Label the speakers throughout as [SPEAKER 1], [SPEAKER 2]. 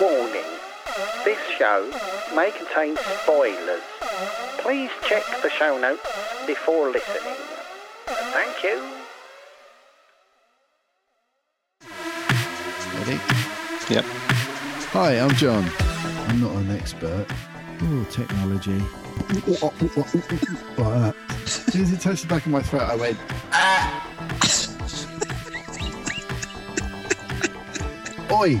[SPEAKER 1] Warning. This show may contain spoilers. Please check the show notes before listening. Thank you.
[SPEAKER 2] Ready?
[SPEAKER 3] Yep.
[SPEAKER 2] Hi, I'm John. I'm not an expert. Oh, technology. like that. As soon as it touched the back of my throat, I went, ah! Oi!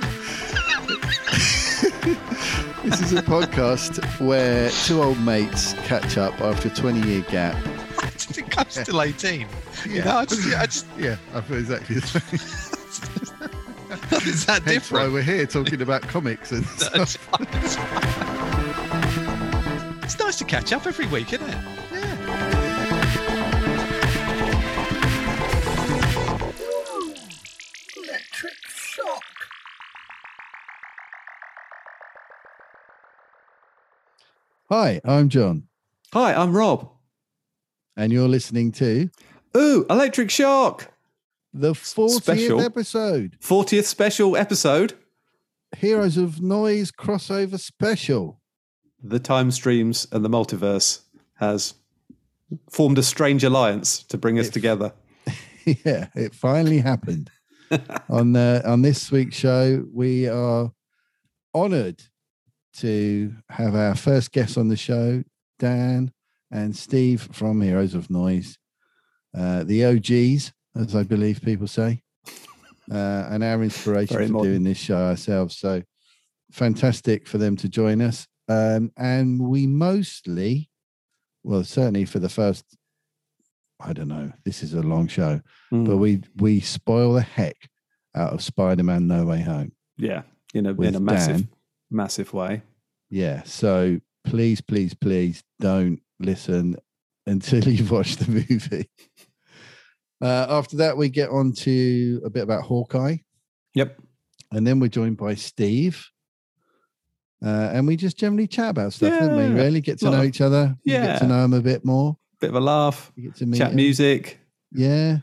[SPEAKER 2] This is a podcast where two old mates catch up after a 20 year gap.
[SPEAKER 3] I think I'm still 18. You
[SPEAKER 2] Yeah.
[SPEAKER 3] know, I just, I just,
[SPEAKER 2] Yeah, I feel exactly the same.
[SPEAKER 3] it's that
[SPEAKER 2] That's why
[SPEAKER 3] different.
[SPEAKER 2] we're here talking about comics and stuff.
[SPEAKER 3] it's nice to catch up every week, isn't it?
[SPEAKER 2] Yeah.
[SPEAKER 1] Electric shock.
[SPEAKER 2] Hi, I'm John.
[SPEAKER 4] Hi, I'm Rob.
[SPEAKER 2] And you're listening to
[SPEAKER 4] Ooh, Electric Shark,
[SPEAKER 2] the 40th
[SPEAKER 4] Special.
[SPEAKER 2] episode
[SPEAKER 4] 40th special episode.
[SPEAKER 2] Heroes of Noise crossover special.
[SPEAKER 4] The time streams and the multiverse has formed a strange alliance to bring us
[SPEAKER 2] If-
[SPEAKER 4] together.
[SPEAKER 2] yeah, it finally happened. on uh, on this week's show, we are honoured to have our first guests on the show, Dan and Steve from Heroes of Noise, uh, the OGs, as I believe people say, uh, and our inspiration
[SPEAKER 4] Very
[SPEAKER 2] for
[SPEAKER 4] modern.
[SPEAKER 2] doing this show ourselves. So fantastic for them to join us, um, and we mostly, well, certainly for the first. I don't know. This is a long show
[SPEAKER 4] Mm,
[SPEAKER 2] but we we spoil the heck out of Spider-Man: No Way Home.
[SPEAKER 4] yeah, in a,
[SPEAKER 2] with
[SPEAKER 4] in a massive,
[SPEAKER 2] Dan.
[SPEAKER 4] massive way.
[SPEAKER 2] Yeah, so please, please, please don't listen until you've watched the movie. Uh, after that, we get on to a bit about Hawkeye,
[SPEAKER 4] Yep.
[SPEAKER 2] and then we're joined by Steve. Uh, and we just generally chat about stuff, don't we?
[SPEAKER 4] Yeah,
[SPEAKER 2] Really get to
[SPEAKER 4] lot
[SPEAKER 2] know
[SPEAKER 4] of-
[SPEAKER 2] each other. You get to
[SPEAKER 4] yeah.
[SPEAKER 2] know him a bit more.
[SPEAKER 4] Bit of a laugh,
[SPEAKER 2] You get to meet
[SPEAKER 4] chat
[SPEAKER 2] 'em.
[SPEAKER 4] music,
[SPEAKER 2] yeah,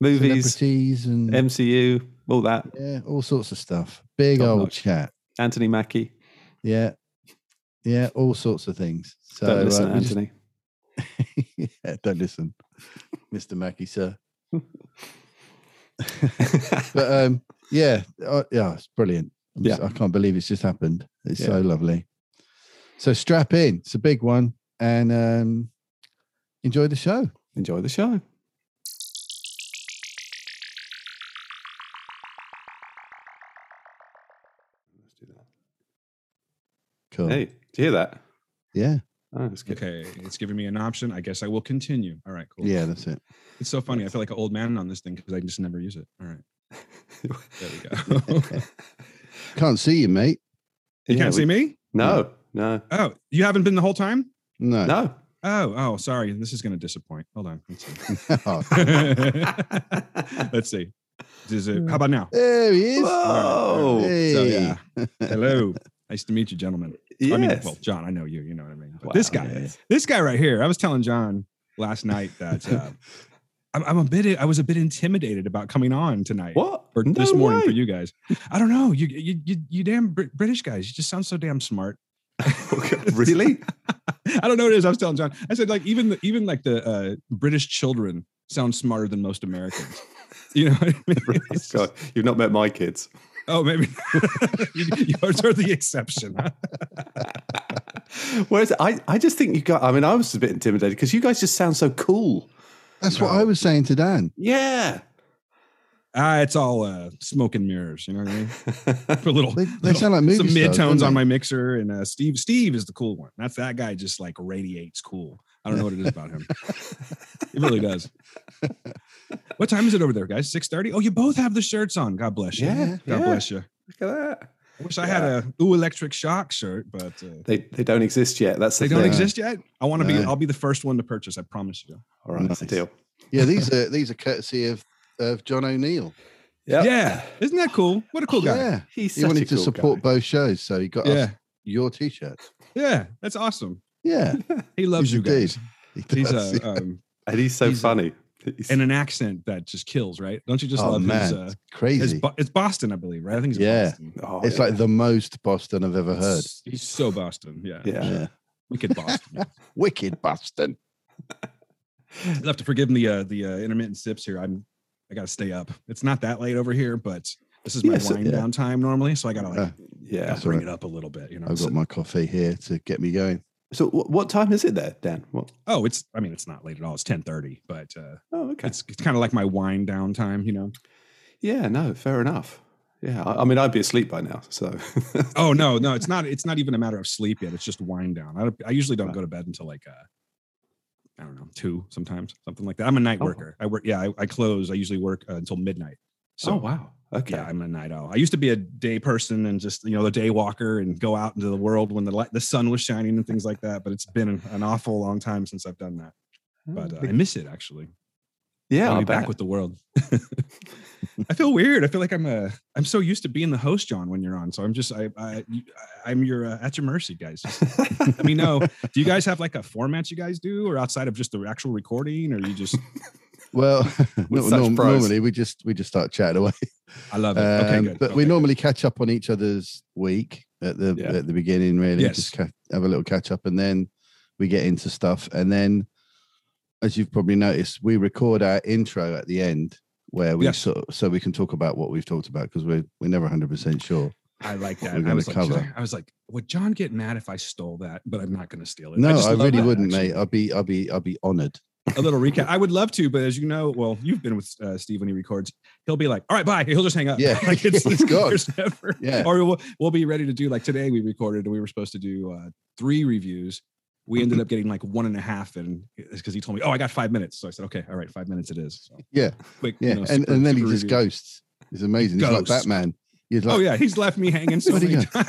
[SPEAKER 4] movies,
[SPEAKER 2] celebrities and
[SPEAKER 4] MCU, all that.
[SPEAKER 2] yeah, all sorts of stuff. Big
[SPEAKER 4] Top
[SPEAKER 2] old
[SPEAKER 4] notch.
[SPEAKER 2] chat.
[SPEAKER 4] Anthony Mackie.
[SPEAKER 2] Yeah. Yeah, all sorts of things. So
[SPEAKER 4] Don't listen
[SPEAKER 2] uh,
[SPEAKER 4] to
[SPEAKER 2] we just-
[SPEAKER 4] Anthony.
[SPEAKER 2] yeah, don't listen, Mr. Mackey, sir. But um, yeah, uh, yeah, it's brilliant. I'm
[SPEAKER 4] Yeah.
[SPEAKER 2] just- I can't believe it's just happened. It's
[SPEAKER 4] Yeah.
[SPEAKER 2] so lovely. So strap in. It's a big one, and um, enjoy the show.
[SPEAKER 4] Enjoy the show.
[SPEAKER 2] Cool.
[SPEAKER 4] Hey, do you hear that?
[SPEAKER 2] Yeah,
[SPEAKER 4] Oh, that's good.
[SPEAKER 5] Okay, it's giving me an option. I guess I will continue. All right, cool.
[SPEAKER 2] yeah, that's it.
[SPEAKER 5] It's so funny. I feel like an old man on this thing because I just never use it. All right, there we go.
[SPEAKER 2] Can't see you, mate.
[SPEAKER 5] you
[SPEAKER 4] Yeah,
[SPEAKER 5] can't see
[SPEAKER 4] we-
[SPEAKER 5] me?
[SPEAKER 4] No, no,
[SPEAKER 5] Oh, you haven't been the whole time?
[SPEAKER 2] No,
[SPEAKER 4] no.
[SPEAKER 5] Oh, oh, sorry. This is going to disappoint. Hold on. Let's see.
[SPEAKER 2] Oh,
[SPEAKER 5] Let's see. Does it, how about now?
[SPEAKER 2] there he is.
[SPEAKER 4] Whoa.
[SPEAKER 2] Hey.
[SPEAKER 5] So, yeah. Hello. Nice to meet you, gentlemen. I mean,
[SPEAKER 4] Yes.
[SPEAKER 5] well, John, I know you. You know what I mean. But this
[SPEAKER 4] Wow,
[SPEAKER 5] guy,
[SPEAKER 4] yes.
[SPEAKER 5] this guy right here. I was telling John last night that uh, I'm, I'm a bit. I was a bit intimidated about coming on tonight.
[SPEAKER 4] What?
[SPEAKER 5] or this
[SPEAKER 4] No
[SPEAKER 5] morning for
[SPEAKER 4] way.
[SPEAKER 5] you guys. I don't know. You you you, you damn Br- British guys. You just sound so damn smart.
[SPEAKER 4] really?
[SPEAKER 5] I don't know what it is. I was telling John. I said like even the, even like the uh, British children sound smarter than most Americans. You know what I mean? It's just-
[SPEAKER 4] God, you've not met my kids.
[SPEAKER 5] oh, maybe you, yours are the exception. huh?
[SPEAKER 4] Whereas I, I just think you got, I mean, I was a bit intimidated because you guys just sound so cool.
[SPEAKER 2] That's what I was saying to Dan.
[SPEAKER 4] Yeah.
[SPEAKER 5] Ah, it's all uh, smoke and mirrors. You know what I mean? Put a little.
[SPEAKER 2] They, they sound like movie
[SPEAKER 5] some
[SPEAKER 2] stars,
[SPEAKER 5] mid tones
[SPEAKER 2] don't
[SPEAKER 5] on
[SPEAKER 2] they?
[SPEAKER 5] my mixer, and uh, Steve. Steve is the cool one. That's that guy. Just like radiates cool. I don't know what it is about him. It really does. What time is it over there, guys? Six thirty. Oh, you both have the shirts on. God bless you.
[SPEAKER 4] Yeah,
[SPEAKER 5] God
[SPEAKER 4] yeah.
[SPEAKER 5] bless you.
[SPEAKER 4] Look at that.
[SPEAKER 5] I wish I had a Ooh Electric Shock shirt, but uh,
[SPEAKER 4] They they don't exist yet. That's the
[SPEAKER 5] they don't
[SPEAKER 4] thing.
[SPEAKER 5] exist yet. I want to be.
[SPEAKER 2] No.
[SPEAKER 5] I'll be the first one to purchase. I promise you.
[SPEAKER 4] All right, that's the
[SPEAKER 2] Nice.
[SPEAKER 4] deal.
[SPEAKER 2] Yeah, these are these are courtesy of of John O'Neill.
[SPEAKER 4] Yep.
[SPEAKER 5] Yeah, isn't that cool? What a cool guy.
[SPEAKER 2] Yeah,
[SPEAKER 4] he's
[SPEAKER 2] he
[SPEAKER 4] such a
[SPEAKER 2] wanted to
[SPEAKER 4] cool
[SPEAKER 2] support
[SPEAKER 4] guy.
[SPEAKER 2] both shows, so he got
[SPEAKER 5] Yeah,
[SPEAKER 2] us your T-shirt.
[SPEAKER 5] yeah, that's awesome.
[SPEAKER 2] Yeah,
[SPEAKER 5] He loves
[SPEAKER 2] He
[SPEAKER 5] you guys.
[SPEAKER 2] he
[SPEAKER 5] He's
[SPEAKER 2] does.
[SPEAKER 5] uh, um,
[SPEAKER 4] and he's so
[SPEAKER 5] he's a-
[SPEAKER 4] funny. He's-
[SPEAKER 5] in an accent that just kills, right? Don't you just
[SPEAKER 2] oh
[SPEAKER 5] love
[SPEAKER 2] man,
[SPEAKER 5] his? Uh,
[SPEAKER 2] it's
[SPEAKER 5] his
[SPEAKER 2] crazy.
[SPEAKER 5] Bo- it's Boston, I believe, right? I think it's
[SPEAKER 2] Yeah.
[SPEAKER 5] Boston.
[SPEAKER 4] oh,
[SPEAKER 2] it's
[SPEAKER 4] yeah.
[SPEAKER 2] like the most Boston I've ever heard.
[SPEAKER 5] He's so Boston. Yeah,
[SPEAKER 4] yeah.
[SPEAKER 2] Yeah.
[SPEAKER 5] wicked Boston.
[SPEAKER 2] Wicked Boston.
[SPEAKER 5] You'll have to forgive me uh, the uh, intermittent sips here. I'm I gotta stay up. It's not that late over here, but this is my
[SPEAKER 4] Yes,
[SPEAKER 5] wind
[SPEAKER 2] yeah.
[SPEAKER 5] down time normally, so I gotta like
[SPEAKER 2] Uh,
[SPEAKER 4] yeah.
[SPEAKER 5] gotta
[SPEAKER 2] that's
[SPEAKER 5] bring
[SPEAKER 2] all
[SPEAKER 5] it up a little bit. You know,
[SPEAKER 2] I've
[SPEAKER 5] So-
[SPEAKER 2] got my coffee here to get me going.
[SPEAKER 4] So wh- what time is it there, Dan? What?
[SPEAKER 5] oh, it's I mean it's not late at all. It's ten thirty, but uh,
[SPEAKER 4] Oh, okay.
[SPEAKER 5] it's it's kind of like my wind down time. You know.
[SPEAKER 4] Yeah, no, fair enough. Yeah, I, I mean, I'd be asleep by now. So
[SPEAKER 5] Oh no, no, it's not. It's not even a matter of sleep yet. It's just wind down. I, I usually don't
[SPEAKER 4] Right.
[SPEAKER 5] go to bed until like uh, I don't know, two sometimes, something like that. I'm a night
[SPEAKER 4] Oh.
[SPEAKER 5] worker. I work. Yeah, I, I close. I usually work uh, until midnight. So
[SPEAKER 4] oh wow. Okay.
[SPEAKER 5] yeah, I'm a night owl. I used to be a day person and just you know the day walker and go out into the world when the light, the sun was shining and things like that. But it's been an, an awful long time since I've done that. But uh, I miss it actually.
[SPEAKER 4] yeah,
[SPEAKER 5] I'll
[SPEAKER 4] I
[SPEAKER 5] be back
[SPEAKER 4] bet.
[SPEAKER 5] with the world. I feel weird. I feel like I'm a. I'm so used to being the host, John, when you're on. So I'm just. I. I you- I- I'm your uh, at your mercy, guys. Just let me know. Do you guys have like a format you guys do, or outside of just the actual recording, or you just?
[SPEAKER 2] Well, no-
[SPEAKER 4] With such
[SPEAKER 2] norm-
[SPEAKER 4] pros.
[SPEAKER 2] normally we just we just start chatting away.
[SPEAKER 5] I love it. okay,
[SPEAKER 2] Um,
[SPEAKER 5] good.
[SPEAKER 2] But
[SPEAKER 5] okay,
[SPEAKER 2] we
[SPEAKER 5] good.
[SPEAKER 2] normally catch up on each other's week at the
[SPEAKER 4] Yeah.
[SPEAKER 2] at the beginning, really.
[SPEAKER 5] Yes.
[SPEAKER 2] Just ca- have a little catch up, and then we get into stuff. And then, as you've probably noticed, we record our intro at the end, where we
[SPEAKER 5] Yes.
[SPEAKER 2] sort of, so we can talk about what we've talked about because we're we're never hundred percent sure.
[SPEAKER 5] I like
[SPEAKER 2] we're
[SPEAKER 5] that. I
[SPEAKER 2] gonna
[SPEAKER 5] was like, should I,
[SPEAKER 2] cover.
[SPEAKER 5] I was like, would John get mad if I stole that? But I'm not going to steal it.
[SPEAKER 2] No,
[SPEAKER 5] just
[SPEAKER 2] I,
[SPEAKER 5] love
[SPEAKER 2] really
[SPEAKER 5] that,
[SPEAKER 2] wouldn't,
[SPEAKER 5] actually.
[SPEAKER 2] mate. I'd be I'd be I'd be honoured.
[SPEAKER 5] a little recap. I would love to, but as you know, well, you've been with uh, Steve when he records. He'll be like, "All right, bye." He'll just hang up.
[SPEAKER 2] Yeah.
[SPEAKER 5] like it's,
[SPEAKER 2] It's gone.
[SPEAKER 5] there's never-
[SPEAKER 2] Yeah.
[SPEAKER 5] Or we'll, we'll be ready to do like today. We recorded and we were supposed to do uh, three reviews. We ended up getting like one and a half, and because he told me, "Oh, I got five minutes," so I said, "Okay, all right, five minutes it is." So,
[SPEAKER 2] Yeah,
[SPEAKER 5] quick, you
[SPEAKER 2] yeah.
[SPEAKER 5] know,
[SPEAKER 2] and
[SPEAKER 5] super-
[SPEAKER 2] and then he
[SPEAKER 5] super
[SPEAKER 2] just
[SPEAKER 5] review.
[SPEAKER 2] ghosts. It's amazing. He's like
[SPEAKER 5] Ghosts.
[SPEAKER 2] Batman. You'd like,
[SPEAKER 5] oh yeah, he's left me hanging so
[SPEAKER 2] Where'd he
[SPEAKER 5] many times.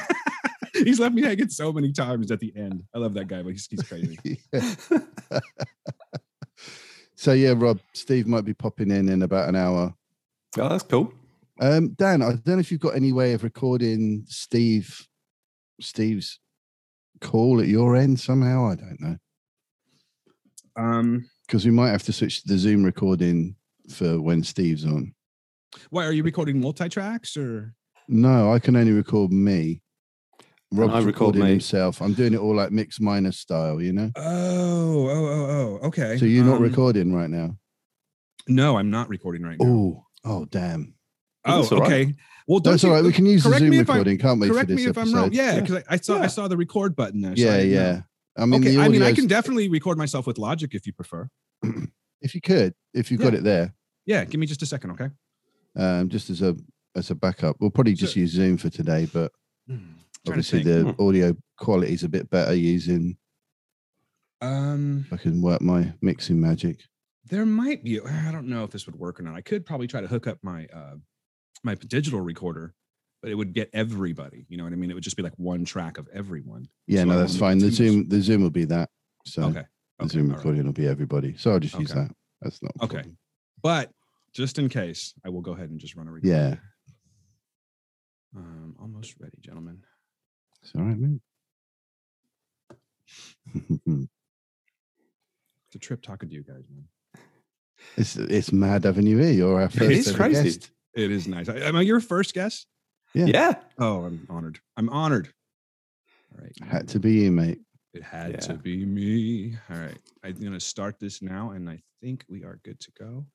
[SPEAKER 5] he's left me hanging so many times at the end. I love that guy, but he's, he's crazy.
[SPEAKER 2] Yeah. so yeah, Rob, Steve might be popping in in about an hour.
[SPEAKER 4] Oh, that's cool.
[SPEAKER 2] Um, Dan, I don't know if you've got any way of recording Steve, Steve's call at your end somehow. I don't know
[SPEAKER 5] Um,
[SPEAKER 2] because we might have to switch to the Zoom recording for when Steve's on.
[SPEAKER 5] why are you recording multi tracks or?
[SPEAKER 2] No, I can only record me. Rob's
[SPEAKER 4] I record
[SPEAKER 2] recording
[SPEAKER 4] me.
[SPEAKER 2] himself. I'm doing it all like mix minus style, you know.
[SPEAKER 5] Oh, oh, oh, oh. Okay.
[SPEAKER 2] So you're not
[SPEAKER 5] Um,
[SPEAKER 2] recording right now.
[SPEAKER 5] No, I'm not recording right now.
[SPEAKER 2] Oh, oh, damn.
[SPEAKER 5] oh,
[SPEAKER 4] that's all right.
[SPEAKER 5] okay. Well, don't
[SPEAKER 2] That's
[SPEAKER 5] you-
[SPEAKER 2] all right. We can use the
[SPEAKER 5] correct
[SPEAKER 2] Zoom
[SPEAKER 5] me if I'm-
[SPEAKER 2] recording, can't we?
[SPEAKER 5] correct
[SPEAKER 2] for this
[SPEAKER 5] me if
[SPEAKER 2] episode?
[SPEAKER 5] I'm wrong. Yeah,
[SPEAKER 4] Yeah.
[SPEAKER 5] because I, I saw I
[SPEAKER 4] Yeah.
[SPEAKER 5] saw the record button there. so I
[SPEAKER 2] yeah,
[SPEAKER 5] didn't know.
[SPEAKER 2] yeah. I mean,
[SPEAKER 5] okay,
[SPEAKER 2] the
[SPEAKER 5] I mean, I
[SPEAKER 2] audio's-
[SPEAKER 5] can definitely record myself with Logic if you prefer.
[SPEAKER 2] if you could, if you've got it there,
[SPEAKER 5] Yeah, give me just a second, okay?
[SPEAKER 2] um, just as a as a backup. We'll probably just
[SPEAKER 5] Sure.
[SPEAKER 2] use Zoom for today, but
[SPEAKER 5] Trying to
[SPEAKER 2] obviously
[SPEAKER 5] think. Hmm.
[SPEAKER 2] the audio quality is a bit better using.
[SPEAKER 5] um,
[SPEAKER 2] if I can work my mixing magic.
[SPEAKER 5] there might be. I don't know if this would work or not. I could probably try to hook up my uh, my digital recorder, but it would get everybody. You know what I mean? It would just be like one track of everyone.
[SPEAKER 2] Yeah,
[SPEAKER 5] So I
[SPEAKER 2] no,
[SPEAKER 5] won't
[SPEAKER 2] that's
[SPEAKER 5] need
[SPEAKER 2] fine. The
[SPEAKER 5] too much.
[SPEAKER 2] Zoom, the Zoom will be that. So
[SPEAKER 5] Okay.
[SPEAKER 2] the
[SPEAKER 5] okay,
[SPEAKER 2] Zoom
[SPEAKER 5] all right.
[SPEAKER 2] recording will be everybody. So I'll just use
[SPEAKER 5] Okay.
[SPEAKER 2] that. That's not a
[SPEAKER 5] Okay.
[SPEAKER 2] problem.
[SPEAKER 5] But just in case, I will go ahead and just run a record.
[SPEAKER 2] Yeah.
[SPEAKER 5] here. Um, almost ready, gentlemen.
[SPEAKER 2] It's all right, mate.
[SPEAKER 5] It's a trip talking to you guys, man.
[SPEAKER 2] it's it's mad having you here. You're our first
[SPEAKER 4] is
[SPEAKER 2] ever
[SPEAKER 4] crazy.
[SPEAKER 2] guest.
[SPEAKER 5] It is nice. I, am I your first guest?
[SPEAKER 2] Yeah.
[SPEAKER 4] Yeah.
[SPEAKER 5] Oh, I'm honored. I'm honored. All right.
[SPEAKER 2] Had to be you, mate.
[SPEAKER 5] It had
[SPEAKER 4] Yeah.
[SPEAKER 5] to be me. All right. I'm going to start this now, and I think we are good to go.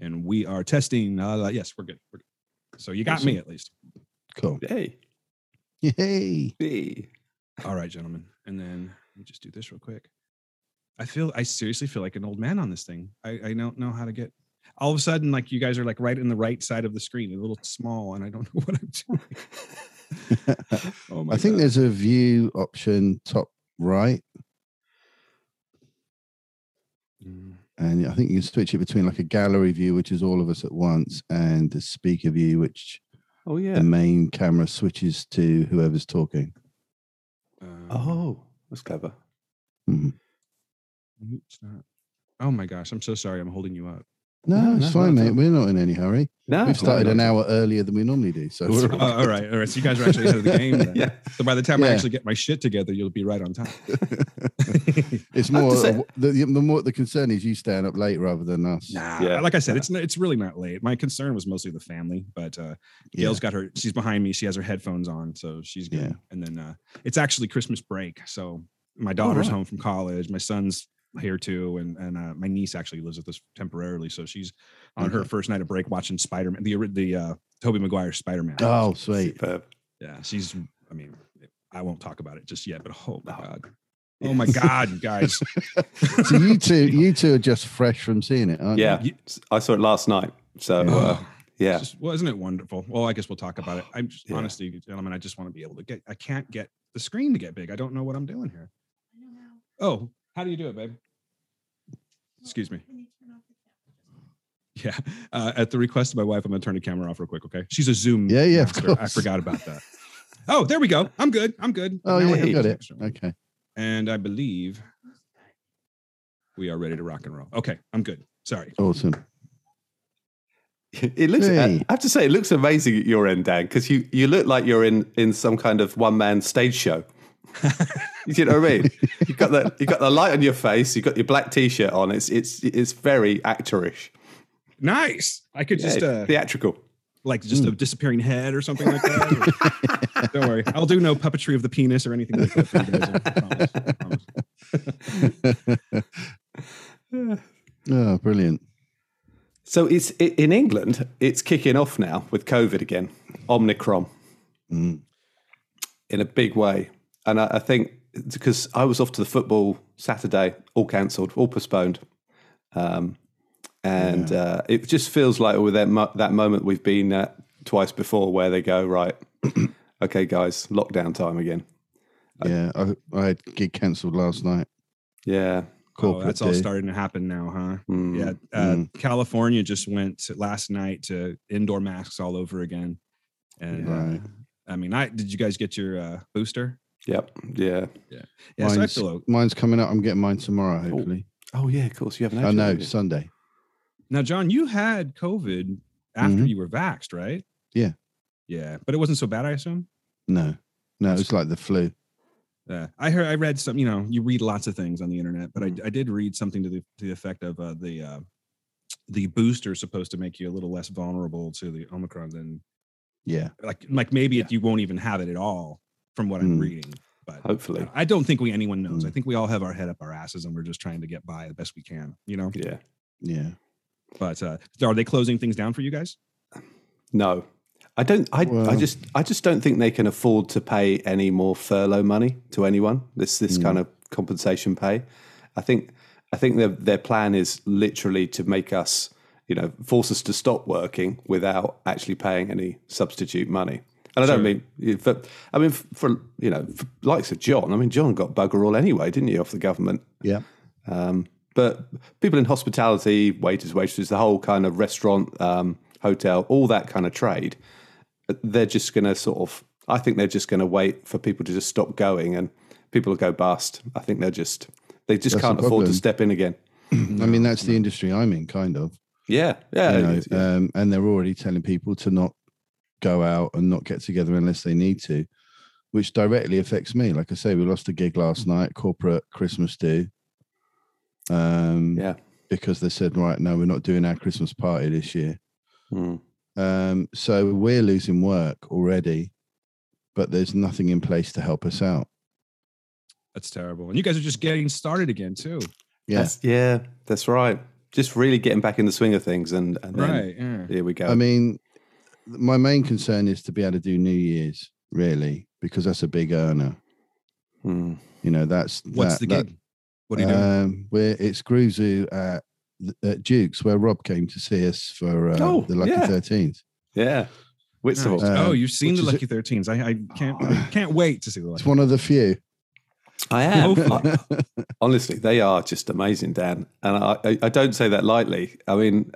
[SPEAKER 5] And we are testing. Uh, yes, we're good. We're good. So you got me at least.
[SPEAKER 2] Cool.
[SPEAKER 4] Hey.
[SPEAKER 2] Yay.
[SPEAKER 4] Hey.
[SPEAKER 5] All right, gentlemen. And then let me just do this real quick. I feel I seriously feel like an old man on this thing. I, I don't know how to get all of a sudden, like you guys are like right in the right side of the screen, a little small, and I don't know what I'm doing. Oh my
[SPEAKER 2] I think
[SPEAKER 5] God.
[SPEAKER 2] there's a view option top right,
[SPEAKER 5] Mm.
[SPEAKER 2] and I think you can switch it between like a gallery view, which is all of us at once, and the speaker view, which
[SPEAKER 4] Oh yeah.
[SPEAKER 2] the main camera switches to whoever's talking.
[SPEAKER 5] Um,
[SPEAKER 2] Uh-huh.
[SPEAKER 4] Oh, that's clever.
[SPEAKER 2] Mhm.
[SPEAKER 5] It's not. Oh my gosh, I'm so sorry. I'm holding you up.
[SPEAKER 2] No,
[SPEAKER 4] No,
[SPEAKER 2] it's
[SPEAKER 4] no,
[SPEAKER 2] fine,
[SPEAKER 4] not at
[SPEAKER 2] mate.
[SPEAKER 4] all.
[SPEAKER 2] We're not in any hurry.
[SPEAKER 4] No,
[SPEAKER 2] We've started an hour earlier than we normally do, so we're
[SPEAKER 5] Oh, all right, all right. So you guys are actually ahead of the game. Then.
[SPEAKER 4] Yeah.
[SPEAKER 5] So by the time I
[SPEAKER 2] Yeah.
[SPEAKER 5] actually get my shit together, you'll be right on time.
[SPEAKER 2] it's
[SPEAKER 4] I have to
[SPEAKER 2] more
[SPEAKER 4] say-
[SPEAKER 2] the, the more the concern is you staying up late rather than us.
[SPEAKER 5] Nah,
[SPEAKER 4] Yeah.
[SPEAKER 5] like I said, it's it's really not late. My concern was mostly the family, but uh,
[SPEAKER 2] Yeah.
[SPEAKER 5] Gail's got her. She's behind me. She has her headphones on, so she's good.
[SPEAKER 2] Yeah.
[SPEAKER 5] And then uh, it's actually Christmas break, so
[SPEAKER 2] Oh,
[SPEAKER 5] my daughter's
[SPEAKER 4] right.
[SPEAKER 5] home from college. My son's here too, and and uh, my niece actually lives with us temporarily, so she's on her
[SPEAKER 2] Okay.
[SPEAKER 5] first night of break watching Spider Man, the ori- the uh, Toby Maguire Spider Man.
[SPEAKER 2] Oh, sweet.
[SPEAKER 4] Superb.
[SPEAKER 5] yeah, she's. I mean, I won't talk about it just yet, but oh my
[SPEAKER 4] Oh,
[SPEAKER 5] god, oh my god, you guys.
[SPEAKER 2] so you two, you two are just fresh from seeing it, aren't
[SPEAKER 4] Yeah,
[SPEAKER 5] You-
[SPEAKER 4] I saw it last night. So
[SPEAKER 2] Yeah.
[SPEAKER 4] uh,
[SPEAKER 5] Ugh.
[SPEAKER 4] yeah,
[SPEAKER 5] Just, wasn't it wonderful? Well, I guess we'll talk about it. I'm just,
[SPEAKER 4] Yeah.
[SPEAKER 5] honestly, gentlemen, I just want to be able to get. I can't get the screen to get big. I don't know what I'm doing here. Oh, how do you do it, babe? Excuse me. Yeah, uh, at the request of my wife, I'm gonna turn the camera off real quick. Okay, she's a Zoom.
[SPEAKER 2] Yeah, yeah, of
[SPEAKER 5] master. I
[SPEAKER 2] course.
[SPEAKER 5] forgot about that. Oh, there we go. I'm good. I'm good.
[SPEAKER 2] Oh,
[SPEAKER 5] Now I
[SPEAKER 2] yeah,
[SPEAKER 5] have
[SPEAKER 2] you got
[SPEAKER 5] this
[SPEAKER 2] it.
[SPEAKER 5] extra one.
[SPEAKER 2] Okay.
[SPEAKER 5] And I believe we are ready to rock and roll. Okay, I'm good. Sorry.
[SPEAKER 2] Awesome.
[SPEAKER 4] it looks. uh,
[SPEAKER 2] Hey.
[SPEAKER 4] I have to say, it looks amazing at your end, Dan, because you you look like you're in in some kind of one man stage show. you know what I mean? You got the you got the light on your face. You got your black t shirt on. It's it's it's very actorish.
[SPEAKER 5] Nice. I could
[SPEAKER 4] Yeah,
[SPEAKER 5] just uh,
[SPEAKER 4] theatrical.
[SPEAKER 5] like just a
[SPEAKER 2] Hmm.
[SPEAKER 5] disappearing head or something like that. or- don't worry, I'll do no puppetry of the penis or anything like that. For you guys, I promise, I promise.
[SPEAKER 2] oh, brilliant.
[SPEAKER 4] So it's i in England. It's kicking off now with COVID again, Omicron
[SPEAKER 2] Mm.
[SPEAKER 4] in a big way, and I, I think it's because I was off to the football Saturday, all cancelled, all postponed, um, and uh, it just feels like with that mo- that moment we've been at twice before, where they go right, okay, guys, lockdown time again.
[SPEAKER 2] Yeah, I, I had gig cancelled last night.
[SPEAKER 4] Yeah,
[SPEAKER 5] Oh,
[SPEAKER 2] Corporate
[SPEAKER 5] that's all
[SPEAKER 2] day.
[SPEAKER 5] starting to happen now, huh?
[SPEAKER 2] Hmm,
[SPEAKER 4] Mm.
[SPEAKER 5] Yeah. Uh, California just went to- last night to indoor masks all over again. And uh,
[SPEAKER 2] Right.
[SPEAKER 5] I mean, I did you guys get your uh, booster?
[SPEAKER 4] yep, yeah.
[SPEAKER 5] Yeah, so I
[SPEAKER 2] Mine's-
[SPEAKER 5] feel o-
[SPEAKER 2] Mine's coming up. I'm getting mine tomorrow, hopefully.
[SPEAKER 4] Oh yeah, of course you haven't.
[SPEAKER 2] I
[SPEAKER 4] actually,
[SPEAKER 2] know
[SPEAKER 4] have you?
[SPEAKER 2] Sunday.
[SPEAKER 5] Now, John, you had COVID after
[SPEAKER 2] Mhm.
[SPEAKER 5] you were vaxxed, right?
[SPEAKER 2] Yeah.
[SPEAKER 5] Yeah, but it wasn't so bad, I assume.
[SPEAKER 2] No, no, it's like the flu.
[SPEAKER 5] Yeah, I heard. I read some. You know, you read lots of things on the internet, but
[SPEAKER 2] Mm-hmm.
[SPEAKER 5] I, I did read something to the to the effect of uh, the uh, the booster is supposed to make you a little less vulnerable to the Omicron than
[SPEAKER 2] Yeah,
[SPEAKER 5] like like maybe it, you won't even have it at all from what I'm
[SPEAKER 2] Mm.
[SPEAKER 5] reading. But
[SPEAKER 4] Hopefully,
[SPEAKER 5] I don't think we anyone knows. I
[SPEAKER 2] Mm.
[SPEAKER 5] think we all have our head up our asses and we're just trying to get by the best we can. You know.
[SPEAKER 4] yeah.
[SPEAKER 2] yeah.
[SPEAKER 5] But uh, are they closing things down for you guys?
[SPEAKER 4] No, I don't. I, I
[SPEAKER 2] Well-
[SPEAKER 4] just I just don't think they can afford to pay any more furlough money to anyone. This this kind of compensation pay. I think I think their their plan is literally to make us you know force us to stop working without actually paying any substitute money. And I don't
[SPEAKER 5] Sure.
[SPEAKER 4] mean yeah, for I mean for, for you know for likes of John. I mean John got bugger all anyway, didn't he, off the government?
[SPEAKER 2] Yeah.
[SPEAKER 4] Um, but people in hospitality, waiters, waitresses, the whole kind of restaurant, um, hotel, all that kind of trade, they're just going to sort of, I think they're just going to wait for people to just stop going and people will go bust. I think they're just, they just
[SPEAKER 2] That's
[SPEAKER 4] can't
[SPEAKER 2] the
[SPEAKER 4] afford to
[SPEAKER 2] problem.
[SPEAKER 4] step in again.
[SPEAKER 2] I mean, that's the industry I'm in, kind of.
[SPEAKER 4] Yeah. Yeah.
[SPEAKER 2] you know,
[SPEAKER 4] it's- yeah.
[SPEAKER 2] um, and they're already telling people to not go out and not get together unless they need to, which directly affects me. Like I say, we lost a gig last night, corporate Christmas do. Um,
[SPEAKER 4] Yeah.
[SPEAKER 2] Because they said, right, no, we're not doing our Christmas party this year.
[SPEAKER 4] Mm.
[SPEAKER 2] Um, so we're losing work already, but there's nothing in place to help us out.
[SPEAKER 5] That's terrible. And you guys are just getting started again too,
[SPEAKER 2] Yeah.
[SPEAKER 4] That's, yeah. That's right. Just really getting back in the swing of things. And, and then
[SPEAKER 5] right? Yeah.
[SPEAKER 4] here we go.
[SPEAKER 2] I mean, my main concern is to be able to do New Year's, really, because that's a big earner.
[SPEAKER 4] Mm.
[SPEAKER 2] You know, that's
[SPEAKER 5] What's
[SPEAKER 2] that-
[SPEAKER 5] the
[SPEAKER 2] that-
[SPEAKER 5] gig? what are you doing?
[SPEAKER 2] Um, we're, it's Groove Zoo at, th- at Duke's, where Rob came to see us for uh,
[SPEAKER 4] Oh,
[SPEAKER 2] the Lucky
[SPEAKER 4] yeah.
[SPEAKER 2] 13th.
[SPEAKER 4] Yeah. Whitstable.
[SPEAKER 5] Nice. oh,
[SPEAKER 2] Um,
[SPEAKER 5] you've seen
[SPEAKER 2] which
[SPEAKER 5] the
[SPEAKER 2] is a-
[SPEAKER 5] Lucky Thirteens. I, I can't I can't wait to see the
[SPEAKER 2] It's
[SPEAKER 5] Lucky.
[SPEAKER 2] one of the few.
[SPEAKER 4] I
[SPEAKER 5] Oh,
[SPEAKER 4] am. I-
[SPEAKER 2] yeah,
[SPEAKER 4] Honestly, they are just amazing, Dan, and I, I, I don't say that lightly. I mean,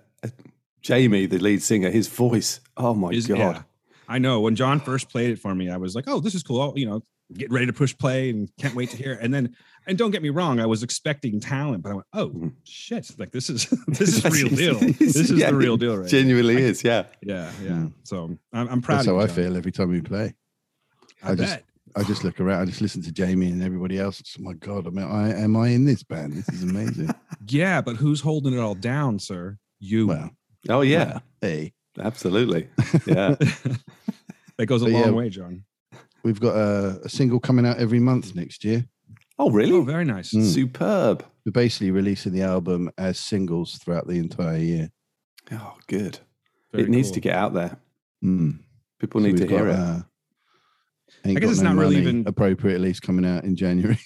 [SPEAKER 4] Jamie, the lead singer, his voice. Oh my
[SPEAKER 5] Is-
[SPEAKER 4] god!
[SPEAKER 5] yeah. I know when John first played it for me, I was like, "Oh, this is cool." I'll, you know, get ready to push play and can't wait to hear. it. And then, and don't get me wrong, I was expecting talent, but I went, "Oh
[SPEAKER 2] Mm-hmm.
[SPEAKER 4] Mhm.
[SPEAKER 5] shit! Like this is this is real deal. This is
[SPEAKER 4] Yeah,
[SPEAKER 5] the real deal, right?" here.
[SPEAKER 4] Genuinely is, yeah.
[SPEAKER 5] Yeah, yeah.
[SPEAKER 2] Mm.
[SPEAKER 5] So I'm, I'm proud.
[SPEAKER 2] That's
[SPEAKER 5] of
[SPEAKER 2] how
[SPEAKER 5] you,
[SPEAKER 2] I
[SPEAKER 5] John.
[SPEAKER 2] feel every time we play.
[SPEAKER 5] I,
[SPEAKER 2] I
[SPEAKER 5] bet.
[SPEAKER 2] just- I just look around. I just listen to Jamie and everybody else. It's, my God, I mean, I am I in this band? This is amazing.
[SPEAKER 5] yeah, but who's holding it all down, sir? You.
[SPEAKER 2] well,
[SPEAKER 4] Oh yeah,
[SPEAKER 2] hey,
[SPEAKER 4] absolutely. Yeah.
[SPEAKER 5] that goes a
[SPEAKER 2] But
[SPEAKER 5] long
[SPEAKER 2] yeah.
[SPEAKER 5] way, John.
[SPEAKER 2] we've got a, a single coming out every month next year.
[SPEAKER 4] Oh
[SPEAKER 5] Oh,
[SPEAKER 4] really?
[SPEAKER 5] very nice.
[SPEAKER 2] Mm.
[SPEAKER 4] Superb.
[SPEAKER 2] We're basically releasing the album as singles throughout the entire year.
[SPEAKER 4] Oh, good.
[SPEAKER 5] Very
[SPEAKER 4] it needs
[SPEAKER 5] cool.
[SPEAKER 4] to get out there.
[SPEAKER 2] Mm.
[SPEAKER 4] People need to hear it.
[SPEAKER 2] uh,
[SPEAKER 5] I guess it's not really even-
[SPEAKER 2] appropriate release coming out in January.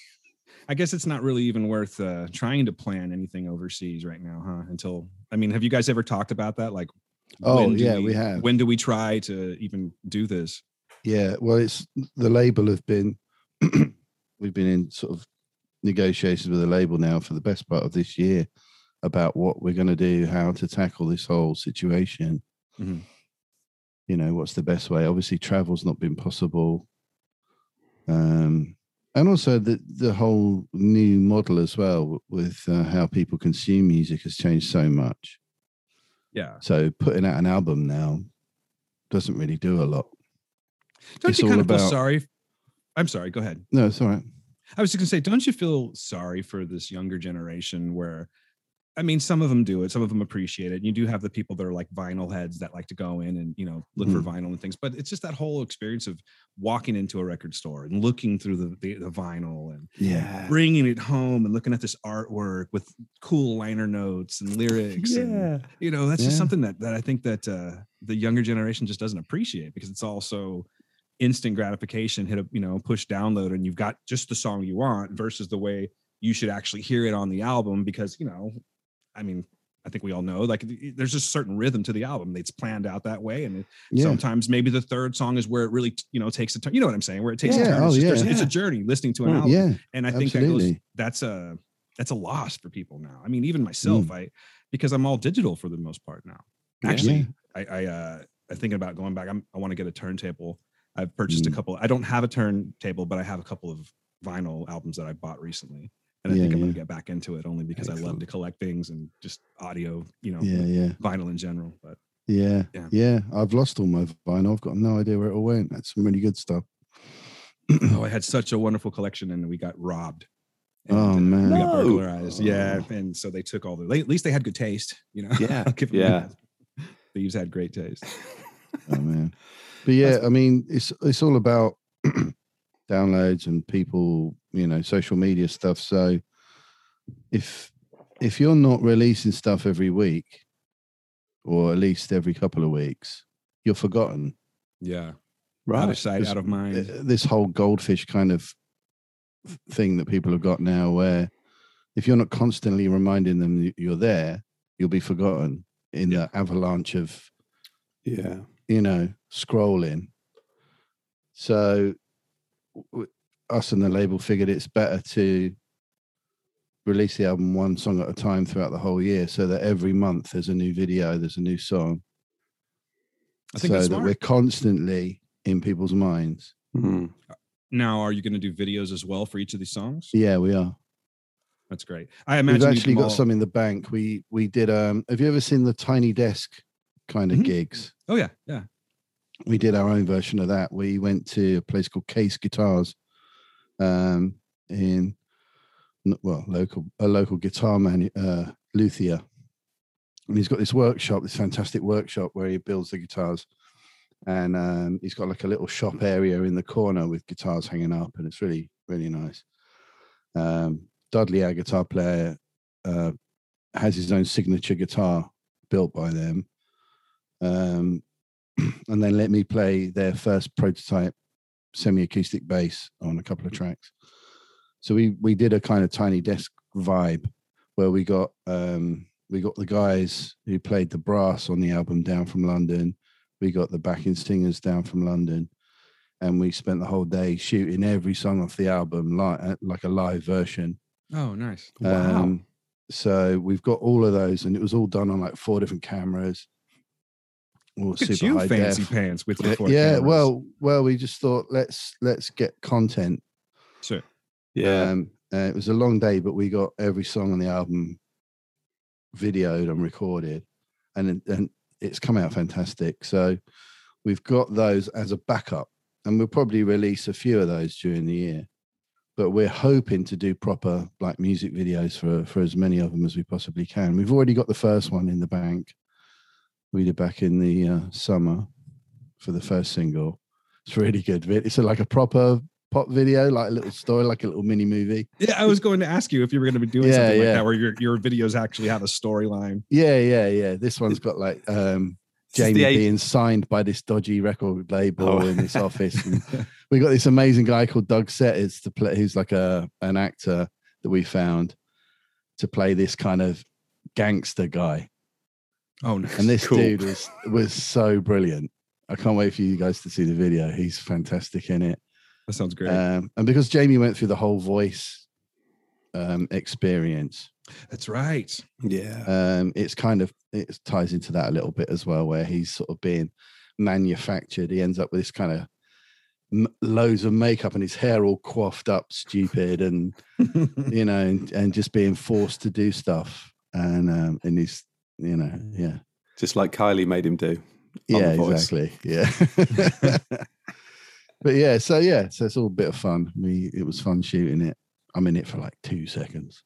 [SPEAKER 5] I guess it's not really even worth uh, trying to plan anything overseas right now, huh? Until I mean, have you guys ever talked about that? Like,
[SPEAKER 2] Oh,
[SPEAKER 5] when do
[SPEAKER 2] yeah, we have.
[SPEAKER 5] When do we try to even do this?
[SPEAKER 2] yeah, well, it's the label have been we've been in sort of negotiations with the label now for the best part of this year about what we're going to do, how to tackle this whole situation.
[SPEAKER 5] Mhm.
[SPEAKER 2] You know, what's the best way? Obviously, travel's not been possible. Um, and also the the whole new model as well w- with uh, how people consume music has changed so much.
[SPEAKER 5] Yeah,
[SPEAKER 2] So putting out an album now doesn't really do a lot.
[SPEAKER 5] don't
[SPEAKER 2] It's
[SPEAKER 5] you
[SPEAKER 2] all
[SPEAKER 5] kind of feel
[SPEAKER 2] about-
[SPEAKER 5] sorry? I'm sorry. Go ahead.
[SPEAKER 2] No, it's all right.
[SPEAKER 5] I was just gonna say, don't you feel sorry for this younger generation where I mean, some of them do it, some of them appreciate it. And you do have the people that are like vinyl heads that like to go in and, you know, look
[SPEAKER 2] Mm-hmm.
[SPEAKER 5] for vinyl and things. But it's just that whole experience of walking into a record store and looking through the, the, the vinyl and
[SPEAKER 4] Yeah.
[SPEAKER 5] bringing it home and looking at this artwork with cool liner notes and lyrics. And,
[SPEAKER 4] Yeah.
[SPEAKER 5] you know, that's just
[SPEAKER 2] Yeah.
[SPEAKER 5] something that, that I think that uh, the younger generation just doesn't appreciate because it's also instant gratification, hit a, you know, push download and you've got just the song you want versus the way you should actually hear it on the album because, you know, I mean, I think we all know like th- there's just a certain rhythm to the album. It's planned out that way. And it,
[SPEAKER 2] Yeah.
[SPEAKER 5] sometimes maybe the third song is where it really, you know, takes a turn. You know what I'm saying? Where it takes
[SPEAKER 2] Yeah.
[SPEAKER 5] a turn. It's,
[SPEAKER 2] Oh,
[SPEAKER 5] just-
[SPEAKER 2] yeah.
[SPEAKER 5] there's- it's a journey listening to an
[SPEAKER 4] Mm.
[SPEAKER 5] album
[SPEAKER 2] yeah.
[SPEAKER 5] and i think that goes,
[SPEAKER 2] Absolutely.
[SPEAKER 5] that's a that's a loss for people now i mean even myself
[SPEAKER 2] Mm.
[SPEAKER 5] i because i'm all digital for the most part now
[SPEAKER 4] Yeah.
[SPEAKER 5] actually i i uh i'm thinking about going back I'm, i want to get a turntable i've purchased a
[SPEAKER 2] Mm.
[SPEAKER 5] couple i don't have a turntable but i have a couple of vinyl albums that i bought recently and i
[SPEAKER 2] Yeah,
[SPEAKER 5] think i'm going
[SPEAKER 2] yeah.
[SPEAKER 5] to get back into it only because i love
[SPEAKER 2] Excellent.
[SPEAKER 5] to collect things and just audio you know
[SPEAKER 2] Yeah, yeah,
[SPEAKER 5] vinyl in general but
[SPEAKER 2] yeah,
[SPEAKER 5] Yeah.
[SPEAKER 2] yeah, I've lost all my vinyl. I've got no idea where it all went. That's some really good stuff.
[SPEAKER 5] oh i had such a wonderful collection and we got robbed And,
[SPEAKER 2] Oh,
[SPEAKER 5] uh,
[SPEAKER 2] man. Oh.
[SPEAKER 5] we got
[SPEAKER 4] No.
[SPEAKER 5] burglarized yeah and so they took all the at least they had good taste you know
[SPEAKER 4] Yeah.
[SPEAKER 5] I'll give them
[SPEAKER 4] yeah.
[SPEAKER 5] that. Thieves had great taste.
[SPEAKER 2] Oh man, but yeah, I mean, it's it's all about downloads and people, you know, social media stuff. So if if you're not releasing stuff every week, or at least every couple of weeks, you're forgotten.
[SPEAKER 5] Yeah. Out of
[SPEAKER 4] Right.
[SPEAKER 5] sight,
[SPEAKER 2] Just-
[SPEAKER 5] out of mind.
[SPEAKER 2] uh, this whole goldfish kind of thing that people have got now where if you're not constantly reminding them that you're there you'll be forgotten in the avalanche of
[SPEAKER 4] Yeah.
[SPEAKER 2] you know scrolling so w- w- us and the label figured it's better to release the album one song at a time throughout the whole year so that every month there's a new video there's a new song
[SPEAKER 5] I think
[SPEAKER 2] so
[SPEAKER 5] that's
[SPEAKER 2] that
[SPEAKER 5] smart.
[SPEAKER 2] we're constantly in people's minds
[SPEAKER 4] Mm.
[SPEAKER 5] Now, are you going to do videos as well for each of these songs?
[SPEAKER 2] yeah we are
[SPEAKER 5] That's great. I imagine
[SPEAKER 2] We've
[SPEAKER 5] you
[SPEAKER 2] actually
[SPEAKER 5] can
[SPEAKER 2] got
[SPEAKER 5] all-
[SPEAKER 2] some in the bank. We we did. Um, have you ever seen the tiny desk kind of
[SPEAKER 5] Mhm.
[SPEAKER 2] gigs?
[SPEAKER 5] Oh yeah, yeah.
[SPEAKER 2] We did our own version of that. We went to a place called Case Guitars, um, in n- well, local a local guitar man, uh, luthier, and he's got this workshop, this fantastic workshop where he builds the guitars, and um, he's got like a little shop area in the corner with guitars hanging up, and it's really really nice. Um, Dudley, our guitar player, uh, has his own signature guitar built by them. Um, and then let me play their first prototype semi-acoustic bass on a couple of tracks. So we we did a kind of tiny desk vibe where we got um, we got the guys who played the brass on the album down from London. We got the backing singers down from London, and we spent the whole day shooting every song off the album like uh, like a live version.
[SPEAKER 5] Oh, nice.
[SPEAKER 4] Wow.
[SPEAKER 2] Um, so we've got all of those, and it was all done on like four different cameras. or
[SPEAKER 5] Look at
[SPEAKER 2] super
[SPEAKER 5] you,
[SPEAKER 2] high
[SPEAKER 5] fancy
[SPEAKER 2] def.
[SPEAKER 5] pants with
[SPEAKER 2] Yeah,
[SPEAKER 5] your four
[SPEAKER 2] Uh, yeah,
[SPEAKER 5] cameras.
[SPEAKER 2] well, well, we just thought let's let's get content.
[SPEAKER 5] sure.
[SPEAKER 4] Yeah.
[SPEAKER 2] Um, uh, it was a long day, but we got every song on the album videoed and recorded, and it- and it's come out fantastic. So we've got those as a backup, and we'll probably release a few of those during the year. But we're hoping to do proper like music videos for for as many of them as we possibly can. We've already got the first one in the bank. We did back in the uh, summer for the first single. It's really good. It's like a proper pop video, like a little story, like a little mini movie.
[SPEAKER 5] Yeah, I was going to ask you if you were going to be doing
[SPEAKER 2] Yeah,
[SPEAKER 5] something
[SPEAKER 2] yeah.
[SPEAKER 5] like that where your, your videos actually have a storyline.
[SPEAKER 2] Yeah, yeah, yeah. This one's got like um
[SPEAKER 4] This is
[SPEAKER 2] Jamie
[SPEAKER 4] the age-
[SPEAKER 2] being signed by this dodgy record label
[SPEAKER 4] Oh.
[SPEAKER 2] in his office. And we got this amazing guy called Doug Setters to play, who's like a an actor that we found to play this kind of gangster guy.
[SPEAKER 5] Oh, nice.
[SPEAKER 2] And this
[SPEAKER 4] Cool.
[SPEAKER 2] dude was was so brilliant. I can't wait for you guys to see the video. He's fantastic in it.
[SPEAKER 5] that sounds great.
[SPEAKER 2] Um, and because Jamie went through the whole voice um, experience,
[SPEAKER 5] That's right.
[SPEAKER 4] yeah.
[SPEAKER 2] um, it's kind of it ties into that a little bit as well, where he's sort of being manufactured. He ends up with this kind of m- loads of makeup and his hair all coiffed up, stupid, and you know, and, and just being forced to do stuff. And um, and he's you know, yeah,
[SPEAKER 4] Just like Kylie made him do. On
[SPEAKER 2] yeah,
[SPEAKER 4] The Voice.
[SPEAKER 2] exactly, yeah. but yeah, so yeah, so it's all a bit of fun. We it was fun shooting it. I'm in it for like two seconds,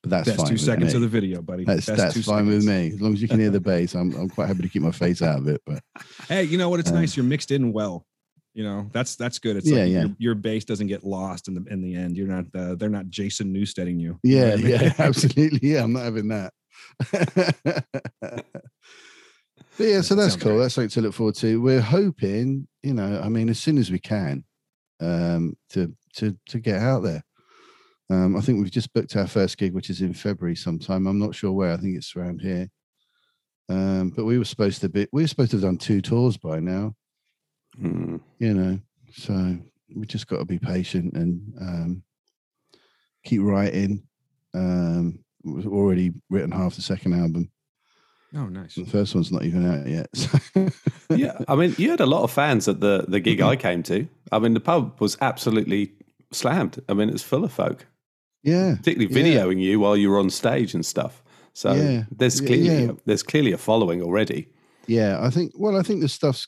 [SPEAKER 2] but that's,
[SPEAKER 5] That's
[SPEAKER 2] fine
[SPEAKER 5] two
[SPEAKER 2] with
[SPEAKER 5] seconds
[SPEAKER 2] me.
[SPEAKER 5] of the video, buddy.
[SPEAKER 2] That's
[SPEAKER 5] Best
[SPEAKER 2] that's
[SPEAKER 5] two
[SPEAKER 2] fine with
[SPEAKER 5] seconds.
[SPEAKER 2] me. As long as you can hear the bass, I'm I'm quite happy to keep my face out of it. But
[SPEAKER 5] Hey, you know what? It's
[SPEAKER 2] Uh,
[SPEAKER 5] nice. You're mixed in well. You know that's that's good. It's
[SPEAKER 2] Yeah,
[SPEAKER 5] like
[SPEAKER 2] yeah.
[SPEAKER 5] Your, your bass doesn't get lost in the in the end. You're not uh, they're not Jason Newsteading you. You know
[SPEAKER 2] yeah,
[SPEAKER 5] what I mean?
[SPEAKER 2] yeah, absolutely. Yeah, I'm not having that. but yeah, so
[SPEAKER 5] That
[SPEAKER 2] that's
[SPEAKER 5] sounds
[SPEAKER 2] cool.
[SPEAKER 5] great.
[SPEAKER 2] That's something to look forward to. We're hoping, you know, I mean, as soon as we can, um, to to to get out there. Um, I think we've just booked our first gig, which is in February sometime. I'm not sure where. I think it's around here. Um, but we were supposed to be we were supposed to have done two tours by now.
[SPEAKER 4] Mm.
[SPEAKER 2] you know so we just got to be patient and um keep writing um we've already written half the second album
[SPEAKER 5] Oh, nice.
[SPEAKER 2] the first one's not even out yet so
[SPEAKER 4] yeah, I mean, you had a lot of fans at the the gig I came to. I mean, the pub was absolutely slammed. I mean, it was full of folk,
[SPEAKER 2] yeah
[SPEAKER 4] particularly
[SPEAKER 2] Yeah.
[SPEAKER 4] videoing you while you were on stage and stuff. So
[SPEAKER 2] Yeah.
[SPEAKER 4] there's
[SPEAKER 2] Yeah,
[SPEAKER 4] clearly
[SPEAKER 2] yeah.
[SPEAKER 4] there's clearly a following already.
[SPEAKER 2] yeah i think well i think the stuff's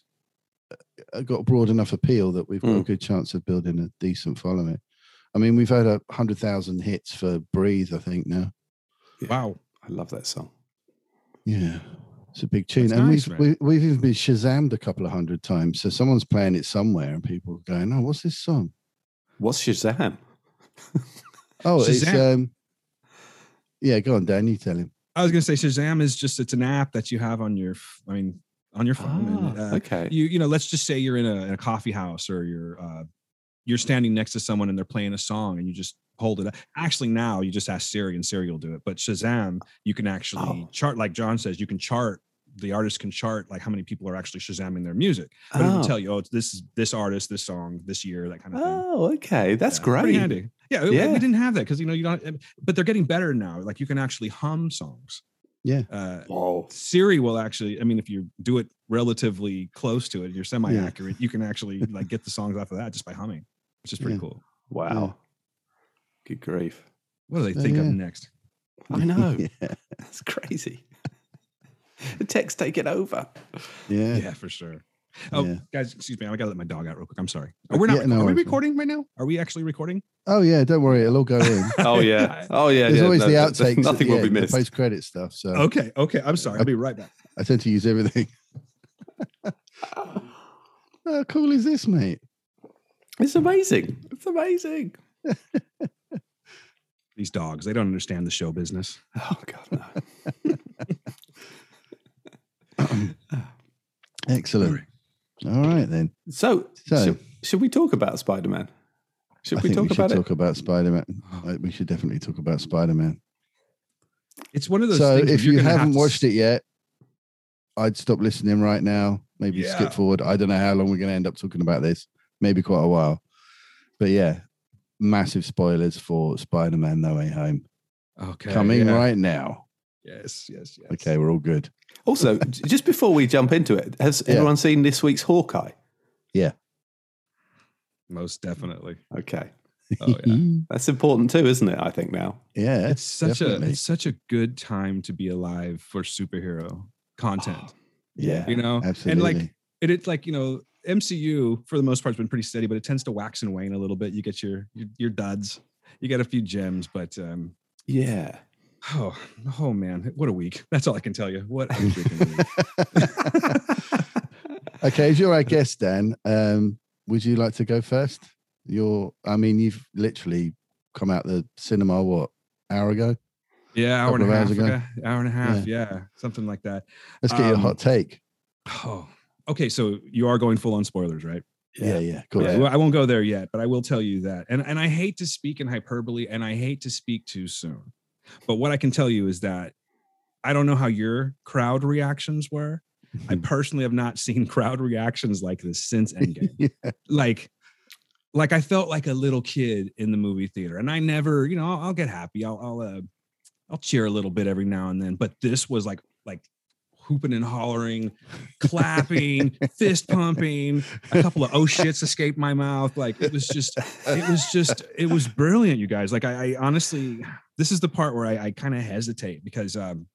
[SPEAKER 2] uh, got broad enough appeal that we've got a
[SPEAKER 5] Hmm.
[SPEAKER 4] Mm.
[SPEAKER 2] good chance of building a decent following i mean we've had a hundred thousand hits for breathe i think now
[SPEAKER 5] Wow.
[SPEAKER 4] I love that song.
[SPEAKER 2] Yeah, it's a big tune,
[SPEAKER 5] That's
[SPEAKER 2] and
[SPEAKER 5] nice,
[SPEAKER 2] we've
[SPEAKER 5] man.
[SPEAKER 2] we, we've even been Shazammed a couple of hundred times. So someone's playing it somewhere, and people are going, "Oh, what's this song?"
[SPEAKER 4] What's Shazam?
[SPEAKER 2] Oh, it's
[SPEAKER 5] Shazam.
[SPEAKER 2] um, yeah. Go on, Dan. You tell him.
[SPEAKER 5] I was gonna say Shazam is just it's an app that you have on your f- I mean on your phone. and,
[SPEAKER 4] Ah,
[SPEAKER 5] uh,
[SPEAKER 4] okay.
[SPEAKER 5] You you know let's just say you're in a, in a coffee house or you're uh, you're standing next to someone and they're playing a song and you just hold it up. Actually, now you just ask Siri and Siri will do it. But Shazam, you can actually
[SPEAKER 4] Oh.
[SPEAKER 5] chart like John says. You can chart the artist can chart like how many people are actually Shazamming their music. But it'll
[SPEAKER 4] Oh.
[SPEAKER 5] tell you oh it's this this artist this song this year that kind of thing.
[SPEAKER 4] Oh, okay. That's
[SPEAKER 5] Yeah,
[SPEAKER 4] great.
[SPEAKER 5] Pretty handy. Yeah, we-
[SPEAKER 4] Yeah.
[SPEAKER 5] we didn't have that because you know you don't. But they're getting better now. Like you can actually hum songs.
[SPEAKER 2] Yeah.
[SPEAKER 5] Uh,
[SPEAKER 4] Whoa.
[SPEAKER 5] Siri will actually. I mean, if you do it relatively close to it, you're semi-accurate. You can actually like get the songs off of that just by humming, which is pretty
[SPEAKER 2] Yeah.
[SPEAKER 5] cool.
[SPEAKER 4] Wow. Good grief.
[SPEAKER 5] What do they
[SPEAKER 2] Oh,
[SPEAKER 5] think
[SPEAKER 2] yeah.
[SPEAKER 5] of next?
[SPEAKER 4] I know.
[SPEAKER 2] yeah,
[SPEAKER 4] That's crazy. the tech's taking over.
[SPEAKER 2] yeah.
[SPEAKER 5] Yeah, for sure. Oh,
[SPEAKER 2] Yeah.
[SPEAKER 5] guys, excuse me. I gotta let my dog out real quick. I'm sorry. Oh, we're not.
[SPEAKER 2] Yeah, no
[SPEAKER 5] recording. Are we
[SPEAKER 2] worries, man.
[SPEAKER 5] recording right now? Are we actually recording?
[SPEAKER 2] Oh yeah. Don't worry, it'll all go in.
[SPEAKER 4] Oh yeah. Oh yeah.
[SPEAKER 2] There's
[SPEAKER 4] yeah.
[SPEAKER 2] always
[SPEAKER 4] No,
[SPEAKER 2] the
[SPEAKER 4] no,
[SPEAKER 2] outtakes. at
[SPEAKER 4] Nothing
[SPEAKER 2] the
[SPEAKER 4] will be
[SPEAKER 2] end, the
[SPEAKER 4] missed.
[SPEAKER 2] post-credit stuff. So
[SPEAKER 5] Okay. Okay. I'm sorry. I'll be right back.
[SPEAKER 2] I tend to use everything. How cool is this, mate?
[SPEAKER 4] It's amazing. It's amazing.
[SPEAKER 5] These dogs. They don't understand the show business.
[SPEAKER 4] Oh god, no.
[SPEAKER 2] Excellent. All right then.
[SPEAKER 4] So,
[SPEAKER 2] So-
[SPEAKER 4] should, should we talk about Spider Man? Should
[SPEAKER 2] I
[SPEAKER 4] we
[SPEAKER 2] think
[SPEAKER 4] talk
[SPEAKER 2] we should
[SPEAKER 4] about it?
[SPEAKER 2] talk about Spider-Man. I- We should definitely talk about Spider-Man.
[SPEAKER 5] It's one of those.
[SPEAKER 2] so
[SPEAKER 5] things
[SPEAKER 2] if you haven't watched
[SPEAKER 5] it.
[SPEAKER 2] it yet i'd stop listening right now maybe
[SPEAKER 5] Yeah.
[SPEAKER 2] skip forward i don't know how long we're going to end up talking about this maybe quite a while but yeah massive spoilers for spider-man no way home
[SPEAKER 5] Okay.
[SPEAKER 2] coming
[SPEAKER 5] yeah.
[SPEAKER 2] right now
[SPEAKER 5] Yes, yes, yes.
[SPEAKER 2] Okay, we're all good.
[SPEAKER 4] Also, j- just before we jump into it, has
[SPEAKER 2] Yeah.
[SPEAKER 4] everyone seen this week's Hawkeye?
[SPEAKER 5] Most definitely.
[SPEAKER 4] Okay,
[SPEAKER 5] Oh, yeah.
[SPEAKER 4] that's important too, isn't it? I think now.
[SPEAKER 2] yeah.
[SPEAKER 5] it's such
[SPEAKER 2] definitely.
[SPEAKER 5] a it's such a good time to be alive for superhero content.
[SPEAKER 2] yeah.
[SPEAKER 5] you know,
[SPEAKER 2] Absolutely.
[SPEAKER 5] and like it, it's like you know MCU for the most part has been pretty steady, but it tends to wax and wane a little bit. You get your your, your duds, you get a few gems, but um,
[SPEAKER 4] Yeah.
[SPEAKER 5] oh oh man, what a week! That's all I can tell you. What a freaking week.
[SPEAKER 2] okay, as you're our guest, Dan, um, would you like to go first? You're, I mean, you've literally come out the cinema what hour ago?
[SPEAKER 5] Yeah, hour and
[SPEAKER 2] Couple
[SPEAKER 5] a
[SPEAKER 2] of
[SPEAKER 5] half,
[SPEAKER 2] hours ago.
[SPEAKER 5] ago. hour and a half, yeah. something like that.
[SPEAKER 2] Let's get your
[SPEAKER 5] Um,
[SPEAKER 2] hot take.
[SPEAKER 5] Oh, okay, so you are going full on spoilers, right?
[SPEAKER 2] Yeah, yeah, cool.
[SPEAKER 5] Yeah, well, I won't go there yet, but I will tell you that. And and I hate to speak in hyperbole and I hate to speak too soon. But what I can tell you is that I don't know how your crowd reactions were. I personally have not seen crowd reactions like this since Endgame. Like like I felt like a little kid in the movie theater. And I never, you know, I'll, I'll get happy. I'll I'll uh, I'll cheer a little bit every now and then, but this was like like hooping and hollering, clapping, fist pumping, a couple of oh shits escaped my mouth. Like it was just, it was just, it was brilliant, you guys. Like I, I honestly, this is the part where I, I kind of hesitate because, um,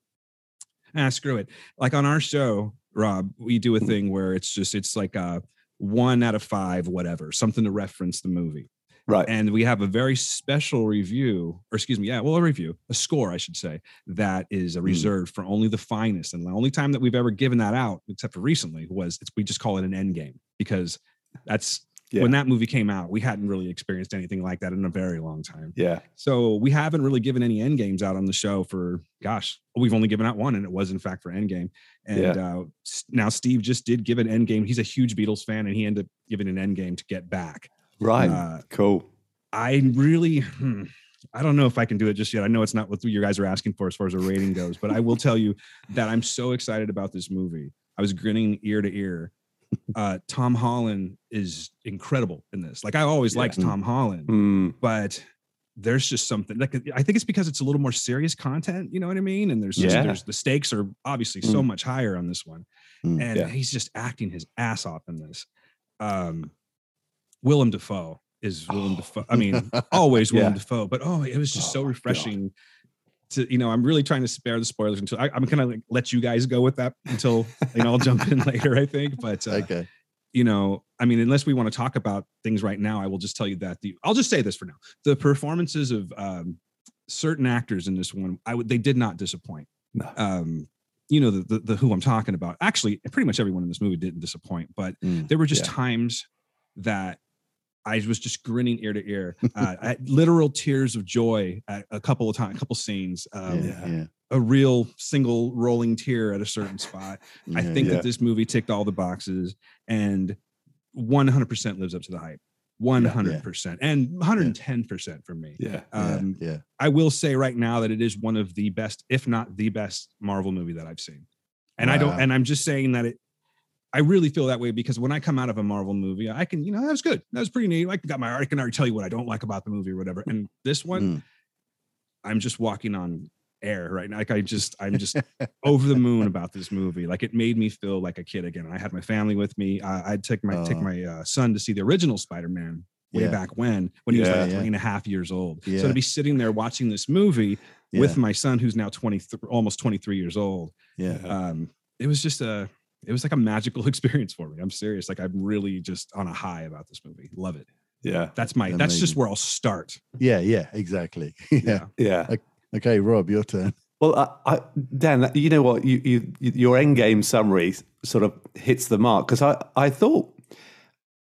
[SPEAKER 5] ah, screw it. Like on our show, Rob, we do a thing where it's just, it's like a one out of five, whatever, something to reference the movie
[SPEAKER 4] Right.
[SPEAKER 5] and we have a very special review or excuse me yeah well a review a score i should say that is
[SPEAKER 4] Mm.
[SPEAKER 5] a reserved for only the finest and the only time that we've ever given that out except for recently was it's, we just call it an end game because that's
[SPEAKER 4] Yeah.
[SPEAKER 5] when that movie came out we hadn't really experienced anything like that in a very long time
[SPEAKER 4] yeah.
[SPEAKER 5] so we haven't really given any end games out on the show for gosh, we've only given out one, and it was in fact for Endgame. And
[SPEAKER 4] Yeah.
[SPEAKER 5] uh, s- now Steve just did give an end game. He's a huge Beatles fan, and he ended up giving an end game to get back.
[SPEAKER 4] Right.
[SPEAKER 5] Uh,
[SPEAKER 4] cool.
[SPEAKER 5] I really, hmm, I don't know if I can do it just yet. I know it's not what you guys are asking for as far as a rating goes, but I will tell you that I'm so excited about this movie. I was grinning ear to ear. Uh, Tom Holland is incredible in this. Like I always
[SPEAKER 4] Yeah.
[SPEAKER 5] liked Tom Holland,
[SPEAKER 4] Mm,
[SPEAKER 5] but there's just something like I think it's because it's a little more serious content. You know what I mean? And there's just,
[SPEAKER 4] Yeah. Hmm.
[SPEAKER 5] there's the stakes are obviously so much higher on this one,
[SPEAKER 2] Mm.
[SPEAKER 5] and
[SPEAKER 4] Yeah.
[SPEAKER 5] he's just acting his ass off in this. Um, Willem Dafoe is Willem
[SPEAKER 4] Oh.
[SPEAKER 5] Dafoe. I mean, always Willem
[SPEAKER 4] Yeah.
[SPEAKER 5] Dafoe, but oh, it was just
[SPEAKER 4] Oh
[SPEAKER 5] so
[SPEAKER 4] my God.
[SPEAKER 5] refreshing. To you know, I'm really trying to spare the spoilers until I, I'm gonna like, let you guys go with that until you know I'll jump in later. I think, but uh,
[SPEAKER 2] okay.
[SPEAKER 5] you know, I mean, unless we want to talk about things right now, I will just tell you that the I'll just say this for now: the performances of um, certain actors in this one, I would they did not disappoint.
[SPEAKER 4] No.
[SPEAKER 5] Um, you know, the, the the who I'm talking about. Actually, pretty much everyone in this movie didn't disappoint, but
[SPEAKER 2] Mm.
[SPEAKER 5] there were just
[SPEAKER 4] Yeah.
[SPEAKER 5] times that I was just grinning ear to ear, uh, I had literal tears of joy at a couple of times, a couple scenes, um,
[SPEAKER 2] yeah,
[SPEAKER 4] yeah.
[SPEAKER 2] yeah,
[SPEAKER 5] a real single rolling tear at a certain spot. I
[SPEAKER 2] yeah,
[SPEAKER 5] think
[SPEAKER 4] yeah.
[SPEAKER 5] that this movie ticked all the boxes and 100% lives up to the hype. 100% and 110% for me.
[SPEAKER 4] yeah.
[SPEAKER 2] yeah,
[SPEAKER 5] Um,
[SPEAKER 2] yeah.
[SPEAKER 5] I will say right now that it is one of the best, if not the best, Marvel movie that I've seen. And I
[SPEAKER 2] Wow.
[SPEAKER 5] don't, and I'm just saying that it, I really feel that way because when I come out of a Marvel movie, I can, you know, that was good. That was pretty neat. I got my, I can already tell you what I don't like about the movie or whatever. And this one,
[SPEAKER 2] Mm.
[SPEAKER 5] I'm just walking on air right now. Like I just, I'm just over the moon about this movie. Like it made me feel like a kid again. I had my family with me. I, I took my took
[SPEAKER 2] Aw.
[SPEAKER 5] my uh, son to see the original Spider-Man way
[SPEAKER 2] Oh. Yeah.
[SPEAKER 5] back when, when he was
[SPEAKER 4] Yeah,
[SPEAKER 5] like
[SPEAKER 2] yeah.
[SPEAKER 5] three and a half years old. So
[SPEAKER 2] Yeah.
[SPEAKER 5] to be sitting there watching this movie with my son, who's now 23, almost 23 years old,
[SPEAKER 2] yeah,
[SPEAKER 4] Yeah.
[SPEAKER 5] um, it was just a, it was like a magical experience for me. I'm serious. Like I'm really just on a high about this movie. Love it.
[SPEAKER 4] Yeah.
[SPEAKER 5] That's my, that's just
[SPEAKER 2] Amazing.
[SPEAKER 5] where I'll start.
[SPEAKER 2] yeah, yeah, exactly. yeah.
[SPEAKER 4] Yeah.
[SPEAKER 2] Okay, Rob, your turn.
[SPEAKER 4] Well, I, I, Dan, you know what? You, you, your endgame summary sort of hits the mark because I, I thought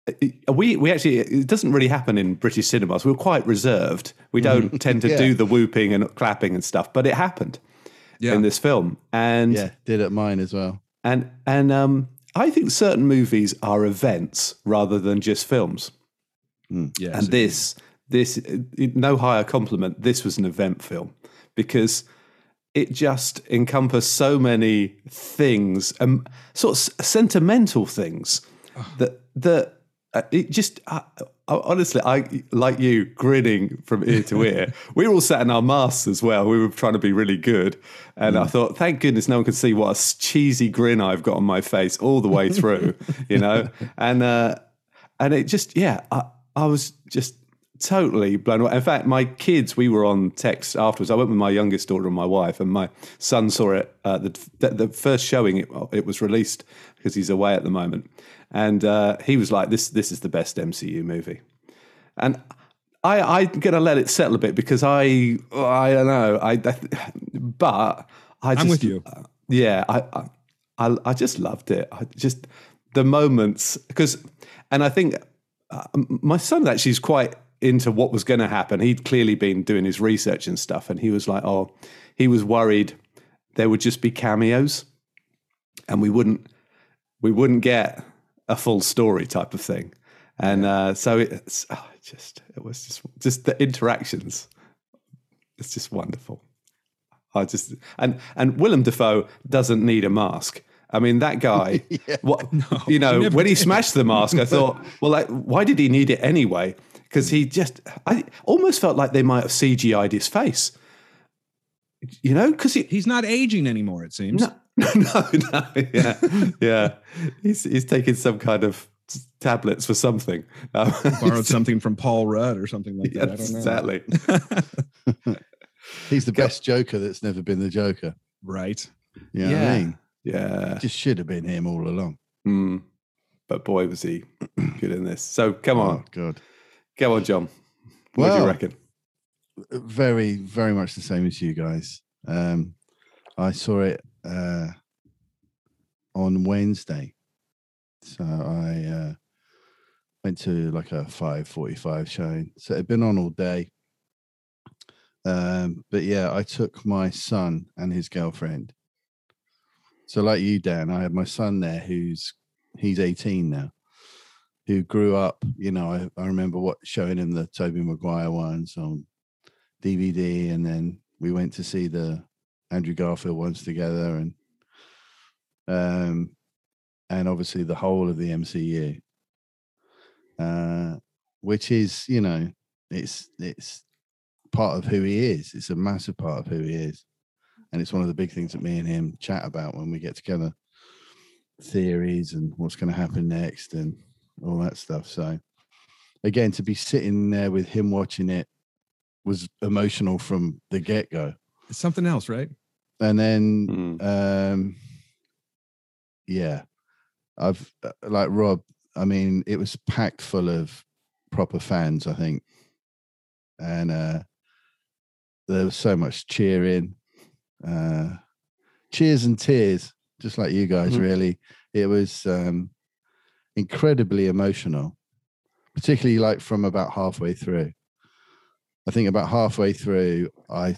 [SPEAKER 4] uh, we, we actually it doesn't really happen in British cinemas. We're quite reserved. We don't tend to
[SPEAKER 2] Mm-hmm. Yeah.
[SPEAKER 4] do the whooping and clapping and stuff, but it happened
[SPEAKER 5] Yeah.
[SPEAKER 4] in this film, and
[SPEAKER 2] Yeah, did at mine as well.
[SPEAKER 4] and and um, I think certain movies are events rather than just films.
[SPEAKER 5] yeah.
[SPEAKER 4] And this, this, no higher compliment. This was an event film because it just encompassed so many things, um, sort of s- sentimental things that that uh, it just. I, I- honestly, I like you grinning from ear to ear. we were all sat in our masks as well. We were trying to be really good, and I thought, thank goodness no one can see what a s- cheesy grin I've got on my face all the way through, you know. And uh, and it just yeah, I, I was just totally blown away. In fact, my kids, we were on text afterwards. I went with my youngest daughter and my wife, and my son saw it uh, the the the first showing it, it was released because he's away at the moment, and uh, he was like, "This this is the best MCU movie," and. I, I'm gonna let it settle a bit because I I don't know I, I- but I just,
[SPEAKER 5] with you.
[SPEAKER 4] yeah, I, I- I I just loved it. I just the moments because, and I think uh, m- my son actually is quite into what was going to happen. He'd clearly been doing his research and stuff, and he was like, "Oh, he was worried there would just be cameos, and we wouldn't we wouldn't get a full story type of thing." And uh, so it's oh, it just it was just just the interactions. It's just wonderful. I just and and Willem Dafoe doesn't need a mask. I mean that guy. what you know
[SPEAKER 5] never
[SPEAKER 4] when he
[SPEAKER 5] did.
[SPEAKER 4] smashed the mask, I thought, well, like, why did he need it anyway? Because he just I almost felt like they might have CGI'd his face. You know, because he
[SPEAKER 5] He's not aging anymore, it seems.
[SPEAKER 4] no, no, no, yeah, yeah. He's he's taking some kind of tablets for something. Um,
[SPEAKER 5] Borrowed something from Paul Rudd or something like
[SPEAKER 4] yeah,
[SPEAKER 5] that. I don't know.
[SPEAKER 4] exactly.
[SPEAKER 2] He's the
[SPEAKER 4] Go-
[SPEAKER 2] best Joker that's never been the Joker.
[SPEAKER 5] right.
[SPEAKER 2] You know yeah,
[SPEAKER 4] Yeah.
[SPEAKER 2] I mean?
[SPEAKER 4] Yeah.
[SPEAKER 2] just should have been him all along.
[SPEAKER 4] Mm. But boy, was he good in this. So come
[SPEAKER 2] Oh,
[SPEAKER 4] on,
[SPEAKER 5] Mm.
[SPEAKER 2] God.
[SPEAKER 4] go on, John. What do
[SPEAKER 2] Well,
[SPEAKER 4] you reckon?
[SPEAKER 2] very very much the same as you guys um i saw it uh on wednesday so i uh went to like a 545 showing so it'd been on all day um but yeah i took my son and his girlfriend so like you dan i had my son there who's he's 18 now who grew up you know i, I remember what showing him the toby maguire ones on DVD, and then we went to see the Andrew Garfield ones together, and um, and obviously the whole of the MCU, uh, which is you know it's it's part of who he is. It's a massive part of who he is, and it's one of the big things that me and him chat about when we get together, theories and what's going to happen next and all that stuff. So again, to be sitting there with him watching it was emotional from the get go.
[SPEAKER 5] It's something else, right?
[SPEAKER 2] And then,
[SPEAKER 4] Mm.
[SPEAKER 2] um, yeah, I've uh, like Rob, I mean, it was packed full of proper fans, I think. And uh, there was so much cheering, uh, cheers and tears, just like you guys,
[SPEAKER 4] Mhm.
[SPEAKER 2] really. It was um, incredibly emotional, particularly like from about halfway through. I think about halfway through, I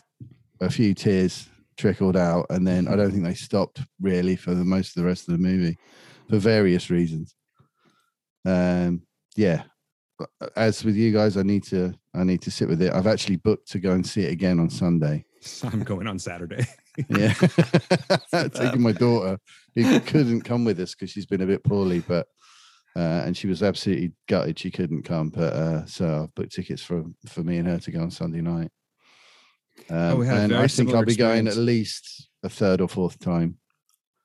[SPEAKER 2] a few tears trickled out, and then I don't think they stopped really for the most of the rest of the movie, for various reasons. Um, yeah, but uh, as with you guys, I need to I need to sit with it. I've actually booked to go and see it again on Sunday.
[SPEAKER 5] I'm going on Saturday.
[SPEAKER 2] Yeah, taking my daughter who couldn't come with us because she's been a bit poorly, but. Uh, and she was absolutely gutted she couldn't come, but uh, so I've booked tickets for for me and her to go on Sunday night. Um,
[SPEAKER 5] Oh, we had a
[SPEAKER 2] and
[SPEAKER 5] very
[SPEAKER 2] I think
[SPEAKER 5] similar
[SPEAKER 2] I'll be going at
[SPEAKER 5] experience.
[SPEAKER 2] least a third or fourth time.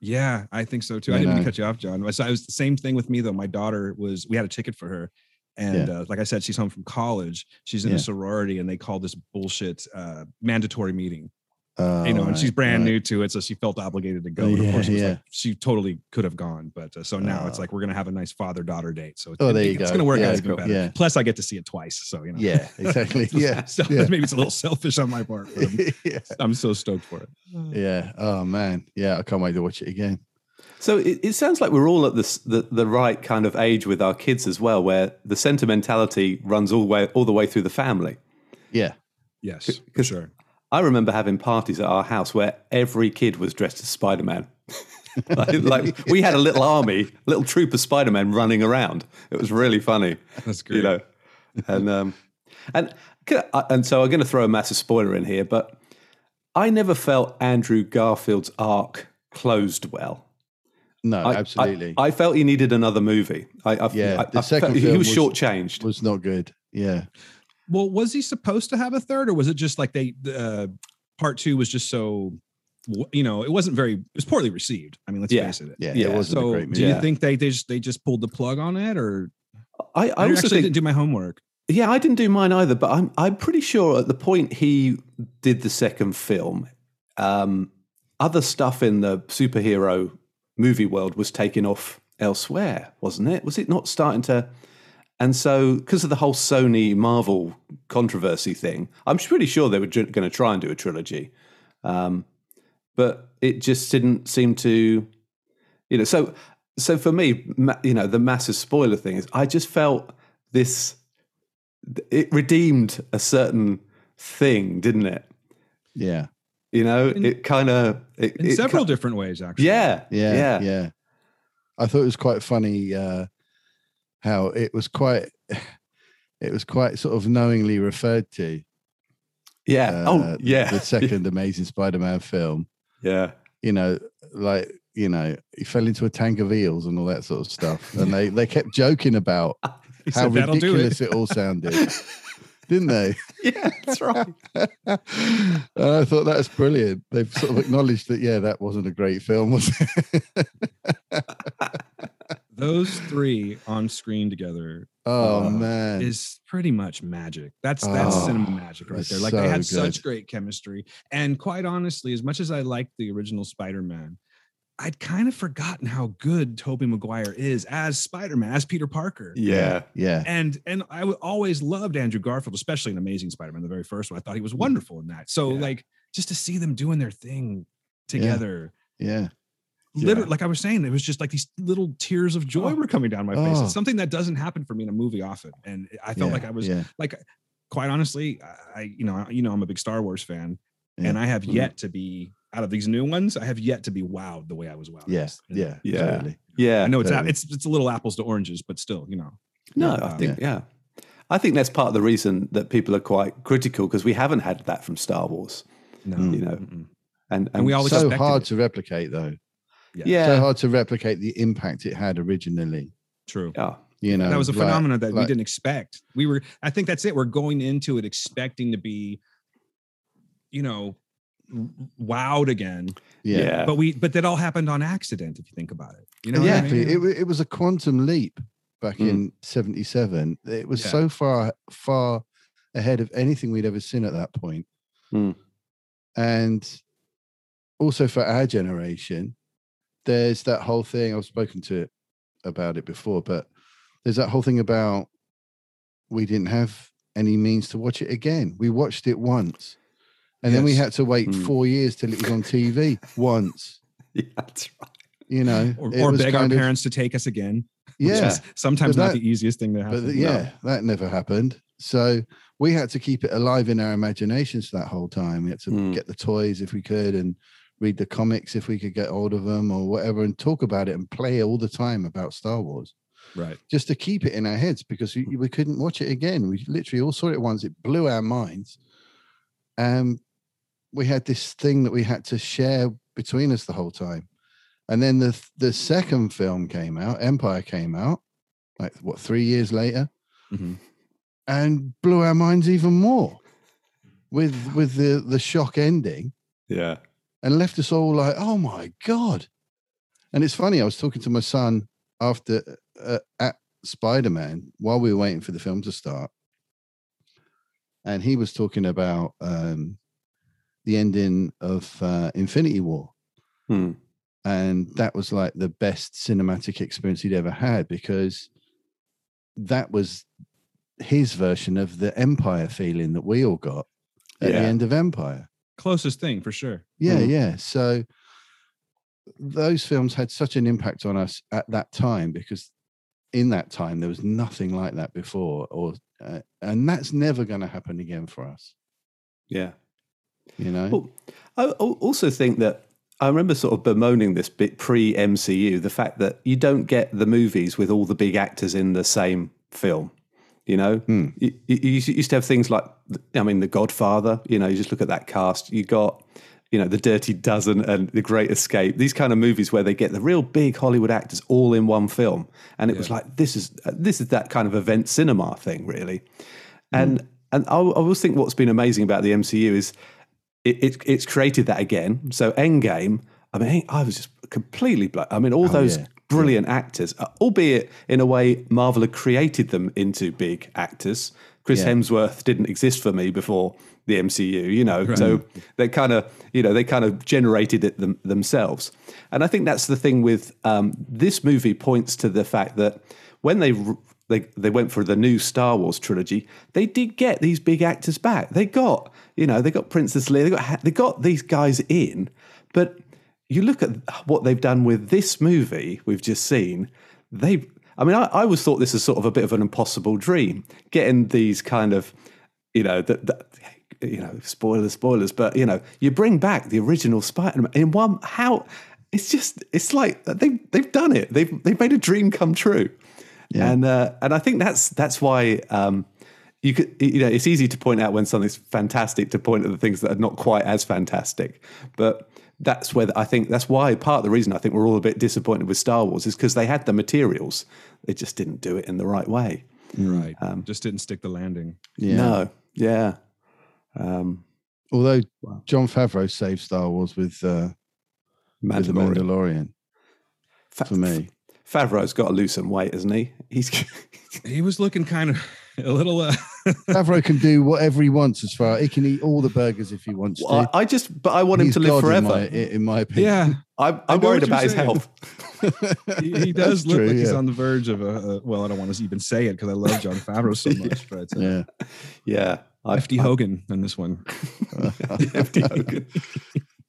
[SPEAKER 5] Yeah, I think so too. I
[SPEAKER 2] You
[SPEAKER 5] didn't mean
[SPEAKER 2] know.
[SPEAKER 5] to cut you off, John. So I was the same thing with me though. My daughter was. We had a ticket for her, and uh, like I said, she's home from college. She's in
[SPEAKER 2] Yeah.
[SPEAKER 5] a sorority, and they call this bullshit uh, mandatory meeting.
[SPEAKER 2] Uh,
[SPEAKER 5] you know, and she's brand new to it, so she felt obligated to go. And
[SPEAKER 2] Yeah,
[SPEAKER 5] of course, it was
[SPEAKER 2] yeah.
[SPEAKER 5] like, she totally could have gone, but uh, so now it's
[SPEAKER 2] Oh.
[SPEAKER 5] like we're gonna have a nice father-daughter date. So it's,
[SPEAKER 2] Oh,
[SPEAKER 5] gonna
[SPEAKER 2] there
[SPEAKER 5] be-
[SPEAKER 2] you
[SPEAKER 5] it's
[SPEAKER 2] go.
[SPEAKER 5] gonna work
[SPEAKER 2] Yeah,
[SPEAKER 5] out even
[SPEAKER 4] cool.
[SPEAKER 5] better.
[SPEAKER 2] Yeah.
[SPEAKER 5] Plus, I get to see it twice, so you know.
[SPEAKER 2] Yeah, exactly. Yeah,
[SPEAKER 5] so
[SPEAKER 2] yeah.
[SPEAKER 5] maybe it's a little selfish on my part. But I'm,
[SPEAKER 2] yeah,
[SPEAKER 5] I'm so stoked for it.
[SPEAKER 2] yeah. Oh man, yeah. I can't wait to watch it again.
[SPEAKER 4] So it, it sounds like we're all at this, the the right kind of age with our kids as well, where the sentimentality runs all the way all the way through the family.
[SPEAKER 2] Yeah,
[SPEAKER 5] Yes, for
[SPEAKER 4] Cause-
[SPEAKER 5] sure.
[SPEAKER 4] I remember having parties at our house where every kid was dressed as Spider Man. like, like, we had a little army, little troop of Spider Man running around. It was really funny,
[SPEAKER 5] That's great.
[SPEAKER 4] you know. And um, and can I- and so I'm going to throw a massive spoiler in here, but I never felt Andrew Garfield's arc closed well.
[SPEAKER 2] No,
[SPEAKER 4] I- I-
[SPEAKER 2] absolutely.
[SPEAKER 4] I, felt he needed another movie. I, I
[SPEAKER 2] Yeah,
[SPEAKER 4] I,
[SPEAKER 2] the
[SPEAKER 4] I
[SPEAKER 2] second
[SPEAKER 4] felt he
[SPEAKER 2] film
[SPEAKER 4] was,
[SPEAKER 2] was-
[SPEAKER 4] shortchanged.
[SPEAKER 2] was not good. Yeah.
[SPEAKER 5] Well, was he supposed to have a third, or was it just like they uh, part two was just so you know it wasn't very it was poorly received. I mean, let's
[SPEAKER 4] Yeah.
[SPEAKER 5] face it.
[SPEAKER 2] Yeah.
[SPEAKER 4] Yeah,
[SPEAKER 2] It wasn't a
[SPEAKER 5] So,
[SPEAKER 2] great
[SPEAKER 5] do
[SPEAKER 2] movie.
[SPEAKER 5] you
[SPEAKER 4] Yeah.
[SPEAKER 5] think they they just, they just pulled the plug on it, or
[SPEAKER 4] I, I
[SPEAKER 5] I,
[SPEAKER 4] also
[SPEAKER 5] actually
[SPEAKER 4] think,
[SPEAKER 5] didn't do my homework?
[SPEAKER 4] yeah, I didn't do mine either. But I'm I'm pretty sure at the point he did the second film, um, other stuff in the superhero movie world was taking off elsewhere, wasn't it? Was it not starting to? And so, because of the whole Sony Marvel controversy thing, I'm pretty sure they were going to try and do a trilogy, um, but it just didn't seem to, you know. So, so for me, ma- you know, the massive spoiler thing is, I just felt this. It redeemed a certain thing, didn't it?
[SPEAKER 2] Yeah.
[SPEAKER 4] You know,
[SPEAKER 5] In-
[SPEAKER 4] it kind of it,
[SPEAKER 5] In
[SPEAKER 4] it
[SPEAKER 5] several
[SPEAKER 4] ki-
[SPEAKER 5] different ways, actually.
[SPEAKER 4] yeah,
[SPEAKER 2] Yeah.
[SPEAKER 4] yeah,
[SPEAKER 2] Yeah. I thought it was quite funny uh, how it was quite, it was quite sort of knowingly referred to
[SPEAKER 4] yeah.
[SPEAKER 2] Uh,
[SPEAKER 4] oh, yeah.
[SPEAKER 2] the second Amazing Spider Man film.
[SPEAKER 4] yeah,
[SPEAKER 2] You know, like, you know, he fell into a tank of eels and all that sort of stuff. And they, they kept joking about
[SPEAKER 5] He
[SPEAKER 2] how
[SPEAKER 5] said, "That'll do it."
[SPEAKER 2] ridiculous it all sounded, didn't they?
[SPEAKER 4] yeah. That's right.
[SPEAKER 2] and I thought that's brilliant. They've sort of acknowledged that, yeah, that wasn't a great film, was it?
[SPEAKER 5] Those three on screen together
[SPEAKER 2] oh,
[SPEAKER 4] Uh,
[SPEAKER 2] man.
[SPEAKER 5] is pretty much magic. That's that's
[SPEAKER 2] Oh,
[SPEAKER 5] cinema magic right
[SPEAKER 2] it's
[SPEAKER 5] there. Like they
[SPEAKER 2] so
[SPEAKER 5] had
[SPEAKER 2] good.
[SPEAKER 5] such great chemistry, and quite honestly, as much as I liked the original Spider-Man, I'd kind of forgotten how good Tobey Maguire is as Spider-Man, as Peter Parker.
[SPEAKER 4] Yeah,
[SPEAKER 2] yeah.
[SPEAKER 5] And and I w- always loved Andrew Garfield, especially in Amazing Spider-Man, the very first one. I thought he was wonderful in that. So
[SPEAKER 4] Yeah.
[SPEAKER 5] like just to see them doing their thing together.
[SPEAKER 2] Yeah.
[SPEAKER 5] Literally,
[SPEAKER 4] Yeah.
[SPEAKER 5] like I was saying, it was just like these little tears of joy were coming down my face.
[SPEAKER 2] Oh.
[SPEAKER 5] It's something that doesn't happen for me in a movie often, and I felt
[SPEAKER 2] yeah,
[SPEAKER 5] like I was
[SPEAKER 2] Yeah.
[SPEAKER 5] quite honestly, I- I you know I- you know I'm a big Star Wars fan,
[SPEAKER 2] Yeah. Mm-hmm.
[SPEAKER 5] and I have
[SPEAKER 4] Mhm.
[SPEAKER 5] yet to be out of these new ones. I have yet to be wowed the way I was wowed.
[SPEAKER 2] Yeah.
[SPEAKER 5] And
[SPEAKER 2] Yeah.
[SPEAKER 4] Yeah.
[SPEAKER 2] Totally.
[SPEAKER 4] yeah.
[SPEAKER 5] I know it's a-
[SPEAKER 2] Totally.
[SPEAKER 5] it's it's a little apples to oranges, but still, you know.
[SPEAKER 4] No,
[SPEAKER 5] Uh,
[SPEAKER 4] I think yeah. I think that's part of the reason that people are quite critical because we haven't had that from Star Wars,
[SPEAKER 5] No,
[SPEAKER 2] Mm.
[SPEAKER 4] you know,
[SPEAKER 5] mm-mm.
[SPEAKER 4] and
[SPEAKER 5] And we always
[SPEAKER 2] So
[SPEAKER 5] expected
[SPEAKER 2] hard
[SPEAKER 5] it.
[SPEAKER 2] to replicate, though.
[SPEAKER 5] yeah.
[SPEAKER 4] yeah,
[SPEAKER 2] So hard to replicate the impact it had originally.
[SPEAKER 5] true.
[SPEAKER 4] yeah,
[SPEAKER 2] You know,
[SPEAKER 5] That was a
[SPEAKER 2] like-
[SPEAKER 5] phenomenon that we
[SPEAKER 2] like-
[SPEAKER 5] didn't expect. We were, I think that's it. We're going into it expecting to be, you know, w- wowed again.
[SPEAKER 4] yeah,
[SPEAKER 2] yeah.
[SPEAKER 5] But we, but that all happened on accident. If you think about it, you know, what I
[SPEAKER 2] exactly.
[SPEAKER 5] mean?
[SPEAKER 2] It wa- It, was a quantum leap back
[SPEAKER 4] Mm.
[SPEAKER 2] in 77. It was
[SPEAKER 5] Yeah.
[SPEAKER 2] so far, far ahead of anything we'd ever seen at that point.
[SPEAKER 4] Mm.
[SPEAKER 2] And also for our generation, there's that whole thing. I've spoken to about it before, but there's that whole thing about we didn't have any means to watch it again. We watched it once. And then we
[SPEAKER 5] Yes.
[SPEAKER 2] had to wait
[SPEAKER 4] Mm.
[SPEAKER 2] four years till it was on TV once.
[SPEAKER 4] yeah, that's right.
[SPEAKER 2] You know,
[SPEAKER 5] or,
[SPEAKER 2] it
[SPEAKER 5] or
[SPEAKER 2] was
[SPEAKER 5] beg our
[SPEAKER 2] kind of-
[SPEAKER 5] parents to take us again. which
[SPEAKER 2] Yeah,
[SPEAKER 5] is sometimes
[SPEAKER 2] But
[SPEAKER 5] not
[SPEAKER 2] that-
[SPEAKER 5] the easiest thing to
[SPEAKER 2] but
[SPEAKER 5] happen.
[SPEAKER 2] th- yeah, that never happened. So we had to keep it alive in our imaginations that whole time. We had to
[SPEAKER 4] Mm.
[SPEAKER 2] get the toys if we could and read the comics if we could get hold of them or whatever and talk about it and play all the time about Star Wars
[SPEAKER 5] Right.
[SPEAKER 2] just to keep it in our heads because we, we couldn't watch it again. We literally all saw it once, it blew our minds. Um, we had this thing that we had to share between us the whole time. And then the th- the second film came out, Empire came out, like what three years later,
[SPEAKER 5] Mhm.
[SPEAKER 2] and blew our minds even more with with the the shock ending
[SPEAKER 4] Yeah,
[SPEAKER 2] and left us all like, oh my god! And it's funny. I was talking to my son after uh, at Spider Man while we were waiting for the film to start, and he was talking about um, the ending of uh, Infinity War,
[SPEAKER 4] Hmm.
[SPEAKER 2] and that was like the best cinematic experience he'd ever had because that was his version of the Empire feeling that we all got at
[SPEAKER 4] Yeah.
[SPEAKER 2] the end of Empire.
[SPEAKER 5] Closest thing for sure.
[SPEAKER 2] Yeah,
[SPEAKER 4] Mm.
[SPEAKER 2] yeah. So those films had such an impact on us at that time because in that time there was nothing like that before, or uh, and that's never going to happen again for us.
[SPEAKER 4] yeah.
[SPEAKER 2] You know?
[SPEAKER 4] Well, I al- also think that I remember sort of bemoaning this bit pre MCU, the fact that you don't get the movies with all the big actors in the same film. You know,
[SPEAKER 2] Hmm.
[SPEAKER 4] you, you you used to have things like, I mean, The Godfather. You know, you just look at that cast. You got you know, The Dirty Dozen and The Great Escape, these kind of movies where they get the real big Hollywood actors all in one film. And it was
[SPEAKER 5] Yeah.
[SPEAKER 4] like, this is this is that kind of event cinema thing, really.
[SPEAKER 2] Hmm.
[SPEAKER 4] And and I, I always think what's been amazing about the MCU is it, it it's created that again. So Endgame, I mean, I was just completely blown. I mean, all those
[SPEAKER 2] Oh, yeah.
[SPEAKER 4] brilliant actors, uh, albeit in a way, Marvel had created them into big actors. Chris
[SPEAKER 2] Yeah.
[SPEAKER 4] Hemsworth didn't exist for me before the MCU, you know. So they kind of, you know, they kind of generated it them, themselves. And I think that's the thing with um, this movie points to the fact that when they r- they they went for the new Star Wars trilogy, they did get these big actors back. They got, you know, they got Princess Leia, they got Ha- they got these guys in, but you look at what they've done with this movie we've just seen they i mean i, I always thought this is sort of a bit of an impossible dream getting these kind of you know that you know spoilers spoilers but you know you bring back the original spider-man in one how it's just it's like they, they've done it they've, they've made a dream come true and uh, and I think that's that's why um, you could you know it's easy to point out when something's fantastic to point at the things that are not quite as fantastic, but that's where I think that's why part of the reason I think we're all a bit disappointed with Star Wars is because they had the materials, they just didn't do it in the right way. Um,
[SPEAKER 5] Right. Just didn't stick the landing.
[SPEAKER 2] Yeah.
[SPEAKER 4] No, yeah, um,
[SPEAKER 2] Although
[SPEAKER 4] Wow.
[SPEAKER 2] John Favreau saved Star Wars with, uh, with the
[SPEAKER 4] Mandalorian.
[SPEAKER 2] Mandalorian
[SPEAKER 4] Fa-
[SPEAKER 2] for me.
[SPEAKER 4] Favreau's got to lose some weight, hasn't he? He's
[SPEAKER 5] He was looking kind of a little. Uh,
[SPEAKER 2] Favreau can do whatever he wants as far. He can eat all the burgers if he wants
[SPEAKER 4] I,
[SPEAKER 2] to.
[SPEAKER 4] I just but I want him
[SPEAKER 2] He's
[SPEAKER 4] to live
[SPEAKER 2] God in
[SPEAKER 4] forever.
[SPEAKER 2] my- in my opinion.
[SPEAKER 5] yeah,
[SPEAKER 4] I'm,
[SPEAKER 5] I
[SPEAKER 4] I'm
[SPEAKER 5] know
[SPEAKER 4] worried
[SPEAKER 5] what you're
[SPEAKER 4] about his
[SPEAKER 5] saying.
[SPEAKER 4] health.
[SPEAKER 5] he, he does look like he's on the verge of a. a well, I don't want to even say it because I love John Favreau so much, but uh,
[SPEAKER 2] Yeah.
[SPEAKER 4] Yeah, I-
[SPEAKER 5] FD Hogan in this one.
[SPEAKER 4] FD Hogan.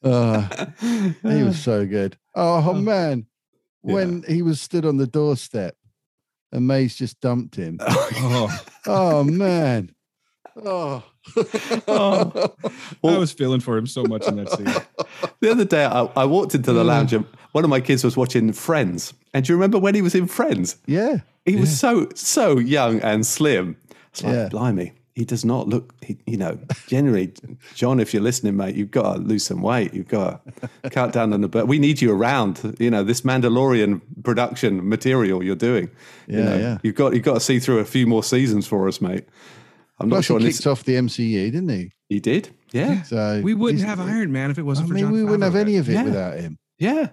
[SPEAKER 2] Uh, he was so good. Oh, man,
[SPEAKER 4] Yeah.
[SPEAKER 2] when he was stood on the doorstep and Maze just dumped him.
[SPEAKER 5] Oh,
[SPEAKER 2] Oh man. Oh.
[SPEAKER 4] Oh. Well,
[SPEAKER 5] I was feeling for him so much in that scene.
[SPEAKER 4] the other day I, I walked into
[SPEAKER 2] Mm.
[SPEAKER 4] the lounge and one of my kids was watching Friends. And do you remember when he was in Friends?
[SPEAKER 2] yeah.
[SPEAKER 4] He was so so young and slim. It's like,
[SPEAKER 2] Yeah.
[SPEAKER 4] blimey, he does not look. He, you know, generally, John, if you're listening, mate, you've got to lose some weight. You've got to cut down on the. But we need you around. You know, this Mandalorian production material you're doing. you
[SPEAKER 2] Yeah,
[SPEAKER 4] know,
[SPEAKER 2] yeah.
[SPEAKER 4] You've got you've got to see through a few more seasons for us, mate. I'm not
[SPEAKER 2] Plus
[SPEAKER 4] sure
[SPEAKER 2] he
[SPEAKER 4] on
[SPEAKER 2] kicked
[SPEAKER 4] this.
[SPEAKER 2] off the MCU, didn't he?
[SPEAKER 4] He did. Yeah.
[SPEAKER 2] So
[SPEAKER 5] We wouldn't
[SPEAKER 2] he's-
[SPEAKER 5] have Iron Man if it
[SPEAKER 2] I
[SPEAKER 5] wasn't for
[SPEAKER 2] mean,
[SPEAKER 5] John
[SPEAKER 2] we wouldn't have
[SPEAKER 5] Favreau.
[SPEAKER 2] any of it
[SPEAKER 4] Yeah.
[SPEAKER 2] without him.
[SPEAKER 4] Yeah.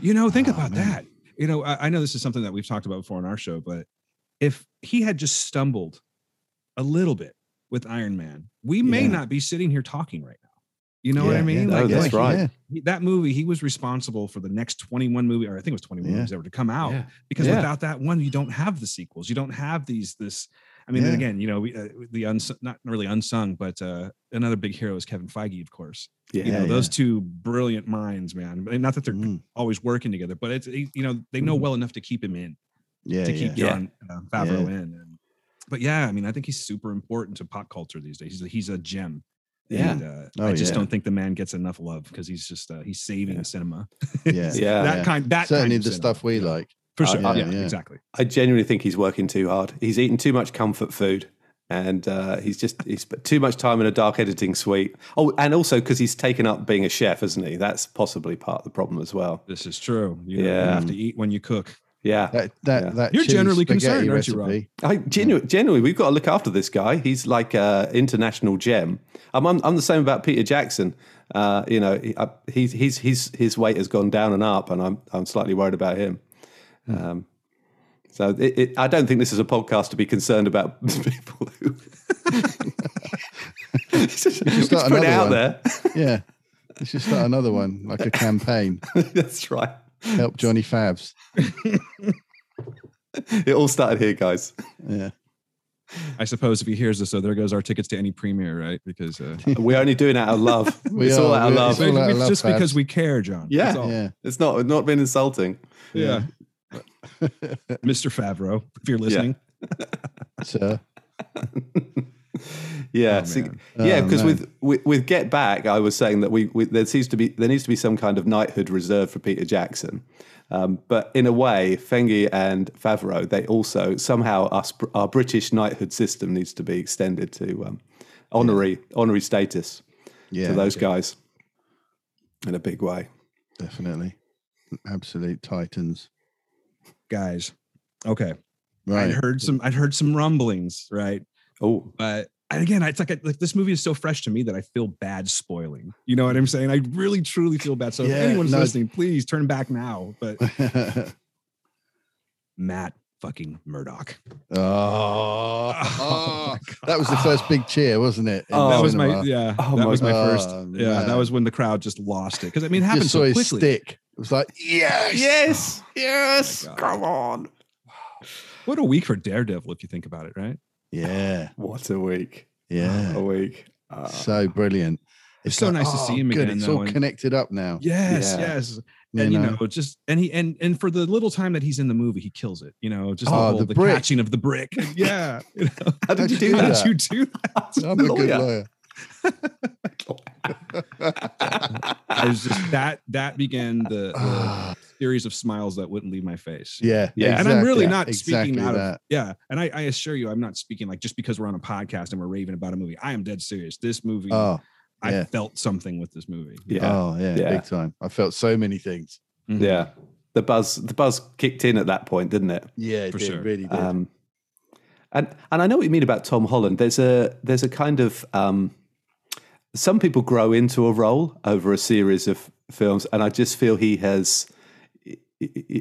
[SPEAKER 5] You know, think
[SPEAKER 2] Ah,
[SPEAKER 5] about
[SPEAKER 2] man.
[SPEAKER 5] that. You know, I, I know this is something that we've talked about before on our show, but if he had just stumbled a little bit with Iron Man, we may
[SPEAKER 2] Yeah.
[SPEAKER 5] not be sitting here talking right now. You know what
[SPEAKER 2] Yeah,
[SPEAKER 5] I mean?
[SPEAKER 4] no,
[SPEAKER 5] like
[SPEAKER 4] that's
[SPEAKER 5] like,
[SPEAKER 4] right.
[SPEAKER 2] Yeah.
[SPEAKER 5] he- that movie, he was responsible for the next 21 movie, or I think it was 21
[SPEAKER 2] Yeah.
[SPEAKER 5] movies that were to come out.
[SPEAKER 4] Yeah.
[SPEAKER 5] Because
[SPEAKER 4] Yeah.
[SPEAKER 5] without that one, you don't have the sequels. You don't have these. This, I mean,
[SPEAKER 2] Yeah.
[SPEAKER 5] and again, you know, we, uh, the uns- not really unsung, but uh, another big hero is Kevin Feige, of course.
[SPEAKER 4] Yeah.
[SPEAKER 5] you know,
[SPEAKER 2] yeah.
[SPEAKER 5] those two brilliant minds, man. And Not that they're
[SPEAKER 2] Mm.
[SPEAKER 5] always working together, but it's you know they know well enough to keep him in
[SPEAKER 2] Mm-hmm. Yeah.
[SPEAKER 5] to keep
[SPEAKER 4] yeah.
[SPEAKER 5] John uh, Favreau in. And, but yeah, I mean, I think he's super important to pop culture these days. He's a, he's a gem.
[SPEAKER 4] Yeah.
[SPEAKER 5] And, uh,
[SPEAKER 2] Oh,
[SPEAKER 5] I just
[SPEAKER 2] yeah.
[SPEAKER 5] don't think the man gets enough love because he's just uh, he's saving
[SPEAKER 4] Yeah.
[SPEAKER 5] cinema.
[SPEAKER 2] yeah.
[SPEAKER 4] Yeah.
[SPEAKER 5] that
[SPEAKER 2] yeah.
[SPEAKER 5] kind that
[SPEAKER 2] Certainly
[SPEAKER 5] kind of
[SPEAKER 2] the
[SPEAKER 5] cinema.
[SPEAKER 2] stuff we like.
[SPEAKER 5] for
[SPEAKER 4] Uh,
[SPEAKER 5] sure.
[SPEAKER 2] yeah,
[SPEAKER 5] yeah,
[SPEAKER 2] yeah.
[SPEAKER 5] exactly.
[SPEAKER 4] I genuinely think he's working too hard. He's eating too much comfort food, and uh, he's just he's spent too much time in a dark editing suite. Oh, and also because he's taken up being a chef, isn't he? That's possibly part of the problem as well.
[SPEAKER 5] This is true. You know, you
[SPEAKER 4] Yeah.
[SPEAKER 5] have to eat when you cook.
[SPEAKER 4] Yeah,
[SPEAKER 2] That that
[SPEAKER 4] Yeah.
[SPEAKER 2] that
[SPEAKER 5] You're
[SPEAKER 2] chili
[SPEAKER 5] generally
[SPEAKER 2] spaghetti
[SPEAKER 5] concerned, aren't you,
[SPEAKER 2] recipe.
[SPEAKER 5] Rob?
[SPEAKER 4] I genu- genuinely, we've got to look after this guy. He's like an international gem. I'm, I'm I'm the same about Peter Jackson. Uh, you know, he, I, he's he's he's his weight has gone down and up, and I'm I'm slightly worried about him.
[SPEAKER 2] Hmm.
[SPEAKER 4] Um, so it, it, I don't think this is a podcast to be concerned about people who. just, just
[SPEAKER 2] start
[SPEAKER 4] put it
[SPEAKER 2] another one.
[SPEAKER 4] out there.
[SPEAKER 2] Yeah. Let's just start another one, like a campaign.
[SPEAKER 4] That's right.
[SPEAKER 2] Help Johnny Fabs.
[SPEAKER 4] It all started here, guys.
[SPEAKER 2] Yeah.
[SPEAKER 5] I suppose if he hears this, so there goes our tickets to any premiere, right? Because uh,
[SPEAKER 4] We're only doing it out of love.
[SPEAKER 2] We
[SPEAKER 4] it's all
[SPEAKER 2] are,
[SPEAKER 4] out of
[SPEAKER 2] we are.
[SPEAKER 4] love.
[SPEAKER 2] It's all out of
[SPEAKER 5] it's
[SPEAKER 2] love,
[SPEAKER 5] just because
[SPEAKER 2] Fabs.
[SPEAKER 5] we care, John.
[SPEAKER 4] Yeah.
[SPEAKER 5] That's all.
[SPEAKER 2] Yeah.
[SPEAKER 4] It's not not been insulting.
[SPEAKER 5] yeah. Mr. Favreau, if you're listening.
[SPEAKER 2] Sir.
[SPEAKER 4] yeah,
[SPEAKER 5] Oh,
[SPEAKER 4] so-
[SPEAKER 5] man.
[SPEAKER 4] yeah.
[SPEAKER 2] Oh,
[SPEAKER 4] Because
[SPEAKER 2] man.
[SPEAKER 4] with, with with Get Back, I was saying that we, we there seems to be there needs to be some kind of knighthood reserved for Peter Jackson. Um, but in a way, Fengi and Favreau, they also somehow us, our British knighthood system needs to be extended to um, honorary honorary status.
[SPEAKER 2] Yeah,
[SPEAKER 4] to those guys in a big way.
[SPEAKER 2] definitely. Absolute titans.
[SPEAKER 5] guys. Okay,
[SPEAKER 2] Right.
[SPEAKER 5] I'd heard some. I'd heard some rumblings, right?
[SPEAKER 4] Oh,
[SPEAKER 5] But and again, it's like, I- like this movie is so fresh to me that I feel bad spoiling. You know what I'm saying? I really, truly feel bad. So
[SPEAKER 2] Yeah,
[SPEAKER 5] if anyone's
[SPEAKER 2] no.
[SPEAKER 5] listening, please turn back now. But Matt fucking Murdoch.
[SPEAKER 2] oh,
[SPEAKER 5] Oh,
[SPEAKER 2] that was the first big cheer, wasn't it? in
[SPEAKER 4] Oh,
[SPEAKER 5] that was
[SPEAKER 2] cinema?
[SPEAKER 5] my yeah.
[SPEAKER 4] Oh
[SPEAKER 5] that
[SPEAKER 4] my
[SPEAKER 5] was my
[SPEAKER 2] uh, Oh,
[SPEAKER 5] first. Yeah, that
[SPEAKER 2] man.
[SPEAKER 5] was when the crowd just lost it because I mean it
[SPEAKER 2] Just
[SPEAKER 5] happened
[SPEAKER 2] saw
[SPEAKER 5] so
[SPEAKER 2] his
[SPEAKER 5] quickly.
[SPEAKER 2] stick. It was like yes, Oh
[SPEAKER 4] yes, yes.
[SPEAKER 5] God.
[SPEAKER 4] Come on.
[SPEAKER 5] What a week for Daredevil if you think about it, right?
[SPEAKER 2] yeah,
[SPEAKER 5] Oh,
[SPEAKER 4] What a week.
[SPEAKER 2] yeah.
[SPEAKER 4] A week. Uh,
[SPEAKER 2] so brilliant. "Oh,
[SPEAKER 5] It's so nice to see him
[SPEAKER 2] good.
[SPEAKER 5] again,
[SPEAKER 2] It's
[SPEAKER 5] though,
[SPEAKER 2] all
[SPEAKER 5] and-
[SPEAKER 2] connected up now.
[SPEAKER 5] Yes,
[SPEAKER 4] Yeah.
[SPEAKER 5] yes.
[SPEAKER 2] you
[SPEAKER 5] and you
[SPEAKER 2] know?
[SPEAKER 5] know, just and he and and for the little time that he's in the movie, he kills it. You know, just the,
[SPEAKER 2] Oh,
[SPEAKER 5] whole,
[SPEAKER 2] the
[SPEAKER 5] the,
[SPEAKER 2] brick.
[SPEAKER 5] catching of the brick. yeah, you know,
[SPEAKER 4] how
[SPEAKER 2] how'd
[SPEAKER 4] did you
[SPEAKER 2] you
[SPEAKER 4] do
[SPEAKER 2] do
[SPEAKER 5] how
[SPEAKER 4] that?
[SPEAKER 5] did you do that?
[SPEAKER 2] I'm a good
[SPEAKER 4] Lawyer.
[SPEAKER 2] lawyer.
[SPEAKER 5] I was just that that began the, the
[SPEAKER 2] Ah,
[SPEAKER 5] series of smiles that wouldn't leave my face.
[SPEAKER 2] yeah,
[SPEAKER 4] Yeah.
[SPEAKER 5] and I'm really
[SPEAKER 2] exactly-
[SPEAKER 5] not
[SPEAKER 2] exactly
[SPEAKER 5] speaking out
[SPEAKER 2] that.
[SPEAKER 5] of yeah. And I, I assure you, I'm not speaking like just because we're on a podcast and we're raving about a movie. I am dead serious. This movie,
[SPEAKER 2] Oh,
[SPEAKER 5] I
[SPEAKER 2] yeah.
[SPEAKER 5] felt something with this movie.
[SPEAKER 4] Yeah.
[SPEAKER 2] oh, yeah,
[SPEAKER 4] Yeah.
[SPEAKER 2] big time. I felt so many things.
[SPEAKER 5] Mhm.
[SPEAKER 4] Yeah. The buzz the buzz kicked in at that point, didn't it?
[SPEAKER 2] Yeah, it
[SPEAKER 5] For
[SPEAKER 2] did,
[SPEAKER 5] sure.
[SPEAKER 2] really did.
[SPEAKER 4] Um, and and I know what you mean about Tom Holland. There's a there's a kind of um, some people grow into a role over a series of films, and I just feel he has.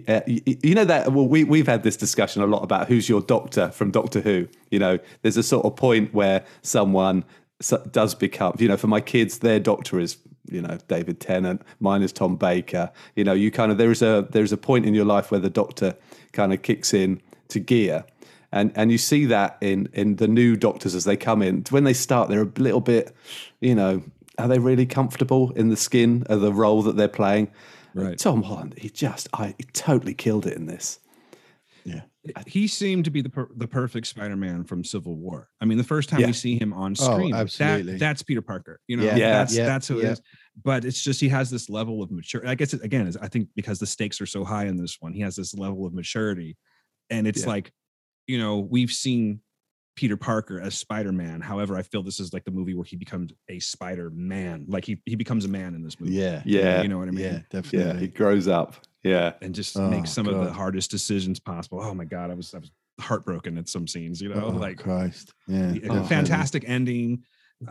[SPEAKER 4] uh, You know that well, we we've had this discussion a lot about who's your doctor from Doctor Who. You know, there's a sort of point where someone so- does become. You know, for my kids, their doctor is you know David Tennant. Mine is Tom Baker. You know, you kind of there is a there is a point in your life where the doctor kind of kicks in to gear. And and you see that in in the new doctors as they come in. When they start, they're a little bit, you know, are they really comfortable in the skin of the role that they're playing?
[SPEAKER 5] Right.
[SPEAKER 4] Tom Holland, he just I he totally killed it in this.
[SPEAKER 5] he seemed to be the per- the perfect Spider-Man from Civil War. I mean, the first time
[SPEAKER 4] Yeah.
[SPEAKER 5] we see him on
[SPEAKER 2] Oh,
[SPEAKER 5] screen,
[SPEAKER 2] absolutely.
[SPEAKER 5] that, that's Peter Parker. You know,
[SPEAKER 2] Yeah.
[SPEAKER 4] Yeah.
[SPEAKER 5] that's
[SPEAKER 2] Yeah.
[SPEAKER 5] that's who
[SPEAKER 2] Yeah.
[SPEAKER 5] it is. But it's just he has this level of maturity. I guess it, again, is I think because the stakes are so high in this one, he has this level of maturity, and it's
[SPEAKER 4] Yeah.
[SPEAKER 5] like, you know, we've seen Peter Parker as Spider-Man. However, I feel this is like the movie where he becomes a Spider-Man. Like he he becomes a man in this movie.
[SPEAKER 2] yeah,
[SPEAKER 4] Yeah.
[SPEAKER 5] you know what I mean.
[SPEAKER 2] yeah,
[SPEAKER 4] Yeah, he
[SPEAKER 2] definitely.
[SPEAKER 4] grows up. Yeah.
[SPEAKER 5] And just
[SPEAKER 2] Oh,
[SPEAKER 5] makes some of the
[SPEAKER 2] God.
[SPEAKER 5] hardest decisions possible. Oh my God, I was I was heartbroken at some scenes. You know,
[SPEAKER 2] oh,
[SPEAKER 5] like
[SPEAKER 2] Christ, yeah, Oh,
[SPEAKER 5] a
[SPEAKER 2] definitely.
[SPEAKER 5] fantastic ending.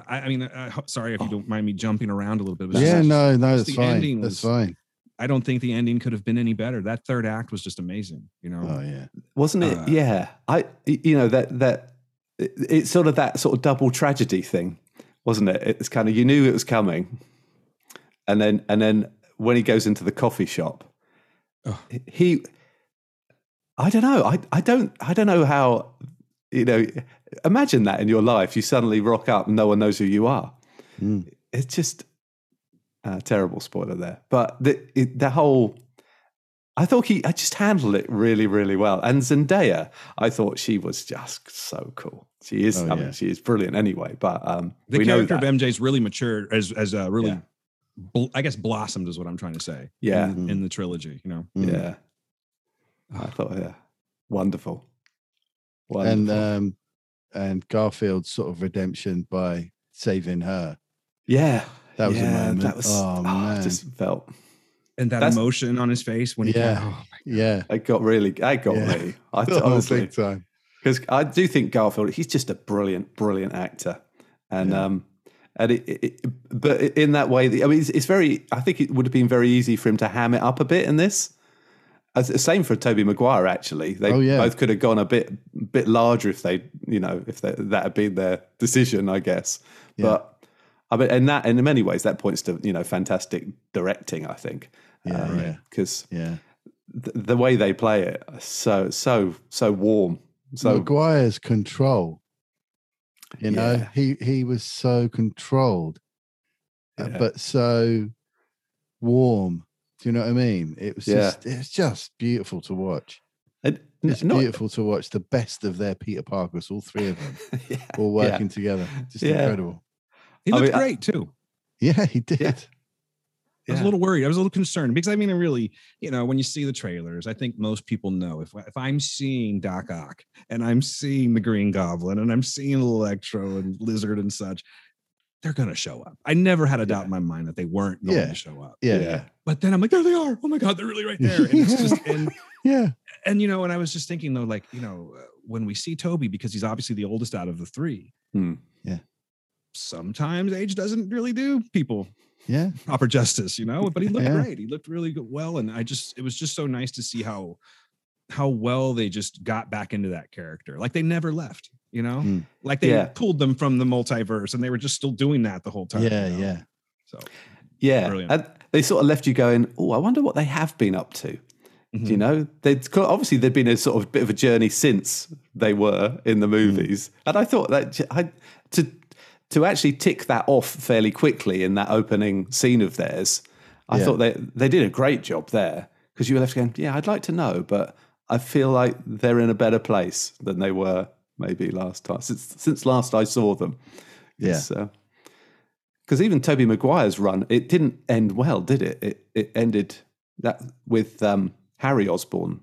[SPEAKER 5] I, I mean, I, ho- sorry if you don't mind me jumping around a little bit. but
[SPEAKER 2] Yeah,
[SPEAKER 5] just-
[SPEAKER 2] no, no, that's
[SPEAKER 5] the
[SPEAKER 2] fine.
[SPEAKER 5] ending
[SPEAKER 2] That's
[SPEAKER 5] was-
[SPEAKER 2] fine.
[SPEAKER 5] I don't think the ending could have been any better. That third act was just amazing. You know,
[SPEAKER 2] Oh yeah,
[SPEAKER 4] wasn't it?
[SPEAKER 5] Uh,
[SPEAKER 4] yeah, I you know that that it- it's sort of that sort of double tragedy thing, wasn't it? It's kind of you knew it was coming, and then and then when he goes into the coffee shop,
[SPEAKER 5] Ugh.
[SPEAKER 4] he, I don't know, I I don't I don't know how you know. Imagine that in your life, you suddenly rock up, and no one knows who you are.
[SPEAKER 2] Mm.
[SPEAKER 4] It's just a terrible spoiler there, but the it, the whole I thought he I just handled it really, really well. And Zendaya, I thought she was just so cool. She is,
[SPEAKER 2] Oh,
[SPEAKER 4] I
[SPEAKER 2] yeah.
[SPEAKER 4] mean, she is brilliant anyway. But um,
[SPEAKER 5] the
[SPEAKER 4] we know
[SPEAKER 5] character
[SPEAKER 4] that.
[SPEAKER 5] of MJ's really matured as as uh, really,
[SPEAKER 4] Yeah.
[SPEAKER 5] bl- I guess, blossomed is what I'm trying to say.
[SPEAKER 4] Yeah.
[SPEAKER 2] Mm-hmm. Hmm.
[SPEAKER 5] in, in the trilogy, you know.
[SPEAKER 2] Mm.
[SPEAKER 4] yeah, I thought, yeah, wonderful. wonderful.
[SPEAKER 2] and um, and Garfield's sort of redemption by saving her.
[SPEAKER 4] yeah,
[SPEAKER 2] that was a
[SPEAKER 4] yeah,
[SPEAKER 2] moment.
[SPEAKER 4] That was,
[SPEAKER 2] Oh,
[SPEAKER 4] oh,
[SPEAKER 2] man.
[SPEAKER 4] I just felt
[SPEAKER 5] And that
[SPEAKER 4] That's-
[SPEAKER 5] emotion on his face when he,
[SPEAKER 2] Yeah.
[SPEAKER 5] oh,
[SPEAKER 2] Yeah,
[SPEAKER 4] it got really, it got
[SPEAKER 2] Yeah.
[SPEAKER 4] me. I
[SPEAKER 2] Oh,
[SPEAKER 4] honestly,
[SPEAKER 2] big time.
[SPEAKER 4] because I do think Garfield, he's just a brilliant, brilliant actor, and
[SPEAKER 2] Yeah.
[SPEAKER 4] um, and it, it, it- but in that way, I mean, it's, it's very. I think it would have been very easy for him to ham it up a bit in this. As, same for Toby Maguire, actually. They
[SPEAKER 2] Oh, yeah.
[SPEAKER 4] both could have gone a bit, bit larger if they, you know, if they, that had been their decision, I guess.
[SPEAKER 2] Yeah.
[SPEAKER 4] But I mean, and that, in many ways, that points to you know fantastic directing. I think, Um,
[SPEAKER 2] Yeah, yeah.
[SPEAKER 4] because
[SPEAKER 2] Yeah,
[SPEAKER 4] th- the way they play it, is so, so, so warm. So
[SPEAKER 2] Maguire's control. You know,
[SPEAKER 4] Yeah.
[SPEAKER 2] he he was so controlled, uh,
[SPEAKER 4] Yeah.
[SPEAKER 2] but so warm. Do you know what I mean? It was
[SPEAKER 4] Yeah.
[SPEAKER 2] just it's just beautiful to watch.
[SPEAKER 4] and,
[SPEAKER 2] It's
[SPEAKER 4] not-
[SPEAKER 2] beautiful to watch the best of their Peter Parkers, all three of them,
[SPEAKER 4] yeah.
[SPEAKER 2] all working together. Just
[SPEAKER 4] Yeah.
[SPEAKER 2] incredible.
[SPEAKER 5] he
[SPEAKER 4] I
[SPEAKER 5] looked
[SPEAKER 4] mean, I-
[SPEAKER 5] great too.
[SPEAKER 2] Yeah, he did.
[SPEAKER 5] I was
[SPEAKER 4] Yeah.
[SPEAKER 5] a little worried. I was a little concerned because I mean, I really, you know, when you see the trailers, I think most people know if if I'm seeing Doc Ock and I'm seeing the Green Goblin and I'm seeing Electro and Lizard and such, they're gonna show up. I never had a doubt in my mind that they weren't going
[SPEAKER 2] Yeah.
[SPEAKER 5] to show up.
[SPEAKER 2] Yeah.
[SPEAKER 4] Yeah.
[SPEAKER 2] Yeah.
[SPEAKER 5] But then I'm like, there they are. Oh my god, they're really right there. And it's just and
[SPEAKER 2] Yeah.
[SPEAKER 5] and you know, and I was just thinking though, like you know, uh, when we see Toby because he's obviously the oldest out of the three.
[SPEAKER 4] Hmm.
[SPEAKER 2] Yeah.
[SPEAKER 5] Sometimes age doesn't really do people
[SPEAKER 2] Yeah.
[SPEAKER 5] proper justice, you know. But he looked
[SPEAKER 2] Yeah.
[SPEAKER 5] great. He looked really good, well, and I just it was just so nice to see how how well they just got back into that character. Like they never left, you know.
[SPEAKER 2] Mm.
[SPEAKER 5] Like they
[SPEAKER 4] Yeah.
[SPEAKER 5] pulled them from the multiverse, and they were just still doing that the whole time. you know?
[SPEAKER 2] yeah.
[SPEAKER 5] So
[SPEAKER 4] Yeah.
[SPEAKER 5] Brilliant.
[SPEAKER 4] And they sort of left you going, oh, I wonder what they have been up to. Do you know? They'd obviously there'd been a sort of bit of a journey since they were in the movies, and I thought that j- I, to to actually tick that off fairly quickly in that opening scene of theirs, I
[SPEAKER 2] Yeah.
[SPEAKER 4] thought they they did a great job there because you were left going, yeah, I'd like to know, but I feel like they're in a better place than they were maybe last time since since last I saw them.
[SPEAKER 2] Yeah.
[SPEAKER 4] because even Toby Maguire's run, it didn't end well, did it? It it ended that with um, Harry Osborne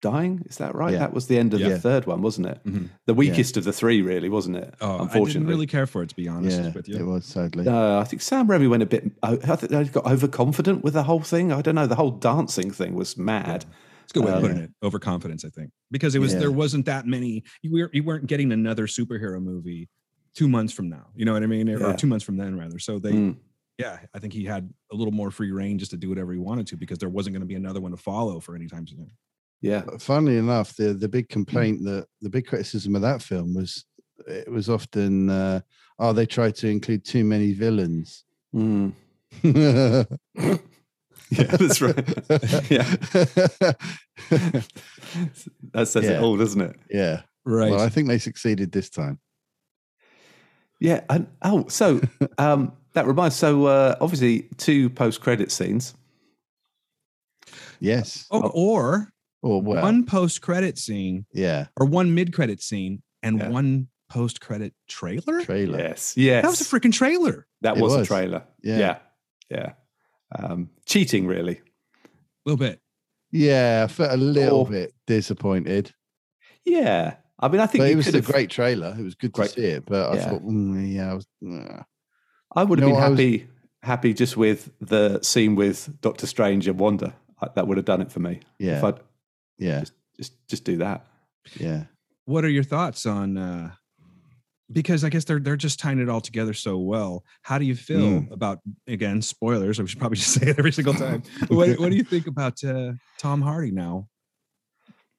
[SPEAKER 4] dying. Is that right?
[SPEAKER 2] Yeah.
[SPEAKER 4] That was the end of
[SPEAKER 2] Yeah.
[SPEAKER 4] the third one, wasn't it?
[SPEAKER 5] Mhm.
[SPEAKER 4] The weakest of the three, really, wasn't it?
[SPEAKER 5] Oh, I didn't
[SPEAKER 4] Unfortunately,
[SPEAKER 5] really care for it to be honest with
[SPEAKER 2] It
[SPEAKER 5] you.
[SPEAKER 2] was sadly.
[SPEAKER 4] No, Uh, I think Sam Raimi went a bit. I I think they got overconfident with the whole thing. I don't know. The whole dancing thing was mad.
[SPEAKER 5] It's a good way
[SPEAKER 4] Uh,
[SPEAKER 5] of putting it. Overconfidence, I think, because it was
[SPEAKER 2] Yeah.
[SPEAKER 5] there wasn't that many. You, were, you weren't getting another superhero movie two months from now. You know what I mean?
[SPEAKER 4] Yeah.
[SPEAKER 5] Or two months from then, rather. So they,
[SPEAKER 4] Mm.
[SPEAKER 5] yeah, I think he had a little more free reign just to do whatever he wanted to because there wasn't going to be another one to follow for any time soon.
[SPEAKER 4] Yeah,
[SPEAKER 2] Funnily enough, the the big complaint that the big criticism of that film was it was often uh, oh they tried to include too many villains.
[SPEAKER 4] Mm.
[SPEAKER 2] yeah,
[SPEAKER 4] yeah, that's right. Yeah. that says
[SPEAKER 2] Yeah.
[SPEAKER 4] it all, doesn't it?
[SPEAKER 2] yeah.
[SPEAKER 5] Right.
[SPEAKER 2] Well, I think they succeeded this time.
[SPEAKER 4] Yeah. And, oh, so um, that reminds. So uh, obviously, two post-credit scenes.
[SPEAKER 2] Yes.
[SPEAKER 5] oh, or
[SPEAKER 2] Or well,
[SPEAKER 5] one post credit scene
[SPEAKER 2] yeah,
[SPEAKER 5] or one mid credit scene and
[SPEAKER 4] Yeah.
[SPEAKER 5] one post credit trailer.
[SPEAKER 2] trailer.
[SPEAKER 4] Yes. Yes.
[SPEAKER 5] That was a freaking trailer.
[SPEAKER 4] That
[SPEAKER 2] It
[SPEAKER 4] was, a
[SPEAKER 2] was.
[SPEAKER 4] trailer.
[SPEAKER 2] Yeah.
[SPEAKER 4] Yeah. Yeah. Um, cheating, really.
[SPEAKER 5] A little bit.
[SPEAKER 2] Yeah, I felt a little
[SPEAKER 4] Or-
[SPEAKER 2] bit disappointed.
[SPEAKER 4] Yeah. I mean, I think
[SPEAKER 2] But
[SPEAKER 4] you
[SPEAKER 2] it was
[SPEAKER 4] could
[SPEAKER 2] a
[SPEAKER 4] have-
[SPEAKER 2] great trailer. It was good
[SPEAKER 4] Great.
[SPEAKER 2] to see it, but
[SPEAKER 4] Yeah.
[SPEAKER 2] I thought, mm, yeah, I was, nah.
[SPEAKER 4] I would have
[SPEAKER 2] No,
[SPEAKER 4] been
[SPEAKER 2] I was-
[SPEAKER 4] happy, happy just with the scene with Doctor Strange and Wanda. I, that would have done it for me. If
[SPEAKER 2] yeah,
[SPEAKER 4] I'd
[SPEAKER 2] yeah,
[SPEAKER 4] just just do that.
[SPEAKER 2] yeah,
[SPEAKER 5] what are your thoughts on uh because I guess they're they're just tying it all together so well. How do you feel
[SPEAKER 2] Mm.
[SPEAKER 5] about again spoilers? I should probably just say it every single time. what, what do you think about uh, Tom Hardy now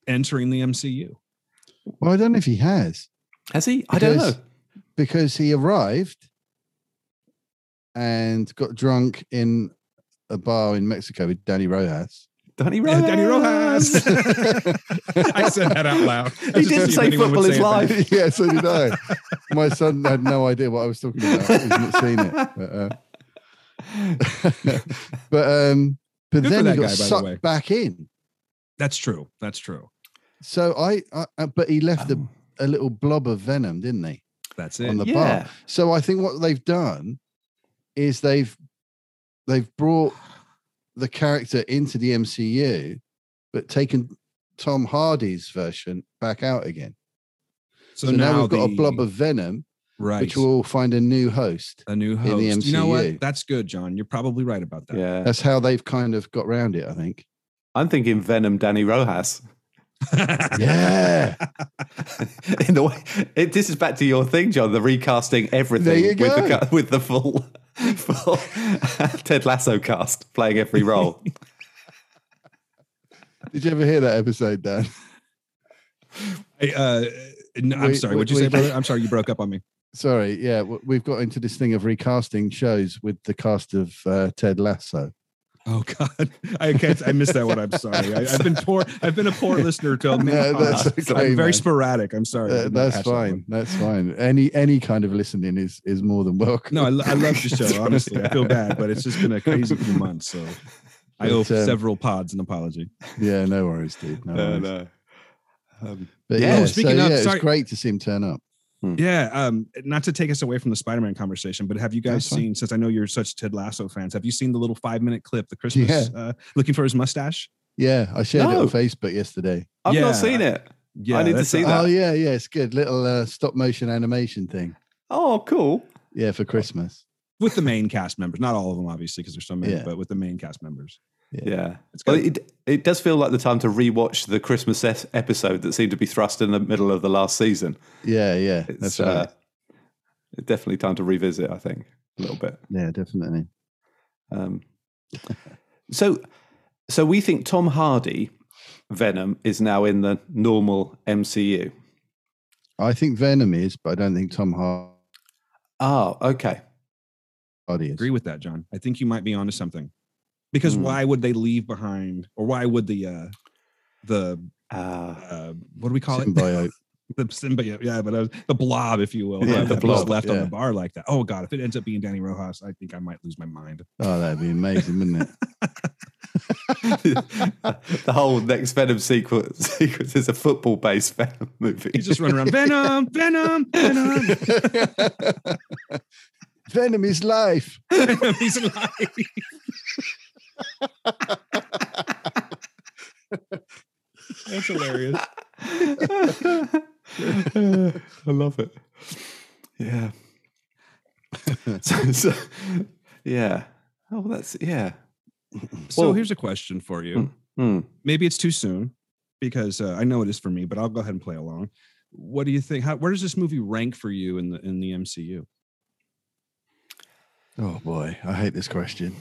[SPEAKER 5] entering the MCU?
[SPEAKER 2] Well, I don't know if he has
[SPEAKER 4] Has he? I don't know.
[SPEAKER 2] Because- because he arrived and got drunk in a bar in Mexico with Danny Rojas.
[SPEAKER 4] Danny Rojas.
[SPEAKER 5] Danny Rojas. I said that out loud. I
[SPEAKER 4] he didn't
[SPEAKER 5] just see if
[SPEAKER 4] say
[SPEAKER 5] anyone would
[SPEAKER 4] football
[SPEAKER 5] say
[SPEAKER 4] is
[SPEAKER 5] it
[SPEAKER 4] live.
[SPEAKER 5] back.
[SPEAKER 2] yeah, so did I. My son had no idea what I was talking about. He's not seen it. But, uh, but um, but
[SPEAKER 5] Good for
[SPEAKER 2] then he got
[SPEAKER 5] that guy, by the
[SPEAKER 2] sucked
[SPEAKER 5] way.
[SPEAKER 2] back in.
[SPEAKER 5] That's true. That's true.
[SPEAKER 2] So I, I I- but he
[SPEAKER 5] Uh,
[SPEAKER 2] left
[SPEAKER 4] Oh.
[SPEAKER 2] a, a little blob of venom, didn't he,
[SPEAKER 5] That's
[SPEAKER 2] on the
[SPEAKER 5] it.
[SPEAKER 4] yeah.
[SPEAKER 2] bar? So I think what they've done is they've they've brought the character into the MCU, but taken Tom Hardy's version back out again.
[SPEAKER 5] so, now,
[SPEAKER 2] we've got
[SPEAKER 5] the-
[SPEAKER 2] a blob of venom,
[SPEAKER 5] right,
[SPEAKER 2] which will find a new host.
[SPEAKER 5] a new
[SPEAKER 2] in the
[SPEAKER 5] host. You know
[SPEAKER 2] MCU.
[SPEAKER 5] what? That's good, John. You're probably right about that.
[SPEAKER 4] Yeah.
[SPEAKER 2] That's how they've kind of got round it, I think.
[SPEAKER 4] I'm thinking Venom Danny Rojas.
[SPEAKER 2] Yeah,
[SPEAKER 4] In the way, it, this is back to your thing, John. The recasting everything
[SPEAKER 2] There you
[SPEAKER 4] with the
[SPEAKER 2] go.
[SPEAKER 4] ca- with the full, full Ted Lasso cast playing every role.
[SPEAKER 2] did you ever hear that episode, Dan?
[SPEAKER 5] I, uh, no, I'm
[SPEAKER 2] We-
[SPEAKER 5] sorry.
[SPEAKER 2] we-
[SPEAKER 5] What'd you
[SPEAKER 2] we-
[SPEAKER 5] say, brother? I'm sorry. You broke up on me.
[SPEAKER 2] Sorry, yeah, w- we've got into this thing of recasting shows with the cast of uh, Ted Lasso.
[SPEAKER 5] Oh God, I can't. I missed that one. I'm sorry. I, I've been poor. I've been a poor listener to many
[SPEAKER 2] No, that's
[SPEAKER 5] podcasts.
[SPEAKER 2] okay,
[SPEAKER 5] I'm oh, very
[SPEAKER 2] man.
[SPEAKER 5] sporadic. I'm sorry. I
[SPEAKER 2] Uh,
[SPEAKER 5] did not
[SPEAKER 2] that's
[SPEAKER 5] catch that
[SPEAKER 2] fine.
[SPEAKER 5] one.
[SPEAKER 2] That's fine. Any any kind of listening is is more than welcome.
[SPEAKER 5] no, I, lo- I love the show. Honestly, I feel bad, but it's just been a crazy few months. So I owe
[SPEAKER 2] But, um,
[SPEAKER 5] several pods an apology.
[SPEAKER 2] yeah, no worries, dude. No worries.
[SPEAKER 4] Uh, Um,
[SPEAKER 2] But
[SPEAKER 4] Yeah,
[SPEAKER 2] yeah,
[SPEAKER 5] oh, speaking
[SPEAKER 2] so,
[SPEAKER 5] of-
[SPEAKER 2] yeah, it's
[SPEAKER 5] sorry.
[SPEAKER 2] great to see him turn up.
[SPEAKER 5] Yeah. Um. Not to take us away from the Spider-Man conversation, but have you guys
[SPEAKER 2] That's fine.
[SPEAKER 5] seen? Since I know you're such Ted Lasso fans, have you seen the little five-minute clip, the Christmas
[SPEAKER 2] Yeah.
[SPEAKER 5] uh, looking for his mustache?
[SPEAKER 2] Yeah, I shared it
[SPEAKER 4] No.
[SPEAKER 2] on Facebook yesterday.
[SPEAKER 4] I've
[SPEAKER 5] Yeah.
[SPEAKER 4] not seen it. I
[SPEAKER 5] Yeah.
[SPEAKER 4] need to
[SPEAKER 5] that's- uh,
[SPEAKER 4] see that.
[SPEAKER 2] Oh yeah, yeah, it's good little uh, stop motion animation thing.
[SPEAKER 4] Oh, cool.
[SPEAKER 2] Yeah, for Christmas.
[SPEAKER 5] with the main cast members. Not all of them, obviously, because there's so many,
[SPEAKER 2] Yeah.
[SPEAKER 5] but with the main cast members.
[SPEAKER 4] Yeah.
[SPEAKER 5] It's
[SPEAKER 4] Well,
[SPEAKER 5] good.
[SPEAKER 4] it, it does feel like the time to rewatch the Christmas es- episode that seemed to be thrust in the middle of the last season.
[SPEAKER 2] Yeah, yeah.
[SPEAKER 4] It's
[SPEAKER 2] That's
[SPEAKER 4] uh,
[SPEAKER 2] right.
[SPEAKER 4] definitely time to revisit, I think, a little bit.
[SPEAKER 2] Yeah, definitely.
[SPEAKER 4] Um, so, so we think Tom Hardy Venom is now in the normal MCU.
[SPEAKER 2] I think Venom is, but I don't think Tom Hardy
[SPEAKER 4] Oh, okay.
[SPEAKER 2] is.
[SPEAKER 5] agree with that, John. I think you might be onto something. Because
[SPEAKER 4] Hmm.
[SPEAKER 5] why would they leave behind, or why would the uh, the
[SPEAKER 4] Uh,
[SPEAKER 5] uh, what do we call
[SPEAKER 2] Symbiote.
[SPEAKER 5] it? the symbiote, yeah, but uh, the blob, if you will,
[SPEAKER 2] Yeah,
[SPEAKER 5] yeah,
[SPEAKER 2] the
[SPEAKER 5] the
[SPEAKER 4] blob,
[SPEAKER 5] left on
[SPEAKER 2] yeah.
[SPEAKER 5] the bar like that. Oh God, if it ends up being Danny Rojas, I think I might lose my mind.
[SPEAKER 2] Oh, that'd be amazing, wouldn't it?
[SPEAKER 4] the whole next Venom sequence, sequence is a football-based Venom movie.
[SPEAKER 5] He's just running around, Venom, Venom, Venom.
[SPEAKER 2] Venom is life.
[SPEAKER 5] Venom, He's alive. That's hilarious.
[SPEAKER 4] I love it. Yeah. so, so, yeah. Oh, that's yeah.
[SPEAKER 5] So
[SPEAKER 4] Well-
[SPEAKER 5] here's a question for you.
[SPEAKER 4] Hmm.
[SPEAKER 5] maybe it's too soon because uh, I know it is for me, but I'll go ahead and play along. What do you think? How, where does this movie rank for you in the in the MCU?
[SPEAKER 2] Oh boy, I hate this question.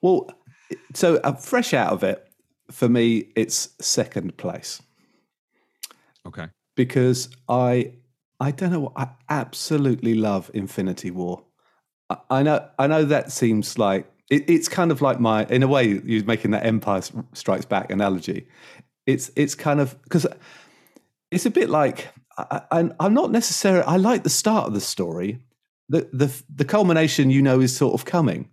[SPEAKER 4] Well, so I'm fresh out of it. For me, it's second place
[SPEAKER 5] okay,
[SPEAKER 4] because I I don't know. I absolutely love Infinity War. I, I know I know that seems like it, it's kind of like my in a way you're making that Empire Strikes Back analogy. It's it's kind of because it's a bit like I, I, I'm not necessarily. I like the start of the story. The the the culmination you know is sort of coming,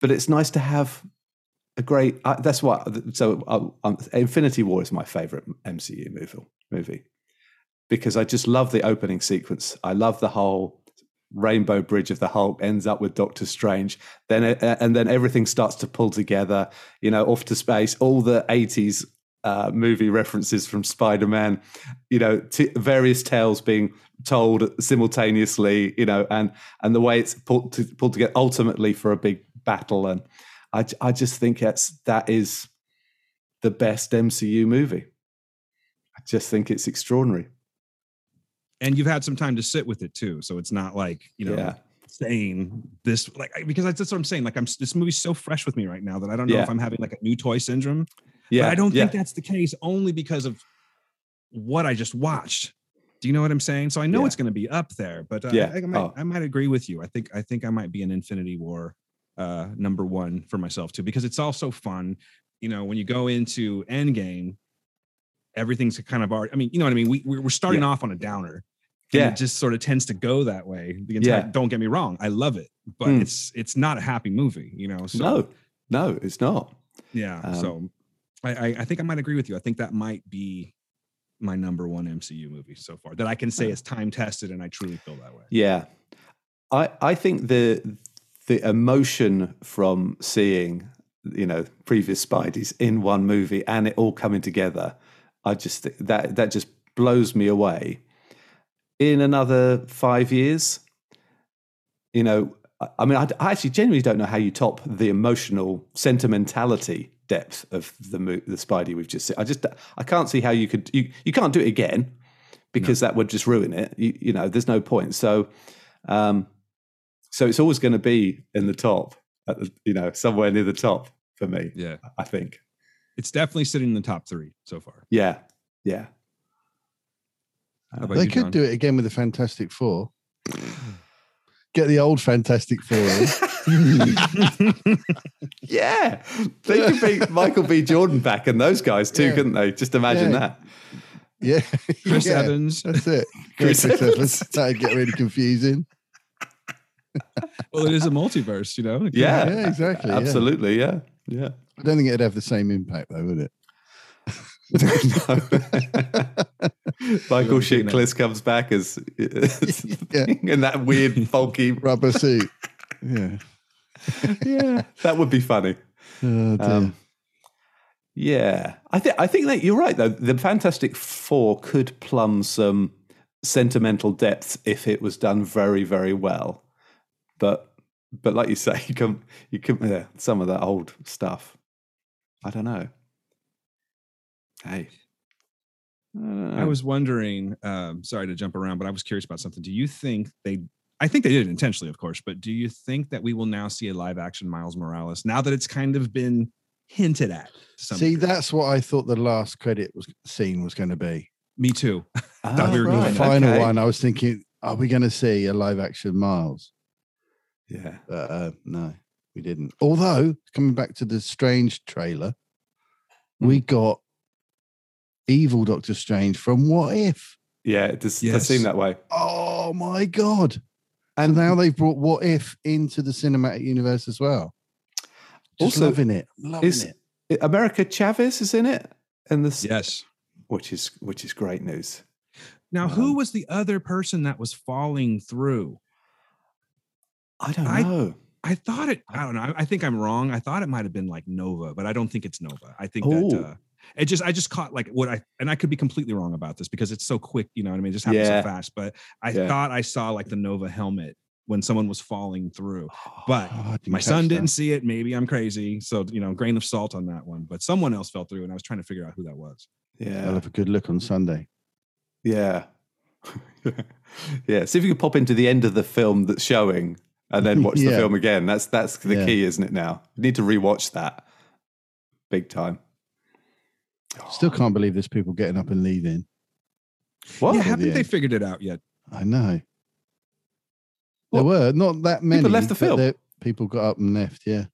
[SPEAKER 4] but it's nice to have a great. I that's why. So I, I'm, Infinity War is my favorite MCU movie movie because I just love the opening sequence. I love the whole rainbow bridge of the Hulk ends up with Doctor Strange. Then uh, and then everything starts to pull together. You know, off to space. All the '80s uh, movie references from Spider-Man. You know, t- various tales being told simultaneously. You know, and and the way it's pulled to, pulled together ultimately for a big battle. And I j- I just think that's that is the best MCU movie. I just think it's extraordinary.
[SPEAKER 5] and you've had some time to sit with it too, so it's not like you know
[SPEAKER 4] yeah.
[SPEAKER 5] saying this like I- because that's, that's what I'm saying. Like I'm s- this movie's so fresh with me right now that I don't know
[SPEAKER 4] Yeah.
[SPEAKER 5] if I'm having like a new toy syndrome.
[SPEAKER 4] Yeah.
[SPEAKER 5] but I don't
[SPEAKER 4] yeah.
[SPEAKER 5] think that's the case only because of what I just watched. Do you know what I'm saying? So I know
[SPEAKER 4] Yeah.
[SPEAKER 5] it's going to be up there, but uh,
[SPEAKER 4] Yeah.
[SPEAKER 5] I, think I might,
[SPEAKER 4] Oh.
[SPEAKER 5] I might agree with you. I think I think I might be an Infinity War uh, number one for myself too, because it's also fun. You know, when you go into Endgame, everything's kind of already. I mean, you know what I mean. We we're we're starting off on a downer. and
[SPEAKER 4] Yeah.
[SPEAKER 5] it just sort of tends to go that way. The entire,
[SPEAKER 4] Yeah.
[SPEAKER 5] Don't get me wrong, I love it, but
[SPEAKER 4] Mm.
[SPEAKER 5] it's it's not a happy movie. You know, so
[SPEAKER 4] no, no, it's not.
[SPEAKER 5] yeah.
[SPEAKER 4] Um,
[SPEAKER 5] so I, I, I think I might agree with you. I think that might be my number one MCU movie so far that I can say
[SPEAKER 4] Yeah.
[SPEAKER 5] is time tested and I truly feel that way.
[SPEAKER 4] Yeah. I I think the the emotion from seeing you know previous Spideys in one movie and it all coming together, I just thi- that that just blows me away. In another five years, you know, I, I mean, I, I actually genuinely don't know how you top the emotional sentimentality depth of the mo- the Spidey we've just seen. I just I can't see how you could you you can't do it again because that would just ruin it. You, you know, there's no point. So, um, so it's always going to be in the top, at the, you know, somewhere near the top for me.
[SPEAKER 5] Yeah.
[SPEAKER 4] I think.
[SPEAKER 5] Uh, It's definitely sitting in the top three so far.
[SPEAKER 4] Yeah, yeah.
[SPEAKER 5] How about
[SPEAKER 2] they
[SPEAKER 5] you,
[SPEAKER 2] could
[SPEAKER 5] John?
[SPEAKER 2] do it again with the Fantastic Four. Get the old Fantastic Four. in.
[SPEAKER 4] yeah, they could beat Michael B. Jordan back and those guys too,
[SPEAKER 2] Yeah.
[SPEAKER 4] couldn't they? Just imagine
[SPEAKER 2] Yeah.
[SPEAKER 4] that.
[SPEAKER 2] yeah,
[SPEAKER 5] Chris
[SPEAKER 2] yeah,
[SPEAKER 5] Evans.
[SPEAKER 2] That's it.
[SPEAKER 4] Chris
[SPEAKER 2] Chris
[SPEAKER 4] Evans.
[SPEAKER 2] Evans. That'd get really confusing.
[SPEAKER 5] Well, it is a multiverse, you know? It could-
[SPEAKER 4] Yeah,
[SPEAKER 2] Yeah, exactly. yeah.
[SPEAKER 4] absolutely. Yeah, yeah.
[SPEAKER 2] I don't think it'd have the same impact though, would it?
[SPEAKER 4] No. Michael
[SPEAKER 5] haven't seen that.
[SPEAKER 4] Shitcliffe comes back as, as
[SPEAKER 2] Yeah.
[SPEAKER 4] in that weird bulky.
[SPEAKER 2] Rubber suit. Yeah.
[SPEAKER 4] yeah, that would be funny.
[SPEAKER 2] Oh, dear.
[SPEAKER 4] Um, yeah, I think I think that you're right though. The Fantastic Four could plumb some sentimental depth if it was done very, very well. But but like you say, you can you can yeah, some of that old stuff. I don't know. Hey. I, don't know.
[SPEAKER 5] I was wondering, um, sorry to jump around, but I was curious about something. Do you think they, I think they did it intentionally, of course, but do you think that we will now see a live action Miles Morales now that it's kind of been hinted at? to some
[SPEAKER 2] See,
[SPEAKER 5] degree?
[SPEAKER 2] that's what I thought the last credit was scene was going to be.
[SPEAKER 5] me too.
[SPEAKER 4] Ah,
[SPEAKER 5] we were doing
[SPEAKER 2] The
[SPEAKER 5] Right,
[SPEAKER 2] final
[SPEAKER 4] okay.
[SPEAKER 2] one, I was thinking, are we going to see a live action Miles?
[SPEAKER 4] Yeah.
[SPEAKER 2] But uh, no, we didn't. Although, coming back to the Strange trailer, we got evil Doctor Strange from What If?
[SPEAKER 4] Yeah, it does, does
[SPEAKER 5] Yes.
[SPEAKER 4] seem that way.
[SPEAKER 2] Oh my God. And now they've brought What If into the cinematic universe as well. Just
[SPEAKER 4] Also,
[SPEAKER 2] loving it. Loving
[SPEAKER 4] is-
[SPEAKER 2] it.
[SPEAKER 4] America Chavez is in it, and this
[SPEAKER 5] Yes.
[SPEAKER 4] which is which is great news.
[SPEAKER 5] Now, who
[SPEAKER 4] Um,
[SPEAKER 5] was the other person that was falling through?
[SPEAKER 4] I don't
[SPEAKER 5] I-
[SPEAKER 4] know.
[SPEAKER 5] I thought it. I don't know. I, I think I'm wrong. I thought it might have been like Nova, but I don't think it's Nova. I think
[SPEAKER 4] Oh.
[SPEAKER 5] that uh, it just. I just caught like what I and I could be completely wrong about this because it's so quick. You know what I mean? It just happened
[SPEAKER 4] Yeah.
[SPEAKER 5] so fast. But I
[SPEAKER 4] Yeah.
[SPEAKER 5] thought I saw like the Nova helmet when someone was falling through. But
[SPEAKER 2] Oh, I didn't
[SPEAKER 5] my
[SPEAKER 2] catch
[SPEAKER 5] son
[SPEAKER 2] that.
[SPEAKER 5] didn't see it. Maybe I'm crazy. So you know, grain of salt on that one. But someone else fell through, and I was trying to figure out who that was.
[SPEAKER 2] I'll
[SPEAKER 4] Yeah,
[SPEAKER 2] have a good look on Sunday.
[SPEAKER 4] yeah, yeah. See if you can pop into the end of the film that's showing, and then watch the
[SPEAKER 2] Yeah.
[SPEAKER 4] film again. That's that's the
[SPEAKER 2] Yeah.
[SPEAKER 4] key, isn't it? Now you need to rewatch that, big time.
[SPEAKER 2] Still can't believe there's people getting up and leaving.
[SPEAKER 4] What?
[SPEAKER 5] yeah,
[SPEAKER 2] at
[SPEAKER 5] haven't
[SPEAKER 2] the
[SPEAKER 5] they
[SPEAKER 2] end.
[SPEAKER 5] figured it out yet?
[SPEAKER 2] I know. There
[SPEAKER 4] What?
[SPEAKER 2] were not that many.
[SPEAKER 4] left the
[SPEAKER 2] but
[SPEAKER 4] film?
[SPEAKER 2] there- People got up and left. Yeah,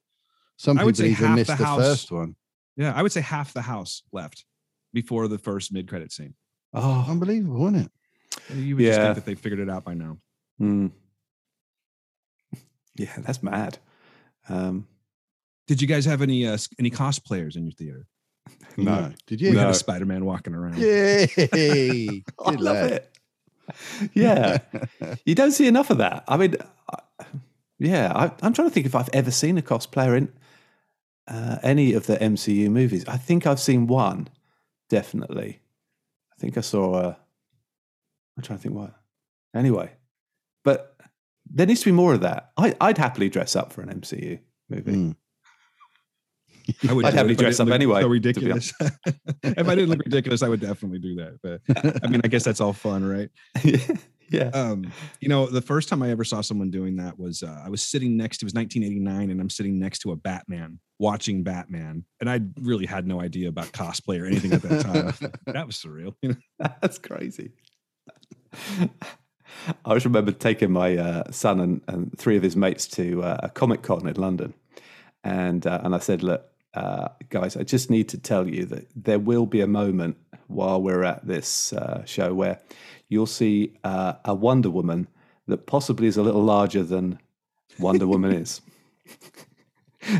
[SPEAKER 2] some
[SPEAKER 5] I would
[SPEAKER 2] people
[SPEAKER 5] say
[SPEAKER 2] even
[SPEAKER 5] half
[SPEAKER 2] missed
[SPEAKER 5] the
[SPEAKER 2] the,
[SPEAKER 5] house-
[SPEAKER 2] first one.
[SPEAKER 5] Yeah, I would say half the house left before the first mid credit scene.
[SPEAKER 4] Oh,
[SPEAKER 2] Unbelievable, wasn't it?
[SPEAKER 5] You would just
[SPEAKER 4] Yeah.
[SPEAKER 5] think that they figured it out by now.
[SPEAKER 4] mm. yeah, that's mad. Um,
[SPEAKER 5] Did you guys have any uh, s- any cosplayers in your theater?
[SPEAKER 4] no,
[SPEAKER 2] Did
[SPEAKER 5] We
[SPEAKER 2] you?
[SPEAKER 5] had
[SPEAKER 4] No.
[SPEAKER 5] a Spider Man walking around.
[SPEAKER 2] Yay!
[SPEAKER 4] I
[SPEAKER 2] Good
[SPEAKER 4] love
[SPEAKER 2] lad.
[SPEAKER 4] it. Yeah, you don't see enough of that. I mean, I, yeah, I, I'm trying to think if I've ever seen a cosplayer in uh, any of the MCU movies. I think I've seen one, definitely. I think I saw. Uh, I'm trying to think what. Anyway, but there needs to be more of that. I, I'd happily dress up for an MCU movie.
[SPEAKER 2] Mm.
[SPEAKER 5] I would
[SPEAKER 4] I'd
[SPEAKER 5] do it
[SPEAKER 4] happily
[SPEAKER 5] if I
[SPEAKER 4] dress
[SPEAKER 5] didn't
[SPEAKER 4] up
[SPEAKER 5] look
[SPEAKER 4] anyway,
[SPEAKER 5] So
[SPEAKER 4] to be
[SPEAKER 5] ridiculous. if I didn't look ridiculous, I would definitely do that. But I mean, I guess that's all fun, right?
[SPEAKER 4] yeah.
[SPEAKER 5] Um, you know, the first time I ever saw someone doing that was uh, I was sitting next. It was 1989, and I'm sitting next to a Batman watching Batman, and I really had no idea about cosplay or anything at that time. that was surreal. You know?
[SPEAKER 4] That's crazy. I always remember taking my uh, son and, and three of his mates to uh, a Comic Con in London. And, uh, and I said, Look, uh, guys, I just need to tell you that there will be a moment while we're at this uh, show where you'll see uh, a Wonder Woman that possibly is a little larger than Wonder Woman is.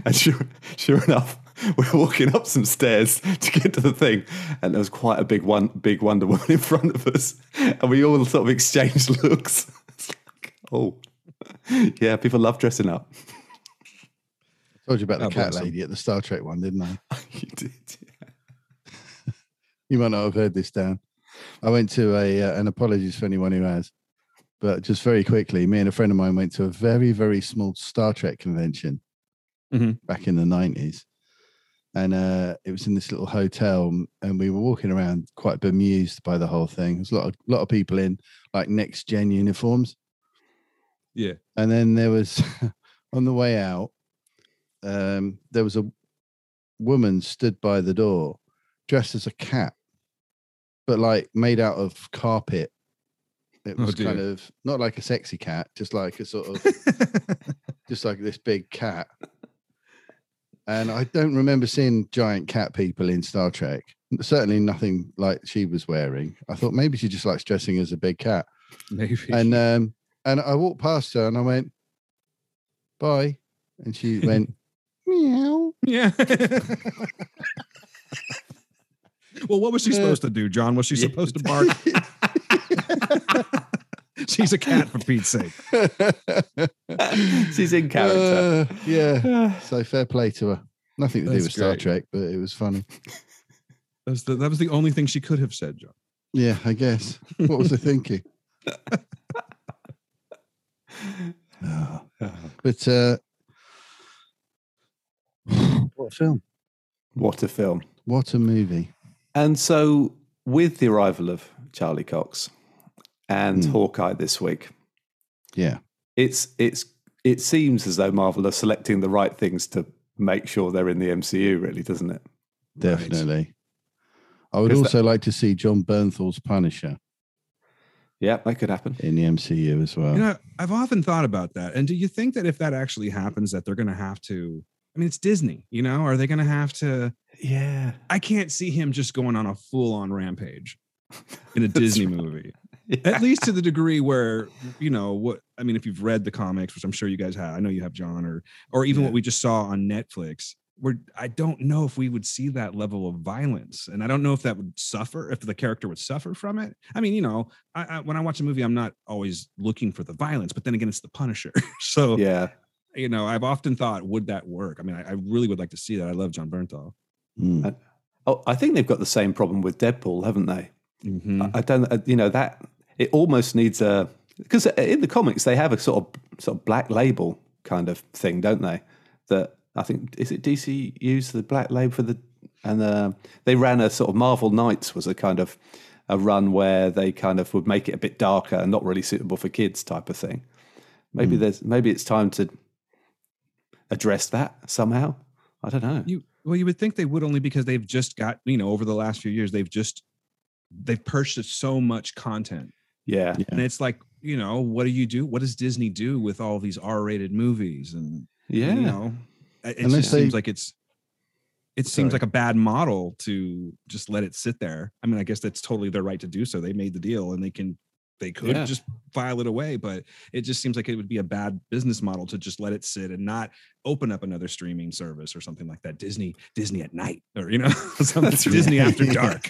[SPEAKER 4] And sure, sure enough, we were walking up some stairs to get to the thing, and there was quite a big one, big Wonder Woman in front of us, and we all sort of exchanged looks. It's like, oh, yeah, people love dressing up.
[SPEAKER 2] told you about the
[SPEAKER 5] God
[SPEAKER 2] cat
[SPEAKER 5] bless 'em.
[SPEAKER 2] lady at the Star Trek one, didn't I?
[SPEAKER 4] you did,
[SPEAKER 2] You might not have heard this, Dan. I went to a, uh, and apologies for anyone who has, but just very quickly, me and a friend of mine went to a very, very small Star Trek convention
[SPEAKER 5] Mhm.
[SPEAKER 2] back in the 90s. And uh, it was in this little hotel, m- and we were walking around quite bemused by the whole thing. There's a lot of, lot of people in like next gen uniforms.
[SPEAKER 5] Yeah.
[SPEAKER 2] And then there was on the way out, um, there was a woman stood by the door dressed as a cat, but like made out of carpet. It
[SPEAKER 5] Oh,
[SPEAKER 2] was kind
[SPEAKER 5] dear.
[SPEAKER 2] of not like a sexy cat, just like a sort of just like this big cat. And I don't remember seeing giant cat people in Star Trek. Certainly nothing like she was wearing. I thought maybe she just likes dressing as a big cat
[SPEAKER 5] Maybe.
[SPEAKER 2] and um and I walked past her and I went, bye. And she went, meow.
[SPEAKER 5] yeah. well, what was she
[SPEAKER 2] Uh,
[SPEAKER 5] supposed to do, John? Was she
[SPEAKER 4] yeah.
[SPEAKER 5] supposed to bark? She's a cat for Pete's sake.
[SPEAKER 4] yeah. She's in character.
[SPEAKER 2] Uh, yeah. So fair play to her. Nothing to do
[SPEAKER 5] That's
[SPEAKER 2] with Star
[SPEAKER 5] great.
[SPEAKER 2] Trek, but it was funny.
[SPEAKER 5] That was, the, that was the only thing she could have said, John.
[SPEAKER 2] Yeah, I guess. What was I thinking? Ah, but uh,
[SPEAKER 3] What a film.
[SPEAKER 4] What a film.
[SPEAKER 2] what a movie!
[SPEAKER 4] And so, with the arrival of Charlie Cox and
[SPEAKER 2] Hmm.
[SPEAKER 4] Hawkeye this week,
[SPEAKER 2] Yeah,
[SPEAKER 4] it's it's it seems as though Marvel are selecting the right things to make sure they're in the MCU, really, doesn't it?
[SPEAKER 2] definitely. I would
[SPEAKER 4] Is that-
[SPEAKER 2] also like to see John Bernthal's Punisher
[SPEAKER 4] Yeah, that could happen.
[SPEAKER 2] in the MCU as well.
[SPEAKER 5] You know, I've often thought about that. And do you think that if that actually happens, that they're going to have to? I mean, it's Disney, you know? Are they going to have to?
[SPEAKER 4] Yeah,
[SPEAKER 5] I can't see him just going on a full on rampage in a Disney movie, at least to the degree where, you know, what I mean, if you've read the comics, which I'm sure you guys have, I know you have John, or, or even
[SPEAKER 4] Yeah.
[SPEAKER 5] what we just saw on Netflix, where I don't know if we would see that level of violence. And I don't know if that would suffer, if the character would suffer from it. I mean, you know, I, I, when I watch a movie, I'm not always looking for the violence, but then again, it's the Punisher. so,
[SPEAKER 4] yeah.
[SPEAKER 5] you know, I've often thought, would that work? I mean, I, I really would like to see that. I love John Bernthal.
[SPEAKER 2] Mm.
[SPEAKER 4] Oh, I think they've got the same problem with Deadpool, haven't they?
[SPEAKER 5] Mhm.
[SPEAKER 4] I I don't, uh, you know, that it almost needs a because in the comics they have a sort of sort of black label kind of thing, don't they? That I think is it DC used the black label for the and uh, they ran a sort of Marvel Knights was a kind of a run where they kind of would make it a bit darker and not really suitable for kids type of thing. Maybe there's maybe it's time to address that somehow. I don't know.
[SPEAKER 5] You well, you would think they would only because they've just got you know over the last few years they've just they've purchased so much content,
[SPEAKER 4] Yeah,
[SPEAKER 2] Yeah.
[SPEAKER 5] and it's like you know what do you do? What does Disney do with all these R-rated movies? And
[SPEAKER 4] yeah.
[SPEAKER 5] you know, it it
[SPEAKER 2] Unless
[SPEAKER 5] just
[SPEAKER 2] they-
[SPEAKER 5] seems like it's it
[SPEAKER 2] Sorry.
[SPEAKER 5] seems like a bad model to just let it sit there. I mean, I guess that's totally their right to do so. They made the deal, and they can they could
[SPEAKER 4] Yeah.
[SPEAKER 5] just file it away, but it just seems like it would be a bad business model to just let it sit and not open up another streaming service or something like that. Disney, Disney at night, or you know, something
[SPEAKER 4] That's
[SPEAKER 5] Disney
[SPEAKER 2] right.
[SPEAKER 5] after dark.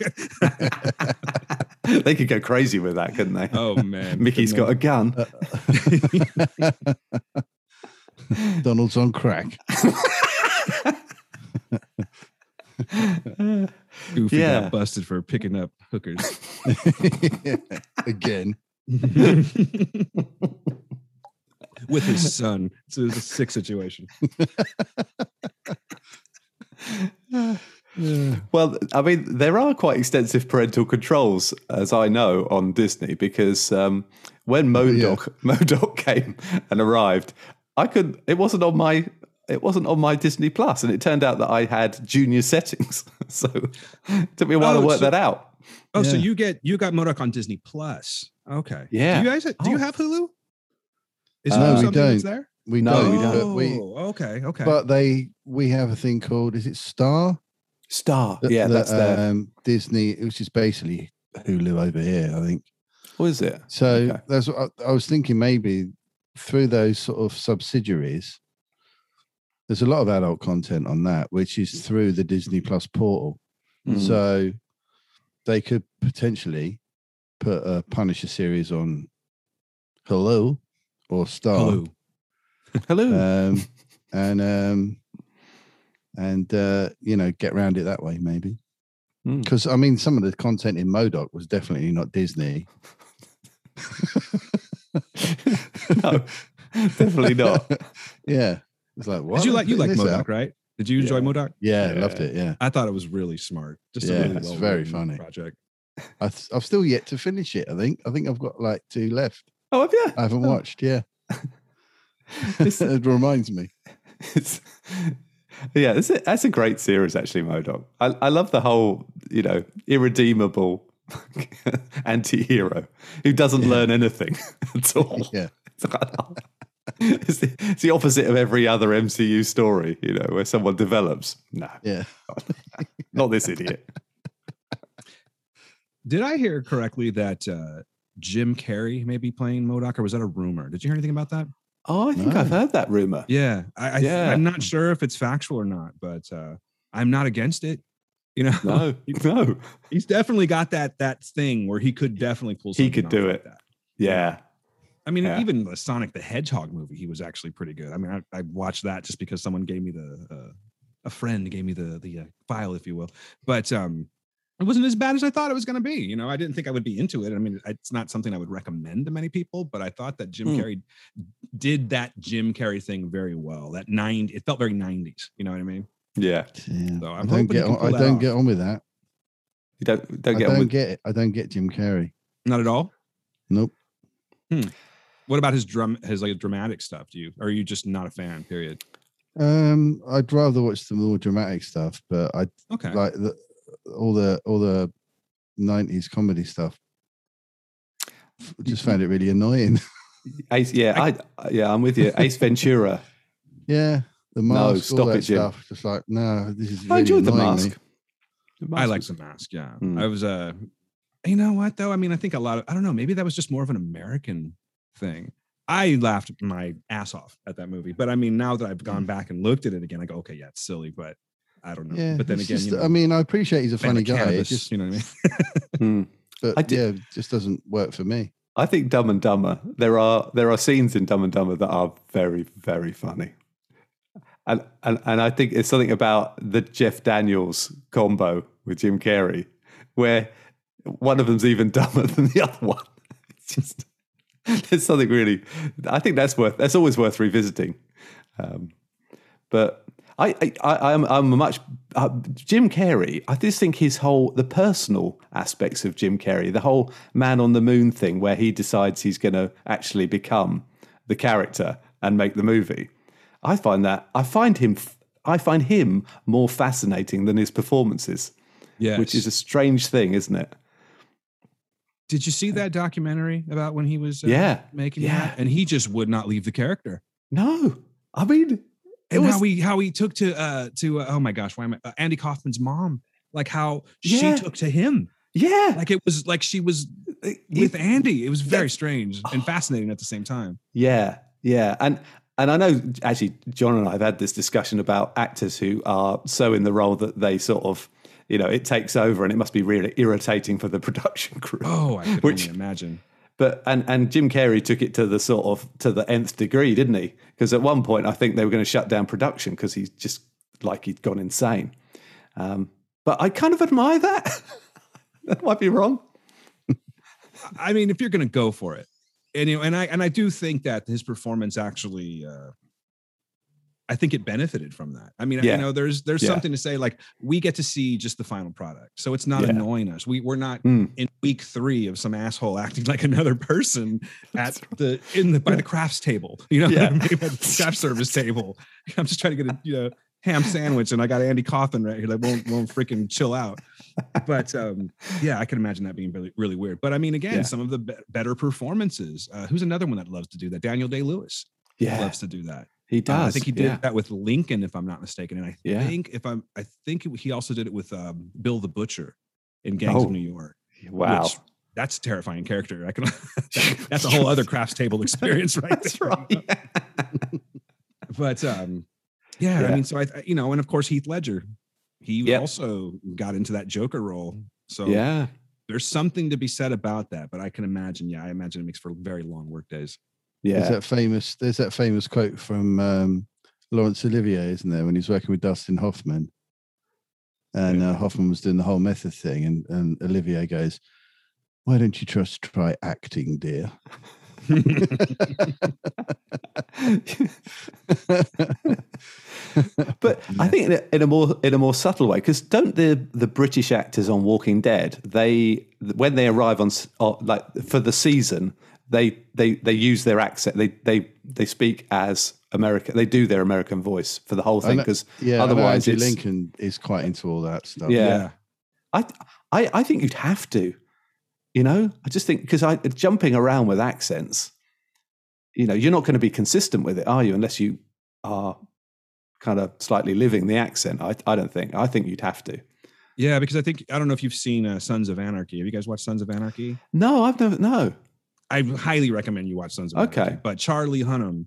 [SPEAKER 4] they could go crazy with that, couldn't they?
[SPEAKER 5] oh man,
[SPEAKER 4] Mickey's got a gun.
[SPEAKER 2] Hmm. Donald's on crack.
[SPEAKER 5] goofy
[SPEAKER 4] yeah.
[SPEAKER 5] got busted for picking up hookers.
[SPEAKER 2] Again,
[SPEAKER 5] with his son. So it was a sick situation.
[SPEAKER 4] well, I mean, there are quite extensive parental controls, as I know, on Disney because um, when Modoc Modoc came and arrived, I could. It wasn't on my. It wasn't on my Disney Plus, and it turned out that I had junior settings, so it took me a while
[SPEAKER 5] Oh,
[SPEAKER 4] to work
[SPEAKER 5] so-
[SPEAKER 4] that out.
[SPEAKER 5] Oh, so
[SPEAKER 2] Yeah.
[SPEAKER 5] you get you got Modoc on Disney Plus. Okay.
[SPEAKER 4] Yeah.
[SPEAKER 5] Do you guys do you
[SPEAKER 4] Oh.
[SPEAKER 5] have Hulu? Is
[SPEAKER 4] Uh,
[SPEAKER 5] Hulu
[SPEAKER 4] no, we
[SPEAKER 5] something that's
[SPEAKER 2] don't.
[SPEAKER 5] there?
[SPEAKER 2] we
[SPEAKER 4] No,
[SPEAKER 2] don't.
[SPEAKER 4] we don't.
[SPEAKER 2] But, we,
[SPEAKER 5] Oh, okay, okay.
[SPEAKER 2] but they, we have a thing called is it Star?
[SPEAKER 4] Star,
[SPEAKER 2] That-
[SPEAKER 4] yeah,
[SPEAKER 2] that,
[SPEAKER 4] that's there.
[SPEAKER 2] um, Disney, which is basically Hulu over here, I think.
[SPEAKER 4] What is it?
[SPEAKER 2] So
[SPEAKER 4] Okay.
[SPEAKER 2] that's what I, I was thinking. Maybe through those sort of subsidiaries, there's a lot of adult content on that, which is through the Disney Plus portal.
[SPEAKER 4] Mm.
[SPEAKER 2] So they could potentially put a Punisher series on Hello or Star,
[SPEAKER 5] Hulu.
[SPEAKER 4] Hmm.
[SPEAKER 5] Hmm.
[SPEAKER 4] Hello.
[SPEAKER 2] um, and um, and uh, you know get round it that way maybe.
[SPEAKER 5] Hmm.
[SPEAKER 4] Mm.
[SPEAKER 2] Because I mean, some of the content in Modoc was definitely not Disney.
[SPEAKER 4] no, definitely not.
[SPEAKER 2] yeah. It's like oh, what?
[SPEAKER 5] Did you like you like Modoc, right? Did you enjoy
[SPEAKER 4] Yeah.
[SPEAKER 5] Modoc?
[SPEAKER 2] Yeah,
[SPEAKER 4] Yeah.
[SPEAKER 2] loved it. Yeah,
[SPEAKER 5] I thought it was really smart. Just
[SPEAKER 2] Yeah,
[SPEAKER 5] a really
[SPEAKER 2] it's
[SPEAKER 5] well
[SPEAKER 2] very funny.
[SPEAKER 5] project.
[SPEAKER 2] I th- I've still yet to finish it. I think. I think I've got like two left.
[SPEAKER 4] Oh, have you?
[SPEAKER 2] I haven't
[SPEAKER 4] Oh.
[SPEAKER 2] watched. Yeah,
[SPEAKER 4] It's-
[SPEAKER 2] it reminds me.
[SPEAKER 4] it's- yeah, that's a, that's a great series, actually, Modoc. I, I love the whole, you know, irredeemable anti hero who doesn't
[SPEAKER 2] Yeah.
[SPEAKER 4] learn anything at all.
[SPEAKER 2] Yeah.
[SPEAKER 4] It's, like, oh. It's the, it's the opposite of every other MCU story, you know, where someone develops. No,
[SPEAKER 2] Yeah,
[SPEAKER 4] not this idiot.
[SPEAKER 5] Did I hear correctly that uh Jim Carrey may be playing Modoc, or was that a rumor? Did you hear anything about that?
[SPEAKER 4] Oh, I think
[SPEAKER 2] No.
[SPEAKER 4] I've heard that rumor.
[SPEAKER 5] Yeah, I, I
[SPEAKER 4] Yeah.
[SPEAKER 5] I'm not sure if it's factual or not, but uh, I'm not against it. You know,
[SPEAKER 4] No, no.
[SPEAKER 5] he's definitely got that that thing where he could definitely pull.
[SPEAKER 4] He
[SPEAKER 5] something
[SPEAKER 4] could
[SPEAKER 5] off
[SPEAKER 4] do
[SPEAKER 5] like
[SPEAKER 4] it.
[SPEAKER 5] that.
[SPEAKER 4] Yeah.
[SPEAKER 5] I mean,
[SPEAKER 4] Yeah.
[SPEAKER 5] even the Sonic the Hedgehog movie, he was actually pretty good. I mean, I, I watched that just because someone gave me the uh, a friend gave me the the uh, file, if you will. But um, it wasn't as bad as I thought it was going to be. You know, I didn't think I would be into it. I mean, it's not something I would recommend to many people, but I thought that Jim
[SPEAKER 4] Hmm.
[SPEAKER 5] Carrey did that Jim Carrey thing very well. That nine, it felt very 90s. You know what I mean?
[SPEAKER 4] Yeah,
[SPEAKER 2] Yeah.
[SPEAKER 5] So I'm
[SPEAKER 2] I
[SPEAKER 5] hoping
[SPEAKER 2] don't
[SPEAKER 5] you
[SPEAKER 2] get.
[SPEAKER 5] can
[SPEAKER 2] On,
[SPEAKER 5] pull
[SPEAKER 2] I
[SPEAKER 5] that
[SPEAKER 2] don't
[SPEAKER 5] off.
[SPEAKER 2] get on with that.
[SPEAKER 4] you don't don't
[SPEAKER 2] I
[SPEAKER 4] get on
[SPEAKER 2] don't
[SPEAKER 4] with.
[SPEAKER 2] get it. I don't get Jim Carrey.
[SPEAKER 5] Not at all.
[SPEAKER 2] Nope.
[SPEAKER 5] What about his drum, his like dramatic stuff? Do you, or are you just not a fan? Period.
[SPEAKER 2] Um, I'd rather watch the more dramatic stuff, but I
[SPEAKER 5] Okay.
[SPEAKER 2] like the, all the all the nineties comedy stuff. F- Just found it really annoying.
[SPEAKER 4] Ace, yeah, I, yeah, I'm with you. Ace Ventura.
[SPEAKER 2] yeah, the mask, all
[SPEAKER 4] stop
[SPEAKER 2] that
[SPEAKER 4] it, Jim.
[SPEAKER 2] stuff. Just like no, this is.
[SPEAKER 4] I
[SPEAKER 2] really
[SPEAKER 4] enjoyed the
[SPEAKER 2] annoying me.
[SPEAKER 4] mask. The mask
[SPEAKER 5] I like
[SPEAKER 4] was-
[SPEAKER 5] the mask. Yeah,
[SPEAKER 2] Hmm.
[SPEAKER 4] Mm.
[SPEAKER 5] I was. Uh, you know what though? I mean, I think a lot of. I don't know. Maybe that was just more of an American thing. I laughed my ass off at that movie, but I mean, now that I've
[SPEAKER 2] Hmm.
[SPEAKER 5] gone back and looked at it again, I go, okay, yeah, it's silly, but I don't know.
[SPEAKER 2] Yeah,
[SPEAKER 5] but then
[SPEAKER 2] it's
[SPEAKER 5] again,
[SPEAKER 2] just-
[SPEAKER 5] you know,
[SPEAKER 2] I mean, I appreciate he's a
[SPEAKER 5] family
[SPEAKER 2] funny guy. It
[SPEAKER 5] cannabis,
[SPEAKER 2] just,
[SPEAKER 5] you know what I mean?
[SPEAKER 4] Hmm.
[SPEAKER 2] but
[SPEAKER 4] I did-
[SPEAKER 2] yeah, it just doesn't work for me.
[SPEAKER 4] I think Dumb and Dumber. There are there are scenes in Dumb and Dumber that are very very funny, and and and I think it's something about the Jeff Daniels combo with Jim Carrey, where one of them's even dumber than the other one. It's just there's something really. I think that's worth that's always worth revisiting. Um, but I, I, I I'm I'm a much uh, Jim Carrey. I just think his whole the personal aspects of Jim Carrey, the whole man on the moon thing, where he decides he's going to actually become the character and make the movie. I find that I find him I find him more fascinating than his performances,
[SPEAKER 5] yeah.
[SPEAKER 4] which is a strange thing, isn't it?
[SPEAKER 5] Did you see that documentary about when he was? Uh,
[SPEAKER 4] yeah.
[SPEAKER 5] Making
[SPEAKER 4] Yeah.
[SPEAKER 5] that, and he just would not leave the character.
[SPEAKER 4] No. I mean, it
[SPEAKER 5] and
[SPEAKER 4] was
[SPEAKER 5] how he how he took to uh to uh, oh my gosh, why am I uh, Andy Kaufman's mom? Like how
[SPEAKER 4] Yeah.
[SPEAKER 5] she took to him.
[SPEAKER 4] yeah.
[SPEAKER 5] Like it was like she was uh,
[SPEAKER 4] He-
[SPEAKER 5] with Andy. It was
[SPEAKER 4] that-
[SPEAKER 5] very
[SPEAKER 4] Oh.
[SPEAKER 5] strange and fascinating at the same time.
[SPEAKER 4] Yeah, yeah, and and I know actually John and I have had this discussion about actors who are so in the role that they sort of, you know, it takes over and it must be really irritating for the production crew.
[SPEAKER 5] Oh, I could
[SPEAKER 4] Which-
[SPEAKER 5] only imagine.
[SPEAKER 4] But and and Jim Carrey took it to the sort of to the nth degree, didn't he? Because at one point I think they were going to shut down production because he's just like he'd gone insane. Um, but I kind of admire that. that might be wrong.
[SPEAKER 5] I mean, if you're going to go for it, and you know, and I and I do think that his performance actually, uh, I think it benefited from that. I mean,
[SPEAKER 4] Yeah.
[SPEAKER 5] you know, there's there's
[SPEAKER 4] Yeah.
[SPEAKER 5] something to say like we get to see just the final product, so it's not
[SPEAKER 4] Yeah.
[SPEAKER 5] annoying us. We we're not
[SPEAKER 4] Mm.
[SPEAKER 5] in week three of some asshole acting like another person at the in the by the crafts table, you know,
[SPEAKER 4] Yeah.
[SPEAKER 5] what I mean? By the craft service table. I'm just trying to get a you know ham sandwich, and I got Andy Coffin right here that won't won't freaking chill out. But um, yeah, I can imagine that being really really weird. But I mean, again,
[SPEAKER 4] Yeah.
[SPEAKER 5] some of the be- better performances. Uh, who's another one that loves to do that? Daniel Day Lewis
[SPEAKER 4] Yeah,
[SPEAKER 5] loves to do that.
[SPEAKER 4] he
[SPEAKER 5] Uh,
[SPEAKER 4] does.
[SPEAKER 5] I think he did
[SPEAKER 4] Yeah.
[SPEAKER 5] that with Lincoln, if I'm not mistaken. And I
[SPEAKER 4] Yeah.
[SPEAKER 5] think if I'm, I think he also did it with um, Bill the Butcher in Gangs
[SPEAKER 4] Oh.
[SPEAKER 5] of New York
[SPEAKER 4] Wow.
[SPEAKER 5] which- that's a terrifying character. I can, that- that's a whole other crafts table experience, right?
[SPEAKER 4] That's
[SPEAKER 5] there.
[SPEAKER 4] right.
[SPEAKER 5] But um, yeah, I
[SPEAKER 4] Yeah.
[SPEAKER 5] mean, so I, you know, and of course Heath Ledger, he
[SPEAKER 4] Yep.
[SPEAKER 5] also got into that Joker role. So
[SPEAKER 4] yeah.
[SPEAKER 5] there's something to be said about that. But I can imagine, yeah, I imagine it makes for very long work days.
[SPEAKER 4] Yeah.
[SPEAKER 2] There's that famous. There's that famous quote from um, Laurence Olivier, isn't there, when he's working with Dustin Hoffman, and uh, Hoffman was doing the whole method thing, and, and Olivier goes, "Why don't you just try acting, dear?"
[SPEAKER 4] but I think in a, in a more in a more subtle way, because don't the the British actors on Walking Dead they when they arrive on s- or, like for the season they they they use their accent they they they speak as America they do their American voice for the whole
[SPEAKER 2] I
[SPEAKER 4] thing
[SPEAKER 2] know-
[SPEAKER 4] because
[SPEAKER 2] yeah, otherwise,
[SPEAKER 4] otherwise
[SPEAKER 2] Andrew
[SPEAKER 4] it's
[SPEAKER 2] Lincoln is quite into all that stuff.
[SPEAKER 4] Yeah. I I I think you'd have to, you know. I just think because I jumping around with accents, you know, you're not going to be consistent with it, are you? Unless you are kind of slightly living the accent. I I don't think. I think you'd have to.
[SPEAKER 5] Yeah, because I think I don't know if you've seen uh, Sons of Anarchy. Have you guys watched Sons of Anarchy?
[SPEAKER 4] No, I've never. No.
[SPEAKER 5] I highly recommend you watch Sons of Anarchy.
[SPEAKER 4] Okay.
[SPEAKER 5] But Charlie Hunnam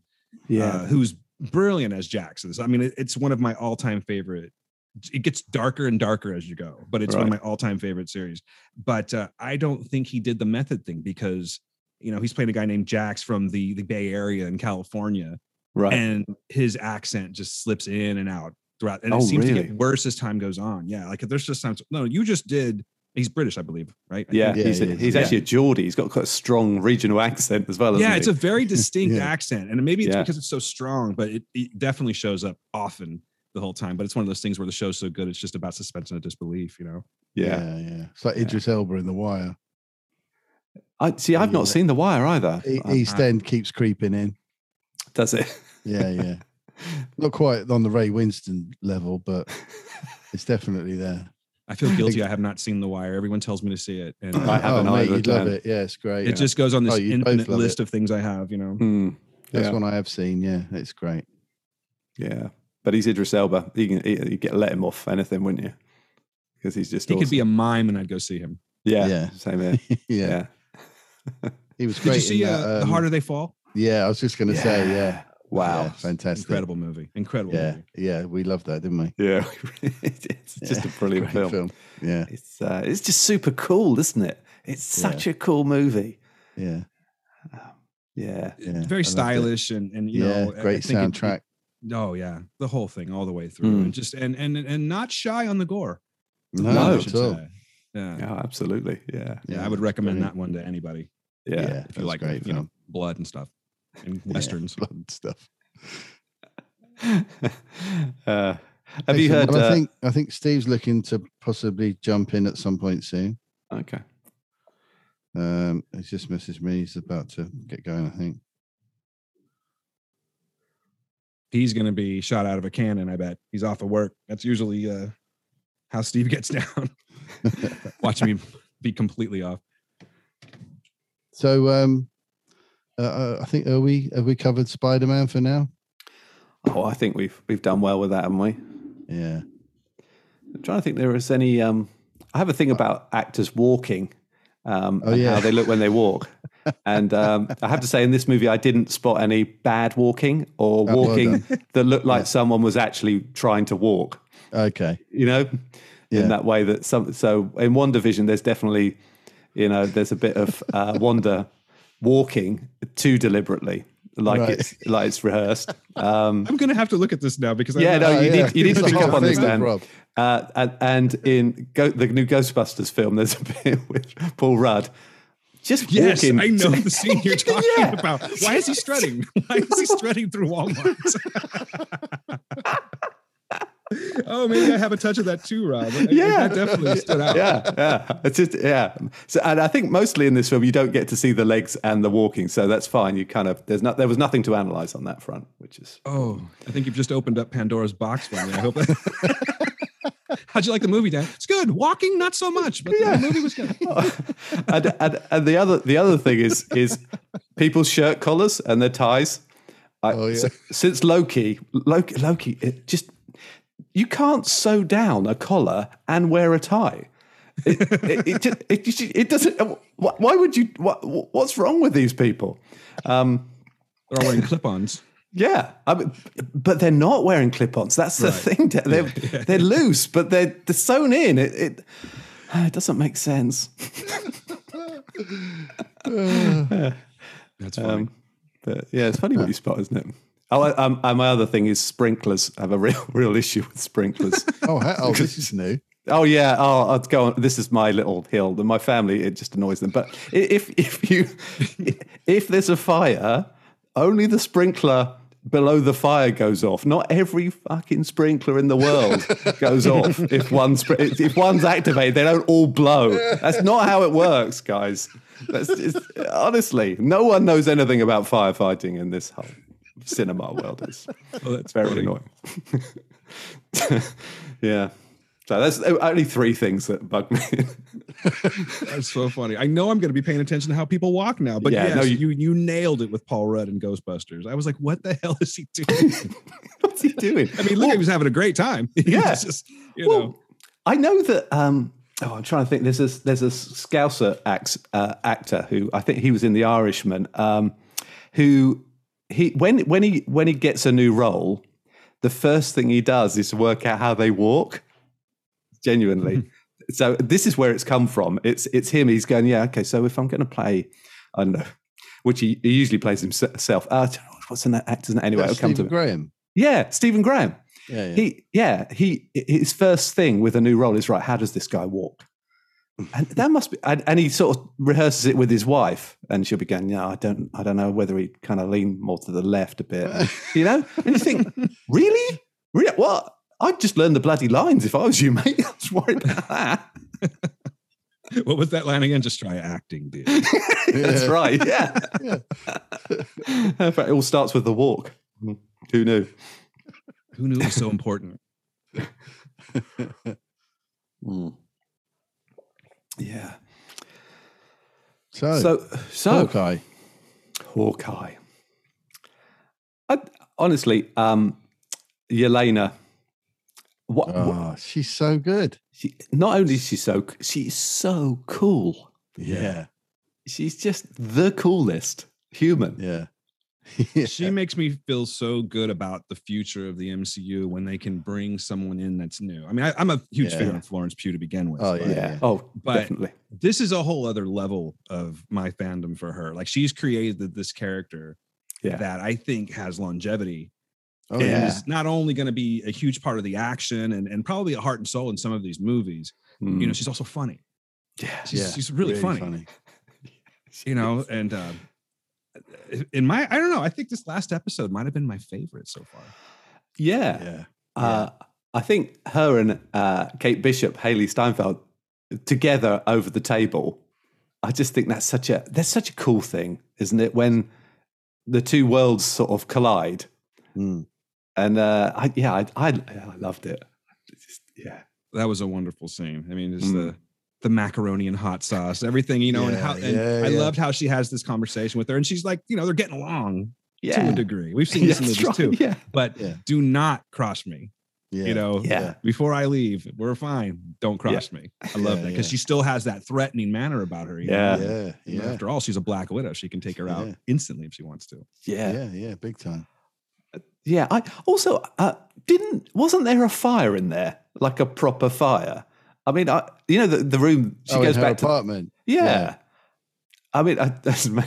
[SPEAKER 4] Yeah.
[SPEAKER 5] uh, who's brilliant as Jackson. I mean, it- it's one of my all-time favorite. It gets darker and darker as you go, but it's one of
[SPEAKER 4] Right.
[SPEAKER 5] my all-time favorite series. But uh, I don't think he did the method thing because you know he's playing a guy named Jax from the the Bay Area in California,
[SPEAKER 4] right.
[SPEAKER 5] and his accent just slips in and out throughout, and
[SPEAKER 4] Oh,
[SPEAKER 5] it seems to
[SPEAKER 4] really?
[SPEAKER 5] get worse as time goes on. Yeah, like there's just times. No, you just did He's British, I believe, right? I
[SPEAKER 4] Yeah,
[SPEAKER 5] think-
[SPEAKER 2] Yeah,
[SPEAKER 4] he's,
[SPEAKER 2] he is.
[SPEAKER 4] he's actually a Geordie. He's got quite a strong regional accent as well.
[SPEAKER 5] yeah,
[SPEAKER 4] hasn't
[SPEAKER 5] it's a very distinct
[SPEAKER 2] Yeah.
[SPEAKER 5] accent, and maybe it's
[SPEAKER 4] Yeah.
[SPEAKER 5] because it's so strong, but it, it definitely shows up often the whole time. But it's one of those things where the show's so good, it's just about suspension of disbelief, you know.
[SPEAKER 4] he? yeah.
[SPEAKER 2] yeah, yeah. It's like Idris Elba in The Wire.
[SPEAKER 4] I see. I've not
[SPEAKER 2] Yeah.
[SPEAKER 4] seen The Wire either.
[SPEAKER 2] E-
[SPEAKER 4] Uh,
[SPEAKER 2] East End keeps creeping in.
[SPEAKER 4] Does it?
[SPEAKER 2] Yeah, yeah. Not quite on the Ray Winston level, but it's definitely there.
[SPEAKER 5] I feel guilty. I have not seen The Wire. Everyone tells me to see it, and
[SPEAKER 4] I haven't
[SPEAKER 2] oh, mate,
[SPEAKER 4] either,
[SPEAKER 2] you'd love
[SPEAKER 4] Dan.
[SPEAKER 2] it. Yeah, it's great.
[SPEAKER 5] it just goes on this
[SPEAKER 2] Oh, you'd both
[SPEAKER 5] infinite
[SPEAKER 2] love
[SPEAKER 5] list of things I have, you know.
[SPEAKER 4] Hmm.
[SPEAKER 2] That's
[SPEAKER 4] yeah.
[SPEAKER 2] one I have seen. Yeah, it's great.
[SPEAKER 4] Yeah, but he's Idris Elba. You can he, you get let him off anything, wouldn't you? Because he's just
[SPEAKER 5] He
[SPEAKER 4] awesome.
[SPEAKER 5] could be a mime, and I'd go see him.
[SPEAKER 4] yeah,
[SPEAKER 2] Yeah.
[SPEAKER 4] same here.
[SPEAKER 2] yeah.
[SPEAKER 4] Yeah,
[SPEAKER 2] he was
[SPEAKER 5] Did
[SPEAKER 2] great. in
[SPEAKER 5] you see
[SPEAKER 2] that,
[SPEAKER 5] uh, The
[SPEAKER 2] um,
[SPEAKER 5] Harder They Fall?
[SPEAKER 2] Yeah, I was just going to say, yeah.
[SPEAKER 4] Wow.
[SPEAKER 2] Yeah, fantastic.
[SPEAKER 5] Incredible movie. Incredible
[SPEAKER 2] Yeah,
[SPEAKER 5] movie.
[SPEAKER 2] yeah. We loved that, didn't we?
[SPEAKER 4] Yeah, it's just
[SPEAKER 2] Yeah,
[SPEAKER 4] a brilliant
[SPEAKER 2] great
[SPEAKER 4] film.
[SPEAKER 2] Yeah,
[SPEAKER 4] It's uh, it's just super cool, isn't it? It's
[SPEAKER 2] Yeah.
[SPEAKER 4] such a cool movie.
[SPEAKER 2] yeah,
[SPEAKER 4] Yeah,
[SPEAKER 2] yeah. I
[SPEAKER 5] It's
[SPEAKER 2] loved
[SPEAKER 5] very
[SPEAKER 2] it.
[SPEAKER 5] stylish and and you
[SPEAKER 2] yeah,
[SPEAKER 5] know I- I
[SPEAKER 2] great
[SPEAKER 5] think it-
[SPEAKER 2] soundtrack. Hmm.
[SPEAKER 5] oh yeah, the whole thing all the way through,
[SPEAKER 4] Mm.
[SPEAKER 5] and just and and and not shy on the gore.
[SPEAKER 2] no,
[SPEAKER 4] No,
[SPEAKER 5] I
[SPEAKER 2] not
[SPEAKER 5] should
[SPEAKER 2] at all.
[SPEAKER 5] say. Yeah. yeah,
[SPEAKER 4] oh, absolutely. Yeah,
[SPEAKER 5] I would recommend
[SPEAKER 2] brilliant.
[SPEAKER 5] that one to anybody
[SPEAKER 4] yeah.
[SPEAKER 2] Yeah,
[SPEAKER 5] if
[SPEAKER 2] that's
[SPEAKER 5] you like
[SPEAKER 2] great
[SPEAKER 5] you know
[SPEAKER 2] film.
[SPEAKER 5] blood and stuff and
[SPEAKER 2] Yeah.
[SPEAKER 5] westerns.
[SPEAKER 2] Blood stuff.
[SPEAKER 4] uh, have
[SPEAKER 2] Excellent.
[SPEAKER 4] you heard?
[SPEAKER 2] Well, I
[SPEAKER 4] uh,
[SPEAKER 2] think I think Steve's looking to possibly jump in at some point soon.
[SPEAKER 4] okay.
[SPEAKER 2] Um, he's just messaged me. He's about to get going. I think.
[SPEAKER 5] He's gonna be shot out of a cannon. I bet he's off of work. That's usually uh, how Steve gets down. Watch me be completely off.
[SPEAKER 2] So, um, uh, uh, I think are we have we covered Spider Man for now?
[SPEAKER 4] Oh, I think we've we've done well with that, haven't we?
[SPEAKER 2] Yeah.
[SPEAKER 4] I'm trying to think there is any. Um, I have a thing about actors walking um,
[SPEAKER 2] Oh,
[SPEAKER 4] and
[SPEAKER 2] yeah.
[SPEAKER 4] how they look when they walk. and um, I have to say, in this movie, I didn't spot any bad walking or
[SPEAKER 2] Oh, well
[SPEAKER 4] walking that looked like someone was actually trying to walk.
[SPEAKER 2] Okay.
[SPEAKER 4] You know,
[SPEAKER 2] Yeah.
[SPEAKER 4] in that way that some. So in one division, there's definitely, you know, there's a bit of uh, Wanda walking too deliberately, like
[SPEAKER 2] Right.
[SPEAKER 4] it's like it's rehearsed. Um,
[SPEAKER 5] I'm gonna have to look at this now because
[SPEAKER 4] Yeah,
[SPEAKER 5] I'm
[SPEAKER 4] no,
[SPEAKER 5] not-
[SPEAKER 2] Oh,
[SPEAKER 4] you need- you need to
[SPEAKER 2] It's a
[SPEAKER 4] pick
[SPEAKER 2] whole
[SPEAKER 4] up on this,
[SPEAKER 2] thing with
[SPEAKER 4] Dan.
[SPEAKER 2] Rob.
[SPEAKER 4] Uh, and, and in Go, the new Ghostbusters film, there's a bit with Paul Rudd just
[SPEAKER 5] Yes,
[SPEAKER 4] walking.
[SPEAKER 5] I know the scene you're talking
[SPEAKER 4] Yeah.
[SPEAKER 5] about. Why is he strutting? Why is he strutting through Walmart? oh, maybe I have a touch of that too, Rob. I- I-
[SPEAKER 4] Yeah.
[SPEAKER 5] that definitely stood out.
[SPEAKER 4] Yeah, yeah, it's just yeah. So, and I think mostly in this film, you don't get to see the legs and the walking, so that's fine. You kind of there's not there was nothing to analyze on that front, which is
[SPEAKER 5] Oh, I think you've just opened up Pandora's box for me. I hope. How'd you like the movie, Dad? It's good. Walking, not so much, but the movie was good.
[SPEAKER 4] and, and, and the other the other thing is is people's shirt collars and their ties. I,
[SPEAKER 2] Oh, yeah.
[SPEAKER 4] so- since Loki, Loki, Loki, it just you can't sew down a collar and wear a tie. It, it, it, just- it, just- it doesn't. wh- Why would you? What, what's wrong with these people? Um,
[SPEAKER 5] They're all wearing clip-ons.
[SPEAKER 4] yeah, I mean, but they're not wearing clip-ons. That's the thing. Dan. They're they're loose, but they're, they're sewn in. It, it it doesn't make sense.
[SPEAKER 5] That's funny.
[SPEAKER 4] Um, But yeah, it's funny what you spot, isn't it? Oh, I, um, and my other thing is sprinklers. I have a real, real issue with sprinklers.
[SPEAKER 2] Oh, ha- oh, this is new.
[SPEAKER 4] oh yeah. Oh, I'd go on. This is my little hill. That my family it just annoys them. But i- if if you if there's a fire, only the sprinkler below the fire goes off. Not every fucking sprinkler in the world goes off. If one's spr- if one's activated, they don't all blow. That's not how it works, guys. That's just, honestly, no one knows anything about firefighting in this whole cinema world. It's
[SPEAKER 5] Oh, that's
[SPEAKER 4] very
[SPEAKER 5] funny.
[SPEAKER 4] annoying. yeah. So that's uh, only three things that bug me.
[SPEAKER 5] That's so funny. I know I'm going to be paying attention to how people walk now, but
[SPEAKER 4] Yeah,
[SPEAKER 5] yes,
[SPEAKER 4] no,
[SPEAKER 5] you, you nailed it with Paul Rudd and Ghostbusters. I was like, what the hell is he doing?
[SPEAKER 4] What's he doing?
[SPEAKER 5] I mean, look, he was having a great time. It's
[SPEAKER 4] Yeah.
[SPEAKER 5] just, you
[SPEAKER 4] Well,
[SPEAKER 5] know,
[SPEAKER 4] I know that. Um, oh, I'm trying to think. There's a there's a Scouser act, uh, actor who I think he was in The Irishman. Um, who he when when he when he gets a new role, the first thing he does is work out how they walk. Genuinely.
[SPEAKER 5] Mm-hmm.
[SPEAKER 4] So this is where it's come from. It's it's him. He's going, yeah, okay. So if I'm going to play, I don't know, which he, he usually plays himself. Uh, what's an actor's name? Anyway,
[SPEAKER 5] Uh,
[SPEAKER 2] That's
[SPEAKER 4] it'll come to
[SPEAKER 2] Stephen
[SPEAKER 4] me.
[SPEAKER 2] Graham.
[SPEAKER 4] Yeah, Stephen Graham.
[SPEAKER 2] Yeah, yeah.
[SPEAKER 4] He, yeah, he, his first thing with a new role is right. How does this guy walk? And that must be, and, and he sort of rehearses it with his wife, and she'll be going, "No, I don't, I don't know whether he kind of leaned more to the left a bit, you know." And you think, "Really? Really? What? I'd just learn the bloody lines if I was you, mate. I was worried about that."
[SPEAKER 5] What was that line again? Just try acting, dude.
[SPEAKER 4] That's
[SPEAKER 2] Yeah.
[SPEAKER 4] right. Yeah.
[SPEAKER 2] Yeah.
[SPEAKER 4] In fact, it all starts with the walk.
[SPEAKER 2] Mm.
[SPEAKER 4] Who knew?
[SPEAKER 5] Who knew it was so important?
[SPEAKER 2] Mm.
[SPEAKER 4] Yeah.
[SPEAKER 2] So,
[SPEAKER 4] so, so
[SPEAKER 2] Hawkeye.
[SPEAKER 4] Hawkeye. I, honestly, um, Yelena. What, what-
[SPEAKER 2] Oh, she's so good.
[SPEAKER 4] she, not only is she so c- she's so cool.
[SPEAKER 2] Yeah.
[SPEAKER 4] She's just the coolest human.
[SPEAKER 2] Yeah.
[SPEAKER 5] She makes me feel so good about the future of the MCU when they can bring someone in that's new. I mean, I, I'm a huge
[SPEAKER 2] Yeah.
[SPEAKER 5] fan of Florence Pugh to begin with.
[SPEAKER 2] Oh,
[SPEAKER 5] but
[SPEAKER 2] yeah.
[SPEAKER 4] Oh,
[SPEAKER 5] But-
[SPEAKER 4] definitely.
[SPEAKER 5] This is a whole other level of my fandom for her. Like she's created this character
[SPEAKER 4] Yeah.
[SPEAKER 5] that I think has longevity
[SPEAKER 2] Oh,
[SPEAKER 5] and
[SPEAKER 2] yeah.
[SPEAKER 5] is not only going to be a huge part of the action and, and probably a heart and soul in some of these movies. You know,
[SPEAKER 4] Mm.
[SPEAKER 5] she's also funny.
[SPEAKER 4] yeah.
[SPEAKER 5] She's,
[SPEAKER 2] Yeah,
[SPEAKER 5] she's really, funny. You know, and uh, in my I don't know. I think this last episode might have been my favorite so far.
[SPEAKER 4] yeah.
[SPEAKER 2] Yeah.
[SPEAKER 4] Uh, I think her and uh, Kate Bishop, Haley Steinfeld, together over the table. I just think that's such a that's such a cool thing, isn't it? When the two worlds sort of collide,
[SPEAKER 2] Mm.
[SPEAKER 4] and uh, I, yeah, I, I I loved it. It's just- yeah,
[SPEAKER 5] that was a wonderful scene. I mean, just
[SPEAKER 4] Mm.
[SPEAKER 5] the the macaroni and hot sauce, everything, you know, and
[SPEAKER 2] Yeah,
[SPEAKER 5] how and
[SPEAKER 2] yeah,
[SPEAKER 5] I
[SPEAKER 2] yeah.
[SPEAKER 5] loved how she has this conversation with her. And she's like, you know, they're getting along to
[SPEAKER 4] yeah,
[SPEAKER 5] a degree. We've seen this in
[SPEAKER 4] That's
[SPEAKER 5] movies too.
[SPEAKER 4] right, Yeah,
[SPEAKER 5] But
[SPEAKER 2] Yeah.
[SPEAKER 5] do not cross me.
[SPEAKER 2] Yeah.
[SPEAKER 5] You know,
[SPEAKER 4] yeah,
[SPEAKER 5] before I leave, we're fine. Don't cross me. I love
[SPEAKER 2] Yeah,
[SPEAKER 5] that because
[SPEAKER 2] yeah.
[SPEAKER 5] she still has that threatening manner about her. you know?
[SPEAKER 4] Yeah.
[SPEAKER 2] Yeah.
[SPEAKER 5] And
[SPEAKER 2] Yeah.
[SPEAKER 5] After all, she's a black widow. She can take her out
[SPEAKER 2] Yeah.
[SPEAKER 5] instantly if she wants to.
[SPEAKER 4] yeah, yeah.
[SPEAKER 2] Yeah. Yeah. Big time.
[SPEAKER 4] I also uh, didn't wasn't there a fire in there like a proper fire? I mean, I you know the, the room she
[SPEAKER 2] oh, in
[SPEAKER 4] goes
[SPEAKER 2] her
[SPEAKER 4] back to
[SPEAKER 2] apartment.
[SPEAKER 4] Yeah.
[SPEAKER 2] Yeah.
[SPEAKER 4] I mean, I, that's, ma-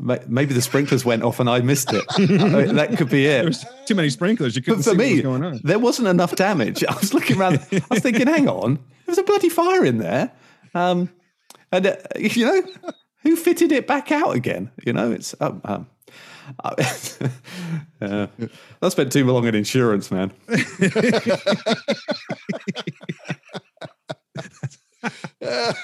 [SPEAKER 4] ma- maybe the sprinklers went off and I missed it. I mean, that could be
[SPEAKER 5] There
[SPEAKER 4] it.
[SPEAKER 5] was too many sprinklers. You couldn't
[SPEAKER 4] for
[SPEAKER 5] see what was
[SPEAKER 4] me,
[SPEAKER 5] going on.
[SPEAKER 4] There wasn't enough damage. I was looking around. I was thinking, hang on, there's a bloody fire in there. Um, and, uh, you know, who fitted it back out again? You know, it's. Um, um, I, uh, I spent too long in insurance, man.
[SPEAKER 2] I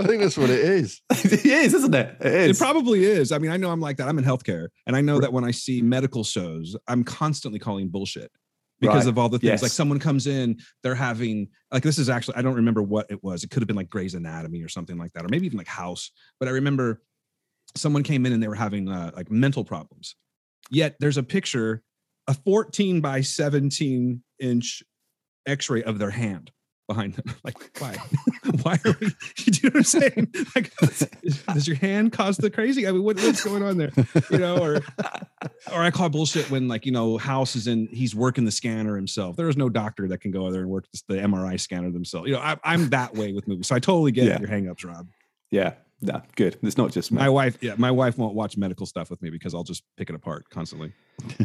[SPEAKER 2] think that's what it is.
[SPEAKER 4] it is, isn't it? It
[SPEAKER 5] It
[SPEAKER 4] is.
[SPEAKER 5] probably is. I mean, I know I'm like that. I'm in healthcare, and I know that when I see medical shows, I'm constantly calling bullshit because
[SPEAKER 4] Right.
[SPEAKER 5] of all the things.
[SPEAKER 4] Yes.
[SPEAKER 5] Like someone comes in, they're having like this is actually I don't remember what it was. It could have been like Grey's Anatomy or something like that, or maybe even like House. But I remember someone came in and they were having uh, like mental problems. Yet there's a picture, a 14 by 17 inch X-ray of their hand behind them. Like why? why are we? You know what I'm saying? Like, does your hand cause the crazy? I mean, what, what's going on there? You know, or or I call bullshit when like you know House is in. He's working the scanner himself. There is no doctor that can go out there and work this- the MRI scanner themselves. You know, I, I'm that way with movies, so I totally get
[SPEAKER 4] Yeah.
[SPEAKER 5] your hangups, Rob.
[SPEAKER 4] yeah. No, good. It's not just me.
[SPEAKER 5] My wife, yeah, my wife won't watch medical stuff with me because I'll just pick it apart constantly.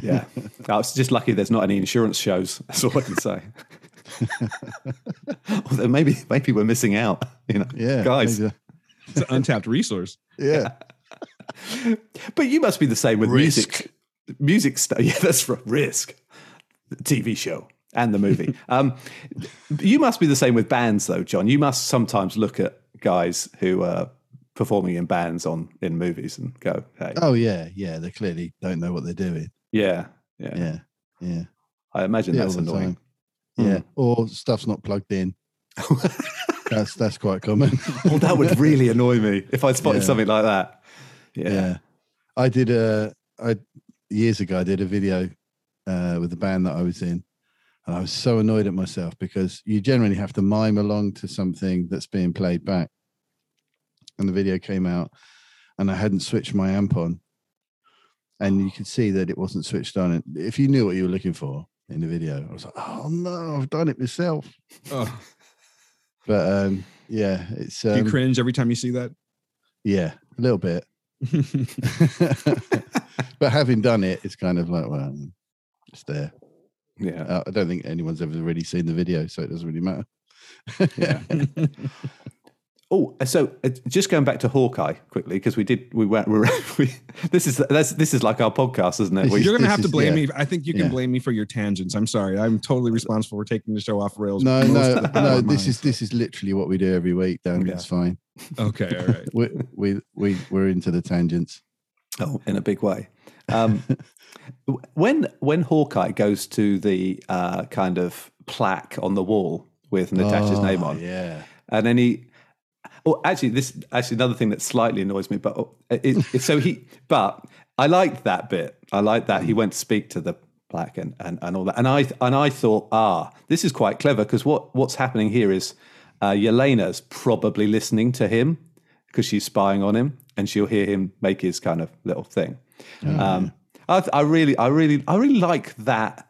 [SPEAKER 4] Yeah. I was just lucky there's not any insurance shows. That's all I can say. Although maybe maybe we're missing out, you know.
[SPEAKER 2] Yeah.
[SPEAKER 4] Guys.
[SPEAKER 2] maybe.
[SPEAKER 5] It's an untapped resource.
[SPEAKER 2] Yeah.
[SPEAKER 4] But you must be the same with
[SPEAKER 2] Risk.
[SPEAKER 4] music. Music stuff. Yeah, that's right. Risk. The TV show and the movie. um, you must be the same with bands though, John. You must sometimes look at guys who are performing in bands on in movies and go, hey.
[SPEAKER 2] Oh, yeah. Yeah. They clearly don't know what they're doing.
[SPEAKER 4] Yeah, yeah.
[SPEAKER 2] Yeah. Yeah.
[SPEAKER 4] I imagine
[SPEAKER 2] Yeah,
[SPEAKER 4] that's
[SPEAKER 2] all the
[SPEAKER 4] annoying.
[SPEAKER 2] Yeah. Or stuff's not plugged in. That's that's quite common.
[SPEAKER 4] well, that would really annoy me if I spotted
[SPEAKER 2] Yeah.
[SPEAKER 4] something like that.
[SPEAKER 2] yeah.
[SPEAKER 4] yeah.
[SPEAKER 2] I did a I years ago I did a video uh with the band that I was in and I was so annoyed at myself because you generally have to mime along to something that's being played back. And the video came out and I hadn't switched my amp on. And you could see that it wasn't switched on. And if you knew what you were looking for in the video, I was like, oh no, I've done it myself.
[SPEAKER 5] Oh,
[SPEAKER 2] But um yeah, it's
[SPEAKER 5] do
[SPEAKER 2] um,
[SPEAKER 5] you cringe every time you see that?
[SPEAKER 2] yeah, a little bit. but having done it, it's kind of like, well, it's there.
[SPEAKER 4] Yeah.
[SPEAKER 2] Uh, I don't think anyone's ever really seen the video, so it doesn't really matter. Yeah.
[SPEAKER 4] Oh, so uh, just going back to Hawkeye quickly because we did we went we, we this is that's this is like our podcast, isn't it?
[SPEAKER 2] This
[SPEAKER 4] We,
[SPEAKER 2] is-
[SPEAKER 5] You're gonna
[SPEAKER 2] This
[SPEAKER 5] have to
[SPEAKER 2] is-
[SPEAKER 5] blame
[SPEAKER 2] yeah.
[SPEAKER 5] me. I think you can
[SPEAKER 2] Yeah. Uh,
[SPEAKER 5] blame me for your tangents. I'm sorry. I'm totally responsible for taking the show off rails.
[SPEAKER 2] No,
[SPEAKER 5] most
[SPEAKER 2] no,
[SPEAKER 5] of the time
[SPEAKER 2] no.
[SPEAKER 5] on
[SPEAKER 2] This
[SPEAKER 5] mine.
[SPEAKER 2] is this is literally what we do every week, Dan.
[SPEAKER 4] Yeah.
[SPEAKER 2] It's fine.
[SPEAKER 5] okay. All right.
[SPEAKER 2] We we we we're into the tangents.
[SPEAKER 4] oh, in a big way. Um, w- when when Hawkeye goes to the uh, kind of plaque on the wall with Natasha's
[SPEAKER 2] Oh,
[SPEAKER 4] name on,
[SPEAKER 2] Yeah.
[SPEAKER 4] and then he well actually this actually another thing that slightly annoys me but oh, it, it- so he but i liked that bit i liked that he went to speak to the black and, and and all that and i and i thought ah this is quite clever because what what's happening here is uh, yelena's probably listening to him because she's spying on him and she'll hear him make his kind of little thing um I, th- I really i really i really like that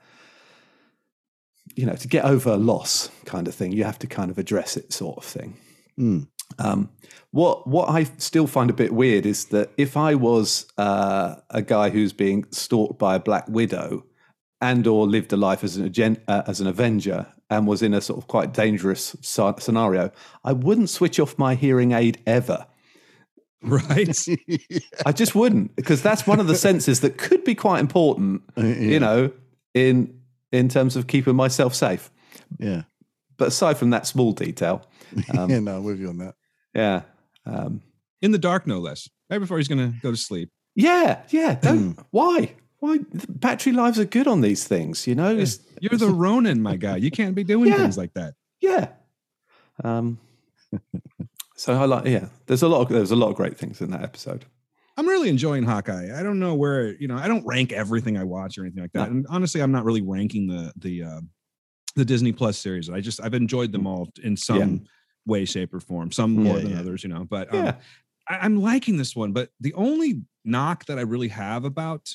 [SPEAKER 4] you know, to get over a loss kind of thing, you have to kind of address it sort of thing.
[SPEAKER 2] Mm.
[SPEAKER 4] Um, what what I still find a bit weird is that if I was uh, a guy who's being stalked by a black widow and or lived a life as an agen- uh, as an avenger and was in a sort of quite dangerous sce- scenario, I wouldn't switch off my hearing aid ever.
[SPEAKER 5] Right.
[SPEAKER 4] I just wouldn't because that's one of the senses that could be quite important,
[SPEAKER 2] Yeah.
[SPEAKER 4] you know, in in terms of keeping myself safe.
[SPEAKER 2] Yeah.
[SPEAKER 4] But aside from that small detail, Um,
[SPEAKER 2] yeah. No, I'm with you on that.
[SPEAKER 4] Yeah. Um,
[SPEAKER 5] In the dark, no less. Right before he's gonna go to sleep.
[SPEAKER 4] yeah. Yeah.
[SPEAKER 5] Hmm.
[SPEAKER 4] Don't. why? Why? The battery lives are good on these things, you know? It's,
[SPEAKER 5] You're the Ronin, my guy. You can't be doing
[SPEAKER 4] Yeah.
[SPEAKER 5] things like that.
[SPEAKER 4] yeah. Um, so I like, yeah, there's a lot of, there's a lot of great things in that episode.
[SPEAKER 5] I'm really enjoying Hawkeye. I don't know where you know. I don't rank everything I watch or anything like that.
[SPEAKER 4] No.
[SPEAKER 5] And honestly, I'm not really ranking the the uh, the Disney Plus series. I just I've enjoyed them all in some way, shape, or form. Some more
[SPEAKER 2] Mm. Yeah,
[SPEAKER 5] than
[SPEAKER 2] yeah.
[SPEAKER 5] others, you know. But um,
[SPEAKER 4] Yeah.
[SPEAKER 5] I, I'm liking this one. But the only knock that I really have about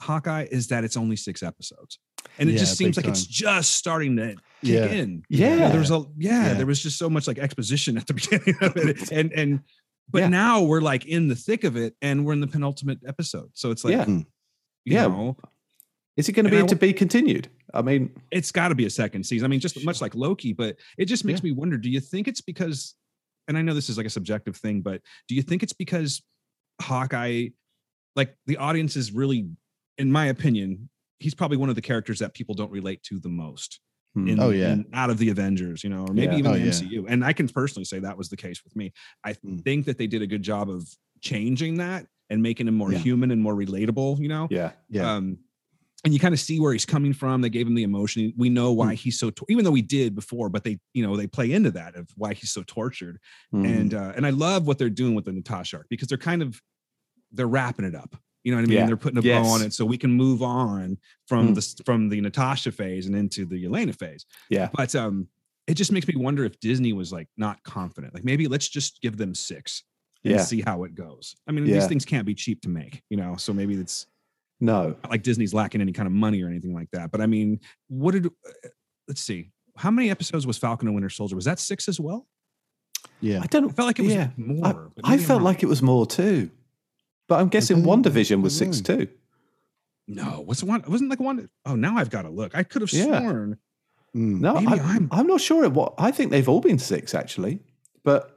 [SPEAKER 5] Hawkeye is that it's only six episodes, and it
[SPEAKER 2] Yeah,
[SPEAKER 5] just seems
[SPEAKER 2] big
[SPEAKER 5] like it's
[SPEAKER 2] time.
[SPEAKER 5] just starting to kick
[SPEAKER 2] Yeah.
[SPEAKER 5] in.
[SPEAKER 4] Yeah.
[SPEAKER 5] there was a yeah,
[SPEAKER 2] Yeah.
[SPEAKER 5] there was just so much like exposition at the beginning of it, and and but
[SPEAKER 4] Yeah.
[SPEAKER 5] now we're like in the thick of it, and we're in the penultimate episode, so it's like
[SPEAKER 4] Yeah.
[SPEAKER 5] you
[SPEAKER 4] Yeah.
[SPEAKER 5] know,
[SPEAKER 4] Is it going to
[SPEAKER 5] And
[SPEAKER 4] be
[SPEAKER 5] I
[SPEAKER 4] a to
[SPEAKER 5] wa-
[SPEAKER 4] be continued? I mean,
[SPEAKER 5] it's got to be a second season. I mean, just much like Loki, but it just makes me wonder: Do you think it's because? And I know this is like a subjective thing, but do you think it's because Hawkeye, like the audience is really, in my opinion, he's probably one of the characters that people don't relate to the most
[SPEAKER 4] hmm.
[SPEAKER 5] in,
[SPEAKER 2] Oh, yeah.
[SPEAKER 5] in- out of the Avengers, you know, or maybe
[SPEAKER 4] Yeah.
[SPEAKER 5] even
[SPEAKER 2] Oh,
[SPEAKER 5] the
[SPEAKER 2] yeah.
[SPEAKER 5] MCU. And I can personally say that was the case with me. I
[SPEAKER 2] Mm.
[SPEAKER 5] think that they did a good job of changing that and making him more
[SPEAKER 2] Yeah.
[SPEAKER 5] human and more relatable, you know?
[SPEAKER 4] yeah.
[SPEAKER 2] Yeah.
[SPEAKER 5] Um, and you kind of see where he's coming from. They gave him the emotion. We know why
[SPEAKER 4] Hmm.
[SPEAKER 5] he's so, tor- even though we did before, but they, you know, they play into that of why he's so tortured.
[SPEAKER 4] Hmm.
[SPEAKER 5] And, uh, and I love what they're doing with the Natasha arc because they're kind of, they're wrapping it up. You know what I mean?
[SPEAKER 4] Yeah.
[SPEAKER 5] They're putting a
[SPEAKER 4] Yes.
[SPEAKER 5] bow on it so we can move on
[SPEAKER 4] Mm.
[SPEAKER 5] from the from the Natasha phase and into the Elena phase
[SPEAKER 4] yeah.
[SPEAKER 5] but um it just makes me wonder if disney was like not confident like maybe let's just give them six and
[SPEAKER 4] Yeah.
[SPEAKER 5] see how it goes i mean
[SPEAKER 4] Yeah.
[SPEAKER 5] these things can't be cheap to make you know so maybe it's
[SPEAKER 4] No.
[SPEAKER 5] not like disney's lacking any kind of money or anything like that but i mean what did uh, let's see how many episodes was falcon and winter soldier was that six as well
[SPEAKER 2] Yeah.
[SPEAKER 4] I
[SPEAKER 5] i
[SPEAKER 4] don't,
[SPEAKER 5] felt like it was
[SPEAKER 4] Yeah.
[SPEAKER 5] more
[SPEAKER 4] I,
[SPEAKER 5] but
[SPEAKER 4] I
[SPEAKER 5] maybe I'm
[SPEAKER 4] felt
[SPEAKER 5] wrong.
[SPEAKER 4] like it was more too, but I'm guessing
[SPEAKER 2] don't know.
[SPEAKER 4] one division was
[SPEAKER 2] I don't
[SPEAKER 4] six
[SPEAKER 5] Hmm.
[SPEAKER 4] too.
[SPEAKER 5] no what's the one wasn't like one oh now i've got to look i could have
[SPEAKER 4] Yeah.
[SPEAKER 5] sworn
[SPEAKER 2] Mm.
[SPEAKER 4] No,
[SPEAKER 5] maybe
[SPEAKER 4] I,
[SPEAKER 5] i'm
[SPEAKER 4] I'm not sure what I think they've all been six actually, but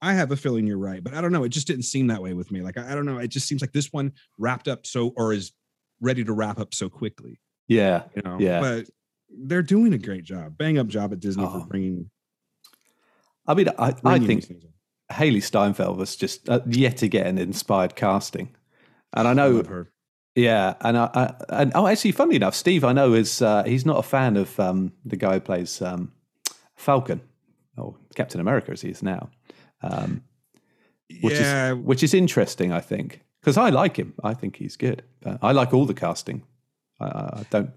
[SPEAKER 5] I have a feeling you're right, but I don't know. It just didn't seem that way with me. Like I, I don't know. It just seems like this one wrapped up so or is ready to wrap up so quickly.
[SPEAKER 4] yeah,
[SPEAKER 5] You know.
[SPEAKER 4] Yeah.
[SPEAKER 5] But they're doing a great job, bang up job at Disney
[SPEAKER 4] Oh,
[SPEAKER 5] for bringing.
[SPEAKER 4] I mean, I, I
[SPEAKER 5] bringing
[SPEAKER 4] think
[SPEAKER 5] these things in.
[SPEAKER 4] Haley Steinfeld was just uh, yet again inspired casting, and I
[SPEAKER 5] I
[SPEAKER 4] know,
[SPEAKER 5] love her.
[SPEAKER 4] yeah, and I, I and oh, actually, funnily enough, Steve, I know is uh, he's not a fan of um, the guy who plays um, Falcon or Captain America as he is now, um, which
[SPEAKER 5] yeah.
[SPEAKER 4] is which is interesting, I think, because I like him, I think he's good, uh, I like all the casting, I, I I don't,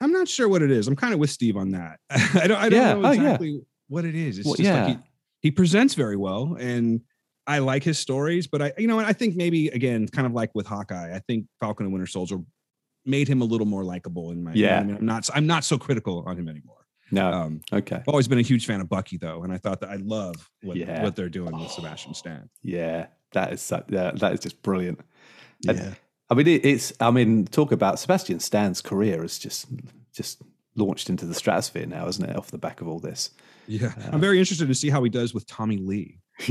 [SPEAKER 5] I'm not sure what it is. I'm kind of with Steve on that. I don't. I don't
[SPEAKER 4] Yeah.
[SPEAKER 5] know
[SPEAKER 4] Oh, yeah.
[SPEAKER 5] exactly what it is. It's
[SPEAKER 4] Well,
[SPEAKER 5] just
[SPEAKER 4] yeah.
[SPEAKER 5] like he, he presents very well, and I like his stories. But I, you know, and I think maybe again, kind of like with Hawkeye, I think Falcon and Winter Soldier made him a little more likable in my. you know what
[SPEAKER 4] Yeah. Uh,
[SPEAKER 5] I mean? I'm not. I'm not so critical on him anymore.
[SPEAKER 4] no,
[SPEAKER 5] Um,
[SPEAKER 4] okay,
[SPEAKER 5] I've always been a huge fan of Bucky though, and I thought that I love what,
[SPEAKER 4] Yeah. Oh.
[SPEAKER 5] what they're doing with Sebastian Stan.
[SPEAKER 4] yeah, that is so, yeah, that is just brilliant.
[SPEAKER 2] Yeah.
[SPEAKER 4] I mean, it, it's. I mean, talk about Sebastian Stan's career is just, just launched into the stratosphere now, isn't it? Off the back of all this.
[SPEAKER 5] Yeah,
[SPEAKER 4] Uh,
[SPEAKER 5] I'm very interested to see how he does with Tommy Lee. Uh,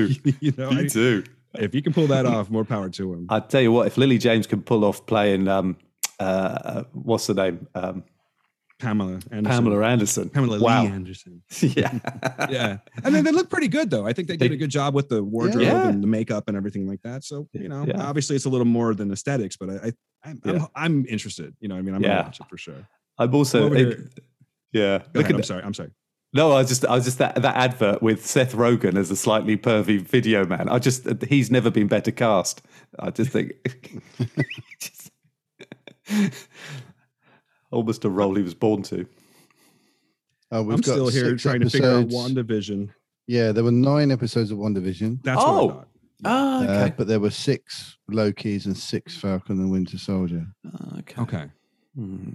[SPEAKER 5] you know, I-
[SPEAKER 4] too. Uh,
[SPEAKER 5] if you can pull that off, more power to him.
[SPEAKER 4] I tell you what, if Lily James can pull off playing um, uh, what's the name, um,
[SPEAKER 5] Pamela Anderson.
[SPEAKER 4] Pamela Anderson,
[SPEAKER 5] Pamela
[SPEAKER 4] wow,
[SPEAKER 5] Lee Anderson.
[SPEAKER 4] yeah,
[SPEAKER 5] Yeah, and then they look pretty good though. I think they did
[SPEAKER 4] They-
[SPEAKER 5] a good job with the wardrobe
[SPEAKER 4] Yeah.
[SPEAKER 5] and the makeup and everything like that. So you know,
[SPEAKER 4] Yeah.
[SPEAKER 5] obviously it's a little more than aesthetics, but I, I I'm,
[SPEAKER 4] Yeah.
[SPEAKER 5] I'm, I'm interested. You know, what I mean, I'm
[SPEAKER 4] Yeah.
[SPEAKER 5] gonna watch it for sure.
[SPEAKER 4] I'm also,
[SPEAKER 5] Over
[SPEAKER 4] it-
[SPEAKER 5] here.
[SPEAKER 4] yeah.
[SPEAKER 5] Go
[SPEAKER 4] Look
[SPEAKER 5] ahead,
[SPEAKER 4] at
[SPEAKER 5] I'm
[SPEAKER 4] that.
[SPEAKER 5] sorry. I'm sorry.
[SPEAKER 4] no, I was just, I was just that, that advert with Seth Rogen as a slightly pervy video man. I just, he's never been better cast. I just think, just- almost a role he was born to.
[SPEAKER 2] Oh, we've
[SPEAKER 5] I'm
[SPEAKER 2] got
[SPEAKER 5] still here
[SPEAKER 2] six
[SPEAKER 5] trying to figure out
[SPEAKER 2] episodes.
[SPEAKER 5] WandaVision.
[SPEAKER 2] Yeah, there were nine episodes of One Division,
[SPEAKER 5] That's
[SPEAKER 4] Oh.
[SPEAKER 5] what I thought.
[SPEAKER 4] Ah,
[SPEAKER 2] uh, but there were six Loki's and six Falcon and Winter Soldier.
[SPEAKER 4] Ah, okay.
[SPEAKER 5] Okay.
[SPEAKER 4] Hmm.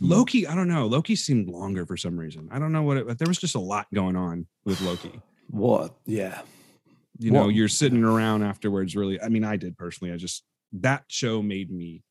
[SPEAKER 5] Loki, I don't know. Loki seemed longer for some reason. I don't know what it, there was just a lot going on with Loki.
[SPEAKER 4] What? Yeah.
[SPEAKER 5] You know,
[SPEAKER 4] Well-
[SPEAKER 5] you're sitting around afterwards, really. I mean, I did personally. I just, that show made me,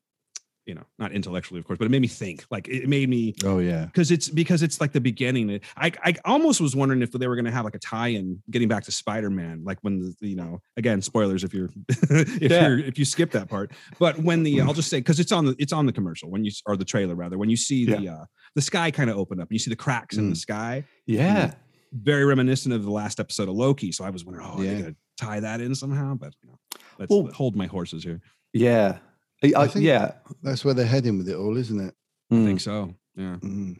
[SPEAKER 5] you know, not intellectually, of course, but it made me think. Like, it made me,
[SPEAKER 2] Oh yeah,
[SPEAKER 5] because it's, because it's like the beginning. I, I almost was wondering if they were going to have like a tie in getting back to Spider Man, like when, the, you know, again, spoilers if you're, if
[SPEAKER 4] Yeah.
[SPEAKER 5] you're, if you skip that part. But when the I'll just say because it's on the it's on the commercial when you or the trailer rather when you see the uh, the sky kind of open up and you see the cracks in the sky,
[SPEAKER 4] Yeah.
[SPEAKER 5] very reminiscent of the last episode of Loki. So I was wondering, oh, are
[SPEAKER 2] Yeah.
[SPEAKER 5] they gonna tie that in somehow? But you know, let's
[SPEAKER 4] Well-
[SPEAKER 5] hold my horses here.
[SPEAKER 4] Yeah. I, I,
[SPEAKER 2] I think-
[SPEAKER 4] yeah.
[SPEAKER 2] that's where they're heading with it all, isn't it?
[SPEAKER 5] I
[SPEAKER 4] Mm.
[SPEAKER 5] think so. Yeah.
[SPEAKER 2] Mm.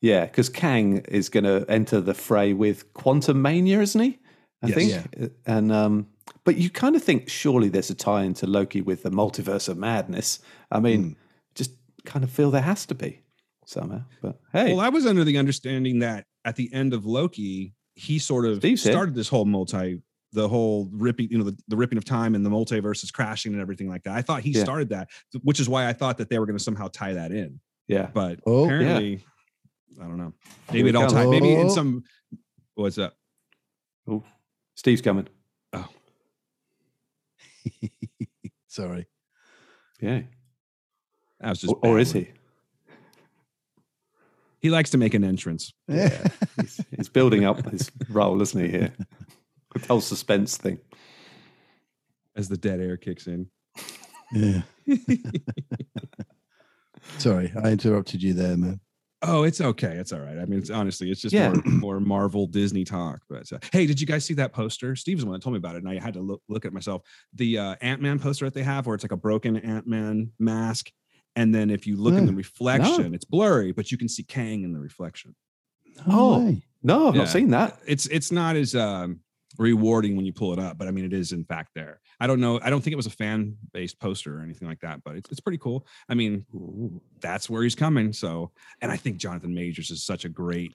[SPEAKER 4] Yeah, because Kang is going to enter the fray with Quantum Mania, isn't he? I
[SPEAKER 5] Yes.
[SPEAKER 4] think.
[SPEAKER 2] Yeah.
[SPEAKER 4] Uh, And um, but you kind of think surely there's a tie into Loki with the multiverse of madness. I
[SPEAKER 5] Hmm.
[SPEAKER 4] mean, just kind of feel there has to be somehow. But hey,
[SPEAKER 5] Well, I was under the understanding that at the end of Loki, he sort of
[SPEAKER 4] Steve's here.
[SPEAKER 5] started this whole multi, the whole ripping, you know, the, the ripping of time and the multiverses crashing and everything like that. I thought he
[SPEAKER 4] Yeah.
[SPEAKER 5] started that, which is why I thought that they were going to somehow tie that in.
[SPEAKER 4] yeah,
[SPEAKER 5] but
[SPEAKER 2] Oh, yeah.
[SPEAKER 5] apparently, I don't know.
[SPEAKER 4] Here
[SPEAKER 5] Maybe
[SPEAKER 4] we
[SPEAKER 5] it all
[SPEAKER 4] come.
[SPEAKER 5] time. Maybe in
[SPEAKER 2] Oh.
[SPEAKER 5] some. What's up?
[SPEAKER 4] Steve's coming.
[SPEAKER 2] Sorry.
[SPEAKER 4] Yeah,
[SPEAKER 5] I was just.
[SPEAKER 4] or, or Oh, is
[SPEAKER 5] babbling.
[SPEAKER 4] he?
[SPEAKER 5] He likes to make an entrance.
[SPEAKER 2] Yeah.
[SPEAKER 4] He's, he's building up his role, isn't he? Here, the whole suspense thing.
[SPEAKER 5] As the dead air kicks in,
[SPEAKER 2] yeah. Sorry, I interrupted you there, man.
[SPEAKER 5] oh, it's okay. It's all right. I mean, it's honestly, it's just
[SPEAKER 4] Yeah.
[SPEAKER 5] more, more Marvel Disney talk. But uh, hey, did you guys see that poster? Steve's the one that told me about it, and I had to look look at it myself. The uh, Ant Man poster that they have, where it's like a broken Ant Man mask, and then if you look in
[SPEAKER 2] Yeah.
[SPEAKER 5] the reflection, it's blurry, but you can see Kang in the reflection.
[SPEAKER 4] Oh.
[SPEAKER 2] way.
[SPEAKER 4] No, I've
[SPEAKER 5] Yeah.
[SPEAKER 4] not seen that.
[SPEAKER 5] it's it's not as um, rewarding when you pull it up, but I mean it is in fact there. I don't know. I don't think it was a fan based poster or anything like that, but it's it's pretty cool. I mean, that's where he's coming. So, and I think Jonathan Majors is such a great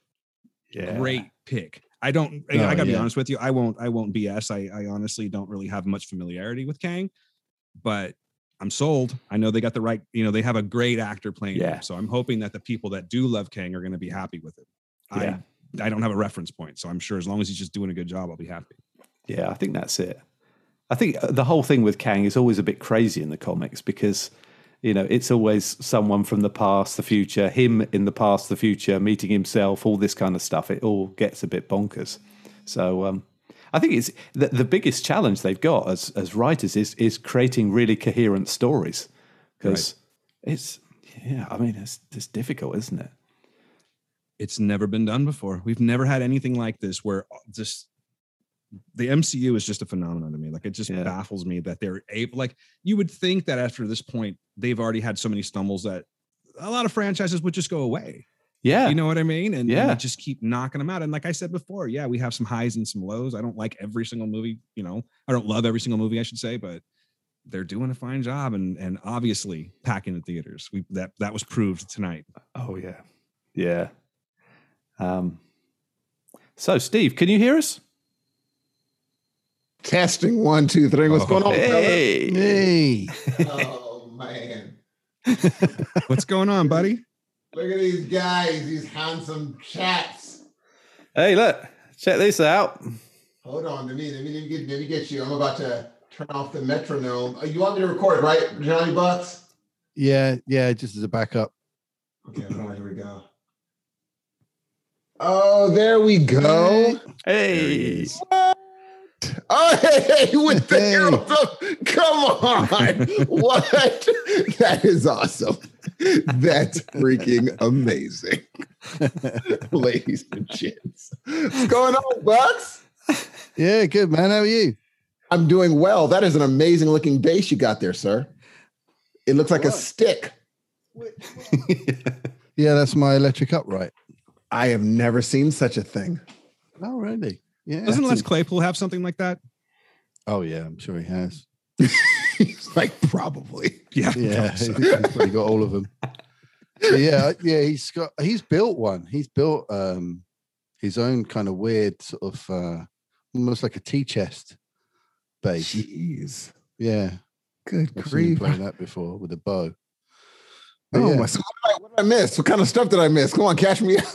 [SPEAKER 4] Yeah.
[SPEAKER 5] great pick. I don't. I-
[SPEAKER 2] Oh,
[SPEAKER 5] I gotta be
[SPEAKER 2] yeah.
[SPEAKER 5] honest with you. I won't. I won't BS. I, I honestly don't really have much familiarity with Kang, but I'm sold. I know they got the right. You know, they have a great actor playing. him.
[SPEAKER 4] Yeah.
[SPEAKER 5] So I'm hoping that the people that do love Kang are going to be happy with it.
[SPEAKER 4] Yeah.
[SPEAKER 5] I I don't have a reference point, so I'm sure as long as he's just doing a good job, I'll be happy.
[SPEAKER 4] Yeah, I think that's it. I think uh, the whole thing with Kang is always a bit crazy in the comics because, you know, it's always someone from the past, the future, him in the past, the future, meeting himself, all this kind of stuff. It all gets a bit bonkers. So um, I think it's the, the biggest challenge they've got as as writers is is creating really coherent stories because it's yeah, I mean it's it's difficult, isn't it?
[SPEAKER 5] It's never been done before. We've never had anything like this where uh, just the MCU is just a phenomenon to me. Like it just
[SPEAKER 4] Yeah.
[SPEAKER 5] baffles me that they're able. Like you would think that after this point, they've already had so many stumbles that a lot of franchises would just go away.
[SPEAKER 4] Yeah,
[SPEAKER 5] You know what I mean? And, and
[SPEAKER 4] Yeah.
[SPEAKER 5] they just keep knocking them out. And like I said before, yeah, we have some highs and some lows. I don't like every single movie. You know, I don't love every single movie. I should say, but they're doing a fine job and and obviously packing the theaters. We that that was proved tonight.
[SPEAKER 4] Oh yeah, yeah. Um, so Steve, can you hear us?
[SPEAKER 6] Testing one, two, three. What's going on?
[SPEAKER 4] Oh.
[SPEAKER 2] Hey.
[SPEAKER 6] fellas? Oh man.
[SPEAKER 5] What's going on, buddy?
[SPEAKER 6] Look at these guys, these handsome chaps.
[SPEAKER 4] hey, look, check this out.
[SPEAKER 6] Hold on, let me let me, let me, get, let me get you. I'm about to turn off the Oh, metronome. Uh, You want me to record, right, Johnny Bucks?
[SPEAKER 2] Yeah, yeah, just as a backup.
[SPEAKER 6] Okay, hold on, here we go. Oh, there we go.
[SPEAKER 2] Mm-hmm.
[SPEAKER 4] Hey,
[SPEAKER 6] Oh, hey, hey, with the
[SPEAKER 2] Hey.
[SPEAKER 6] arrows up. Come on. what? That is awesome. That's freaking amazing. Ladies and gents. What's going on, Bucks?
[SPEAKER 2] Yeah, good man. How are you?
[SPEAKER 6] I'm doing well. That is an amazing looking base you got there, sir. It looks like a
[SPEAKER 2] What?
[SPEAKER 6] stick.
[SPEAKER 2] Yeah, that's my electric upright.
[SPEAKER 6] I have never seen such a thing.
[SPEAKER 2] Oh, really? Yeah.
[SPEAKER 5] Doesn't Les Claypool have something like that?
[SPEAKER 2] oh, yeah. I'm sure he has.
[SPEAKER 6] He's like, probably.
[SPEAKER 5] Yeah.
[SPEAKER 2] Yeah, he's probably got all of them. So, yeah, yeah. He's got. He's built one. He's built um his own kind of weird sort of uh almost like a tea chest base.
[SPEAKER 6] Jeez.
[SPEAKER 2] Yeah,
[SPEAKER 6] Good
[SPEAKER 2] I've seen him
[SPEAKER 6] grief.
[SPEAKER 2] play that before with a bow. But
[SPEAKER 6] Oh,
[SPEAKER 2] yeah.
[SPEAKER 6] my, so what, did I, what did I miss? What kind of stuff did I miss? Come on, catch me up.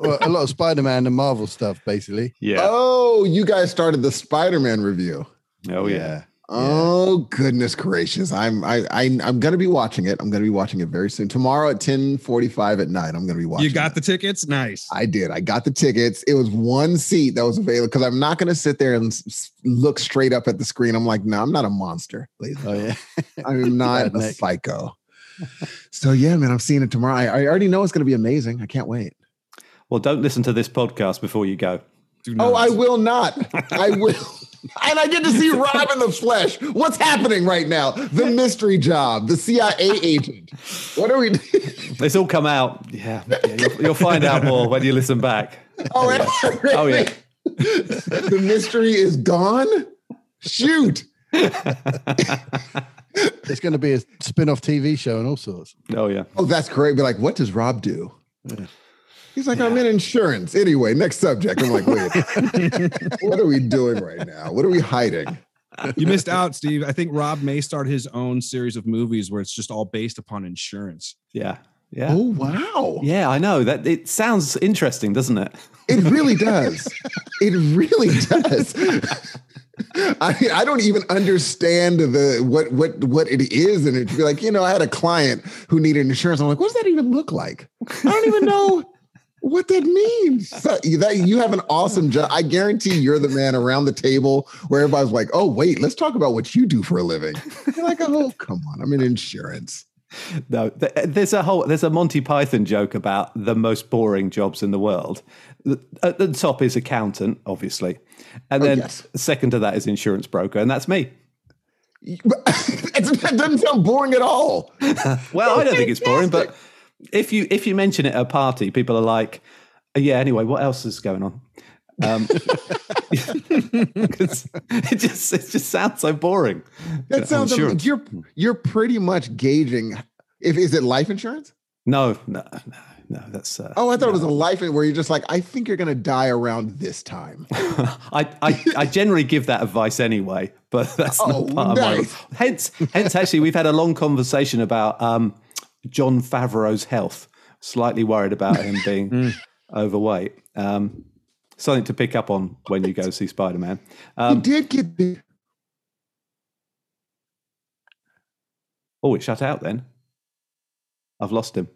[SPEAKER 2] well, a lot of Spider-Man and Marvel stuff, basically.
[SPEAKER 4] yeah,
[SPEAKER 6] Oh, you guys started the Spider-Man review.
[SPEAKER 4] oh yeah.
[SPEAKER 6] Oh goodness gracious! I'm I, I I'm gonna be watching it. I'm gonna be watching it very soon. Tomorrow at 10:45 at night. I'm gonna be watching.
[SPEAKER 5] You got
[SPEAKER 6] it.
[SPEAKER 5] the tickets? Nice.
[SPEAKER 6] I did. I got the tickets. It was one seat that was available because I'm not gonna sit there and s- s- look straight up at the screen. I'm like, no, I'm not a monster. ladies.
[SPEAKER 2] Oh yeah.
[SPEAKER 6] I'm not a
[SPEAKER 2] Redneck.
[SPEAKER 6] psycho. So yeah, man, I'm seeing it tomorrow. I, I already know it's gonna be amazing. I can't wait.
[SPEAKER 4] Well, don't listen to this podcast before you go.
[SPEAKER 5] Do
[SPEAKER 6] Oh,
[SPEAKER 5] not.
[SPEAKER 6] I will not. I will. And I get to see Rob in the flesh. What's happening right now? The mystery job, the CIA agent. What are we?
[SPEAKER 4] It's all come out. Yeah, yeah, you'll, you'll find out more when you listen back.
[SPEAKER 6] Oh, everything.
[SPEAKER 4] Oh, yeah.
[SPEAKER 6] the mystery is gone. Shoot.
[SPEAKER 2] It's going to be a spin-off TV show and all sorts.
[SPEAKER 4] Oh yeah.
[SPEAKER 6] Oh, that's great. Be like, what does Rob do? He's like, I'm in insurance. Anyway, next subject. I'm like, wait, what are we doing right now? What are we hiding?
[SPEAKER 5] you missed out, Steve. I think Rob may start his own series of movies where it's just all based upon insurance.
[SPEAKER 4] Yeah. Yeah.
[SPEAKER 6] Oh, wow.
[SPEAKER 4] Yeah, I know. That it sounds interesting, doesn't it?
[SPEAKER 6] It really does. It really does. I mean, I don't even understand the what what what it is, and it'd be like, you know, I had a client who needed insurance. I'm like, what does that even look like? I don't even know what that means. So you- that you have an awesome job. I guarantee you're the man around the table where everybody's like, oh wait, let's talk about what you do for a living. You're like, oh come on, I'm in insurance.
[SPEAKER 4] No, th- there's a whole there's a Monty Python joke about the most boring jobs in the world. The- At the top is accountant, obviously, and
[SPEAKER 6] Oh,
[SPEAKER 4] then
[SPEAKER 6] yes.
[SPEAKER 4] second to that is insurance broker, and that's me.
[SPEAKER 6] It's- it doesn't sound boring at all.
[SPEAKER 4] Well, I don't think it's boring, but if you if you mention it at a party, people are like, "Uh, "Yeah, anyway, what else is going on?" Um, 'cause it just it just sounds so boring.
[SPEAKER 6] That sounds
[SPEAKER 4] Insurance.
[SPEAKER 6] amazing. You're you're pretty much gauging if is it life insurance?
[SPEAKER 4] No, no, no, no. That's uh,
[SPEAKER 6] Oh, I thought it was a life in- where you're just like, I think you're gonna die around this time.
[SPEAKER 4] I, I I generally give that advice anyway, but that's
[SPEAKER 6] Oh,
[SPEAKER 4] not part
[SPEAKER 6] nice.
[SPEAKER 4] of my. Hence, hence, actually, we've had a long conversation about um, John Favreau's health. Slightly worried about him
[SPEAKER 6] Mm.
[SPEAKER 4] being overweight. Um, something to pick up on when you go see Spider Man.
[SPEAKER 6] you
[SPEAKER 4] Um,
[SPEAKER 6] did get the
[SPEAKER 4] oh, it shut out then. I've lost him.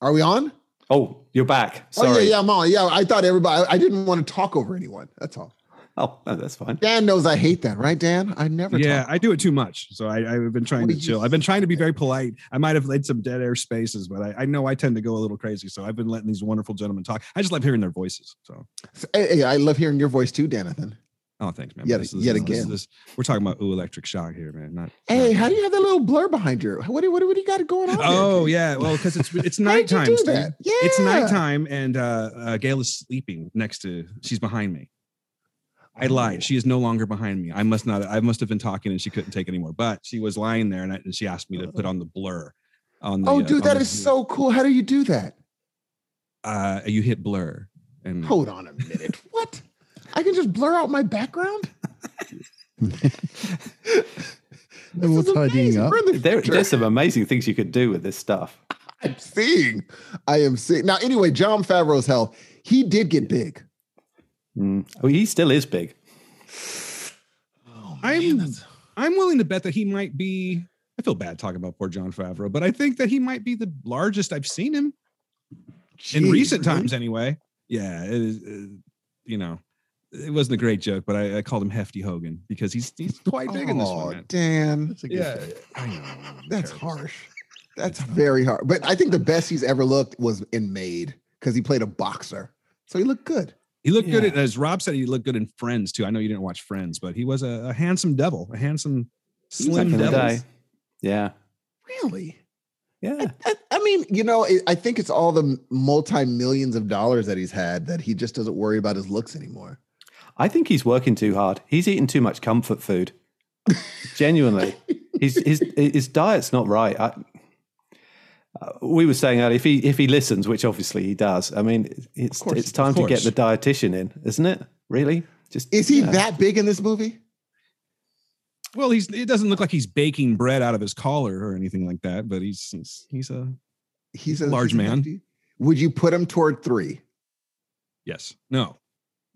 [SPEAKER 6] Are we on?
[SPEAKER 4] Oh, you're back. Sorry.
[SPEAKER 6] Oh yeah, yeah, I'm on. Yeah, I thought everybody. I didn't want to talk over anyone. That's all.
[SPEAKER 4] Oh, no, that's fine.
[SPEAKER 6] Dan knows I hate that, right, Dan? I never.
[SPEAKER 5] Yeah,
[SPEAKER 6] Talk.
[SPEAKER 5] I do it too much. So I, I've been trying
[SPEAKER 6] What
[SPEAKER 5] to
[SPEAKER 6] do you
[SPEAKER 5] chill. I've been trying to be very polite. I might have laid some dead air spaces, but I, I know I tend to go a little crazy. So I've been letting these wonderful gentlemen talk. I just love hearing their voices. So,
[SPEAKER 6] Hey, hey, I love hearing your voice too, Danathan.
[SPEAKER 5] oh, thanks, man.
[SPEAKER 6] Yet- yet again.
[SPEAKER 5] we're talking about ooh, electric shock here, man. Not.
[SPEAKER 6] Hey,
[SPEAKER 5] not-
[SPEAKER 6] how do you have that little blur behind you? What do what, do- what do you got going on? there,
[SPEAKER 5] Oh
[SPEAKER 6] dude?
[SPEAKER 5] yeah, well, because it's it's
[SPEAKER 6] How did you
[SPEAKER 5] nighttime.
[SPEAKER 6] do
[SPEAKER 5] Steve.
[SPEAKER 6] that? Yeah,
[SPEAKER 5] It's nighttime, and uh, uh, Gail is sleeping next to. She's behind me. I
[SPEAKER 6] Oh.
[SPEAKER 5] lied. She is no longer behind me. I must not. I must have been talking, and she couldn't take anymore. But she was lying there, and, I, and she asked me to put on the blur. On the,
[SPEAKER 6] Oh,
[SPEAKER 5] uh, on
[SPEAKER 6] dude, that
[SPEAKER 5] the-
[SPEAKER 6] is so cool. How do you do that?
[SPEAKER 5] Uh, you hit blur, and
[SPEAKER 6] Hold on a minute. What? I can just blur out my background? This
[SPEAKER 2] we're
[SPEAKER 6] is
[SPEAKER 2] tidying
[SPEAKER 6] amazing.
[SPEAKER 2] up.
[SPEAKER 6] We're in the
[SPEAKER 4] There,
[SPEAKER 6] future.
[SPEAKER 4] there's some amazing things you could do with this stuff.
[SPEAKER 6] I'm seeing. I am seeing. Now, anyway, John Favreau's hell. He did get big.
[SPEAKER 4] Mm. Oh, he still is big.
[SPEAKER 6] Oh,
[SPEAKER 5] I'm- I'm willing to bet that he might be I feel bad talking about poor John Favreau, but I think that he might be the largest I've seen him in
[SPEAKER 6] Jeez,
[SPEAKER 5] recent
[SPEAKER 6] really?
[SPEAKER 5] times, anyway. Yeah, it is. Uh, you know, it wasn't a great joke, but I, I called him Hefty Hogan because he's he's quite big in this
[SPEAKER 6] Aw,
[SPEAKER 5] one. Man.
[SPEAKER 6] Dan,
[SPEAKER 2] That's a good
[SPEAKER 5] Yeah,
[SPEAKER 2] film.
[SPEAKER 5] I know.
[SPEAKER 6] that's
[SPEAKER 5] Terrible.
[SPEAKER 6] harsh. That's very hard. But I think the best he's ever looked was in Made because he played a boxer, so he looked good.
[SPEAKER 5] He looked good,
[SPEAKER 4] Yeah.
[SPEAKER 5] at, as Rob said. He looked good in Friends too. I know you didn't watch Friends, but he was a, a handsome devil, a handsome
[SPEAKER 4] Back
[SPEAKER 5] slim
[SPEAKER 4] in the
[SPEAKER 5] devil.
[SPEAKER 4] day. Yeah.
[SPEAKER 6] Really?
[SPEAKER 4] Yeah.
[SPEAKER 6] I, I, I mean, you know, it, I think it's all the multi millions of dollars that he's had that he just doesn't worry about his looks anymore.
[SPEAKER 4] I think he's working too hard. He's eating too much comfort food. Genuinely, his his his diet's not right. I, uh, we were saying earlier, if he if he listens, which obviously he does. I mean, it's
[SPEAKER 5] course,
[SPEAKER 4] it's
[SPEAKER 5] of
[SPEAKER 4] time to get
[SPEAKER 5] course.
[SPEAKER 4] the dietitian in, isn't it? Really? Just
[SPEAKER 6] Is he
[SPEAKER 4] yeah.
[SPEAKER 6] that big in this movie?
[SPEAKER 5] Well, he's it doesn't look like he's baking bread out of his collar or anything like that, but he's he's, he's a
[SPEAKER 6] He's
[SPEAKER 5] Large
[SPEAKER 6] he's
[SPEAKER 5] man.
[SPEAKER 6] hefty. Would you put him toward three?
[SPEAKER 5] yes. No.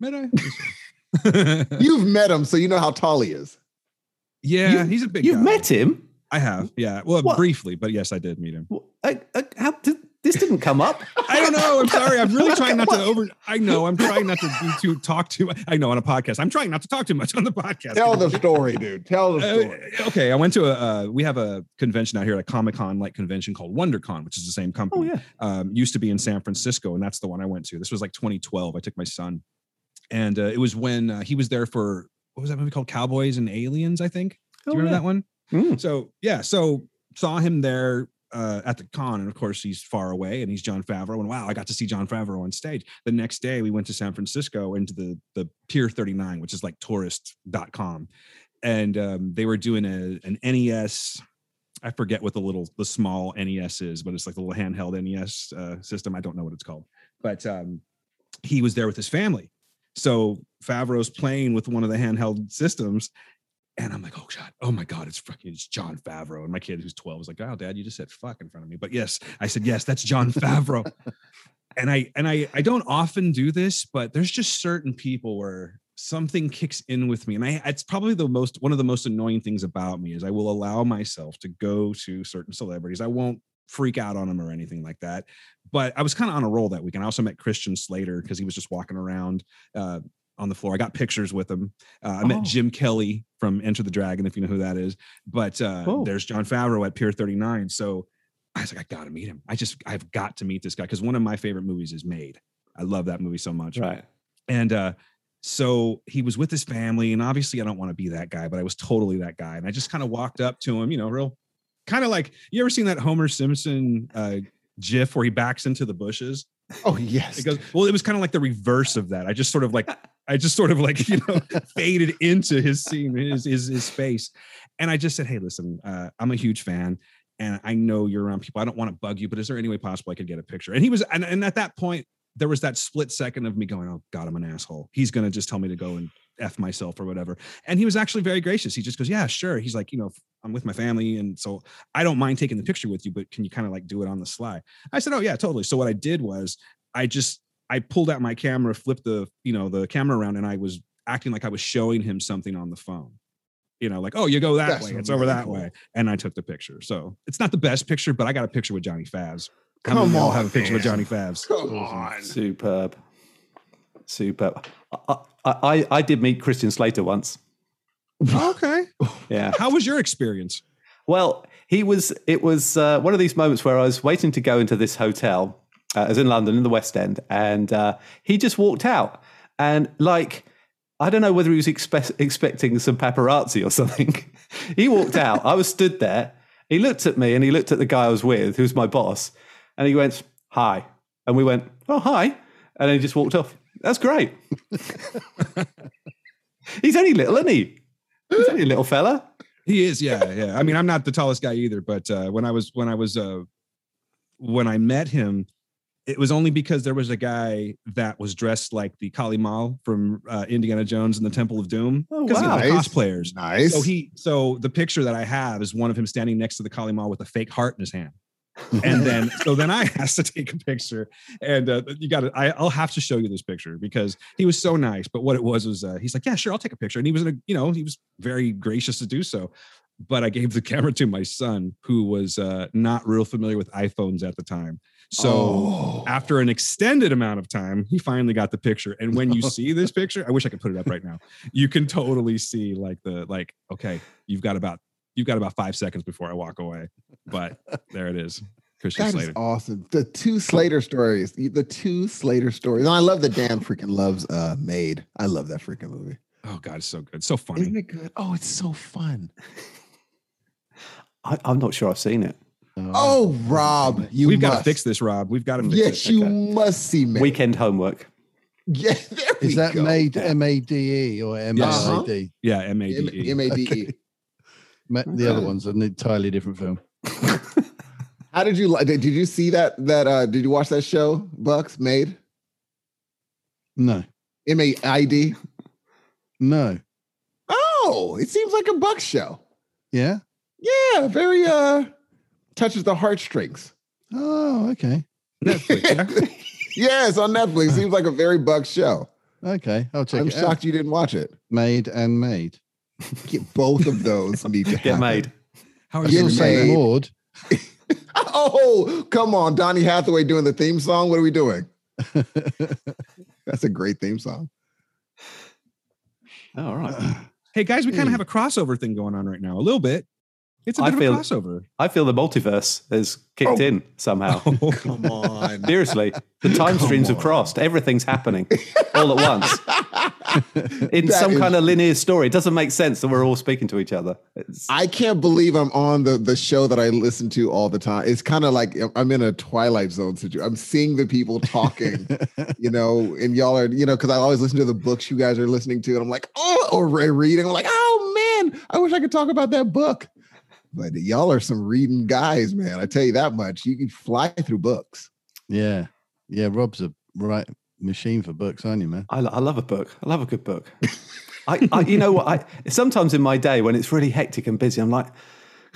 [SPEAKER 5] Might I?
[SPEAKER 6] You've met him, so you know how tall he is.
[SPEAKER 5] yeah,
[SPEAKER 4] You-
[SPEAKER 5] he's a big
[SPEAKER 4] You've
[SPEAKER 5] guy.
[SPEAKER 4] met him.
[SPEAKER 5] I have. Yeah. Well,
[SPEAKER 4] What?
[SPEAKER 5] briefly, but yes, I did meet him.
[SPEAKER 4] Wh- I, I, how did, this didn't come up.
[SPEAKER 5] I don't know. I'm sorry. I'm really trying not to
[SPEAKER 4] What?
[SPEAKER 5] over. I know. I'm trying not to be too talk too. I know on a podcast. I'm trying not to talk too much on the podcast.
[SPEAKER 6] Tell the story, dude. Tell the
[SPEAKER 5] Uh,
[SPEAKER 6] story.
[SPEAKER 5] okay, I went to a. Uh, we have a convention out here, a Comic Con like convention called WonderCon, which is the same company
[SPEAKER 4] Oh yeah.
[SPEAKER 5] um, used to be in San Francisco, and that's the one I went to. This was like 2012. I took my son, and uh, it was when uh, he was there for what was that movie called? Cowboys and Aliens, I think. Do
[SPEAKER 4] Oh,
[SPEAKER 5] you remember
[SPEAKER 4] yeah.
[SPEAKER 5] that one?
[SPEAKER 4] Mm.
[SPEAKER 5] So yeah, so saw him there uh, at the con, and of course he's far away, and he's John Favreau, and wow, I got to see John Favreau on stage. The next day we went to San Francisco into the the Pier 39, which is like tourist.com, and um, they were doing a an NES. I forget what the little the small NES is, but it's like the little handheld NES uh, system. I don't know what it's called, but um, he was there with his family. So Favreau's playing with one of the handheld systems, and I'm like, oh god, oh my god, it's fucking it's John Favreau. And my kid, who's 12, was like, oh, dad, you just said fuck in front of me. But yes, I said yes, that's John Favreau. and I and I I don't often do this, but there's just certain people where something kicks in with me, and I it's probably the most one of the most annoying things about me is I will allow myself to go to certain celebrities. I won't freak out on them or anything like that. But I was kind of on a roll that weekend. I also met Christian Slater because he was just walking around. Uh, on the floor, I got pictures with him. Uh, I
[SPEAKER 4] Oh.
[SPEAKER 5] met Jim Kelly from Enter the Dragon, if you know who that is. But uh,
[SPEAKER 4] Cool.
[SPEAKER 5] there's John Favreau at Pier 39. So I was like, I gotta meet him. I just, I've got to meet this guy because one of my favorite movies is Made. I love that movie so much.
[SPEAKER 4] Right.
[SPEAKER 5] And uh, so he was with his family, and obviously I don't want to be that guy, but I was totally that guy. And I just kind of walked up to him, you know, real kind of like you ever seen that Homer Simpson uh, gif where he backs into the bushes?
[SPEAKER 6] Oh yes.
[SPEAKER 5] It goes, well, it was kind of like the reverse of that. I just sort of like, I just sort of like, you know, faded into his scene, his, his, his face. And I just said, Hey, listen, uh, I'm a huge fan and I know you're around people. I don't want to bug you, but is there any way possible I could get a picture? And he was, and, and at that point, there was that split second of me going, Oh God, I'm an asshole. He's going to just tell me to go and F myself or whatever. And he was actually very gracious. He just goes, Yeah, sure. He's like, You know, I'm with my family. And so I don't mind taking the picture with you, but can you kind of like do it on the sly? I said, Oh, yeah, totally. So what I did was I just I pulled out my camera, flipped the you know the camera around, and I was acting like I was showing him something on the phone. You know, like oh, you go that
[SPEAKER 6] That's
[SPEAKER 5] way, it's over
[SPEAKER 6] really
[SPEAKER 5] that
[SPEAKER 6] cool.
[SPEAKER 5] way, and I took the picture. So it's not the best picture, but I got a picture with Johnny Favs. How many of
[SPEAKER 6] Come
[SPEAKER 5] y'all
[SPEAKER 6] on,
[SPEAKER 5] have a picture with Johnny
[SPEAKER 6] man.
[SPEAKER 5] Favs.
[SPEAKER 6] Come on.
[SPEAKER 4] Superb. Superb. I, I, I, I did meet Christian Slater once.
[SPEAKER 5] okay,
[SPEAKER 4] Yeah.
[SPEAKER 5] how was your experience?
[SPEAKER 4] Well, he was. It was uh, one of these moments where I was waiting to go into this hotel. Uh, I was in London, in the West End, and uh, he just walked out. And like, I don't know whether he was expe- expecting some paparazzi or something. he walked out. I was stood there. He looked at me, and he looked at the guy I was with, who's my boss, and he went, "Hi," and we went, "Oh, hi," and then he just walked off. That's great. He's only little, isn't he? He's only a little fella.
[SPEAKER 5] He is, yeah, yeah. I mean, I'm not the tallest guy either, but uh, when I was when I was uh, when I met him, it was only because there was a guy that was dressed like the Kali Mal from uh, Indiana Jones and the Temple of Doom.
[SPEAKER 4] Oh,
[SPEAKER 5] 'cause
[SPEAKER 4] wow.
[SPEAKER 5] he was
[SPEAKER 6] Nice.
[SPEAKER 5] cosplayers.
[SPEAKER 6] Nice.
[SPEAKER 5] So he, so the picture that I have is one of him standing next to the Kali Mal with a fake heart in his hand. and then, so then I asked to take a picture, and uh, you got to I, I'll have to show you this picture because he was so nice. But what it was was uh, he's like, yeah, sure, I'll take a picture, and he was, in a, you know, he was very gracious to do so. but I gave the camera to my son who was uh, not real familiar with iPhones at the time. So
[SPEAKER 4] Oh.
[SPEAKER 5] after an extended amount of time, he finally got the picture. And when you see this picture, I wish I could put it up right now. You can totally see like the like, okay, you've got about you've got about five seconds before I walk away. But there it is. Christian
[SPEAKER 6] That is
[SPEAKER 5] Slater.
[SPEAKER 6] awesome. The two Slater stories. The two Slater stories. And I love that Dan freaking loves uh Made. I love that freaking movie.
[SPEAKER 5] Oh God, it's so good. So funny.
[SPEAKER 6] Isn't it good? Oh, it's so fun.
[SPEAKER 4] I, I'm not sure I've seen it.
[SPEAKER 2] Um,
[SPEAKER 6] Oh, Rob, you
[SPEAKER 5] We've
[SPEAKER 6] must.
[SPEAKER 5] got to fix this, Rob. We've got to fix
[SPEAKER 6] Yes,
[SPEAKER 5] it.
[SPEAKER 6] you
[SPEAKER 4] Okay.
[SPEAKER 6] must see Made.
[SPEAKER 4] Weekend homework.
[SPEAKER 6] Yeah, there we
[SPEAKER 2] Is that
[SPEAKER 6] go.
[SPEAKER 2] made M A D E or M I D?
[SPEAKER 5] Yeah, M A D E.
[SPEAKER 6] M A D E.
[SPEAKER 2] Ma- The other
[SPEAKER 4] Okay.
[SPEAKER 2] one's an entirely different film.
[SPEAKER 6] How did you like? Did did you see that? That uh did you watch that show? Bucks Made
[SPEAKER 2] No,
[SPEAKER 6] M A I D.
[SPEAKER 2] no,
[SPEAKER 6] Oh, it seems like a Bucks show.
[SPEAKER 2] yeah.
[SPEAKER 6] Yeah, very uh touches the heartstrings.
[SPEAKER 2] Oh, okay,
[SPEAKER 5] Netflix. yeah?
[SPEAKER 6] Yes, on Netflix. Seems like a very Bucks show.
[SPEAKER 2] okay. I'll check
[SPEAKER 6] I'm
[SPEAKER 2] it out.
[SPEAKER 6] shocked you didn't watch it.
[SPEAKER 2] Made and made.
[SPEAKER 6] Get both of those need to
[SPEAKER 4] Get
[SPEAKER 6] happen.
[SPEAKER 4] made.
[SPEAKER 5] How are
[SPEAKER 6] Get
[SPEAKER 2] You'll
[SPEAKER 5] you?
[SPEAKER 6] Gil's-
[SPEAKER 2] say
[SPEAKER 6] made.
[SPEAKER 2] Maud.
[SPEAKER 6] Oh, come on, Donnie Hathaway doing the theme song. What are we doing? That's a great theme song.
[SPEAKER 4] Oh, All right.
[SPEAKER 5] Hey guys, we kind of have a crossover thing going on right now, a little bit. It's a
[SPEAKER 4] I
[SPEAKER 5] bit of a
[SPEAKER 4] feel-
[SPEAKER 5] crossover.
[SPEAKER 4] I feel the multiverse has
[SPEAKER 6] Oh.
[SPEAKER 4] kicked in somehow.
[SPEAKER 6] Come on.
[SPEAKER 4] Seriously, the time
[SPEAKER 6] Come
[SPEAKER 4] streams have
[SPEAKER 6] on.
[SPEAKER 4] crossed. Everything's happening all at once in
[SPEAKER 6] That
[SPEAKER 4] some
[SPEAKER 6] is-
[SPEAKER 4] kind of linear story. It doesn't make sense that we're all speaking to each other. It's,
[SPEAKER 6] I can't believe I'm on the, the show that I listen to all the time. It's kind of like I'm in a Twilight Zone situation. I'm seeing the people talking, you know, and y'all are, you know, because I always listen to the books you guys are listening to. And I'm like, oh, or re- reading. I'm like, oh, man, I wish I could talk about that book. But y'all are some reading guys, man. I tell you that much. You can fly through books.
[SPEAKER 2] Yeah, yeah. Rob's a right machine for books, aren't you, man?
[SPEAKER 4] I, lo- I love a book. I love a good book. I, I, you know what? I sometimes in my day when it's really hectic and busy, I'm like, can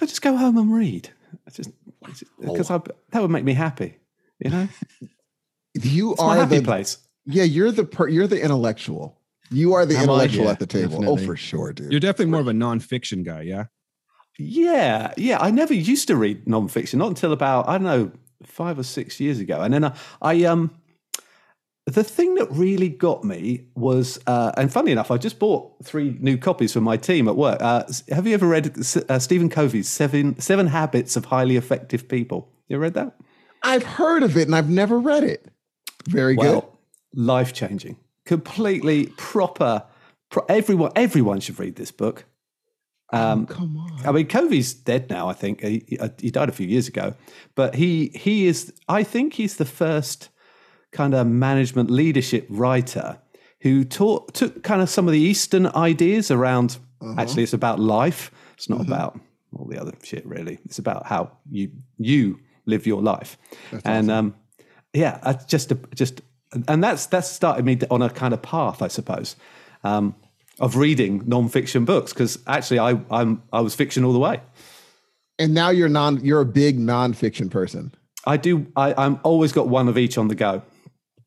[SPEAKER 4] I just go home and read? I just
[SPEAKER 6] Oh.
[SPEAKER 4] because that would make me happy. You know,
[SPEAKER 6] You
[SPEAKER 4] it's my
[SPEAKER 6] are
[SPEAKER 4] happy
[SPEAKER 6] the
[SPEAKER 4] place.
[SPEAKER 6] yeah. You're the per, you're the intellectual. You are the
[SPEAKER 2] Am I?
[SPEAKER 6] intellectual
[SPEAKER 2] Yeah,
[SPEAKER 6] at the table.
[SPEAKER 2] definitely.
[SPEAKER 6] Oh, for sure, dude.
[SPEAKER 5] You're definitely more of a nonfiction guy, yeah.
[SPEAKER 4] Yeah, yeah. I never used to read nonfiction, not until about I don't know five or six years ago. And then I, I um, the thing that really got me was, uh, and funny enough, I just bought three new copies for my team at work. Uh, s- have you ever read S- uh, Stephen Covey's Seven Seven Habits of Highly Effective People? You ever read that?
[SPEAKER 6] I've heard of it and I've never read it. Very good.
[SPEAKER 4] Well, life changing, completely proper. Pro- everyone, everyone should read this book. Um,
[SPEAKER 6] Oh, Come on.
[SPEAKER 4] I mean, Covey's dead now. I think he, he- he died a few years ago, but he he is. I think he's the first kind of management leadership writer who taught took kind of some of the Eastern ideas around.
[SPEAKER 6] Uh-huh.
[SPEAKER 4] Actually, it's about life. It's not
[SPEAKER 6] Mm-hmm.
[SPEAKER 4] about all the other shit. Really, it's about how you you live your life. and um, yeah, I just just and that's that's started me on a kind of path, I suppose. Um, of reading non-fiction books because actually I I'm I was fiction all the way.
[SPEAKER 6] And now you're non you're a big nonfiction person.
[SPEAKER 4] I do I I'm always got one of each on the go.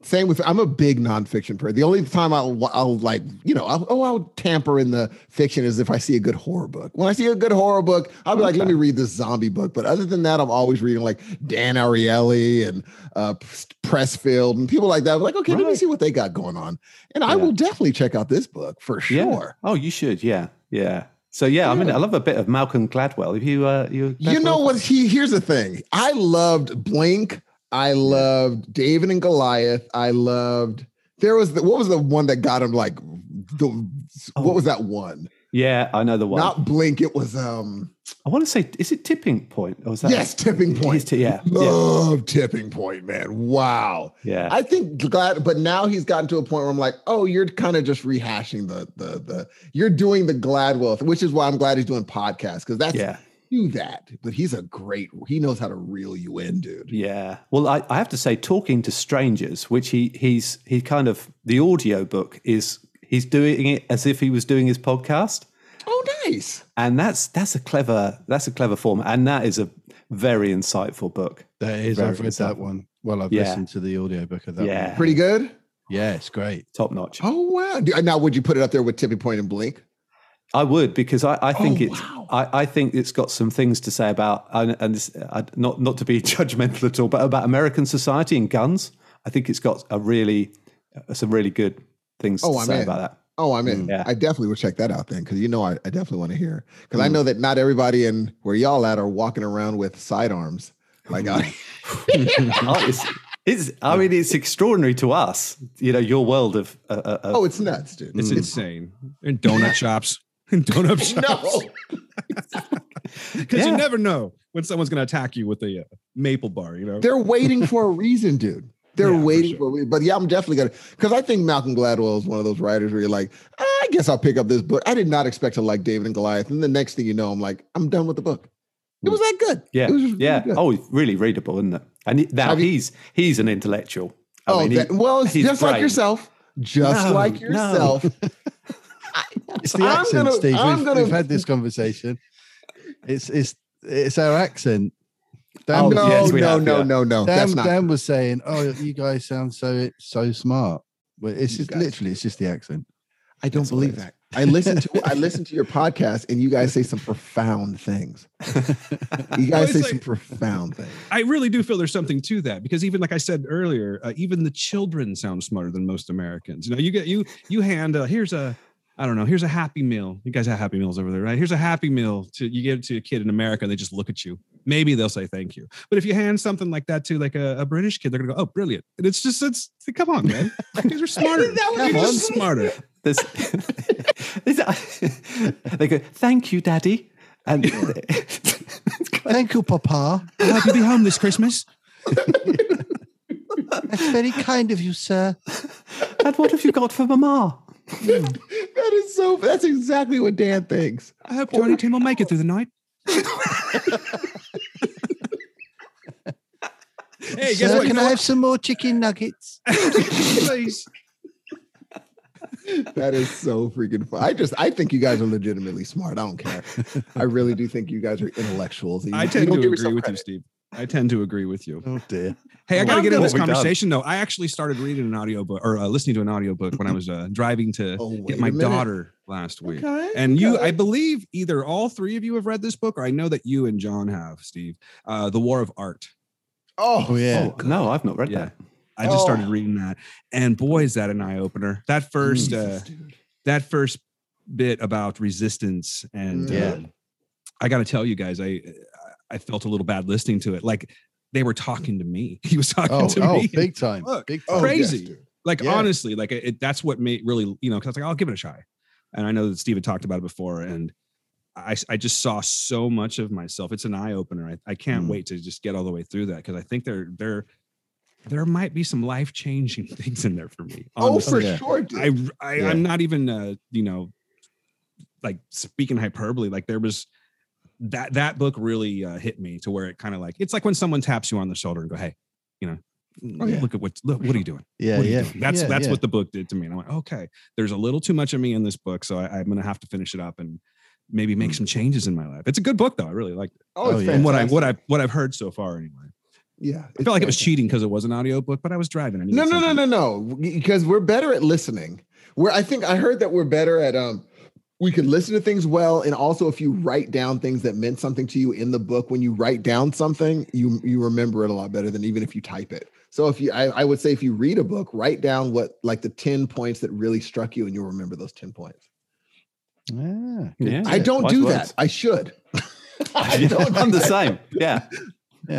[SPEAKER 6] Same with I'm a big nonfiction person. The only time I'll I'll like you know I'll, oh I'll tamper in the fiction is if I see a good horror book. When I see a good horror book, I'll be like, let me read this zombie book. But other than that, I'm always reading like Dan Ariely and uh, Pressfield and people like that. I'm like, okay, let me
[SPEAKER 4] Right.
[SPEAKER 6] see what they got going on, and I
[SPEAKER 4] Yeah.
[SPEAKER 6] will definitely check out this book for
[SPEAKER 4] Yeah.
[SPEAKER 6] sure.
[SPEAKER 4] Oh, you should. Yeah. Yeah. So yeah, I mean, I love a bit of Malcolm Gladwell. Have you uh you
[SPEAKER 6] You know what? He here's the thing. I loved Blink. I loved David and Goliath. I loved. There was the, what was the one that got him like the
[SPEAKER 4] Oh.
[SPEAKER 6] what was that one?
[SPEAKER 4] Yeah, I know the one.
[SPEAKER 6] Not Blink. It was um
[SPEAKER 4] I want to say, is it Tipping Point or was that?
[SPEAKER 6] yes, Tipping
[SPEAKER 4] It is
[SPEAKER 6] Point.
[SPEAKER 4] Ti- yeah, yeah,
[SPEAKER 6] Love Tipping Point, man. Wow.
[SPEAKER 4] yeah.
[SPEAKER 6] I think glad, but now he's gotten to a point where I'm like, oh, you're kind of just rehashing the the the you're doing the Gladwell, which is why I'm glad he's doing podcasts because that's
[SPEAKER 4] yeah.
[SPEAKER 6] do that. But he's a great. He knows how to reel you in, dude.
[SPEAKER 4] Yeah. Well, I, I have to say, talking to strangers, which he he's he kind of the audio book is he's doing it as if he was doing his podcast,
[SPEAKER 6] Oh, nice.
[SPEAKER 4] and that's that's a clever that's a clever form, and that is a very insightful book.
[SPEAKER 2] That is.
[SPEAKER 4] Very
[SPEAKER 2] I've read that
[SPEAKER 4] insightful.
[SPEAKER 2] one. Well, I've
[SPEAKER 4] Yeah.
[SPEAKER 2] listened to the audiobook of that.
[SPEAKER 4] Yeah.
[SPEAKER 2] one.
[SPEAKER 6] Pretty good.
[SPEAKER 2] Yeah, it's great.
[SPEAKER 4] Top notch.
[SPEAKER 6] uh, Oh wow. Do- Now would you put it up there with Tipping Point and Blink?
[SPEAKER 4] I would because I, I think
[SPEAKER 6] Oh,
[SPEAKER 4] it's
[SPEAKER 6] wow.
[SPEAKER 4] I, I think it's got some things to say about and, and this, I, not not to be judgmental at all, but about American society and guns. I think it's got a really some really good things
[SPEAKER 6] Oh,
[SPEAKER 4] to
[SPEAKER 6] I'm
[SPEAKER 4] say
[SPEAKER 6] in.
[SPEAKER 4] about that.
[SPEAKER 6] Oh, I'm
[SPEAKER 5] Mm,
[SPEAKER 6] in.
[SPEAKER 4] Yeah.
[SPEAKER 6] I definitely would check that out then, because you know I, I definitely want to hear. Because
[SPEAKER 5] Mm.
[SPEAKER 6] I know that not everybody in where y'all at are walking around with sidearms. Like, I,
[SPEAKER 4] Oh, it's, it's I mean it's extraordinary to us, you know, your world of uh, uh, of-
[SPEAKER 6] oh, it's nuts, dude.
[SPEAKER 5] It's
[SPEAKER 4] Mm.
[SPEAKER 5] insane. In donut shops. In donut shops. Because
[SPEAKER 4] Yeah.
[SPEAKER 5] you never know when someone's going to attack you with a uh, maple bar, you know?
[SPEAKER 6] They're waiting for a reason, dude. They're
[SPEAKER 5] Yeah, for
[SPEAKER 6] waiting
[SPEAKER 5] sure.
[SPEAKER 6] for, a reason. but yeah, I'm definitely gonna because I think Malcolm Gladwell is one of those writers where you're like, I guess I'll pick up this book. I did not expect to like David and Goliath, and the next thing you know, I'm like, I'm done with the book.
[SPEAKER 5] Mm.
[SPEAKER 6] It was that good.
[SPEAKER 4] yeah,
[SPEAKER 6] it was really
[SPEAKER 4] yeah.
[SPEAKER 6] good.
[SPEAKER 4] Oh, it's really readable, isn't it? And he- now
[SPEAKER 6] Have you-
[SPEAKER 4] he's he's an intellectual. I
[SPEAKER 6] oh,
[SPEAKER 4] mean, he-
[SPEAKER 6] that- well, it's
[SPEAKER 4] he's
[SPEAKER 6] just like
[SPEAKER 4] brave.
[SPEAKER 6] yourself, just
[SPEAKER 4] No,
[SPEAKER 6] like
[SPEAKER 4] no.
[SPEAKER 6] yourself.
[SPEAKER 5] Oh,
[SPEAKER 2] It's the
[SPEAKER 6] I'm
[SPEAKER 2] accent,
[SPEAKER 6] gonna-
[SPEAKER 2] Steve.
[SPEAKER 6] I'm
[SPEAKER 2] We've,
[SPEAKER 6] gonna-
[SPEAKER 2] we've had this conversation. It's it's it's our accent. Dan,
[SPEAKER 4] Oh,
[SPEAKER 2] was-
[SPEAKER 6] no,
[SPEAKER 4] yes, we
[SPEAKER 6] no,
[SPEAKER 4] have,
[SPEAKER 6] no,
[SPEAKER 4] yeah.
[SPEAKER 6] no, no,
[SPEAKER 2] Dan,
[SPEAKER 6] That's not.
[SPEAKER 2] Dan was saying, "Oh, you guys sound so so smart." But it's
[SPEAKER 6] You
[SPEAKER 2] just
[SPEAKER 6] guys-
[SPEAKER 2] literally it's just the accent.
[SPEAKER 6] I don't
[SPEAKER 4] That's what it
[SPEAKER 6] believe
[SPEAKER 4] is.
[SPEAKER 6] that. I listen to I listen to your podcast, and you guys say some profound things. You guys
[SPEAKER 5] it's
[SPEAKER 6] say
[SPEAKER 5] like-
[SPEAKER 6] some profound things.
[SPEAKER 5] I really do feel there's something to that because even like I said earlier, uh, even the children sound smarter than most Americans. You know, you get you you hand uh, here's a I don't know here's a Happy Meal. You guys have Happy Meals over there, right? Here's a Happy Meal to you give it to a kid in America, and they just look at you. Maybe they'll say thank you, but if you hand something like that to like a, a British kid, they're gonna go, "Oh, brilliant!" And it's just it's come on, man, you guys are smarter.
[SPEAKER 4] Isn't that what
[SPEAKER 5] You're
[SPEAKER 4] you
[SPEAKER 5] just
[SPEAKER 4] said?
[SPEAKER 5] smarter.
[SPEAKER 4] There's, Is that- they go, thank you, daddy. And
[SPEAKER 2] Thank you, Papa.
[SPEAKER 5] I'll help you be home this Christmas.
[SPEAKER 2] That's very kind of you, sir.
[SPEAKER 4] and what have you got for mama?
[SPEAKER 6] That is so. That's exactly what Dan thinks.
[SPEAKER 5] I hope Johnny Tim will make it through the night. hey, guess
[SPEAKER 2] sir,
[SPEAKER 5] what? You
[SPEAKER 2] can
[SPEAKER 5] know
[SPEAKER 2] I
[SPEAKER 5] what?
[SPEAKER 2] have some more chicken nuggets?
[SPEAKER 5] Please.
[SPEAKER 6] That is so freaking fun. I just I think you guys are legitimately smart. I don't care. I really do think you guys are intellectuals. You-
[SPEAKER 5] I
[SPEAKER 6] you
[SPEAKER 5] tend
[SPEAKER 6] don't
[SPEAKER 5] to agree
[SPEAKER 6] give yourself
[SPEAKER 5] with you,
[SPEAKER 6] credit.
[SPEAKER 5] Steve. I tend to agree with you.
[SPEAKER 2] Oh dear.
[SPEAKER 5] Hey, I
[SPEAKER 4] Well,
[SPEAKER 5] got to get
[SPEAKER 4] what
[SPEAKER 5] in this
[SPEAKER 4] we've done.
[SPEAKER 5] conversation though. I actually started reading an audiobook or uh, listening to an audiobook when I was uh, driving to
[SPEAKER 6] Oh, wait
[SPEAKER 5] get
[SPEAKER 6] a
[SPEAKER 5] my
[SPEAKER 6] minute.
[SPEAKER 5] daughter last week.
[SPEAKER 6] Okay,
[SPEAKER 4] Oh,
[SPEAKER 5] And you,
[SPEAKER 6] okay.
[SPEAKER 5] I believe either all three of you have read this book, or I know that you and John have, Steve. Uh, the War of Art.
[SPEAKER 2] Oh
[SPEAKER 6] oh,
[SPEAKER 2] yeah.
[SPEAKER 4] Oh, no, I've not read
[SPEAKER 5] Yeah.
[SPEAKER 4] that.
[SPEAKER 5] I just started
[SPEAKER 6] Oh.
[SPEAKER 5] reading that, and boy, is that an eye opener! That first, uh,
[SPEAKER 2] Mm.
[SPEAKER 5] that first bit about resistance and
[SPEAKER 6] Yeah.
[SPEAKER 5] um, i gotta tell you guys i i felt a little bad listening to it like they were talking to me he was talking
[SPEAKER 2] Oh,
[SPEAKER 5] to
[SPEAKER 2] oh,
[SPEAKER 5] me
[SPEAKER 2] big time.
[SPEAKER 5] Look,
[SPEAKER 2] big
[SPEAKER 6] Oh,
[SPEAKER 2] time.
[SPEAKER 5] crazy.
[SPEAKER 6] yes, dude.
[SPEAKER 5] like
[SPEAKER 2] yeah.
[SPEAKER 5] honestly like it, that's what made really you know because i was like i'll give it a try and i know that steven talked about it before and i i just saw so much of myself it's an eye-opener i, I can't
[SPEAKER 4] Mm.
[SPEAKER 5] wait to just get all the way through that because i think there there there might be some life-changing things in there for me
[SPEAKER 6] Oh,
[SPEAKER 5] honestly.
[SPEAKER 6] for
[SPEAKER 2] yeah.
[SPEAKER 6] sure, dude.
[SPEAKER 5] I, I
[SPEAKER 4] Yeah.
[SPEAKER 5] I'm not even uh, you know like speaking hyperbole. Like there was that that book really uh, hit me to where it kind of like it's like when someone taps you on the shoulder and go, hey, you know,
[SPEAKER 6] Oh, yeah.
[SPEAKER 5] look at what look what are you doing?
[SPEAKER 2] Yeah,
[SPEAKER 5] What are you
[SPEAKER 2] yeah.
[SPEAKER 5] doing? That's
[SPEAKER 2] yeah,
[SPEAKER 5] that's
[SPEAKER 2] yeah.
[SPEAKER 5] what the book did to me. And I went, okay, there's a little too much of me in this book, so I, I'm gonna have to finish it up and maybe make some changes in my life. It's a good book though. I really like it.
[SPEAKER 6] oh, it's
[SPEAKER 2] oh, yeah.
[SPEAKER 5] From what I
[SPEAKER 6] fantastic.
[SPEAKER 5] what I what I've heard so far anyway.
[SPEAKER 6] yeah,
[SPEAKER 5] I felt like it was cheating because it was an audiobook, but I was driving. I needed
[SPEAKER 6] No, no, no,
[SPEAKER 5] something.
[SPEAKER 6] no, no. Because we're better at listening. Where I think I heard that we're better at um we can listen to things well and also if you write down things that meant something to you in the book when you write down something you you remember it a lot better than even if you type it so if you I, I would say if you read a book write down what like the 10 points that really struck you and you'll remember those 10 points
[SPEAKER 2] Yeah,
[SPEAKER 4] Yeah.
[SPEAKER 6] i don't
[SPEAKER 4] Wise
[SPEAKER 6] do
[SPEAKER 4] words.
[SPEAKER 6] that i should i don't do
[SPEAKER 4] I'm the
[SPEAKER 6] that.
[SPEAKER 4] same. Yeah.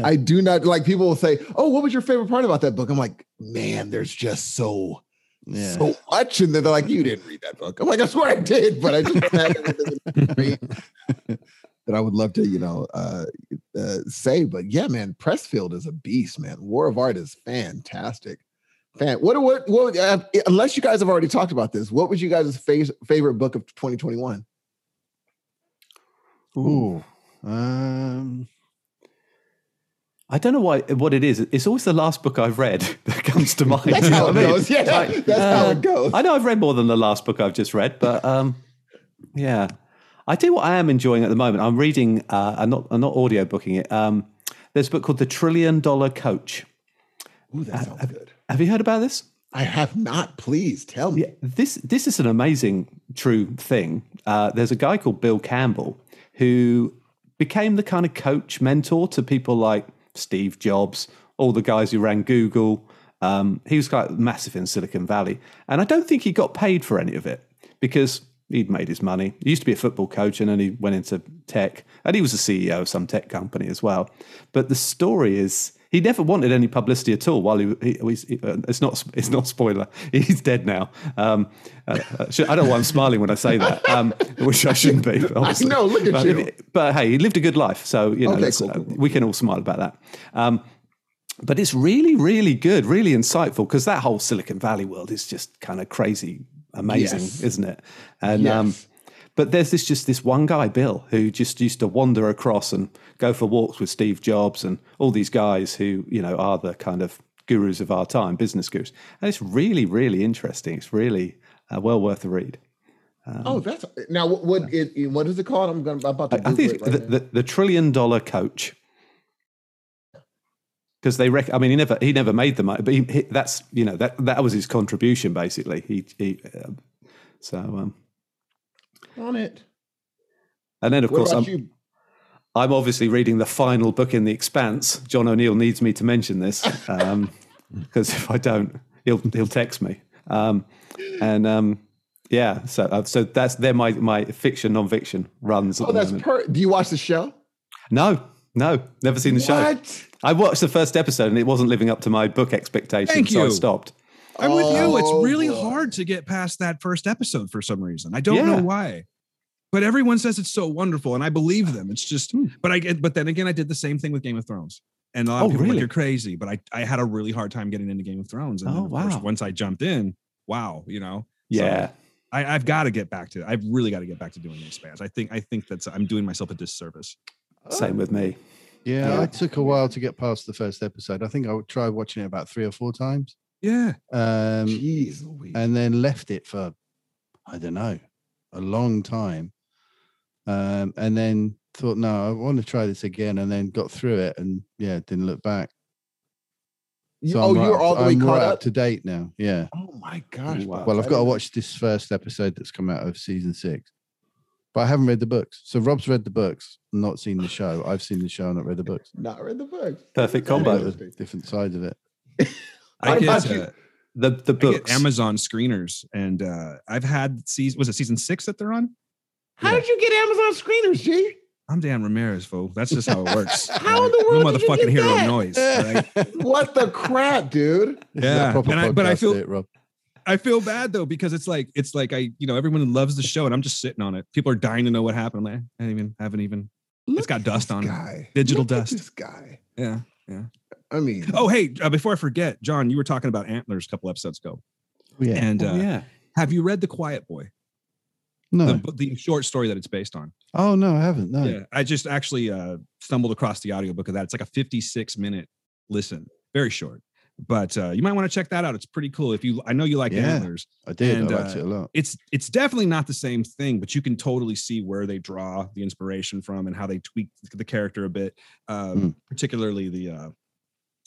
[SPEAKER 6] I do not like people will say oh what was your favorite part about that book i'm like man there's just so
[SPEAKER 2] yeah.
[SPEAKER 6] so much. And then they're like, you didn't read that book. I'm like, I swear I did, but I just had everything in me that I would love to, you know, uh, uh, say. But yeah, man, Pressfield is a beast, man. War of Art is fantastic. Fan. What, what, what, would- uh, unless you guys have already talked about this, what was you guys' fa- favorite book of 2021?
[SPEAKER 2] Ooh. Um,
[SPEAKER 4] I don't know why what it is. It's always the last book I've read that comes to mind.
[SPEAKER 6] That's
[SPEAKER 4] you know
[SPEAKER 6] how it
[SPEAKER 4] what I mean?
[SPEAKER 6] goes. Yeah,
[SPEAKER 4] Like,
[SPEAKER 6] that's how
[SPEAKER 4] uh,
[SPEAKER 6] it goes.
[SPEAKER 4] I know I've read more than the last book I've just read, but um, yeah, I tell you what I am enjoying at the moment. I'm reading. Uh, I'm not. I'm not audio booking it. Um, there's a book called The Trillion Dollar Coach.
[SPEAKER 6] Ooh, that sounds good.
[SPEAKER 4] Have you heard about this?
[SPEAKER 6] I have not. Please tell me.
[SPEAKER 4] Yeah, this this is an amazing true thing. Uh, there's a guy called Bill Campbell who became the kind of coach mentor to people like Steve Jobs, all the guys who ran Google. Um, he was quite massive in Silicon Valley, and I don't think he got paid for any of it because he'd made his money. He used to be a football coach, and then he went into tech, and he was the CEO of some tech company as well. But the story is. He never wanted any publicity at all. While he, he, he's- he- uh, it's not it's not spoiler. He's dead now. Um, uh, uh, sh- I don't know why I'm smiling when I say that, um, which I shouldn't be. Obviously.
[SPEAKER 6] know, look at
[SPEAKER 4] But
[SPEAKER 6] you.
[SPEAKER 4] it- but hey, he lived a good life, so you know
[SPEAKER 6] Okay,
[SPEAKER 4] that's-
[SPEAKER 6] cool, cool,
[SPEAKER 4] uh,
[SPEAKER 6] cool.
[SPEAKER 4] we can all smile about that. Um, but it's really, really good, really insightful because that whole Silicon Valley world is just kind of crazy, amazing,
[SPEAKER 6] Yes.
[SPEAKER 4] isn't it? And um,
[SPEAKER 6] Yes.
[SPEAKER 4] but there's this just this one guy, Bill, who just used to wander across and go for walks with Steve Jobs and all these guys who you know are the kind of gurus of our time, business gurus. And it's really, really interesting. It's really uh, well worth a read.
[SPEAKER 6] oh, that's now what what, it, what is it called? I'm gonna I'm about to.
[SPEAKER 4] um, I, I think
[SPEAKER 6] Google
[SPEAKER 4] it's
[SPEAKER 6] it
[SPEAKER 4] the,
[SPEAKER 6] right
[SPEAKER 4] the, the trillion dollar coach. Because they reckon, I mean, he never he never made the money, but he, he, that's you know that that was his contribution basically. He, he uh, so um,
[SPEAKER 6] now. on it.
[SPEAKER 4] and then of
[SPEAKER 6] What
[SPEAKER 4] course um,
[SPEAKER 6] about
[SPEAKER 4] I'm
[SPEAKER 6] you?
[SPEAKER 4] I'm obviously reading the final book in the Expanse. John O'Neill needs me to mention this because if I don't, he'll he'll text me. Um, and um, yeah, so uh, so that's they're my my fiction nonfiction runs. At
[SPEAKER 6] Oh,
[SPEAKER 4] the
[SPEAKER 6] that's
[SPEAKER 4] moment.
[SPEAKER 6] per. Do you watch the show?
[SPEAKER 4] no, no, never seen the show.
[SPEAKER 6] What?
[SPEAKER 4] I watched the first episode and it wasn't living up to my book expectations,
[SPEAKER 5] Thank
[SPEAKER 4] so I
[SPEAKER 5] you.
[SPEAKER 4] stopped.
[SPEAKER 5] I'm with you.
[SPEAKER 6] Oh,
[SPEAKER 5] It's really
[SPEAKER 6] boy.
[SPEAKER 5] hard to get past that first episode for some reason. I don't
[SPEAKER 4] Yeah.
[SPEAKER 5] know why. But everyone says it's so wonderful and I believe them. It's just but I get but then again I did the same thing with Game of Thrones. And a lot of
[SPEAKER 4] Hmm. Oh,
[SPEAKER 5] people are
[SPEAKER 4] really?
[SPEAKER 5] like you're crazy, but I I had a really hard time getting into Game of Thrones and then,
[SPEAKER 4] Oh,
[SPEAKER 5] of course,
[SPEAKER 4] wow.
[SPEAKER 5] once I jumped in, wow, you know. So-
[SPEAKER 4] Yeah.
[SPEAKER 5] I, I've got to get back to. I've really got to get back to doing the expanse. I think. I think that's. I'm doing myself a disservice.
[SPEAKER 4] Same with me.
[SPEAKER 2] Yeah,
[SPEAKER 6] Yeah.
[SPEAKER 2] I took a while to get past the first episode. I think I would try watching it about three or four times,
[SPEAKER 5] Yeah.
[SPEAKER 2] um,
[SPEAKER 6] Jeez, Louise.
[SPEAKER 2] and then left it for I don't know a long time, um, and then thought, no, I want to try this again, and then got through it, and yeah, didn't look back.
[SPEAKER 6] You-
[SPEAKER 2] So
[SPEAKER 6] oh,
[SPEAKER 2] I'm right
[SPEAKER 6] you're
[SPEAKER 2] up-
[SPEAKER 6] all the way
[SPEAKER 2] I'm
[SPEAKER 6] caught
[SPEAKER 2] right
[SPEAKER 6] up.
[SPEAKER 2] to date now. Yeah.
[SPEAKER 6] Oh my gosh!
[SPEAKER 4] Wow.
[SPEAKER 6] Bob,
[SPEAKER 2] Well,
[SPEAKER 6] I
[SPEAKER 2] I've got to
[SPEAKER 6] didn't-
[SPEAKER 2] watch this first episode that's come out of season six, but I haven't read the books. So Rob's read the books, not seen the show. I've seen the show, not read the books.
[SPEAKER 6] Not read the books.
[SPEAKER 4] Perfect
[SPEAKER 6] That's
[SPEAKER 4] combo.
[SPEAKER 6] interesting.
[SPEAKER 2] Different sides of it.
[SPEAKER 5] I
[SPEAKER 6] What
[SPEAKER 5] get,
[SPEAKER 6] about
[SPEAKER 5] uh,
[SPEAKER 6] you?
[SPEAKER 4] The the
[SPEAKER 5] I get
[SPEAKER 4] books.
[SPEAKER 5] Amazon screeners, and uh, I've had season. Was it season six that they're on?
[SPEAKER 6] How
[SPEAKER 5] Yeah.
[SPEAKER 6] did you get Amazon screeners, G?
[SPEAKER 5] I'm Dan Ramirez, fool. That's just how it works.
[SPEAKER 6] How
[SPEAKER 5] alright?
[SPEAKER 6] in the
[SPEAKER 5] I'm a
[SPEAKER 6] world did you
[SPEAKER 5] motherfucking
[SPEAKER 6] get
[SPEAKER 5] hero
[SPEAKER 6] that?
[SPEAKER 5] noise. alright?
[SPEAKER 6] What the crap, dude?
[SPEAKER 2] This is a
[SPEAKER 5] Yeah,
[SPEAKER 2] proper
[SPEAKER 5] and I- but I
[SPEAKER 2] podcast
[SPEAKER 5] feel-
[SPEAKER 2] date, Rob.
[SPEAKER 5] I feel bad though because it's like it's like I you know everyone loves the show and I'm just sitting on it. People are dying to know what happened. I'm like, I haven't even haven't even.
[SPEAKER 6] Look
[SPEAKER 5] got
[SPEAKER 6] at
[SPEAKER 5] dust
[SPEAKER 6] this
[SPEAKER 5] on it.
[SPEAKER 6] guy.
[SPEAKER 5] Digital
[SPEAKER 6] Look at
[SPEAKER 5] dust.
[SPEAKER 6] This guy.
[SPEAKER 5] Yeah.
[SPEAKER 6] I mean,
[SPEAKER 5] Oh hey, uh, before I forget, John, you were talking about antlers a couple episodes ago,
[SPEAKER 2] Yeah.
[SPEAKER 5] and uh,
[SPEAKER 4] Oh, yeah.
[SPEAKER 5] have you read The Quiet Boy?
[SPEAKER 2] No.
[SPEAKER 5] The The, the short story that it's based on.
[SPEAKER 2] oh no, I haven't. No.
[SPEAKER 5] Yeah, I just actually uh, stumbled across the audiobook of that. It's like a 56 minute listen, very short, but uh, you might want to check that out. It's pretty cool. If you, I know you like
[SPEAKER 2] Yeah.
[SPEAKER 5] antlers.
[SPEAKER 2] I did.
[SPEAKER 5] And,
[SPEAKER 2] I liked
[SPEAKER 5] uh,
[SPEAKER 2] it a lot.
[SPEAKER 5] It's it's definitely not the same thing, but you can totally see where they draw the inspiration from and how they tweak the character a bit, um,
[SPEAKER 2] Hmm.
[SPEAKER 5] particularly the. Uh,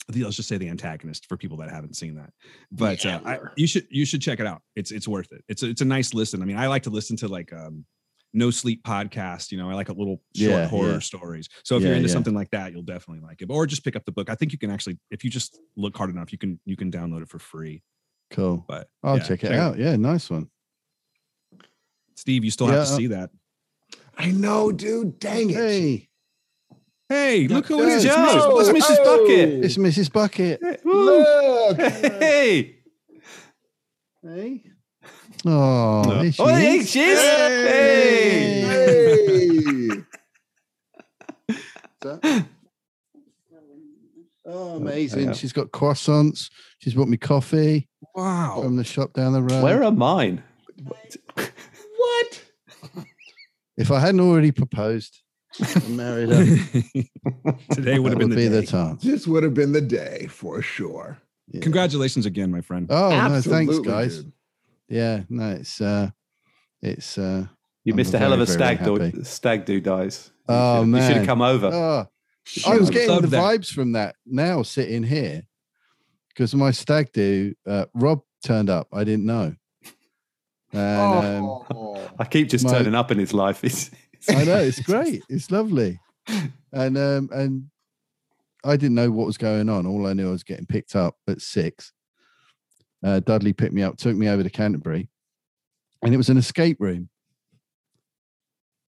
[SPEAKER 5] the, let's just say the antagonist for people that haven't seen that, but uh, I,
[SPEAKER 6] Antler.
[SPEAKER 5] you should you should check it out. It's it's worth it. It's a, it's a nice listen. I mean, I like to listen to like um, no sleep podcast. You know, I like a little short
[SPEAKER 2] Yeah,
[SPEAKER 5] horror
[SPEAKER 2] yeah.
[SPEAKER 5] stories. So if
[SPEAKER 2] Yeah,
[SPEAKER 5] you're into
[SPEAKER 2] yeah.
[SPEAKER 5] something like that, you'll definitely like it. Or just pick up the book. I think you can actually, if you just look hard enough, you can you can download it for free.
[SPEAKER 2] Cool.
[SPEAKER 5] But
[SPEAKER 2] I'll
[SPEAKER 5] yeah,
[SPEAKER 2] check it out. Yeah, nice one.
[SPEAKER 5] Steve, you still have to
[SPEAKER 2] Yeah. uh
[SPEAKER 5] see that.
[SPEAKER 6] I know, dude. Dang it.
[SPEAKER 2] Hey,
[SPEAKER 5] Hey, look who it
[SPEAKER 2] does.
[SPEAKER 5] is,
[SPEAKER 4] Joe,
[SPEAKER 5] Mr.
[SPEAKER 4] that's
[SPEAKER 6] Oh,
[SPEAKER 4] Mrs.
[SPEAKER 6] oh.
[SPEAKER 4] Bucket.
[SPEAKER 2] it's Mrs. Bucket.
[SPEAKER 4] Hey, woo.
[SPEAKER 6] Look.
[SPEAKER 4] Hey.
[SPEAKER 2] Hey. Oh, there she
[SPEAKER 4] Oh, hey,
[SPEAKER 2] is.
[SPEAKER 4] she is. Hey.
[SPEAKER 2] Hey.
[SPEAKER 6] Hey.
[SPEAKER 2] Oh, amazing.
[SPEAKER 4] Yeah.
[SPEAKER 2] She's got croissants. She's bought me coffee
[SPEAKER 5] Wow.
[SPEAKER 2] from the shop down the road.
[SPEAKER 4] Where are mine?
[SPEAKER 6] what?
[SPEAKER 2] if I hadn't already proposed and married her,
[SPEAKER 5] Today would
[SPEAKER 2] that
[SPEAKER 5] have been
[SPEAKER 2] would
[SPEAKER 5] the
[SPEAKER 2] be
[SPEAKER 5] day.
[SPEAKER 2] the time.
[SPEAKER 6] This would have been the day for sure.
[SPEAKER 2] Yeah.
[SPEAKER 5] Congratulations again, my friend.
[SPEAKER 2] Oh, no,
[SPEAKER 6] Absolutely,
[SPEAKER 2] thanks, guys.
[SPEAKER 6] dude.
[SPEAKER 2] Yeah, no, it's uh it's uh
[SPEAKER 4] You
[SPEAKER 2] I'm
[SPEAKER 4] missed a hell of
[SPEAKER 2] very,
[SPEAKER 4] a
[SPEAKER 2] very
[SPEAKER 4] stag
[SPEAKER 2] happy.
[SPEAKER 4] do. Stag do dies. You
[SPEAKER 2] Oh,
[SPEAKER 4] should- You should
[SPEAKER 2] man.
[SPEAKER 4] have come over.
[SPEAKER 2] oh,
[SPEAKER 4] You
[SPEAKER 2] I
[SPEAKER 4] should
[SPEAKER 2] was
[SPEAKER 4] have-
[SPEAKER 2] getting
[SPEAKER 5] love
[SPEAKER 2] the
[SPEAKER 5] that.
[SPEAKER 2] vibes from that now sitting here because my stag do, uh, Rob turned up. I didn't know. And, um,
[SPEAKER 6] Oh.
[SPEAKER 4] I keep just
[SPEAKER 2] My-
[SPEAKER 4] turning up in his life. It's,
[SPEAKER 2] I know it's great. It's lovely. And um and I didn't know what was going on. All I knew I was getting picked up at six. Uh, Dudley picked me up, took me over to Canterbury, and it was an escape room.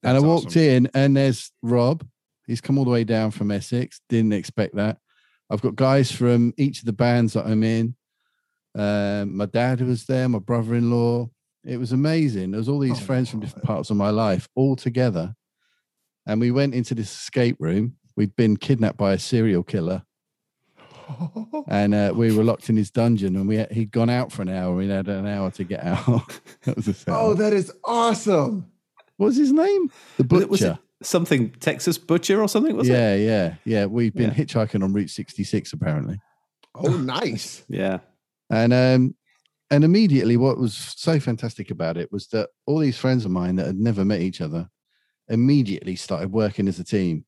[SPEAKER 2] and I
[SPEAKER 5] That's
[SPEAKER 2] walked
[SPEAKER 5] awesome.
[SPEAKER 2] in, and there's Rob. He's come all the way down from Essex. Didn't expect that. I've got guys from each of the bands that I'm in. Um, my dad was there, my brother-in-law. It was amazing. There was all these
[SPEAKER 6] Oh,
[SPEAKER 2] friends from different
[SPEAKER 6] God.
[SPEAKER 2] parts of my life all together, and we went into this escape room. We'd been kidnapped by a serial killer, and uh, we were locked in his dungeon. And we had, he'd gone out for an hour. We had an hour to get out. that was a
[SPEAKER 6] Oh,
[SPEAKER 2] oh,
[SPEAKER 6] that is awesome.
[SPEAKER 2] what was his name? The
[SPEAKER 4] Was
[SPEAKER 2] butcher.
[SPEAKER 4] it- was it something Texas butcher or something, was it?
[SPEAKER 2] yeah, yeah, yeah. We've been
[SPEAKER 4] Yeah.
[SPEAKER 2] hitchhiking on Route 66 apparently,
[SPEAKER 6] Oh, nice.
[SPEAKER 4] Yeah.
[SPEAKER 2] and um, and immediately what was so fantastic about it was that all these friends of mine that had never met each other immediately started working as a team,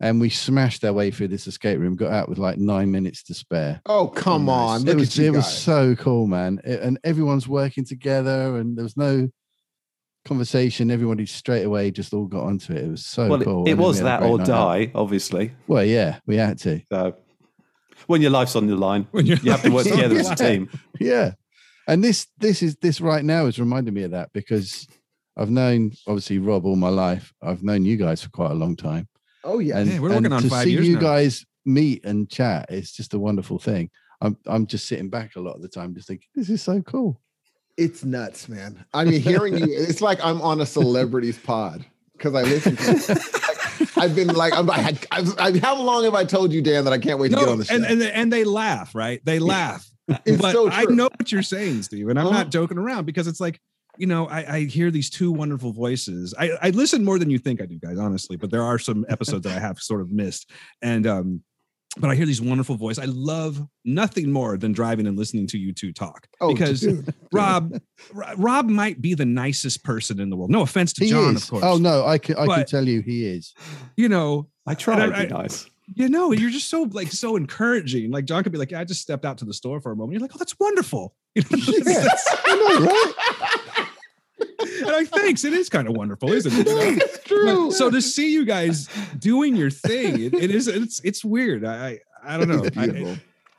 [SPEAKER 2] and we smashed our way through this escape room. Got out with like nine minutes to spare.
[SPEAKER 6] Oh, come
[SPEAKER 5] Nice.
[SPEAKER 6] on. Look
[SPEAKER 2] it
[SPEAKER 6] at
[SPEAKER 2] was
[SPEAKER 6] you
[SPEAKER 2] it was
[SPEAKER 6] guys.
[SPEAKER 2] so cool, man. It- and everyone's working together, and there was no conversation. Everybody straight away just all got onto it. It was so
[SPEAKER 4] well, it-
[SPEAKER 2] Oh, cool.
[SPEAKER 4] it,
[SPEAKER 2] and then
[SPEAKER 4] was
[SPEAKER 2] we had a
[SPEAKER 4] that
[SPEAKER 2] great
[SPEAKER 4] or
[SPEAKER 2] night out.
[SPEAKER 4] die, obviously.
[SPEAKER 2] Well, yeah, we had to.
[SPEAKER 4] So uh, when your life's on the line,
[SPEAKER 5] When you're
[SPEAKER 4] you have to work
[SPEAKER 5] like-
[SPEAKER 4] together as a team.
[SPEAKER 2] yeah and this this is this right now is reminding me of that because i've known obviously rob all my life i've known you guys for quite a long time
[SPEAKER 6] Oh, yeah.
[SPEAKER 2] and,
[SPEAKER 5] Yeah, we're
[SPEAKER 2] and
[SPEAKER 5] working on
[SPEAKER 2] to
[SPEAKER 5] five
[SPEAKER 2] see
[SPEAKER 5] years
[SPEAKER 2] you
[SPEAKER 5] now.
[SPEAKER 2] guys meet and chat it's just a wonderful thing i'm i'm just sitting back a lot of the time just thinking this is so cool
[SPEAKER 6] It's nuts, man. I mean, hearing you, it's like I'm on a celebrities pod because I listen to you. Like, I've been like, I'm, I, I've, I, how long have I told you, Dan, that I can't wait to get
[SPEAKER 5] No,
[SPEAKER 6] on the show?
[SPEAKER 5] and, and and they laugh, right? They laugh.
[SPEAKER 6] it's
[SPEAKER 5] but
[SPEAKER 6] so true. Uh-huh.
[SPEAKER 5] I know what you're saying, Steve, and I'm
[SPEAKER 6] Huh?
[SPEAKER 5] not joking around because it's like, you know, I, I hear these two wonderful voices. I, I listen more than you think I do, guys, honestly, but there are some episodes that I have sort of missed. And um, but I hear these wonderful voices. I love nothing more than driving and listening to you two talk.
[SPEAKER 6] Oh,
[SPEAKER 5] because
[SPEAKER 6] dude.
[SPEAKER 5] Rob Ro- Rob might be the nicest person in the world. No offense to
[SPEAKER 2] he
[SPEAKER 5] John,
[SPEAKER 2] is
[SPEAKER 5] of course.
[SPEAKER 2] oh no i can i can
[SPEAKER 5] But-
[SPEAKER 2] tell you he is
[SPEAKER 5] You know,
[SPEAKER 4] I try
[SPEAKER 5] I-
[SPEAKER 4] to be nice.
[SPEAKER 5] you know, you're just so like so encouraging. Like John could be like, yeah, I just stepped out to the store for a moment. You're like, oh, that's wonderful. You know, that's- and like, thanks. It is kind of wonderful, isn't it? You know?
[SPEAKER 6] it's
[SPEAKER 5] But-
[SPEAKER 6] true.
[SPEAKER 5] so to see you guys doing your thing, it, it is it's it's weird. I I, I don't know.
[SPEAKER 6] It's
[SPEAKER 5] I-
[SPEAKER 6] beautiful.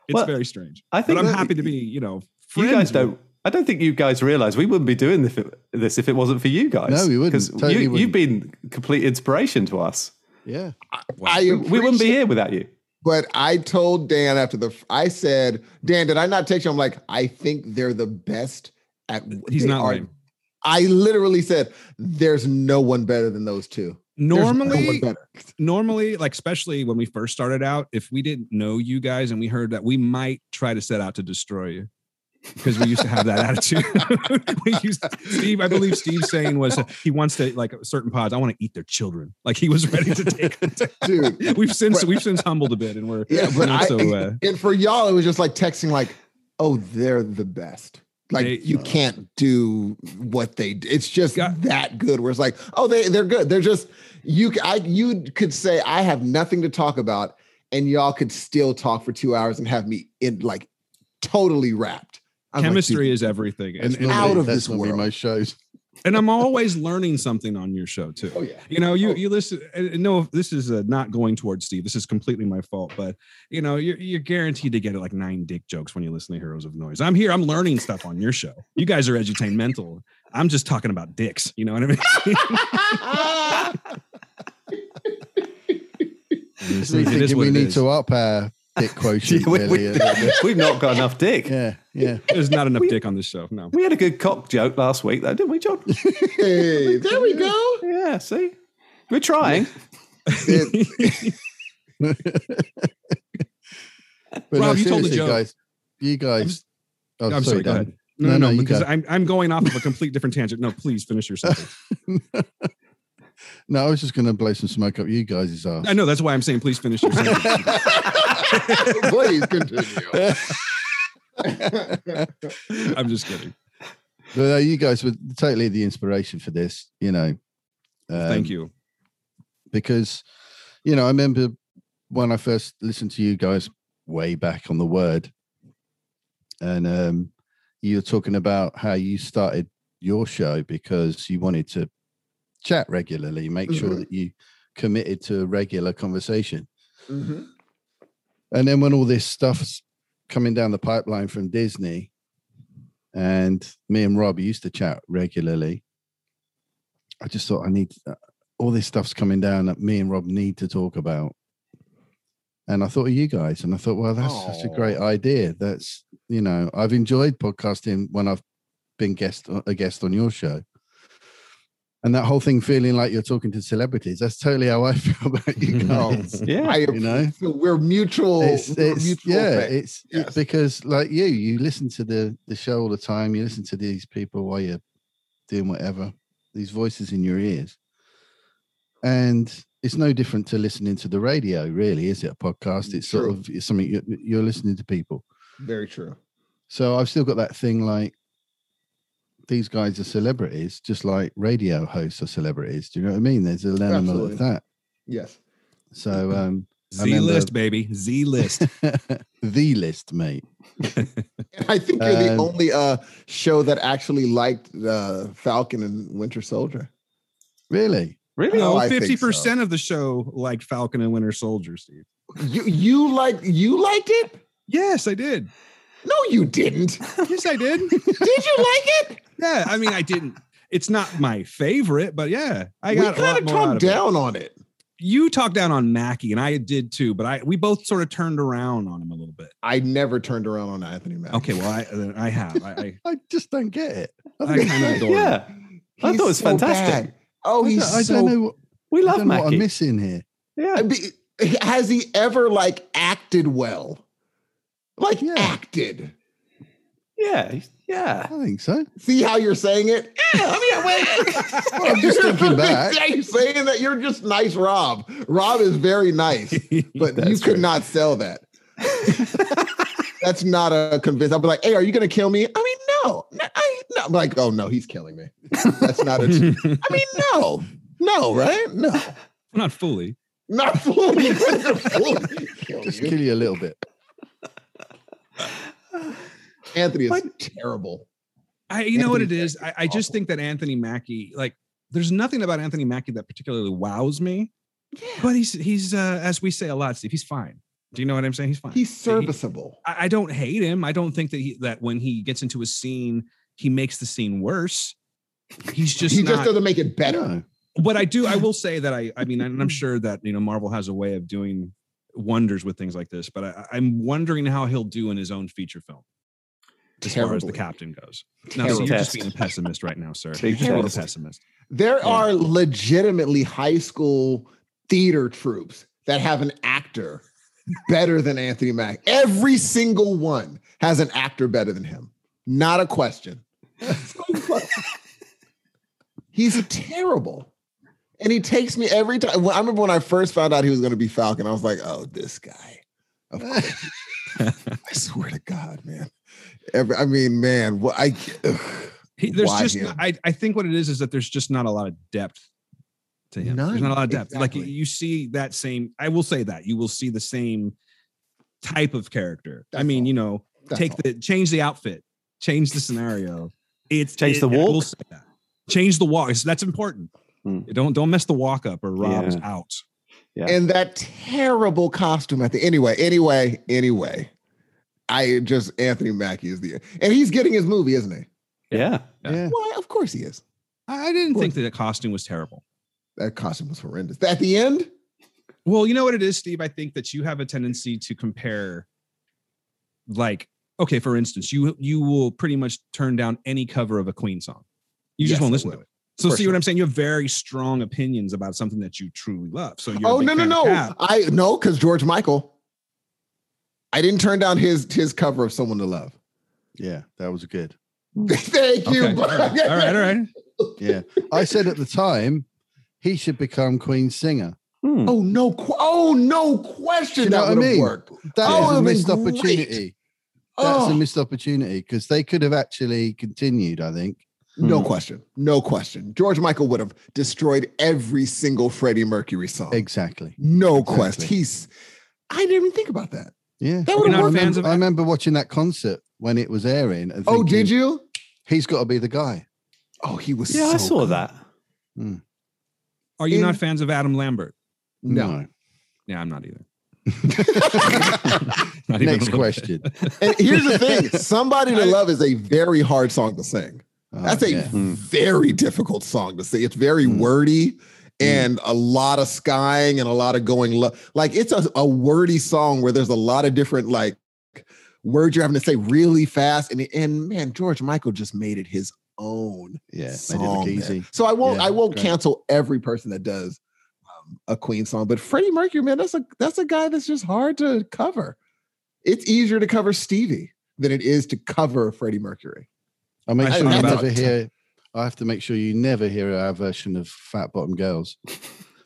[SPEAKER 5] it's
[SPEAKER 4] Well,
[SPEAKER 5] very strange.
[SPEAKER 4] I
[SPEAKER 5] But
[SPEAKER 4] think
[SPEAKER 5] I'm
[SPEAKER 4] that
[SPEAKER 5] happy to be, you know, friends
[SPEAKER 4] You guys
[SPEAKER 5] with-
[SPEAKER 4] don't. I don't think you guys realize we wouldn't be doing this if it, this if it wasn't for you guys.
[SPEAKER 2] No, we wouldn't.
[SPEAKER 4] 'Cause
[SPEAKER 2] Totally
[SPEAKER 4] you,
[SPEAKER 2] wouldn't.
[SPEAKER 4] You've been complete inspiration to us.
[SPEAKER 2] yeah
[SPEAKER 6] I
[SPEAKER 4] We wouldn't be here without you.
[SPEAKER 6] But I told Dan after the, I said, Dan, did I not text you? I'm like, I think they're the best at. what
[SPEAKER 5] He's
[SPEAKER 6] they
[SPEAKER 5] not
[SPEAKER 6] are."
[SPEAKER 5] lying.
[SPEAKER 6] I literally said, there's no one better than those two. There's no one
[SPEAKER 5] Normally,
[SPEAKER 6] better.
[SPEAKER 5] normally, like especially when we first started out, if we didn't know you guys and we heard that, we might try to set out to destroy you because we used to have that attitude. we used Steve, I believe Steve's saying was he wants to like certain pods. I want to eat their children. Like he was ready to take.
[SPEAKER 6] dude.
[SPEAKER 5] we've since we've since humbled a bit, and we're
[SPEAKER 6] Yeah,
[SPEAKER 5] we're
[SPEAKER 6] but
[SPEAKER 5] not
[SPEAKER 6] I,
[SPEAKER 5] so. Uh,
[SPEAKER 6] and for y'all, it was just like texting, like, "Oh, they're the best." Like
[SPEAKER 5] They-
[SPEAKER 6] you can't do what they. d- It's just
[SPEAKER 5] Got-
[SPEAKER 6] that good. Where it's like, "Oh, they they're good." They're just you. c- I you could say I have nothing to talk about, and y'all could still talk for two hours and have me in like totally wrapped. I'm like,
[SPEAKER 5] chemistry
[SPEAKER 6] dude,
[SPEAKER 5] is everything and,
[SPEAKER 2] that's
[SPEAKER 5] and,
[SPEAKER 6] out
[SPEAKER 2] normally-
[SPEAKER 6] of
[SPEAKER 2] that's
[SPEAKER 6] this
[SPEAKER 2] normally
[SPEAKER 6] world.
[SPEAKER 2] most shows
[SPEAKER 5] and i'm always learning something on your show too
[SPEAKER 6] Oh yeah.
[SPEAKER 5] you know you
[SPEAKER 6] Oh.
[SPEAKER 5] you listen and and no this is uh, not going towards steve this is completely my fault but you know you're, you're guaranteed to get like nine dick jokes when you listen to heroes of noise i'm here i'm learning stuff on your show you guys are edutainmental i'm just talking about dicks you know what i mean
[SPEAKER 2] Ah!
[SPEAKER 5] It's-
[SPEAKER 2] we
[SPEAKER 5] it is
[SPEAKER 2] thinking
[SPEAKER 5] what
[SPEAKER 2] we
[SPEAKER 5] it
[SPEAKER 2] need
[SPEAKER 5] is.
[SPEAKER 2] to up our dick quotient
[SPEAKER 4] we,
[SPEAKER 2] really a little bit.
[SPEAKER 6] we-
[SPEAKER 4] have not got enough dick.
[SPEAKER 2] yeah yeah
[SPEAKER 5] there's not enough
[SPEAKER 4] We-
[SPEAKER 5] dick on this show no
[SPEAKER 4] We had a good cock joke last week, though, didn't we, John?
[SPEAKER 6] Hey, there we go.
[SPEAKER 4] yeah. See, we're trying.
[SPEAKER 2] But
[SPEAKER 5] Rob, you told the
[SPEAKER 2] seriously,
[SPEAKER 5] joke.
[SPEAKER 2] Guys, you guys. Oh,
[SPEAKER 5] i'm sorry, go
[SPEAKER 2] Dan.
[SPEAKER 5] ahead no,
[SPEAKER 2] No,
[SPEAKER 5] no,
[SPEAKER 2] no,
[SPEAKER 5] no,
[SPEAKER 2] you
[SPEAKER 5] because
[SPEAKER 2] go.
[SPEAKER 5] I'm, I'm going off of a complete different tangent. No, please finish your sentence.
[SPEAKER 2] No, I was just going to blow some smoke up you guys' ass.
[SPEAKER 5] I know that's why I'm saying please finish your sentence.
[SPEAKER 6] Please continue.
[SPEAKER 5] I'm just kidding.
[SPEAKER 2] But uh, you guys were totally the inspiration for this, you know. um,
[SPEAKER 5] Thank you.
[SPEAKER 2] Because, you know, I remember when I first listened to you guys way back on the word, and um, you're talking about how you started your show because you wanted to chat regularly, make sure
[SPEAKER 6] Mhm.
[SPEAKER 2] that you committed to a regular conversation.
[SPEAKER 6] Mm-hmm.
[SPEAKER 2] And then when all this stuff's coming down the pipeline from Disney, and me and Rob used to chat regularly, I just thought I need uh, all this stuff's coming down that me and Rob need to talk about. And I thought of you guys, and I thought, well, that's such a great idea. That's you know, I've enjoyed podcasting when I've been guest uh, a guest on your show. And that whole thing feeling like you're talking to celebrities, that's totally how I feel about you
[SPEAKER 6] Oh,
[SPEAKER 2] guys.
[SPEAKER 4] Yeah.
[SPEAKER 6] I,
[SPEAKER 2] you know?
[SPEAKER 6] so we're mutual.
[SPEAKER 2] it's,
[SPEAKER 6] we're
[SPEAKER 2] it's-
[SPEAKER 6] mutual
[SPEAKER 2] yeah,
[SPEAKER 6] friends.
[SPEAKER 2] it's it-
[SPEAKER 6] Yes.
[SPEAKER 2] because like you, you listen to the the show all the time. You listen to these people while you're doing whatever. These voices in your ears, and it's no different to listening to the radio, really, is it? A podcast. It's sort
[SPEAKER 6] Mm, True.
[SPEAKER 2] of it's something you're, you're listening to people.
[SPEAKER 6] very true.
[SPEAKER 2] So I've still got that thing like these guys are celebrities, just like radio hosts are celebrities. Do you know what I mean? There's an element
[SPEAKER 6] Absolutely.
[SPEAKER 2] of that.
[SPEAKER 6] Yes.
[SPEAKER 2] So um, I
[SPEAKER 5] Z
[SPEAKER 2] remember-
[SPEAKER 5] list, baby. Z list.
[SPEAKER 2] the list, mate.
[SPEAKER 6] And I think you're the
[SPEAKER 2] Um,
[SPEAKER 6] only uh, show that actually liked the Falcon and Winter Soldier.
[SPEAKER 2] Really.
[SPEAKER 4] Really?
[SPEAKER 6] No,
[SPEAKER 5] No,
[SPEAKER 6] Oh, I think
[SPEAKER 5] Oh, fifty percent of the show liked Falcon and Winter Soldier, Steve.
[SPEAKER 6] You you liked you liked it?
[SPEAKER 5] Yes, I did.
[SPEAKER 6] No, you didn't.
[SPEAKER 5] Yes, I did.
[SPEAKER 6] Did you like it?
[SPEAKER 5] yeah, I mean, I didn't. It's not my favorite, but yeah, I got
[SPEAKER 6] we
[SPEAKER 5] a lot
[SPEAKER 6] kind of
[SPEAKER 5] more out
[SPEAKER 6] talked
[SPEAKER 5] of it.
[SPEAKER 6] down on it.
[SPEAKER 5] You talked down on Mackie, and I did too. But I we both sort of turned around on him a little bit.
[SPEAKER 6] I never turned around on Anthony Mackie.
[SPEAKER 5] Okay, well, I then I have. I, I
[SPEAKER 2] I just don't get it. I
[SPEAKER 5] I
[SPEAKER 2] think
[SPEAKER 5] kind of adore him.
[SPEAKER 4] Yeah. I thought it was fantastic.
[SPEAKER 6] bad. Oh,
[SPEAKER 2] I,
[SPEAKER 6] he's
[SPEAKER 2] don't, I
[SPEAKER 6] so
[SPEAKER 2] don't know. What,
[SPEAKER 4] We
[SPEAKER 2] I
[SPEAKER 4] love
[SPEAKER 2] don't know what I'm
[SPEAKER 4] Mackie.
[SPEAKER 2] missing here.
[SPEAKER 4] Yeah.
[SPEAKER 6] I mean, has he ever like acted well? Like
[SPEAKER 2] Yeah.
[SPEAKER 6] acted.
[SPEAKER 4] Yeah. he's- Yeah.
[SPEAKER 2] I think so.
[SPEAKER 6] See how you're saying it? Yeah, I mean, wait.
[SPEAKER 2] Well, I'm just thinking back.
[SPEAKER 6] You're saying that you're just nice, Rob. Rob is very nice, but you
[SPEAKER 4] That's
[SPEAKER 6] could
[SPEAKER 4] true.
[SPEAKER 6] not sell that. That's not a convince. I'll be like, hey, are you going to kill me? I mean, no. No, I, no. I'm like, oh, no, he's killing me. That's not a. I mean, no. No, right? No.
[SPEAKER 5] not fully.
[SPEAKER 6] Not fully. fully kill
[SPEAKER 2] Just
[SPEAKER 6] you.
[SPEAKER 2] kill you a little bit.
[SPEAKER 6] Anthony is
[SPEAKER 4] What?
[SPEAKER 6] terrible.
[SPEAKER 5] I, you know what it
[SPEAKER 6] Anthony
[SPEAKER 5] is. I, I just
[SPEAKER 6] awful.
[SPEAKER 5] think that Anthony Mackie, like, there's nothing about Anthony Mackie that particularly wows me. But he's he's uh, as we say a lot, Steve. He's fine. Do you know what I'm saying? He's fine.
[SPEAKER 6] He's
[SPEAKER 5] He-
[SPEAKER 6] serviceable.
[SPEAKER 5] I, I don't hate him. I don't think that he, that when he gets into a scene, he makes the scene worse. He's just
[SPEAKER 6] he
[SPEAKER 5] not.
[SPEAKER 6] just doesn't make it better.
[SPEAKER 2] No.
[SPEAKER 5] what I do, I will say that I, I mean, and I'm sure that you know Marvel has a way of doing wonders with things like this. But I, I'm wondering how he'll do in his own feature film, as far as the
[SPEAKER 6] Terribly.
[SPEAKER 5] captain goes. No,
[SPEAKER 6] Terrible.
[SPEAKER 5] so you're just
[SPEAKER 4] Test.
[SPEAKER 5] being a pessimist right now, sir.
[SPEAKER 4] Big
[SPEAKER 5] You're being a
[SPEAKER 4] test.
[SPEAKER 5] pessimist.
[SPEAKER 6] There are legitimately high school theater troops that have an actor better than Anthony Mack. Every single one has an actor better than him. Not a question. He's terrible. And he takes me every time. When- I remember when I first found out he was going to be Falcon, I was like, oh, this guy. Of course. I swear to God, man. Every, I mean, man, what I. ugh.
[SPEAKER 5] He, there's
[SPEAKER 6] Why
[SPEAKER 5] just,
[SPEAKER 6] him?
[SPEAKER 5] I, I think what it is is that there's just not a lot of depth to him. there's
[SPEAKER 6] None,
[SPEAKER 5] not a lot of depth. Like
[SPEAKER 6] exactly.
[SPEAKER 5] you see that same. I will say that you will see the same type of character. I
[SPEAKER 6] That's
[SPEAKER 5] mean,
[SPEAKER 6] all.
[SPEAKER 5] you know,
[SPEAKER 6] That's
[SPEAKER 5] take
[SPEAKER 6] all.
[SPEAKER 5] the change the outfit, change the scenario. It's
[SPEAKER 4] Change the
[SPEAKER 5] I will
[SPEAKER 4] walk.
[SPEAKER 5] say that. Change the walk. So that's important.
[SPEAKER 4] Hmm.
[SPEAKER 5] Don't don't mess the walk up or Rob's out.
[SPEAKER 4] Yeah.
[SPEAKER 6] and that terrible costume at the anyway, anyway, anyway. I just Anthony Mackie is the and he's getting his movie, isn't he?
[SPEAKER 4] Yeah.
[SPEAKER 5] Yeah.
[SPEAKER 2] Yeah.
[SPEAKER 6] Why? Of course he is.
[SPEAKER 5] I, I didn't think that the costume was terrible.
[SPEAKER 6] That costume was horrendous. At the end,
[SPEAKER 5] Well, you know what it is, Steve? I think that you have a tendency to compare like okay, for instance, you you will pretty much turn down any cover of a Queen song. You
[SPEAKER 6] Yes,
[SPEAKER 5] just won't
[SPEAKER 6] I
[SPEAKER 5] listen to
[SPEAKER 6] will.
[SPEAKER 5] it. So
[SPEAKER 6] For
[SPEAKER 5] see what
[SPEAKER 6] sure.
[SPEAKER 5] I'm saying? You have very strong opinions about something that you truly love. So you're a
[SPEAKER 6] oh
[SPEAKER 5] big
[SPEAKER 6] no
[SPEAKER 5] fan
[SPEAKER 6] no
[SPEAKER 5] of
[SPEAKER 6] no!
[SPEAKER 5] Cap.
[SPEAKER 6] I no because George Michael. I didn't turn down his his cover of "Someone to Love."
[SPEAKER 2] Yeah, that was good.
[SPEAKER 6] Thank you.
[SPEAKER 5] Hmm. Okay. All right, all right, all right.
[SPEAKER 2] Yeah. I said at the time he should become Queen singer.
[SPEAKER 4] Hmm.
[SPEAKER 6] Oh no! qu- Oh no question.
[SPEAKER 2] You know what
[SPEAKER 6] that
[SPEAKER 2] I
[SPEAKER 6] would have
[SPEAKER 2] mean?
[SPEAKER 6] worked.
[SPEAKER 2] That was a
[SPEAKER 6] Oh, it would've been
[SPEAKER 2] missed
[SPEAKER 6] great.
[SPEAKER 2] opportunity. That's
[SPEAKER 6] Oh,
[SPEAKER 2] a missed opportunity because they could have actually continued, I think.
[SPEAKER 6] no
[SPEAKER 4] Hmm.
[SPEAKER 6] question. No question. George Michael would have destroyed every single Freddie Mercury song.
[SPEAKER 2] Exactly.
[SPEAKER 6] No
[SPEAKER 2] Exactly.
[SPEAKER 6] quest. He's. I didn't even think about that.
[SPEAKER 2] Yeah.
[SPEAKER 6] That would've
[SPEAKER 2] I
[SPEAKER 5] worked.
[SPEAKER 2] remember, I remember watching that concert when it was airing. and
[SPEAKER 6] Oh, did
[SPEAKER 2] thinking,
[SPEAKER 6] you?
[SPEAKER 2] He's got to be the guy.
[SPEAKER 6] Oh, he was.
[SPEAKER 4] Yeah, I
[SPEAKER 6] so
[SPEAKER 4] saw
[SPEAKER 6] good.
[SPEAKER 4] that.
[SPEAKER 5] Are you
[SPEAKER 6] In-
[SPEAKER 5] not fans of Adam Lambert?
[SPEAKER 2] Mm.
[SPEAKER 6] No.
[SPEAKER 5] Yeah, I'm not either. Not even a
[SPEAKER 2] Next
[SPEAKER 5] little
[SPEAKER 2] question.
[SPEAKER 6] And here's the thing: "Somebody to Love" is a very hard song to sing.
[SPEAKER 2] Oh,
[SPEAKER 6] That's a
[SPEAKER 2] yeah.
[SPEAKER 4] Mm.
[SPEAKER 6] very difficult song to sing. It's very
[SPEAKER 2] Mm.
[SPEAKER 6] wordy and a lot of skying and a lot of going low. Like it's a, a wordy song where there's a lot of different like words you're having to say really fast. And and man, George Michael just made it his own
[SPEAKER 2] yeah. Made it
[SPEAKER 6] song.
[SPEAKER 2] look
[SPEAKER 6] man.
[SPEAKER 2] easy.
[SPEAKER 6] So I won't
[SPEAKER 2] Yeah,
[SPEAKER 6] I won't
[SPEAKER 2] great.
[SPEAKER 6] cancel every person that does um, a Queen song, but Freddie Mercury, man, that's a that's a guy that's just hard to cover. It's easier to cover Stevie than it is to cover Freddie Mercury.
[SPEAKER 2] I make
[SPEAKER 5] I
[SPEAKER 2] sure
[SPEAKER 5] thought
[SPEAKER 2] you
[SPEAKER 5] about-
[SPEAKER 2] never hear. I have to make sure you never hear our version of Fat Bottom Girls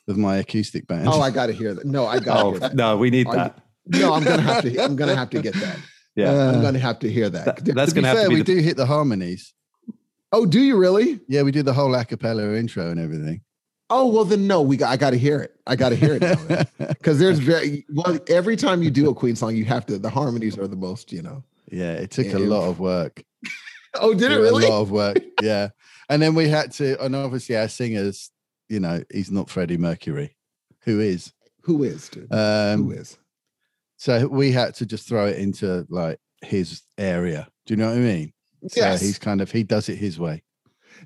[SPEAKER 2] with my acoustic band.
[SPEAKER 6] Oh, I got to hear that. No, I got to hear
[SPEAKER 4] Oh
[SPEAKER 6] that.
[SPEAKER 4] no, we need
[SPEAKER 6] Are you-
[SPEAKER 4] that.
[SPEAKER 6] No, I'm gonna have to. I'm gonna have to get that.
[SPEAKER 4] Yeah,
[SPEAKER 6] I'm
[SPEAKER 2] Uh,
[SPEAKER 6] gonna have to hear that.
[SPEAKER 4] That- that's
[SPEAKER 2] to be
[SPEAKER 4] gonna have
[SPEAKER 2] fair,
[SPEAKER 4] to be
[SPEAKER 2] we
[SPEAKER 4] the-
[SPEAKER 2] do hit the harmonies.
[SPEAKER 6] oh, do you really?
[SPEAKER 2] Yeah, we did the whole a cappella intro and everything.
[SPEAKER 6] Oh well, then no. We got, I got to hear it. eh? I got to hear it because there's very well. Every time you do a Queen song, you have to. The harmonies are the most. You know.
[SPEAKER 2] yeah, it took
[SPEAKER 6] Yeah.
[SPEAKER 2] a lot of work.
[SPEAKER 6] Oh, did it
[SPEAKER 2] Yeah,
[SPEAKER 6] really?
[SPEAKER 2] A lot of work. Yeah. and then we had to, and obviously our singers, you know, he's not Freddie Mercury. Who is?
[SPEAKER 6] Who is? Dude? Who
[SPEAKER 2] Um,
[SPEAKER 6] is?
[SPEAKER 2] so we had to just throw it into like his area. Do you know what I mean?
[SPEAKER 6] Yes.
[SPEAKER 2] So he's kind of, he does it his way.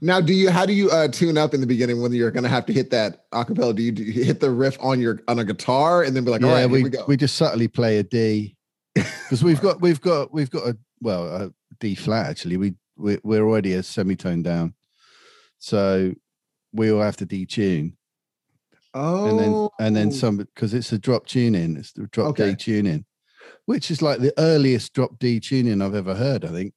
[SPEAKER 6] now, do you? How do you uh, tune up in the beginning when you're gonna have to hit that acapella? Do you, do you hit the riff on your on a guitar and then be like, all
[SPEAKER 2] yeah,
[SPEAKER 6] right,
[SPEAKER 2] we,
[SPEAKER 6] here we go.
[SPEAKER 2] just subtly play a D because we've got, we've got, we've got a, well, a D flat actually. We, we we're already a semitone down. So we all have to detune.
[SPEAKER 6] oh,
[SPEAKER 2] and then and then some because it's a drop tune in. It's the drop
[SPEAKER 6] Okay.
[SPEAKER 2] D tune in, which is like the earliest drop D tune in I've ever heard. I think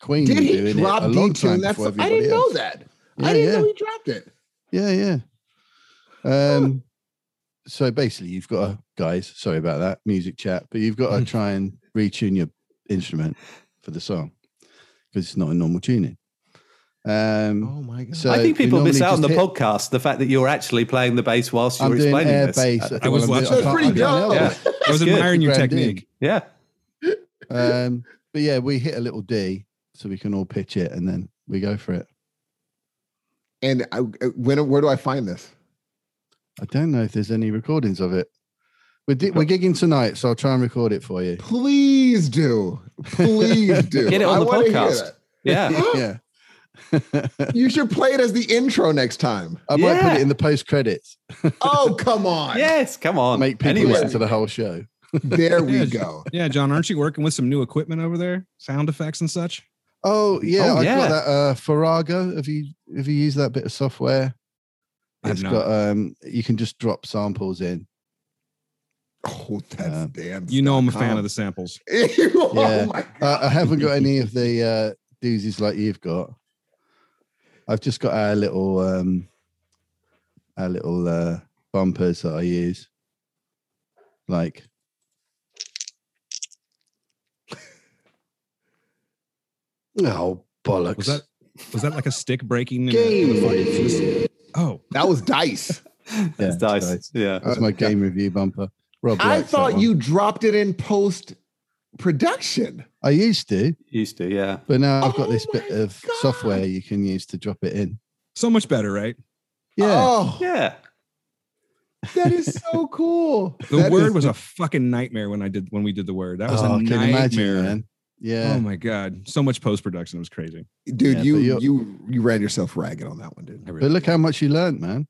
[SPEAKER 2] Queen
[SPEAKER 6] Did
[SPEAKER 2] were
[SPEAKER 6] he
[SPEAKER 2] doing
[SPEAKER 6] drop
[SPEAKER 2] it a long
[SPEAKER 6] D tune?
[SPEAKER 2] time
[SPEAKER 6] That's
[SPEAKER 2] before
[SPEAKER 6] I
[SPEAKER 2] everybody
[SPEAKER 6] didn't
[SPEAKER 2] else.
[SPEAKER 6] know that.
[SPEAKER 2] Yeah,
[SPEAKER 6] I didn't
[SPEAKER 2] yeah,
[SPEAKER 6] know he dropped it.
[SPEAKER 2] yeah, yeah. Um, so basically, you've got to, guys. Sorry about that music chat, but you've
[SPEAKER 6] Mm.
[SPEAKER 2] got to try and retune your instrument for the song because it's not a normal tuning. Um,
[SPEAKER 6] Oh my god!
[SPEAKER 2] so
[SPEAKER 4] I think
[SPEAKER 2] we
[SPEAKER 4] people miss
[SPEAKER 2] normally
[SPEAKER 4] out on
[SPEAKER 2] just
[SPEAKER 4] the
[SPEAKER 2] hit-
[SPEAKER 4] podcast. The fact that you're actually playing the bass whilst you're
[SPEAKER 2] I'm doing
[SPEAKER 4] explaining
[SPEAKER 2] air
[SPEAKER 4] this.
[SPEAKER 2] bass.
[SPEAKER 4] Uh,
[SPEAKER 2] okay, well,
[SPEAKER 5] was
[SPEAKER 2] I'm doing-
[SPEAKER 5] watching-
[SPEAKER 2] I
[SPEAKER 6] That's
[SPEAKER 2] can't-
[SPEAKER 6] pretty
[SPEAKER 2] I'm doing
[SPEAKER 6] dope.
[SPEAKER 2] air
[SPEAKER 4] Yeah.
[SPEAKER 2] bass.
[SPEAKER 5] bit. I was
[SPEAKER 4] It's good.
[SPEAKER 5] admiring your
[SPEAKER 2] Grand
[SPEAKER 5] technique.
[SPEAKER 4] yeah,
[SPEAKER 2] Um, but yeah, we hit a little D so we can all pitch it and then we go for it.
[SPEAKER 6] And I, uh, when, where do I find this?
[SPEAKER 2] I don't know if there's any recordings of it. We're, di- we're gigging tonight, so I'll try and record it for you.
[SPEAKER 6] Please do, please do.
[SPEAKER 4] Get it on
[SPEAKER 6] I
[SPEAKER 4] the
[SPEAKER 6] wanna hear
[SPEAKER 4] podcast.
[SPEAKER 6] that.
[SPEAKER 4] yeah.
[SPEAKER 2] yeah.
[SPEAKER 6] You should play it as the intro next time.
[SPEAKER 2] I might put
[SPEAKER 4] Yeah.
[SPEAKER 2] it in the post credits,
[SPEAKER 6] Oh come on!
[SPEAKER 4] Yes, come on.
[SPEAKER 2] make people
[SPEAKER 4] anyway,
[SPEAKER 2] listen to the whole show.
[SPEAKER 6] There we
[SPEAKER 5] Yeah.
[SPEAKER 6] go.
[SPEAKER 5] Yeah, John, aren't you working with some new equipment over there? Sound effects and such?
[SPEAKER 2] Oh yeah,
[SPEAKER 4] Oh,
[SPEAKER 2] I've
[SPEAKER 4] yeah.
[SPEAKER 2] got that uh, Farrago. Have you have you used that bit of software?
[SPEAKER 5] I have
[SPEAKER 2] It's
[SPEAKER 5] not.
[SPEAKER 2] got um, you can just drop samples in.
[SPEAKER 6] Oh, that's
[SPEAKER 2] Uh,
[SPEAKER 6] damn.
[SPEAKER 5] You know I'm a fan
[SPEAKER 6] com.
[SPEAKER 5] of the samples.
[SPEAKER 6] oh
[SPEAKER 2] Yeah.
[SPEAKER 6] my god!
[SPEAKER 2] Uh, I haven't got any of the uh, doozies like you've got. I've just got our little um, our little uh, bumpers that I use. Like, oh bollocks!
[SPEAKER 5] Was that was that like a stick breaking? in a- in a fucking fist?
[SPEAKER 2] game.
[SPEAKER 5] Oh,
[SPEAKER 6] that was dice.
[SPEAKER 4] it's
[SPEAKER 2] Yeah,
[SPEAKER 4] dice.
[SPEAKER 2] dice.
[SPEAKER 4] Yeah.
[SPEAKER 2] That's my game review bumper. Rob,
[SPEAKER 6] Uh, I
[SPEAKER 2] likes that
[SPEAKER 6] thought
[SPEAKER 2] one.
[SPEAKER 6] you dropped it in post production.
[SPEAKER 2] I used to,
[SPEAKER 4] Used to, yeah.
[SPEAKER 2] but now I've got
[SPEAKER 6] Oh
[SPEAKER 2] this bit
[SPEAKER 6] my
[SPEAKER 2] of
[SPEAKER 6] God.
[SPEAKER 2] software you can use to drop it in.
[SPEAKER 5] so much better, right?
[SPEAKER 2] Yeah.
[SPEAKER 6] Oh,
[SPEAKER 4] Yeah.
[SPEAKER 6] that is so cool.
[SPEAKER 5] The
[SPEAKER 6] That
[SPEAKER 5] word
[SPEAKER 6] is-
[SPEAKER 5] was a fucking nightmare when I did when we did the word. That was
[SPEAKER 2] Oh,
[SPEAKER 5] a
[SPEAKER 2] I can
[SPEAKER 5] nightmare.
[SPEAKER 2] imagine, man. Yeah.
[SPEAKER 5] Oh my god, so much post production. It was crazy.
[SPEAKER 6] dude.
[SPEAKER 2] Yeah,
[SPEAKER 6] you
[SPEAKER 2] but you're-
[SPEAKER 6] you you ran yourself ragged on that one, dude.
[SPEAKER 5] I really
[SPEAKER 2] But look how much you learned, man.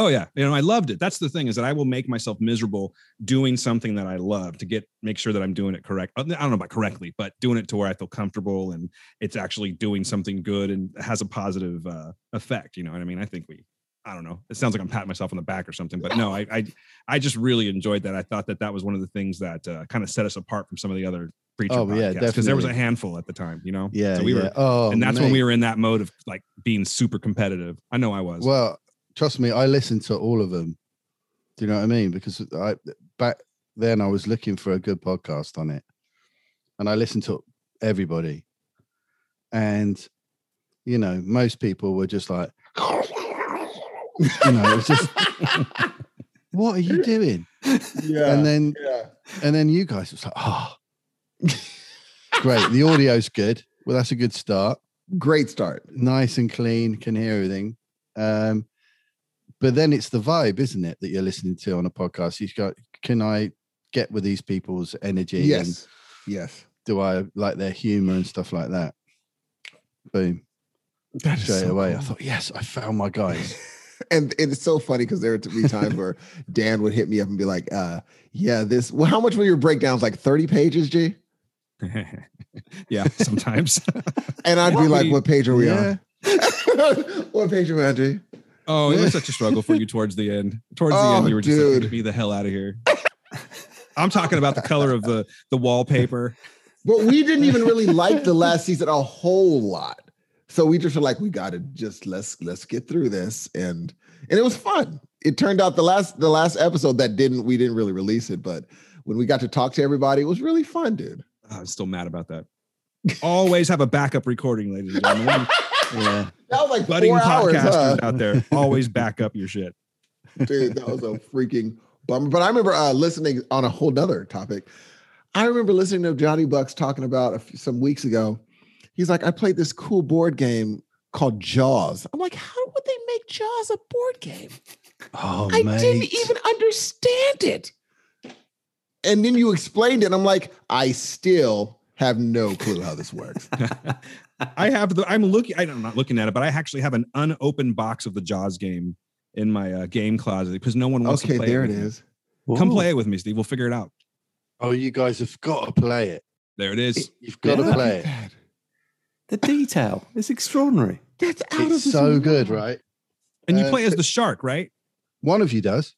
[SPEAKER 5] Oh yeah, you know I loved it. That's the thing is that I will make myself miserable doing something that I love to get make sure that I'm doing it correct. uh, I don't know about correctly, but doing it to where I feel comfortable and it's actually doing something good and has a positive uh, effect. You know what I mean? I think we. I don't know. It sounds like I'm patting myself on the back or something, but no, I I, I just really enjoyed that. I thought that that was one of the things that uh, kind of set us apart from some of the other preacher
[SPEAKER 2] Oh, yeah,
[SPEAKER 5] podcasts because there was a
[SPEAKER 2] definitely.
[SPEAKER 5] handful at the time. You know,
[SPEAKER 2] Yeah,
[SPEAKER 5] So we
[SPEAKER 2] yeah.
[SPEAKER 5] were,
[SPEAKER 2] oh,
[SPEAKER 5] and that's when we
[SPEAKER 2] mate.
[SPEAKER 5] were in that mode of like being super competitive. I know I was.
[SPEAKER 2] Well, trust me, I listened to all of them. Do you know what I mean? Because I back then I was looking for a good podcast on it, and I listened to everybody, and you know, most people were just like, you know, it was just, what are you doing?
[SPEAKER 6] Yeah.
[SPEAKER 2] And then
[SPEAKER 6] yeah.
[SPEAKER 2] and then you guys was like, oh. "Ah." Great. The audio's good. Well, that's a good start.
[SPEAKER 6] Great start.
[SPEAKER 2] Nice and clean, can hear everything. Um, but then it's the vibe, isn't it, that you're listening to on a podcast? You've got, can I get with these people's energy? And
[SPEAKER 6] Yes. Yes.
[SPEAKER 2] do I like their humor and stuff like that? Boom. Straight away, I thought, yes, I found my guys.
[SPEAKER 6] And it's so funny because there would be times where Dan would hit me up and be like, uh, yeah, this well, how much were your breakdowns? Like 30 pages, G?
[SPEAKER 5] yeah, sometimes.
[SPEAKER 6] And I'd
[SPEAKER 4] What
[SPEAKER 6] be
[SPEAKER 4] were
[SPEAKER 6] like,
[SPEAKER 4] you-
[SPEAKER 6] What page are we
[SPEAKER 2] yeah.
[SPEAKER 6] on? what page are we on, G?
[SPEAKER 5] oh, it was such a struggle for you towards the end. Towards the end,
[SPEAKER 6] Oh,
[SPEAKER 5] you were just like,
[SPEAKER 6] dude.
[SPEAKER 5] get me the hell out of here. I'm talking about the color of the the wallpaper.
[SPEAKER 6] But we didn't even really like the last season a whole lot. So we just were like, we gotta just let's let's get through this. And and it was fun. It turned out the last the last episode that didn't we didn't really release it, but when we got to talk to everybody, it was really fun, dude.
[SPEAKER 5] Oh, I'm still mad about that. Always have a backup recording, ladies and gentlemen.
[SPEAKER 2] Yeah.
[SPEAKER 6] That was like
[SPEAKER 5] budding
[SPEAKER 6] four hours,
[SPEAKER 5] podcasters
[SPEAKER 6] huh?
[SPEAKER 5] out there always back up your shit.
[SPEAKER 6] dude. That was a freaking bummer. But I remember uh, listening on a whole nother topic. I remember listening to Johnny Bucks talking about a f- some weeks ago. He's like, I played this cool board game called Jaws. I'm like, how would they make Jaws a board game?
[SPEAKER 2] Oh,
[SPEAKER 6] I
[SPEAKER 2] mate.
[SPEAKER 6] didn't even understand it. And then you explained it. and I'm like, I still have no clue how this works.
[SPEAKER 5] I have the. I'm looking. I'm not looking at it, but I actually have an unopened box of the Jaws game in my uh, game closet because no one wants
[SPEAKER 6] okay,
[SPEAKER 5] to play.
[SPEAKER 6] there
[SPEAKER 5] it
[SPEAKER 6] it
[SPEAKER 5] with me.
[SPEAKER 6] is.
[SPEAKER 5] Come
[SPEAKER 4] Ooh.
[SPEAKER 5] play it with me, Steve. We'll figure it out.
[SPEAKER 2] Oh, you guys have got to play it.
[SPEAKER 5] There it is.
[SPEAKER 2] You've got
[SPEAKER 4] Yeah.
[SPEAKER 2] to play it.
[SPEAKER 4] The detail is extraordinary.
[SPEAKER 6] That's out of
[SPEAKER 2] It's
[SPEAKER 6] this
[SPEAKER 2] so good,
[SPEAKER 6] world.
[SPEAKER 2] right?
[SPEAKER 5] And you
[SPEAKER 2] Uh,
[SPEAKER 5] play as the shark, right?
[SPEAKER 2] One of you does.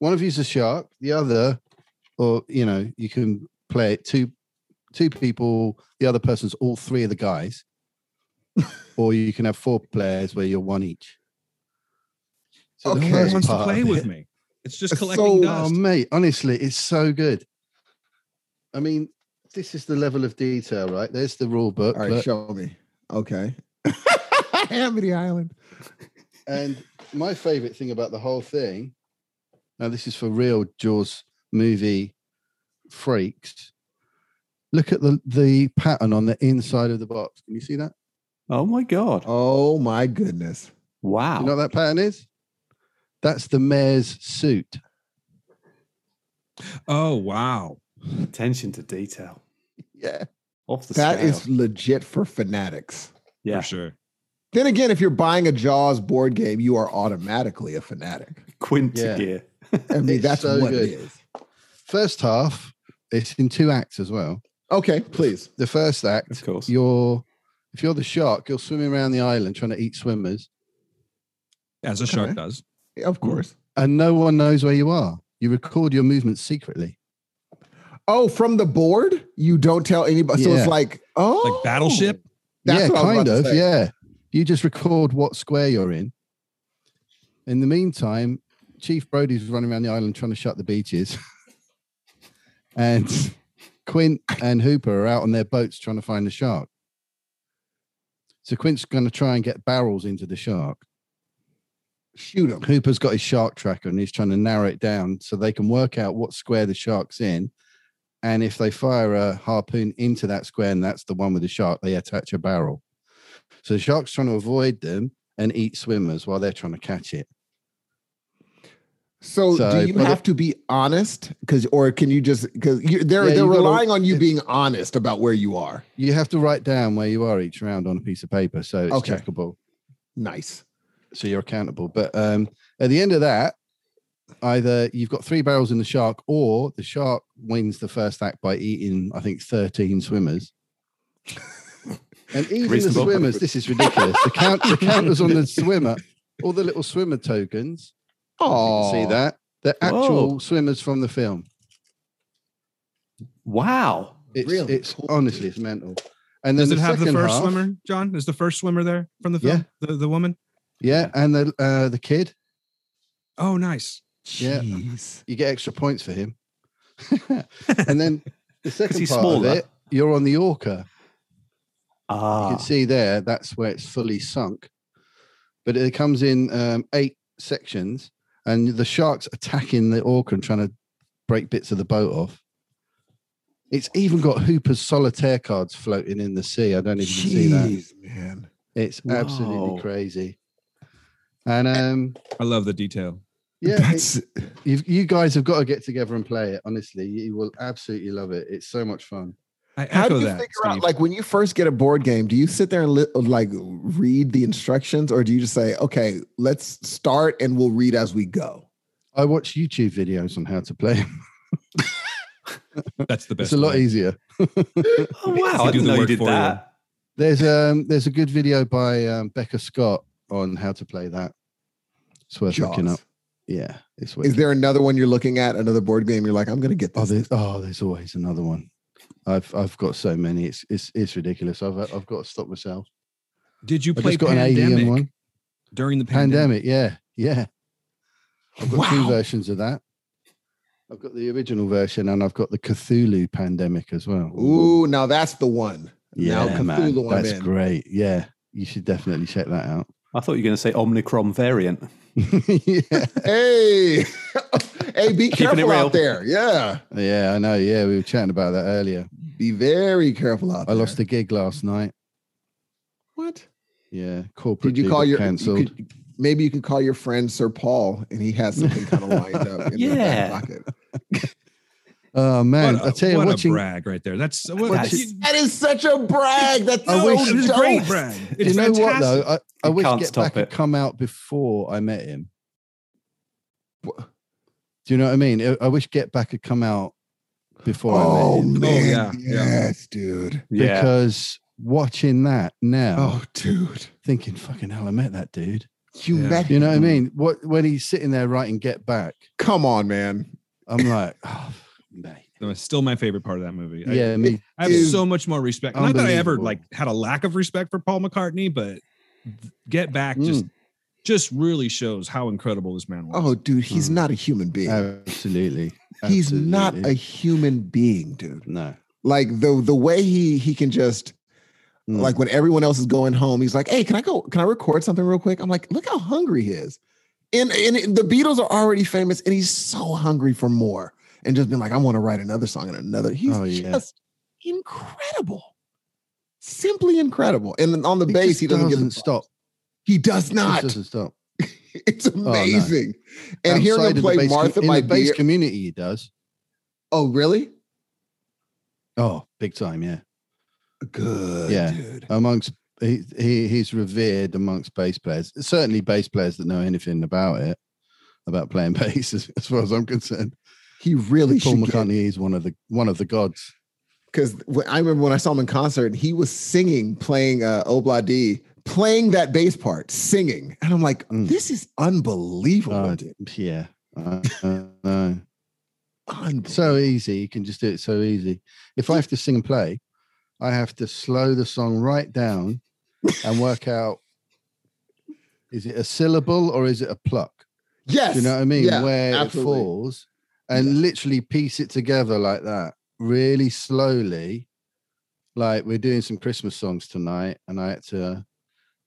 [SPEAKER 2] One of you's a shark. The other, or you know, you can play it two, two people. The other person's all three of the guys, or you can have four players where you're one each. So the
[SPEAKER 6] Okay.
[SPEAKER 5] No one
[SPEAKER 2] first
[SPEAKER 5] wants to
[SPEAKER 2] part
[SPEAKER 5] play
[SPEAKER 2] of
[SPEAKER 5] with
[SPEAKER 2] it-
[SPEAKER 5] me. It's just
[SPEAKER 6] So-
[SPEAKER 5] collecting
[SPEAKER 2] Oh,
[SPEAKER 5] dust.
[SPEAKER 2] mate, honestly, it's so good. I mean, this is the level of detail, right? There's the rule book,
[SPEAKER 6] All right,
[SPEAKER 2] look,
[SPEAKER 6] show me. Okay. Amity Island.
[SPEAKER 2] and my favorite thing about the whole thing. Now, this is for real Jaws movie freaks. Look at the the pattern on the inside of the box. Can you see that?
[SPEAKER 4] Oh my god!
[SPEAKER 6] Oh my goodness.
[SPEAKER 4] Wow!
[SPEAKER 2] You know what that pattern is? That's the mayor's suit.
[SPEAKER 5] Oh wow.
[SPEAKER 4] Attention to detail
[SPEAKER 6] Yeah.
[SPEAKER 4] off the
[SPEAKER 6] that
[SPEAKER 4] scale.
[SPEAKER 6] is legit for fanatics.
[SPEAKER 4] yeah,
[SPEAKER 5] For sure.
[SPEAKER 6] Then again, if you're buying a Jaws board game, you are automatically a fanatic.
[SPEAKER 4] quint
[SPEAKER 2] Yeah.
[SPEAKER 4] gear.
[SPEAKER 6] I mean,
[SPEAKER 2] It's
[SPEAKER 6] that's
[SPEAKER 2] so
[SPEAKER 6] what
[SPEAKER 2] good.
[SPEAKER 6] it is.
[SPEAKER 2] First half, it's in two acts as well.
[SPEAKER 6] Okay, please.
[SPEAKER 2] The first act,
[SPEAKER 4] Of course.
[SPEAKER 2] you're if you're the shark, you're swimming around the island trying to eat swimmers,
[SPEAKER 5] As a
[SPEAKER 6] Okay.
[SPEAKER 5] shark does.
[SPEAKER 6] Yeah,
[SPEAKER 2] Hmm.
[SPEAKER 6] Of course.
[SPEAKER 2] and no one knows where you are. You record your movements secretly.
[SPEAKER 6] Oh, from the board, you don't tell anybody. So
[SPEAKER 2] Yeah.
[SPEAKER 6] it's like, oh,
[SPEAKER 5] Like Battleship.
[SPEAKER 6] That's
[SPEAKER 2] yeah,
[SPEAKER 6] what I was
[SPEAKER 2] kind
[SPEAKER 6] about
[SPEAKER 2] of.
[SPEAKER 6] to say.
[SPEAKER 2] Yeah, you just record what square you're in. In the meantime, Chief Brody's running around the island trying to shut the beaches, and Quint and Hooper are out on their boats trying to find the shark. So Quint's going to try and get barrels into the shark.
[SPEAKER 6] Shoot him.
[SPEAKER 2] Hooper's got his shark tracker and he's trying to narrow it down so they can work out what square the shark's in. And if they fire a harpoon into that square and that's the one with the shark, they attach a barrel. So the shark's trying to avoid them and eat swimmers while they're trying to catch it.
[SPEAKER 6] So,
[SPEAKER 2] So,
[SPEAKER 6] do you
[SPEAKER 2] but
[SPEAKER 6] have to be honest? Because, or can you just because they're
[SPEAKER 2] Yeah,
[SPEAKER 6] they're
[SPEAKER 2] you gotta-
[SPEAKER 6] relying on you being honest about where you are.
[SPEAKER 2] You have to write down where you are each round on a piece of paper so it's
[SPEAKER 6] Okay.
[SPEAKER 2] checkable.
[SPEAKER 6] Nice.
[SPEAKER 2] So you're accountable. But um, at the end of that, either you've got three barrels in the shark or the shark wins the first act by eating, I think, 13 swimmers. And even
[SPEAKER 4] Reasonable.
[SPEAKER 2] the swimmers, this is ridiculous. The, count, the counters on the swimmer, all the little swimmer tokens.
[SPEAKER 6] Oh,
[SPEAKER 2] You can see that? They're actual
[SPEAKER 4] Whoa.
[SPEAKER 2] swimmers from the film.
[SPEAKER 4] Wow!
[SPEAKER 2] It's,
[SPEAKER 6] Really
[SPEAKER 2] it's
[SPEAKER 6] cool,
[SPEAKER 2] honestly, it's mental. And then
[SPEAKER 5] Does it
[SPEAKER 2] the
[SPEAKER 5] have the
[SPEAKER 2] second
[SPEAKER 5] first
[SPEAKER 2] half-
[SPEAKER 5] swimmer, John? Is the first swimmer there from the film? The, the woman?
[SPEAKER 2] Yeah, and the uh, the kid,
[SPEAKER 5] Oh, nice.
[SPEAKER 2] Yeah.
[SPEAKER 6] Jeez.
[SPEAKER 2] you get extra points for him. and then the second
[SPEAKER 4] he's
[SPEAKER 2] part
[SPEAKER 4] smaller?
[SPEAKER 2] of it, you're on the orca. You
[SPEAKER 4] Ah,
[SPEAKER 2] can see there, that's where it's fully sunk. But it comes in um, eight sections, and the shark's attacking the orca and trying to break bits of the boat off. It's even got Hooper's solitaire cards floating in the sea. I don't even see that.
[SPEAKER 6] Jeez, man.
[SPEAKER 2] It's
[SPEAKER 4] Wow.
[SPEAKER 2] absolutely crazy. And um,
[SPEAKER 5] I love the detail.
[SPEAKER 2] yeah, it,
[SPEAKER 6] That's
[SPEAKER 2] you've, you guys have got to get together and play it. Honestly, you will absolutely love it. It's so much fun.
[SPEAKER 5] I
[SPEAKER 6] how
[SPEAKER 5] echo
[SPEAKER 6] do you
[SPEAKER 5] that.
[SPEAKER 6] figure out
[SPEAKER 5] Steve.
[SPEAKER 6] like when you first get a board game, do you sit there and li- like read the instructions or do you just say, okay, let's start and we'll read as we go?
[SPEAKER 2] I watch YouTube videos on how to play.
[SPEAKER 5] that's the
[SPEAKER 2] it's
[SPEAKER 5] best.
[SPEAKER 2] a lot e-,
[SPEAKER 5] way.
[SPEAKER 2] easier.
[SPEAKER 4] Oh wow! I didn't
[SPEAKER 5] do the
[SPEAKER 4] know you
[SPEAKER 5] work
[SPEAKER 4] did
[SPEAKER 5] for you.
[SPEAKER 4] that.
[SPEAKER 2] There's um there's a good video by um, Becca Scott on how to play that. It's worth looking
[SPEAKER 6] Jaws.
[SPEAKER 2] up. Yeah, it's worth.
[SPEAKER 6] Is there another one you're looking at, another board game you're like, I'm going to get
[SPEAKER 2] Oh,
[SPEAKER 6] this?
[SPEAKER 2] there's oh, there's always another one. I've I've got so many. It's it's it's ridiculous. I've I've got to stop myself.
[SPEAKER 5] Did you
[SPEAKER 2] I've
[SPEAKER 5] play
[SPEAKER 2] just got
[SPEAKER 5] pandemic
[SPEAKER 2] an alien one.
[SPEAKER 5] during the pandemic?
[SPEAKER 2] Pandemic. Yeah, yeah. I've got two versions of that. I've got the original version and I've got the Cthulhu pandemic as well.
[SPEAKER 6] Ooh, now that's the one.
[SPEAKER 2] yeah,
[SPEAKER 6] now
[SPEAKER 2] man.
[SPEAKER 6] Cthulhu I'm
[SPEAKER 2] That's
[SPEAKER 6] in.
[SPEAKER 2] great. Yeah, you should definitely check that out.
[SPEAKER 4] I thought you were going to say Omnicron variant.
[SPEAKER 2] yeah,
[SPEAKER 6] Hey, hey,
[SPEAKER 4] Keeping
[SPEAKER 6] be
[SPEAKER 4] it
[SPEAKER 6] careful
[SPEAKER 4] real.
[SPEAKER 6] out there. Yeah,
[SPEAKER 2] yeah, I know. Yeah, we were chatting about that earlier.
[SPEAKER 6] be very careful out
[SPEAKER 2] I
[SPEAKER 6] there.
[SPEAKER 2] lost a gig last night.
[SPEAKER 6] What?
[SPEAKER 2] Yeah, corporate.
[SPEAKER 6] Did you
[SPEAKER 2] gig
[SPEAKER 6] call
[SPEAKER 2] got
[SPEAKER 6] your?
[SPEAKER 2] cancelled?
[SPEAKER 6] You could, maybe you could call your friend Sir Paul, and he has something kind of lined up. In the
[SPEAKER 4] Yeah.
[SPEAKER 6] back pocket.
[SPEAKER 2] oh man,
[SPEAKER 5] What a-
[SPEAKER 2] I tell you,
[SPEAKER 5] what
[SPEAKER 2] watching
[SPEAKER 5] a brag right there. That's what,
[SPEAKER 4] That's-
[SPEAKER 5] you-
[SPEAKER 6] that is such a brag. That's
[SPEAKER 2] I
[SPEAKER 6] so
[SPEAKER 2] wish-
[SPEAKER 5] it was a
[SPEAKER 6] dope.
[SPEAKER 5] great brag. It's
[SPEAKER 2] you know
[SPEAKER 5] fantastic.
[SPEAKER 2] what though? I, I
[SPEAKER 4] You
[SPEAKER 2] wish
[SPEAKER 4] can't
[SPEAKER 2] Get
[SPEAKER 4] stop
[SPEAKER 2] Back had
[SPEAKER 4] it.
[SPEAKER 2] come out before I met him.
[SPEAKER 6] Wha-
[SPEAKER 2] Do you know what I mean? I- I wish Get Back had come out before I
[SPEAKER 6] Oh
[SPEAKER 2] met him.
[SPEAKER 6] man,
[SPEAKER 5] yeah, yeah.
[SPEAKER 6] yes, dude.
[SPEAKER 4] Yeah,
[SPEAKER 2] Because watching that now,
[SPEAKER 6] Oh, dude,
[SPEAKER 2] thinking, fucking hell, I met that dude.
[SPEAKER 6] you
[SPEAKER 5] Yeah.
[SPEAKER 6] met.
[SPEAKER 2] You know what I
[SPEAKER 6] him.
[SPEAKER 2] mean? What when he's sitting there writing Get Back,
[SPEAKER 6] Come on, man.
[SPEAKER 2] I'm like, oh, mate.
[SPEAKER 5] No, it's still my favorite part of that movie. I-
[SPEAKER 2] Yeah, me.
[SPEAKER 5] I have
[SPEAKER 6] is
[SPEAKER 5] so much more respect. Not that I ever
[SPEAKER 2] unbelievable.
[SPEAKER 5] like had a lack of respect for Paul McCartney, but th- Get Back just
[SPEAKER 2] Mm.
[SPEAKER 5] just really shows how incredible this man was.
[SPEAKER 6] Oh, dude, he's
[SPEAKER 2] Mm.
[SPEAKER 6] not a human being.
[SPEAKER 2] Absolutely.
[SPEAKER 6] he's not a
[SPEAKER 2] Absolutely.
[SPEAKER 6] human being, dude.
[SPEAKER 2] no.
[SPEAKER 6] Like the the way he he can just
[SPEAKER 2] Mm.
[SPEAKER 6] like when everyone else is going home, he's like, "Hey, can I go? Can I record something real quick?" I'm like, "Look how hungry he is." And and the Beatles are already famous, and he's so hungry for more, and just been like, "I want to write another song and another." He's
[SPEAKER 2] Oh, yeah.
[SPEAKER 6] just incredible, simply incredible. And on the
[SPEAKER 2] He
[SPEAKER 6] bass,
[SPEAKER 2] just
[SPEAKER 6] he doesn't, give a-
[SPEAKER 2] stop.
[SPEAKER 6] He does
[SPEAKER 2] He just
[SPEAKER 6] not.
[SPEAKER 2] doesn't stop.
[SPEAKER 6] It's
[SPEAKER 2] Oh,
[SPEAKER 6] amazing. And
[SPEAKER 2] Outside
[SPEAKER 6] hearing
[SPEAKER 2] of
[SPEAKER 6] him
[SPEAKER 2] the
[SPEAKER 6] play
[SPEAKER 2] bass com-
[SPEAKER 6] Martha,
[SPEAKER 2] in
[SPEAKER 6] my
[SPEAKER 2] the bass
[SPEAKER 6] dear.
[SPEAKER 2] community, he does.
[SPEAKER 6] Oh, really?
[SPEAKER 2] Oh, big time, yeah.
[SPEAKER 6] Good,
[SPEAKER 2] Yeah. Uh,
[SPEAKER 6] dude.
[SPEAKER 2] Amongst he, he he's revered amongst bass players. Certainly bass players that know anything about it, about playing bass as, as far as I'm concerned.
[SPEAKER 6] He really
[SPEAKER 2] Paul
[SPEAKER 6] should get
[SPEAKER 2] McCartney is one of the one of the gods.
[SPEAKER 6] because I remember when I saw him in concert, and he was singing, playing uh, Obla D, playing that bass part, singing, and I'm like,
[SPEAKER 2] Mm.
[SPEAKER 6] this is unbelievable,
[SPEAKER 2] Oh,
[SPEAKER 6] dude.
[SPEAKER 2] yeah. I- I know.
[SPEAKER 6] Unbelievable.
[SPEAKER 2] so easy. You can just do it so easy. If I have to sing and play, I have to slow the song right down and work out is it a syllable or is it a pluck?
[SPEAKER 6] yes,
[SPEAKER 2] Do you know what I mean?
[SPEAKER 6] Yeah,
[SPEAKER 2] Where
[SPEAKER 6] absolutely.
[SPEAKER 2] it falls and literally piece it together like that, really slowly. Like we're doing some Christmas songs tonight, and I had to,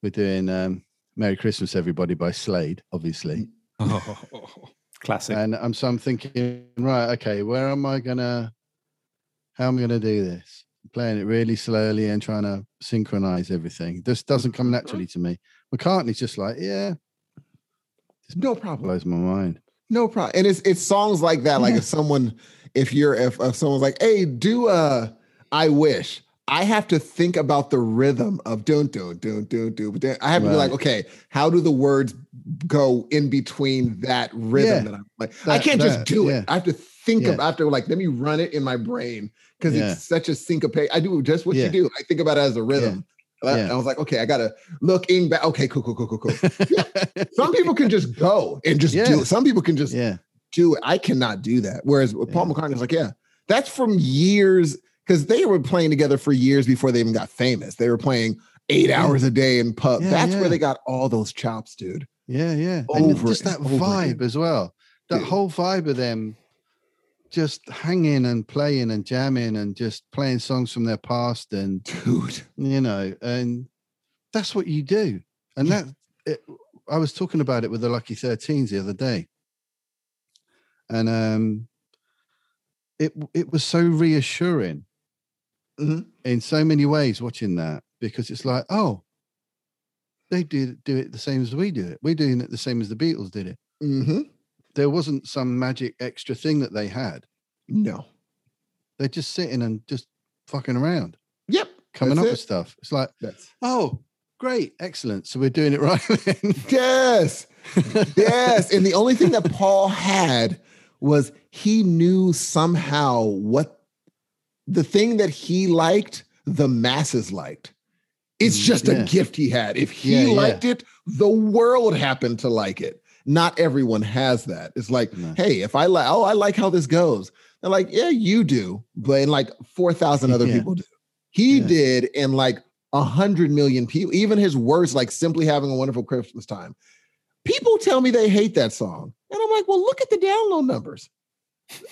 [SPEAKER 2] we're doing um, Merry Christmas, Everybody by Slade,
[SPEAKER 6] Mm,
[SPEAKER 2] obviously.
[SPEAKER 5] Oh.
[SPEAKER 4] classic.
[SPEAKER 2] And I'm, so I'm thinking, right, okay, where am I gonna, how am I gonna do this? Playing it really slowly and trying to synchronize everything. This doesn't
[SPEAKER 6] Mm-hmm.
[SPEAKER 2] come naturally to me. McCartney's just like, yeah,
[SPEAKER 6] no problem,
[SPEAKER 2] blows my mind.
[SPEAKER 6] no problem. And it's it's songs like that. Like if someone, if you're if, if someone's like, hey, do uh, I wish. I have to think about the rhythm of dun dun dun dun dun. But then I have to be like,
[SPEAKER 2] Right.
[SPEAKER 6] okay, how do the words go in between that rhythm
[SPEAKER 2] Yeah.
[SPEAKER 6] that I'm like? I
[SPEAKER 2] That-
[SPEAKER 6] can't
[SPEAKER 2] that-
[SPEAKER 6] just do
[SPEAKER 2] yeah.
[SPEAKER 6] it. I have to think
[SPEAKER 2] Yeah.
[SPEAKER 6] about. I have to like let me run it in my brain because
[SPEAKER 2] Yeah.
[SPEAKER 6] it's such a syncopate. I do just what
[SPEAKER 2] Yeah.
[SPEAKER 6] you do. I think about it as a rhythm. And I-
[SPEAKER 2] Yeah.
[SPEAKER 6] I was like, okay, I gotta look in back. Okay, cool, cool, cool, cool, cool. Some people can just go and just do
[SPEAKER 2] Yeah.
[SPEAKER 6] it. Some people can just
[SPEAKER 2] yeah,
[SPEAKER 6] do it. I cannot do that. Whereas with Paul
[SPEAKER 2] Yeah.
[SPEAKER 6] McCartney is like, yeah, that's from years because they were playing together for years before they even got famous. They were playing eight
[SPEAKER 2] Yeah.
[SPEAKER 6] hours a day in pub.
[SPEAKER 2] Yeah,
[SPEAKER 6] that's
[SPEAKER 2] yeah.
[SPEAKER 6] where they got all those chops, dude.
[SPEAKER 2] yeah, yeah. and
[SPEAKER 6] Over
[SPEAKER 2] just
[SPEAKER 6] and
[SPEAKER 2] that
[SPEAKER 6] over
[SPEAKER 2] vibe
[SPEAKER 6] again.
[SPEAKER 2] as well. That
[SPEAKER 6] Dude.
[SPEAKER 2] whole vibe of them just hanging and playing and jamming and just playing songs from their past and
[SPEAKER 6] Dude.
[SPEAKER 2] you know and that's what you do and that it, i was talking about it with the lucky 13s the other day and um it it was so reassuring
[SPEAKER 6] Mhm.
[SPEAKER 2] in so many ways watching that because it's like, oh, they do do it the same as we do it. We're doing it the same as the Beatles did it.
[SPEAKER 6] Mm-hmm.
[SPEAKER 2] There wasn't some magic extra thing that they had. Mm-hmm.
[SPEAKER 6] No.
[SPEAKER 2] They're just sitting and just fucking around,
[SPEAKER 6] Yep.
[SPEAKER 2] coming
[SPEAKER 6] That's
[SPEAKER 2] up
[SPEAKER 6] it.
[SPEAKER 2] with stuff. It's like,
[SPEAKER 6] That's
[SPEAKER 2] oh, great, excellent. So we're doing it right then.
[SPEAKER 6] yes. Yes. and the only thing that Paul had was he knew somehow what the thing that he liked, the masses liked. It's
[SPEAKER 2] Mm,
[SPEAKER 6] just
[SPEAKER 2] yeah.
[SPEAKER 6] a gift he had. If he
[SPEAKER 2] Yeah, yeah.
[SPEAKER 6] liked it, the world happened to like it. Not everyone has that. It's like,
[SPEAKER 2] No.
[SPEAKER 6] hey, if I like, oh, I like how this goes. They're like, yeah, you do, but and like four thousand other
[SPEAKER 2] Yeah.
[SPEAKER 6] people do. He
[SPEAKER 2] Yeah.
[SPEAKER 6] did, and like a hundred million people. Even his words, like simply having a wonderful Christmas time. People tell me they hate that song, and I'm like, well, look at the download numbers.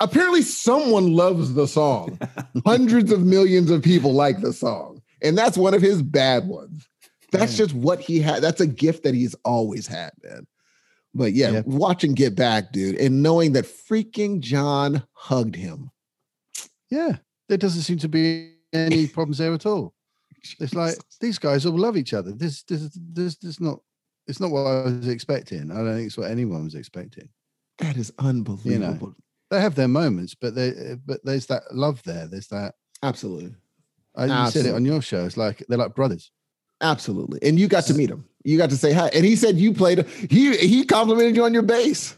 [SPEAKER 6] Apparently, someone loves the song. Hundreds of millions of people like the song, and that's one of his bad ones. That's
[SPEAKER 2] Yeah.
[SPEAKER 6] just what he had. That's a gift that he's always had, man. But yeah,
[SPEAKER 2] Yeah.
[SPEAKER 6] watching Get Back, dude, and knowing that freaking John hugged him.
[SPEAKER 2] Yeah, there doesn't seem to be any problems there at all. It's like these guys all love each other. This, this, this, this not. It's not what I was expecting. I don't think it's what anyone was expecting.
[SPEAKER 6] That is unbelievable.
[SPEAKER 2] They have their moments, but they, but there's that love there. There's that.
[SPEAKER 6] Absolutely.
[SPEAKER 2] I Uh, you said it
[SPEAKER 6] Absolutely.
[SPEAKER 2] on your show. It's like they're like brothers.
[SPEAKER 6] Absolutely. And you got to meet him. You got to say hi. And he said you played he he complimented you on your bass.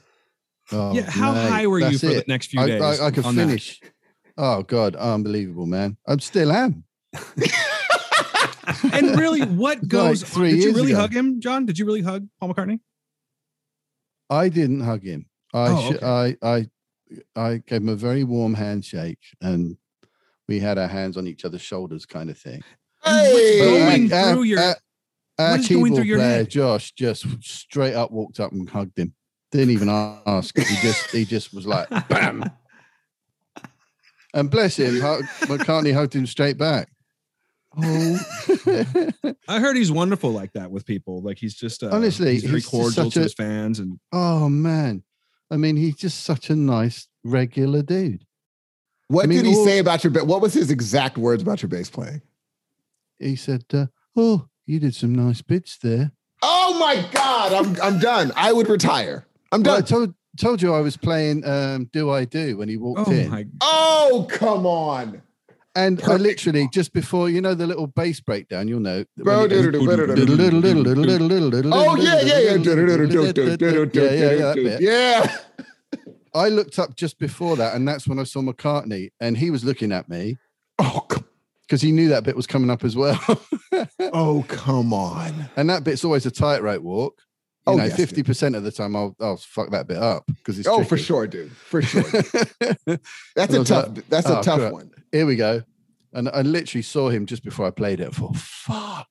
[SPEAKER 2] Oh,
[SPEAKER 5] yeah. How
[SPEAKER 2] mate,
[SPEAKER 5] high were you
[SPEAKER 2] that's
[SPEAKER 5] for the
[SPEAKER 2] it.
[SPEAKER 5] next few
[SPEAKER 2] I,
[SPEAKER 5] days?
[SPEAKER 2] I, I could
[SPEAKER 5] on that?
[SPEAKER 2] finish. Oh God, unbelievable, man! I still am.
[SPEAKER 5] And really, what
[SPEAKER 2] Like
[SPEAKER 5] goes?
[SPEAKER 2] three
[SPEAKER 5] on? Did you
[SPEAKER 2] years
[SPEAKER 5] really
[SPEAKER 2] ago.
[SPEAKER 5] hug him, John? Did you really hug Paul McCartney?
[SPEAKER 2] I didn't hug him. I
[SPEAKER 5] Oh,
[SPEAKER 2] sh- I I I gave him a very warm handshake, and we had our hands on each other's shoulders, kind of thing.
[SPEAKER 5] Hey!
[SPEAKER 2] But
[SPEAKER 5] Going
[SPEAKER 2] like, our-
[SPEAKER 5] through your-
[SPEAKER 2] our- our
[SPEAKER 5] what is going
[SPEAKER 2] keyboard
[SPEAKER 5] through your
[SPEAKER 2] player
[SPEAKER 5] head?
[SPEAKER 2] Josh just straight up walked up and hugged him. Didn't even ask. He just he just was like, bam. And bless him, hug- McCartney hugged him straight back. Oh,
[SPEAKER 5] I heard he's wonderful like that with people. Like he's just uh,
[SPEAKER 2] Honestly,
[SPEAKER 5] he's very
[SPEAKER 2] he's just
[SPEAKER 5] cordial
[SPEAKER 2] such
[SPEAKER 5] to
[SPEAKER 2] a-
[SPEAKER 5] his fans, and
[SPEAKER 2] oh man! I mean, he's just such a nice regular dude.
[SPEAKER 6] What
[SPEAKER 2] I mean,
[SPEAKER 6] did he
[SPEAKER 2] all-
[SPEAKER 6] say about your ba- what was his exact words about your bass playing?
[SPEAKER 2] he said, uh, "Oh, you did some nice bits there."
[SPEAKER 6] Oh my God. I'm I'm done. I would retire. I'm
[SPEAKER 2] Well, I
[SPEAKER 6] done.
[SPEAKER 2] told told you I was playing um, "Do I Do" when he walked
[SPEAKER 5] oh
[SPEAKER 2] in,
[SPEAKER 5] my,
[SPEAKER 6] Oh, come on.
[SPEAKER 2] and I
[SPEAKER 6] perfect.
[SPEAKER 2] literally just before you know the little bass breakdown, you'll know.
[SPEAKER 6] Bro,
[SPEAKER 2] when it goes,
[SPEAKER 6] do-do-do, do-do-do,
[SPEAKER 2] "Diddle, diddle, diddle, diddle, diddle, diddle, diddle,
[SPEAKER 6] Oh yeah, yeah, yeah.
[SPEAKER 2] diddle, diddle, diddle, diddle, diddle, diddle, yeah, yeah, yeah, that bit.
[SPEAKER 6] Yeah.
[SPEAKER 2] I looked up just before that, and that's when I saw McCartney, and he was looking at me
[SPEAKER 6] Oh, come-
[SPEAKER 2] because he knew that bit was coming up as well.
[SPEAKER 6] oh, come on.
[SPEAKER 2] and that bit's always a tightrope walk. You
[SPEAKER 6] Oh,
[SPEAKER 2] know,
[SPEAKER 6] yes,
[SPEAKER 2] fifty percent of the time, I'll I'll fuck that bit up because it's
[SPEAKER 6] Oh, for
[SPEAKER 2] tricky.
[SPEAKER 6] sure, dude. For sure. That's
[SPEAKER 2] And I
[SPEAKER 6] a
[SPEAKER 2] was
[SPEAKER 6] tough. That's a
[SPEAKER 2] oh,
[SPEAKER 6] tough
[SPEAKER 2] crap.
[SPEAKER 6] one.
[SPEAKER 2] here we go. And I literally saw him just before I played it. I thought, fuck.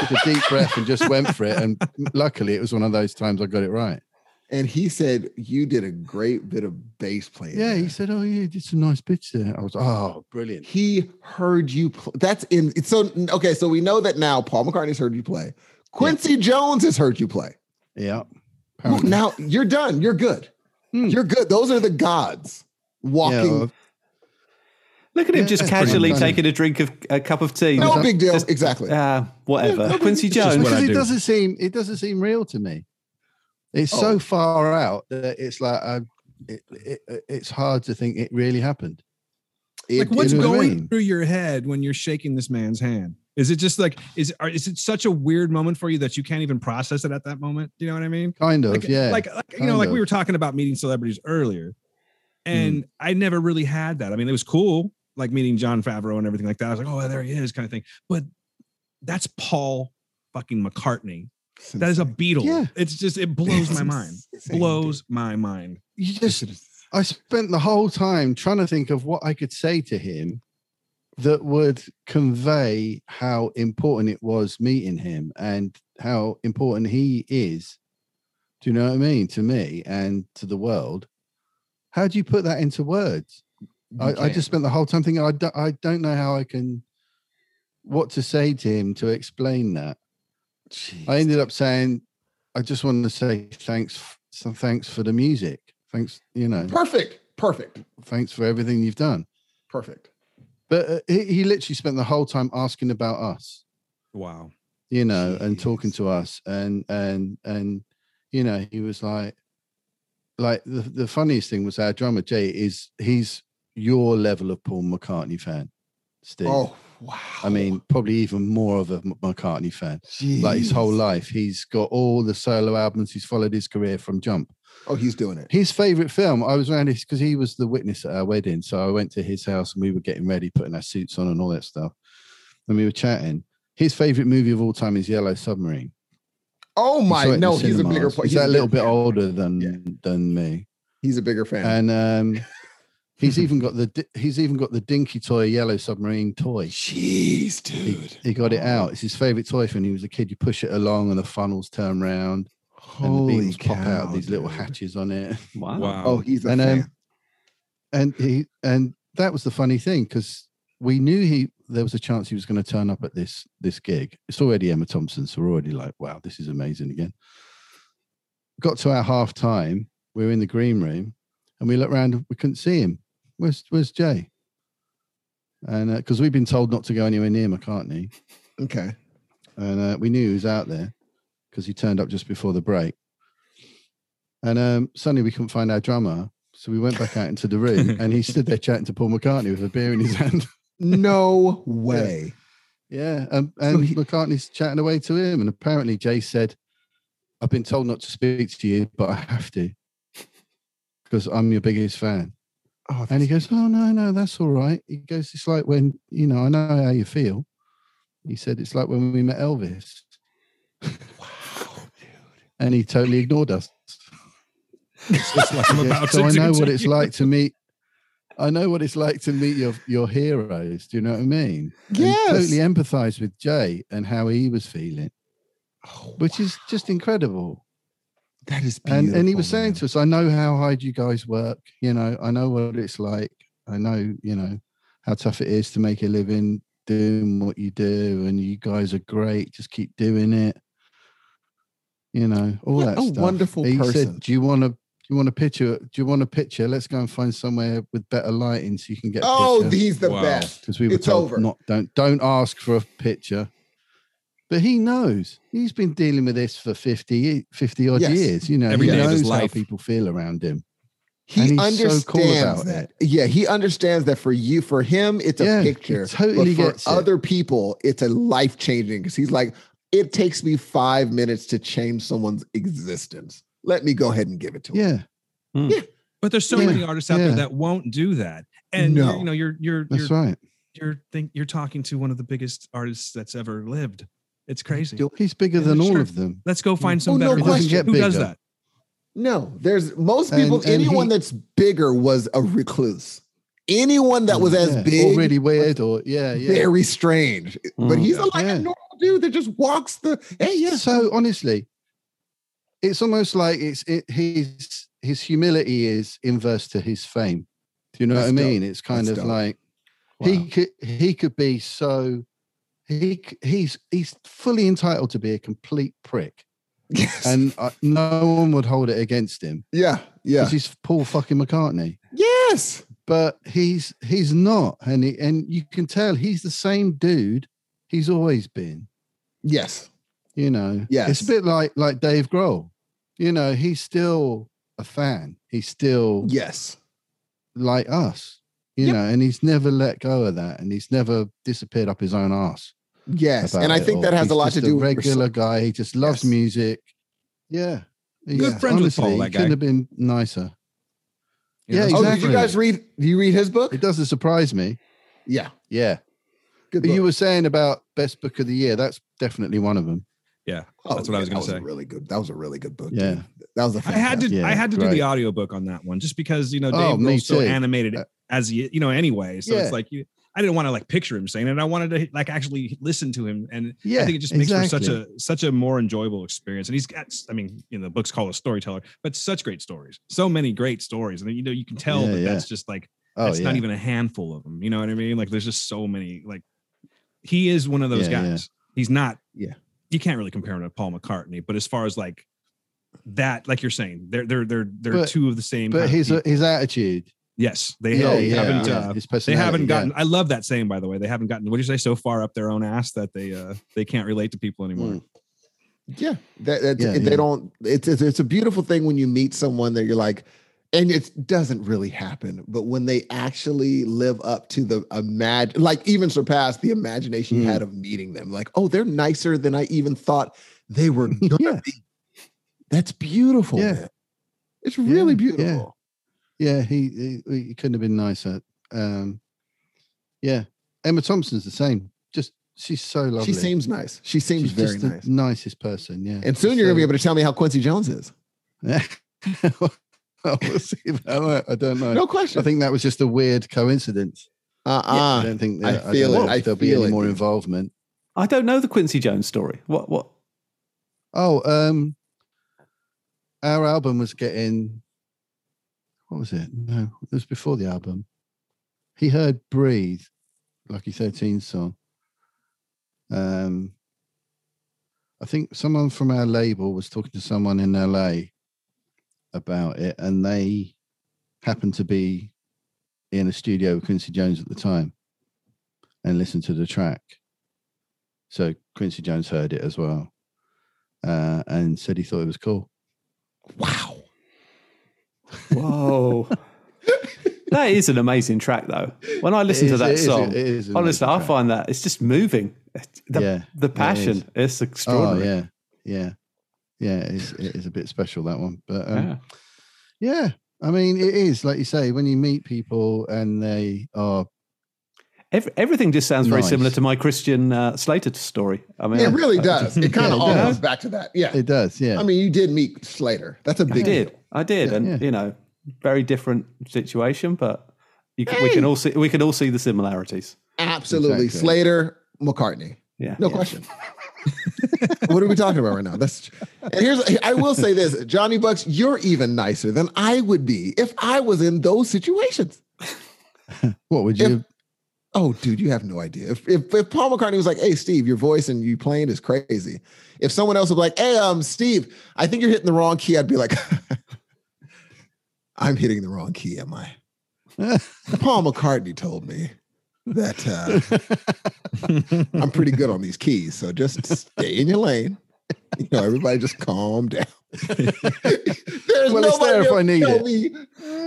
[SPEAKER 2] Took a deep breath and just went for it. And luckily, it was one of those times I got it right.
[SPEAKER 6] And he said you did a great bit of bass playing.
[SPEAKER 2] Yeah, he
[SPEAKER 6] there."
[SPEAKER 2] said, oh, yeah, you did some nice bits there. I was, oh, brilliant.
[SPEAKER 6] he heard you. Pl- that's in. It's so okay. So we know that now. Paul McCartney's heard you play. Quincy Jones has heard you play.
[SPEAKER 2] Yeah.
[SPEAKER 6] Well,
[SPEAKER 2] apparently.
[SPEAKER 6] now you're done. You're good.
[SPEAKER 2] Hmm.
[SPEAKER 6] You're good. Those are the gods walking.
[SPEAKER 2] Yeah,
[SPEAKER 4] Look at him
[SPEAKER 2] Yeah,
[SPEAKER 4] just
[SPEAKER 2] that's pretty
[SPEAKER 4] casually
[SPEAKER 2] impressive.
[SPEAKER 4] taking a drink of a cup of tea.
[SPEAKER 6] no big deal.
[SPEAKER 4] Just-
[SPEAKER 6] exactly.
[SPEAKER 4] Ah, whatever.
[SPEAKER 6] Yeah, no,
[SPEAKER 4] Quincy
[SPEAKER 6] it's just
[SPEAKER 4] Jones.
[SPEAKER 5] what I
[SPEAKER 2] because it
[SPEAKER 5] do.
[SPEAKER 2] doesn't seem it doesn't seem real to me. It's
[SPEAKER 6] Oh.
[SPEAKER 2] so far out that it's like I, it, it, it's hard to think it really happened.
[SPEAKER 5] like
[SPEAKER 6] It-
[SPEAKER 5] what's
[SPEAKER 2] you know what I
[SPEAKER 5] going
[SPEAKER 2] mean?
[SPEAKER 5] through your head when you're shaking this man's hand? Is it just like is are, is it such a weird moment for you that you can't even process it at that moment? Do you know what I mean?
[SPEAKER 2] Kind of,
[SPEAKER 5] like,
[SPEAKER 2] yeah.
[SPEAKER 5] like, like you
[SPEAKER 2] kind
[SPEAKER 5] know, like we
[SPEAKER 2] of. Mm.
[SPEAKER 5] were talking about meeting celebrities earlier, and I never really had that. I mean, it was cool, like meeting John Favreau and everything like that. I was like, oh, there he is, kind of thing. But that's Paul fucking McCartney. That is a Beatle.
[SPEAKER 2] Yeah.
[SPEAKER 5] It's just it blows my mind. Blows my mind.
[SPEAKER 2] you just I spent the whole time trying to think of what I could say to him that would convey how important it was meeting him and how important he is. Do you know what I mean? To me and to the world. How do you put that into words? I, I just spent the whole time thinking, I, do, I don't know how I can, what to say to him to explain that. I ended up saying, I just wanted to say thanks, f- so thanks for the music. Thanks, you know.
[SPEAKER 6] Perfect. Perfect.
[SPEAKER 2] Thanks for everything you've done.
[SPEAKER 6] Perfect.
[SPEAKER 2] But uh, he, he literally spent the whole time asking about us,
[SPEAKER 5] Wow.
[SPEAKER 2] you know, and talking to us, and and and you know, he was like, like the the funniest thing was our drummer Jay is he's your level of Paul McCartney fan, Steve.
[SPEAKER 6] Oh wow.
[SPEAKER 2] I mean, probably even more of a M- McCartney fan. Like his whole
[SPEAKER 6] Jeez.
[SPEAKER 2] life, he's got all the solo albums. He's followed his career from jump.
[SPEAKER 6] Oh, he's doing it.
[SPEAKER 2] His favorite film, I was around his because he was the witness at our wedding. So I went to his house and we were getting ready, putting our suits on and all that stuff. And we were chatting. His favorite movie of all time is Yellow Submarine.
[SPEAKER 6] Oh
[SPEAKER 2] He saw it
[SPEAKER 6] my!
[SPEAKER 2] in
[SPEAKER 6] No,
[SPEAKER 2] the
[SPEAKER 6] he's a bigger.
[SPEAKER 2] cinemas.
[SPEAKER 6] pla-
[SPEAKER 2] He's
[SPEAKER 6] he's
[SPEAKER 2] a little bit
[SPEAKER 6] bigger-
[SPEAKER 2] older than
[SPEAKER 6] Yeah.
[SPEAKER 2] than me.
[SPEAKER 6] He's a bigger fan.
[SPEAKER 2] And um he's even got the di- he's even got the dinky toy Yellow Submarine toy.
[SPEAKER 6] Jeez,
[SPEAKER 2] He,
[SPEAKER 6] dude.
[SPEAKER 2] he got it out. It's his favorite toy from when he was a kid. You push it along and the funnels turn round and the
[SPEAKER 6] Holy
[SPEAKER 2] beetles pop out
[SPEAKER 6] cow,
[SPEAKER 2] of these little
[SPEAKER 6] dude.
[SPEAKER 2] hatches on it.
[SPEAKER 4] Wow.
[SPEAKER 5] Wow.
[SPEAKER 6] Oh, he's a
[SPEAKER 2] And, um,
[SPEAKER 6] fan.
[SPEAKER 2] and he and that was the funny thing because we knew he there was a chance he was going to turn up at this this gig. It's already Emma Thompson, so we're already like, wow, this is amazing again. Got to our half time, we were in the green room, and we looked around, we couldn't see him. Where's Where's Jay? And because we've been told not to go anywhere near McCartney,
[SPEAKER 6] okay.
[SPEAKER 2] and uh, we knew he was out there because he turned up just before the break. And um, suddenly we couldn't find our drummer, so we went back out into the room, and he stood there chatting to Paul McCartney with a beer in his hand.
[SPEAKER 6] No way.
[SPEAKER 2] yeah, and, and
[SPEAKER 6] he-
[SPEAKER 2] McCartney's chatting away to him, and apparently Jay said, "I've been told not to speak to you, but I have to." Because I'm your biggest fan.
[SPEAKER 6] Oh,
[SPEAKER 2] And he goes, Oh, no, no, that's all right. He goes, It's like when, you know, I know how you feel. He said, It's like when we met Elvis.
[SPEAKER 6] wow, dude.
[SPEAKER 2] and he totally ignored us.
[SPEAKER 5] Just like I'm
[SPEAKER 2] Yes,
[SPEAKER 5] about
[SPEAKER 2] so
[SPEAKER 5] to
[SPEAKER 2] I
[SPEAKER 5] do
[SPEAKER 2] know what
[SPEAKER 5] to
[SPEAKER 2] it's
[SPEAKER 5] you.
[SPEAKER 2] like to meet. I know what it's like to meet your your heroes. Do you know what I mean? And
[SPEAKER 6] Yes.
[SPEAKER 2] totally empathise with Jay and how he was feeling,
[SPEAKER 6] Oh,
[SPEAKER 2] which is just incredible.
[SPEAKER 6] that is
[SPEAKER 2] And and he was
[SPEAKER 6] beautiful,
[SPEAKER 2] saying
[SPEAKER 6] man.
[SPEAKER 2] to us, "I know how hard you guys work. You know, I know what it's like. I know, you know, how tough it is to make a living doing what you do. And you guys are great. Just keep doing it. You know, all
[SPEAKER 6] What
[SPEAKER 2] that
[SPEAKER 6] a
[SPEAKER 2] stuff."
[SPEAKER 6] wonderful
[SPEAKER 2] he
[SPEAKER 6] person.
[SPEAKER 2] said, "Do you want to? Do you want a picture? Do you want a picture? Let's go and find somewhere with better lighting so you can get."
[SPEAKER 6] oh, he's the
[SPEAKER 5] Wow.
[SPEAKER 6] best.
[SPEAKER 2] because we were
[SPEAKER 6] it's
[SPEAKER 2] told
[SPEAKER 6] over.
[SPEAKER 2] not don't don't ask for a picture. But he knows he's been dealing with this for 50, 50 odd
[SPEAKER 6] Yes.
[SPEAKER 2] years. You know,
[SPEAKER 5] Every
[SPEAKER 2] he
[SPEAKER 5] day of
[SPEAKER 2] knows
[SPEAKER 5] his
[SPEAKER 2] how
[SPEAKER 5] life.
[SPEAKER 2] people feel around him. and
[SPEAKER 6] He
[SPEAKER 2] he's
[SPEAKER 6] understands
[SPEAKER 2] so cool about
[SPEAKER 6] that. Yeah, he understands that for you, for him, it's
[SPEAKER 2] Yeah,
[SPEAKER 6] a
[SPEAKER 2] he
[SPEAKER 6] picture.
[SPEAKER 2] totally
[SPEAKER 6] but for
[SPEAKER 2] gets it.
[SPEAKER 6] other people, it's a life changing because he's like, it takes me five minutes to change someone's existence. Let me go ahead and give it to him.
[SPEAKER 2] Yeah,
[SPEAKER 5] But there's so
[SPEAKER 2] Yeah.
[SPEAKER 5] many artists out
[SPEAKER 2] Yeah.
[SPEAKER 5] there that won't do that. And
[SPEAKER 6] No.
[SPEAKER 5] you're, you know, you're you're you're
[SPEAKER 2] that's right.
[SPEAKER 5] you're think you're talking to one of the biggest artists that's ever lived. It's crazy.
[SPEAKER 2] He's bigger
[SPEAKER 5] Yeah,
[SPEAKER 2] than all
[SPEAKER 5] sure.
[SPEAKER 2] of them.
[SPEAKER 5] Let's go find some
[SPEAKER 6] Oh, no
[SPEAKER 5] better. artists.
[SPEAKER 6] question.
[SPEAKER 5] Who does
[SPEAKER 2] Bigger.
[SPEAKER 5] that?
[SPEAKER 6] No, there's most people,
[SPEAKER 2] And- and
[SPEAKER 6] anyone
[SPEAKER 2] he-
[SPEAKER 6] that's bigger was a recluse. Anyone that was as
[SPEAKER 2] Mm, Yeah,
[SPEAKER 6] big,
[SPEAKER 2] or really weird, or yeah, yeah.
[SPEAKER 6] very strange. But
[SPEAKER 4] Mm.
[SPEAKER 6] he's a, like
[SPEAKER 2] Yeah.
[SPEAKER 6] a normal dude that just walks the. Hey, yeah.
[SPEAKER 2] So honestly, it's almost like it's it, his his humility is inverse to his fame. Do you know
[SPEAKER 6] That's
[SPEAKER 2] what I
[SPEAKER 6] dope.
[SPEAKER 2] mean? It's kind
[SPEAKER 6] That's
[SPEAKER 2] of
[SPEAKER 6] dope.
[SPEAKER 2] like he could he could be so he c- he's he's fully entitled to be a complete prick,
[SPEAKER 6] Yes.
[SPEAKER 2] and uh, no one would hold it against him
[SPEAKER 6] yeah, yeah,
[SPEAKER 2] because he's Paul fucking McCartney
[SPEAKER 6] yes.
[SPEAKER 2] but he's he's not and he, and you can tell he's the same dude he's always been
[SPEAKER 6] Yes.
[SPEAKER 2] you know it's
[SPEAKER 6] Yes.
[SPEAKER 2] a bit like like dave grohl you know he's still a fan he's still
[SPEAKER 6] Yes.
[SPEAKER 2] like us you
[SPEAKER 6] Yep.
[SPEAKER 2] know and he's never let go of that and he's never disappeared up his own ass
[SPEAKER 6] Yes.
[SPEAKER 2] about
[SPEAKER 6] And I
[SPEAKER 2] it
[SPEAKER 6] think
[SPEAKER 2] all.
[SPEAKER 6] that has
[SPEAKER 2] He's
[SPEAKER 6] a lot
[SPEAKER 2] just
[SPEAKER 6] to do with
[SPEAKER 2] regular guy he just loves
[SPEAKER 6] Yes.
[SPEAKER 2] music yeah
[SPEAKER 5] Good
[SPEAKER 2] yeah.
[SPEAKER 5] friends with Paul,
[SPEAKER 2] Honestly,
[SPEAKER 5] that
[SPEAKER 2] he couldn't
[SPEAKER 5] guy.
[SPEAKER 2] have been nicer
[SPEAKER 5] You know,
[SPEAKER 2] Yeah,
[SPEAKER 5] that's-
[SPEAKER 6] Oh, did you
[SPEAKER 2] Exactly.
[SPEAKER 6] guys read? Do you read his book?
[SPEAKER 2] it doesn't surprise me
[SPEAKER 6] Yeah.
[SPEAKER 2] yeah
[SPEAKER 6] Good
[SPEAKER 2] But you
[SPEAKER 6] book.
[SPEAKER 2] were saying about best book of the year that's definitely one of them
[SPEAKER 5] yeah.
[SPEAKER 6] Oh,
[SPEAKER 5] That's what I was
[SPEAKER 6] yeah,
[SPEAKER 5] gonna
[SPEAKER 6] that
[SPEAKER 5] say.
[SPEAKER 6] a really good. That was a really good book.
[SPEAKER 2] Yeah.
[SPEAKER 6] dude. That was a
[SPEAKER 5] I had to
[SPEAKER 6] fantastic-
[SPEAKER 2] Yeah,
[SPEAKER 5] I had to do
[SPEAKER 2] great.
[SPEAKER 5] the audiobook on that one just because you know
[SPEAKER 2] Oh,
[SPEAKER 5] Dave
[SPEAKER 2] me
[SPEAKER 5] Grohl's so
[SPEAKER 2] too.
[SPEAKER 5] animated
[SPEAKER 2] Uh,
[SPEAKER 5] as he you know anyway. So
[SPEAKER 2] yeah.
[SPEAKER 5] it's like you I didn't want to like picture him saying it. I wanted to like actually listen to him and
[SPEAKER 2] Yeah,
[SPEAKER 5] I think it just makes for such a such a more enjoyable experience. And he's got, I mean, you know, the book's called a storyteller, but such great stories, so many great stories, and you know, you can tell
[SPEAKER 2] Yeah,
[SPEAKER 5] that
[SPEAKER 2] yeah.
[SPEAKER 5] that's just like
[SPEAKER 2] oh,
[SPEAKER 5] that's
[SPEAKER 2] yeah.
[SPEAKER 5] not even a handful of them. You know what I mean? Like, there's just so many. Like, he is one of those
[SPEAKER 2] Yeah, yeah.
[SPEAKER 5] guys. He's not.
[SPEAKER 6] Yeah.
[SPEAKER 5] you can't really compare him to Paul McCartney, but as far as like that, like you're saying, they're they're they're they're
[SPEAKER 2] But-
[SPEAKER 5] two of the same.
[SPEAKER 2] but
[SPEAKER 5] kind of
[SPEAKER 2] his
[SPEAKER 5] people.
[SPEAKER 2] his attitude
[SPEAKER 5] Yes, they
[SPEAKER 2] yeah,
[SPEAKER 5] have,
[SPEAKER 2] yeah,
[SPEAKER 5] haven't.
[SPEAKER 2] yeah,
[SPEAKER 5] Uh,
[SPEAKER 2] his
[SPEAKER 5] they
[SPEAKER 2] personality,
[SPEAKER 5] haven't
[SPEAKER 2] yeah.
[SPEAKER 5] gotten. I love that saying, by the way. They haven't gotten. What do you say? So far up their own ass that they uh they can't relate to people anymore.
[SPEAKER 2] Mm.
[SPEAKER 6] Yeah, that, that's,
[SPEAKER 2] Yeah,
[SPEAKER 6] it-
[SPEAKER 2] yeah.
[SPEAKER 6] they don't. It's, it's it's a beautiful thing when you meet someone that you're like, and it doesn't really happen, but when they actually live up to the imagine, like even surpass the imagination you
[SPEAKER 2] Mm.
[SPEAKER 6] had of meeting them, like, oh, they're nicer than I even thought they were gonna
[SPEAKER 2] Yeah.
[SPEAKER 6] be. That's beautiful.
[SPEAKER 2] Yeah.
[SPEAKER 6] man. it's really
[SPEAKER 2] yeah.
[SPEAKER 6] beautiful.
[SPEAKER 2] Yeah, he, he he couldn't have been nicer. Um, yeah, Emma Thompson's the same. Just she's so lovely.
[SPEAKER 6] She seems nice. She seems
[SPEAKER 2] She's
[SPEAKER 6] very
[SPEAKER 2] just the
[SPEAKER 6] nice.
[SPEAKER 2] nicest person. Yeah,
[SPEAKER 6] and soon you're gonna be able to tell me how Quincy Jones is.
[SPEAKER 2] able. we'll see about that. I don't know.
[SPEAKER 6] No question.
[SPEAKER 2] I think that was just a weird coincidence. I
[SPEAKER 6] uh-uh.
[SPEAKER 2] don't think
[SPEAKER 6] I
[SPEAKER 2] that, I
[SPEAKER 6] feel
[SPEAKER 2] don't
[SPEAKER 6] it.
[SPEAKER 2] know
[SPEAKER 6] I
[SPEAKER 2] if there'll be
[SPEAKER 6] feel
[SPEAKER 2] any
[SPEAKER 6] it.
[SPEAKER 2] more involvement.
[SPEAKER 4] I don't know the Quincy Jones story. What? What?
[SPEAKER 2] Oh, um, our album was getting. What was it? No, it was before the album. He heard "Breathe," Lucky 13 song. Um, I think someone from our label was talking to someone in LA about it, and they happened to be in a studio with Quincy Jones at the time and listened to the track. So Quincy Jones heard it as well uh, and said he thought it was cool.
[SPEAKER 6] wow.
[SPEAKER 4] Whoa. that is an amazing track, though. When I listen
[SPEAKER 2] It
[SPEAKER 4] to
[SPEAKER 2] is-
[SPEAKER 4] that
[SPEAKER 2] it is-
[SPEAKER 4] song,
[SPEAKER 2] it is an
[SPEAKER 4] honestly,
[SPEAKER 2] amazing
[SPEAKER 4] I
[SPEAKER 2] track.
[SPEAKER 4] find that it's just moving. It- The,
[SPEAKER 2] yeah,
[SPEAKER 4] the passion,
[SPEAKER 2] is.
[SPEAKER 4] it's
[SPEAKER 2] oh
[SPEAKER 4] extraordinary.
[SPEAKER 2] yeah, yeah, yeah. It's, it is a bit special that one, but um,
[SPEAKER 4] Yeah.
[SPEAKER 2] yeah, I mean, it is like you say when you meet people and they are
[SPEAKER 4] Ev- everything just sounds very
[SPEAKER 2] Nice.
[SPEAKER 4] similar to my Christian uh, Slater story. I mean,
[SPEAKER 6] It really
[SPEAKER 4] I-
[SPEAKER 6] does. It
[SPEAKER 2] Yeah,
[SPEAKER 6] kind of
[SPEAKER 2] it
[SPEAKER 6] all
[SPEAKER 2] does.
[SPEAKER 6] goes back to that. Yeah.
[SPEAKER 2] it does, yeah,
[SPEAKER 6] I
[SPEAKER 4] Um,
[SPEAKER 6] mean, you did meet Slater. That's a
[SPEAKER 4] I
[SPEAKER 6] big
[SPEAKER 4] did.
[SPEAKER 6] deal.
[SPEAKER 4] I did,
[SPEAKER 2] Yeah,
[SPEAKER 4] and
[SPEAKER 2] yeah.
[SPEAKER 4] you know, very different situation, but you, c we
[SPEAKER 6] Hey.
[SPEAKER 4] can all see we can all see the similarities.
[SPEAKER 6] Absolutely.
[SPEAKER 2] Exactly.
[SPEAKER 6] Slater, McCartney.
[SPEAKER 4] Yeah,
[SPEAKER 6] No
[SPEAKER 4] yeah.
[SPEAKER 6] question. what are we talking about right now? That's and here's I will say this, Johnny Bucks, you're even nicer than I would be if I was in those situations.
[SPEAKER 2] what would
[SPEAKER 6] If-
[SPEAKER 2] you?
[SPEAKER 6] Oh, dude, you have no idea. If, if if Paul McCartney was like, "Hey, Steve, your voice and you playing is crazy," if someone else would be like, "Hey, um, Steve, I think you're hitting the wrong key," I'd be like, "I'm hitting the wrong key, am I?" Paul McCartney told me that uh, I'm pretty good on these keys, so just stay in your lane. You know, everybody just calm down. There's
[SPEAKER 2] Well,
[SPEAKER 6] nobody
[SPEAKER 2] it's there if
[SPEAKER 6] gonna
[SPEAKER 2] I need it.
[SPEAKER 6] tell me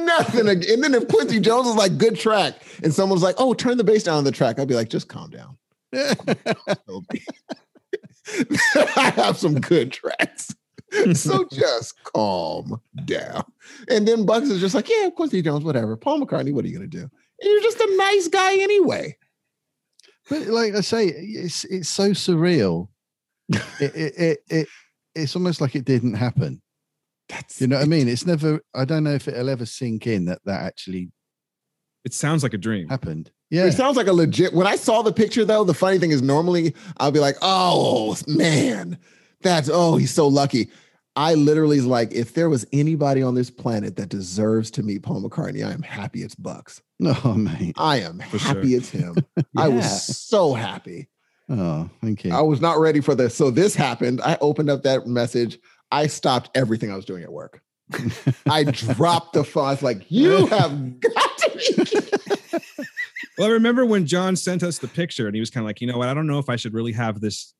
[SPEAKER 6] nothing. ag- And then if Quincy Jones is like, good track, and someone's like, oh, turn the bass down on the track, I'd be like, just calm down. I have some good tracks. so just calm down. And then Bucks is just like, yeah, Quincy Jones, whatever. Paul McCartney, what are you gonna do? And you're just a nice guy anyway.
[SPEAKER 2] But like I say, it's it's so surreal. it, it, it it it's almost like it didn't happen.
[SPEAKER 6] That's
[SPEAKER 2] You know what I mean? It's never. I don't know if it'll ever sink in that that actually
[SPEAKER 5] It sounds like a dream.
[SPEAKER 2] happened. Yeah,
[SPEAKER 6] It sounds like a legit. When I saw the picture, though, the funny thing is normally I'll be like, "Oh man, that's oh he's so lucky." I literally is like, if there was anybody on this planet that deserves to meet Paul McCartney, I am happy it's Bucks.
[SPEAKER 2] no, Oh, mate.
[SPEAKER 6] I am
[SPEAKER 5] For sure.
[SPEAKER 6] happy it's him. I
[SPEAKER 4] Yeah.
[SPEAKER 6] was so happy.
[SPEAKER 2] Oh, thank you.
[SPEAKER 6] I was not ready for this. So this happened. I opened up that message. I stopped everything I was doing at work. I dropped the phone. I was like, "You have got to be kidding
[SPEAKER 5] Well, I remember when John sent us the picture and he was kind of like, you know what? I don't know if I should really have this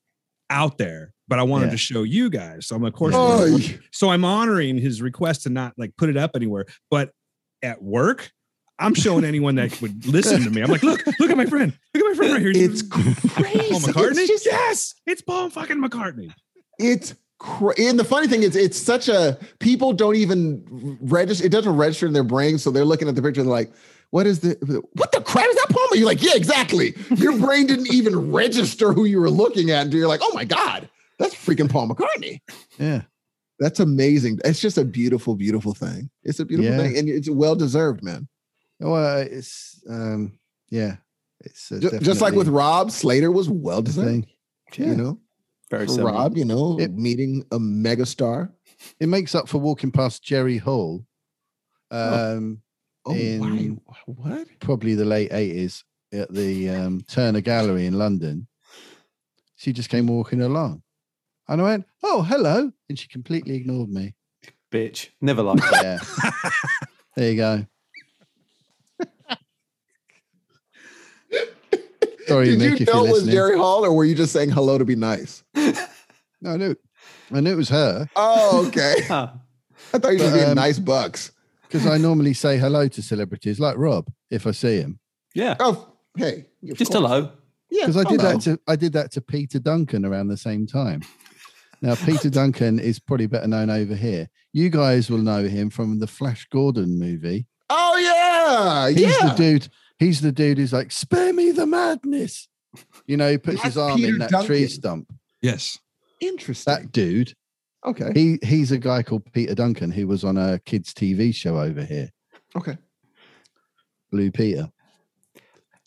[SPEAKER 5] out there, but I wanted
[SPEAKER 2] Yeah.
[SPEAKER 5] to show you guys. So I'm of course.
[SPEAKER 6] Oh,
[SPEAKER 5] So I'm honoring his request to not like put it up anywhere, but at work, I'm showing anyone that would listen to me. I'm like, look, look at my friend. Look at my friend right here.
[SPEAKER 6] It's
[SPEAKER 5] Paul
[SPEAKER 6] crazy.
[SPEAKER 5] McCartney.
[SPEAKER 6] It's just-
[SPEAKER 5] yes, it's Paul fucking McCartney.
[SPEAKER 6] it's cra- and the funny thing is it's such a people don't even register it doesn't register in their brain so they're looking at the picture and they're like what is the what the crap is that palmer you're like yeah exactly your brain didn't even register who you were looking at and you're like oh my god that's freaking paul mccartney
[SPEAKER 2] yeah.
[SPEAKER 6] that's amazing it's just a beautiful beautiful thing it's a beautiful
[SPEAKER 2] Yeah.
[SPEAKER 6] thing and it's well deserved man
[SPEAKER 2] Well, it's um, yeah, it's uh,
[SPEAKER 6] Ju- just, like with
[SPEAKER 2] definitely
[SPEAKER 6] eh? rob slater was well
[SPEAKER 2] a
[SPEAKER 6] deserved
[SPEAKER 2] thing. Yeah.
[SPEAKER 6] you know
[SPEAKER 4] Very
[SPEAKER 6] For
[SPEAKER 4] similar.
[SPEAKER 6] rob you know
[SPEAKER 2] It-
[SPEAKER 6] meeting a megastar
[SPEAKER 2] it makes up for walking past Jerry Hall, um,
[SPEAKER 6] oh
[SPEAKER 2] In-
[SPEAKER 6] why, what
[SPEAKER 2] probably the late eighties at the um, Turner Gallery in London. She just came walking along, and I went, "Oh, hello," and she completely ignored me.
[SPEAKER 4] Bitch, never liked that.
[SPEAKER 2] Yeah, there you go. Sorry,
[SPEAKER 6] Did
[SPEAKER 2] Nick,
[SPEAKER 6] you
[SPEAKER 2] if you're
[SPEAKER 6] know it was
[SPEAKER 2] listening.
[SPEAKER 6] Jerry Hall, or were you just saying hello to be nice?
[SPEAKER 2] No, I knew, I knew it was her
[SPEAKER 6] Oh, okay.
[SPEAKER 4] Ah,
[SPEAKER 6] I thought you were just
[SPEAKER 2] But,
[SPEAKER 6] being
[SPEAKER 2] um,
[SPEAKER 6] nice bucks.
[SPEAKER 2] because I normally say hello to celebrities like Rob if I see him.
[SPEAKER 4] yeah.
[SPEAKER 6] Oh, hey. of
[SPEAKER 4] Just
[SPEAKER 6] course.
[SPEAKER 4] hello.
[SPEAKER 6] Yeah,
[SPEAKER 2] because I did
[SPEAKER 6] hello.
[SPEAKER 2] that to I did that to Peter Duncan around the same time. Now Peter Duncan is probably better known over here. You guys will know him from the Flash Gordon movie.
[SPEAKER 6] Oh yeah,
[SPEAKER 2] He's the
[SPEAKER 6] yeah.
[SPEAKER 2] dude. He's the dude who's like, "Spare me the madness." You know, he puts
[SPEAKER 6] That's
[SPEAKER 2] his arm
[SPEAKER 6] Peter
[SPEAKER 2] in that
[SPEAKER 6] Duncan.
[SPEAKER 2] tree stump.
[SPEAKER 5] Yes.
[SPEAKER 6] Interesting.
[SPEAKER 2] That dude.
[SPEAKER 6] okay.
[SPEAKER 2] He he's a guy called Peter Duncan who was on a kids TV show over here,
[SPEAKER 6] Okay.
[SPEAKER 2] Blue Peter.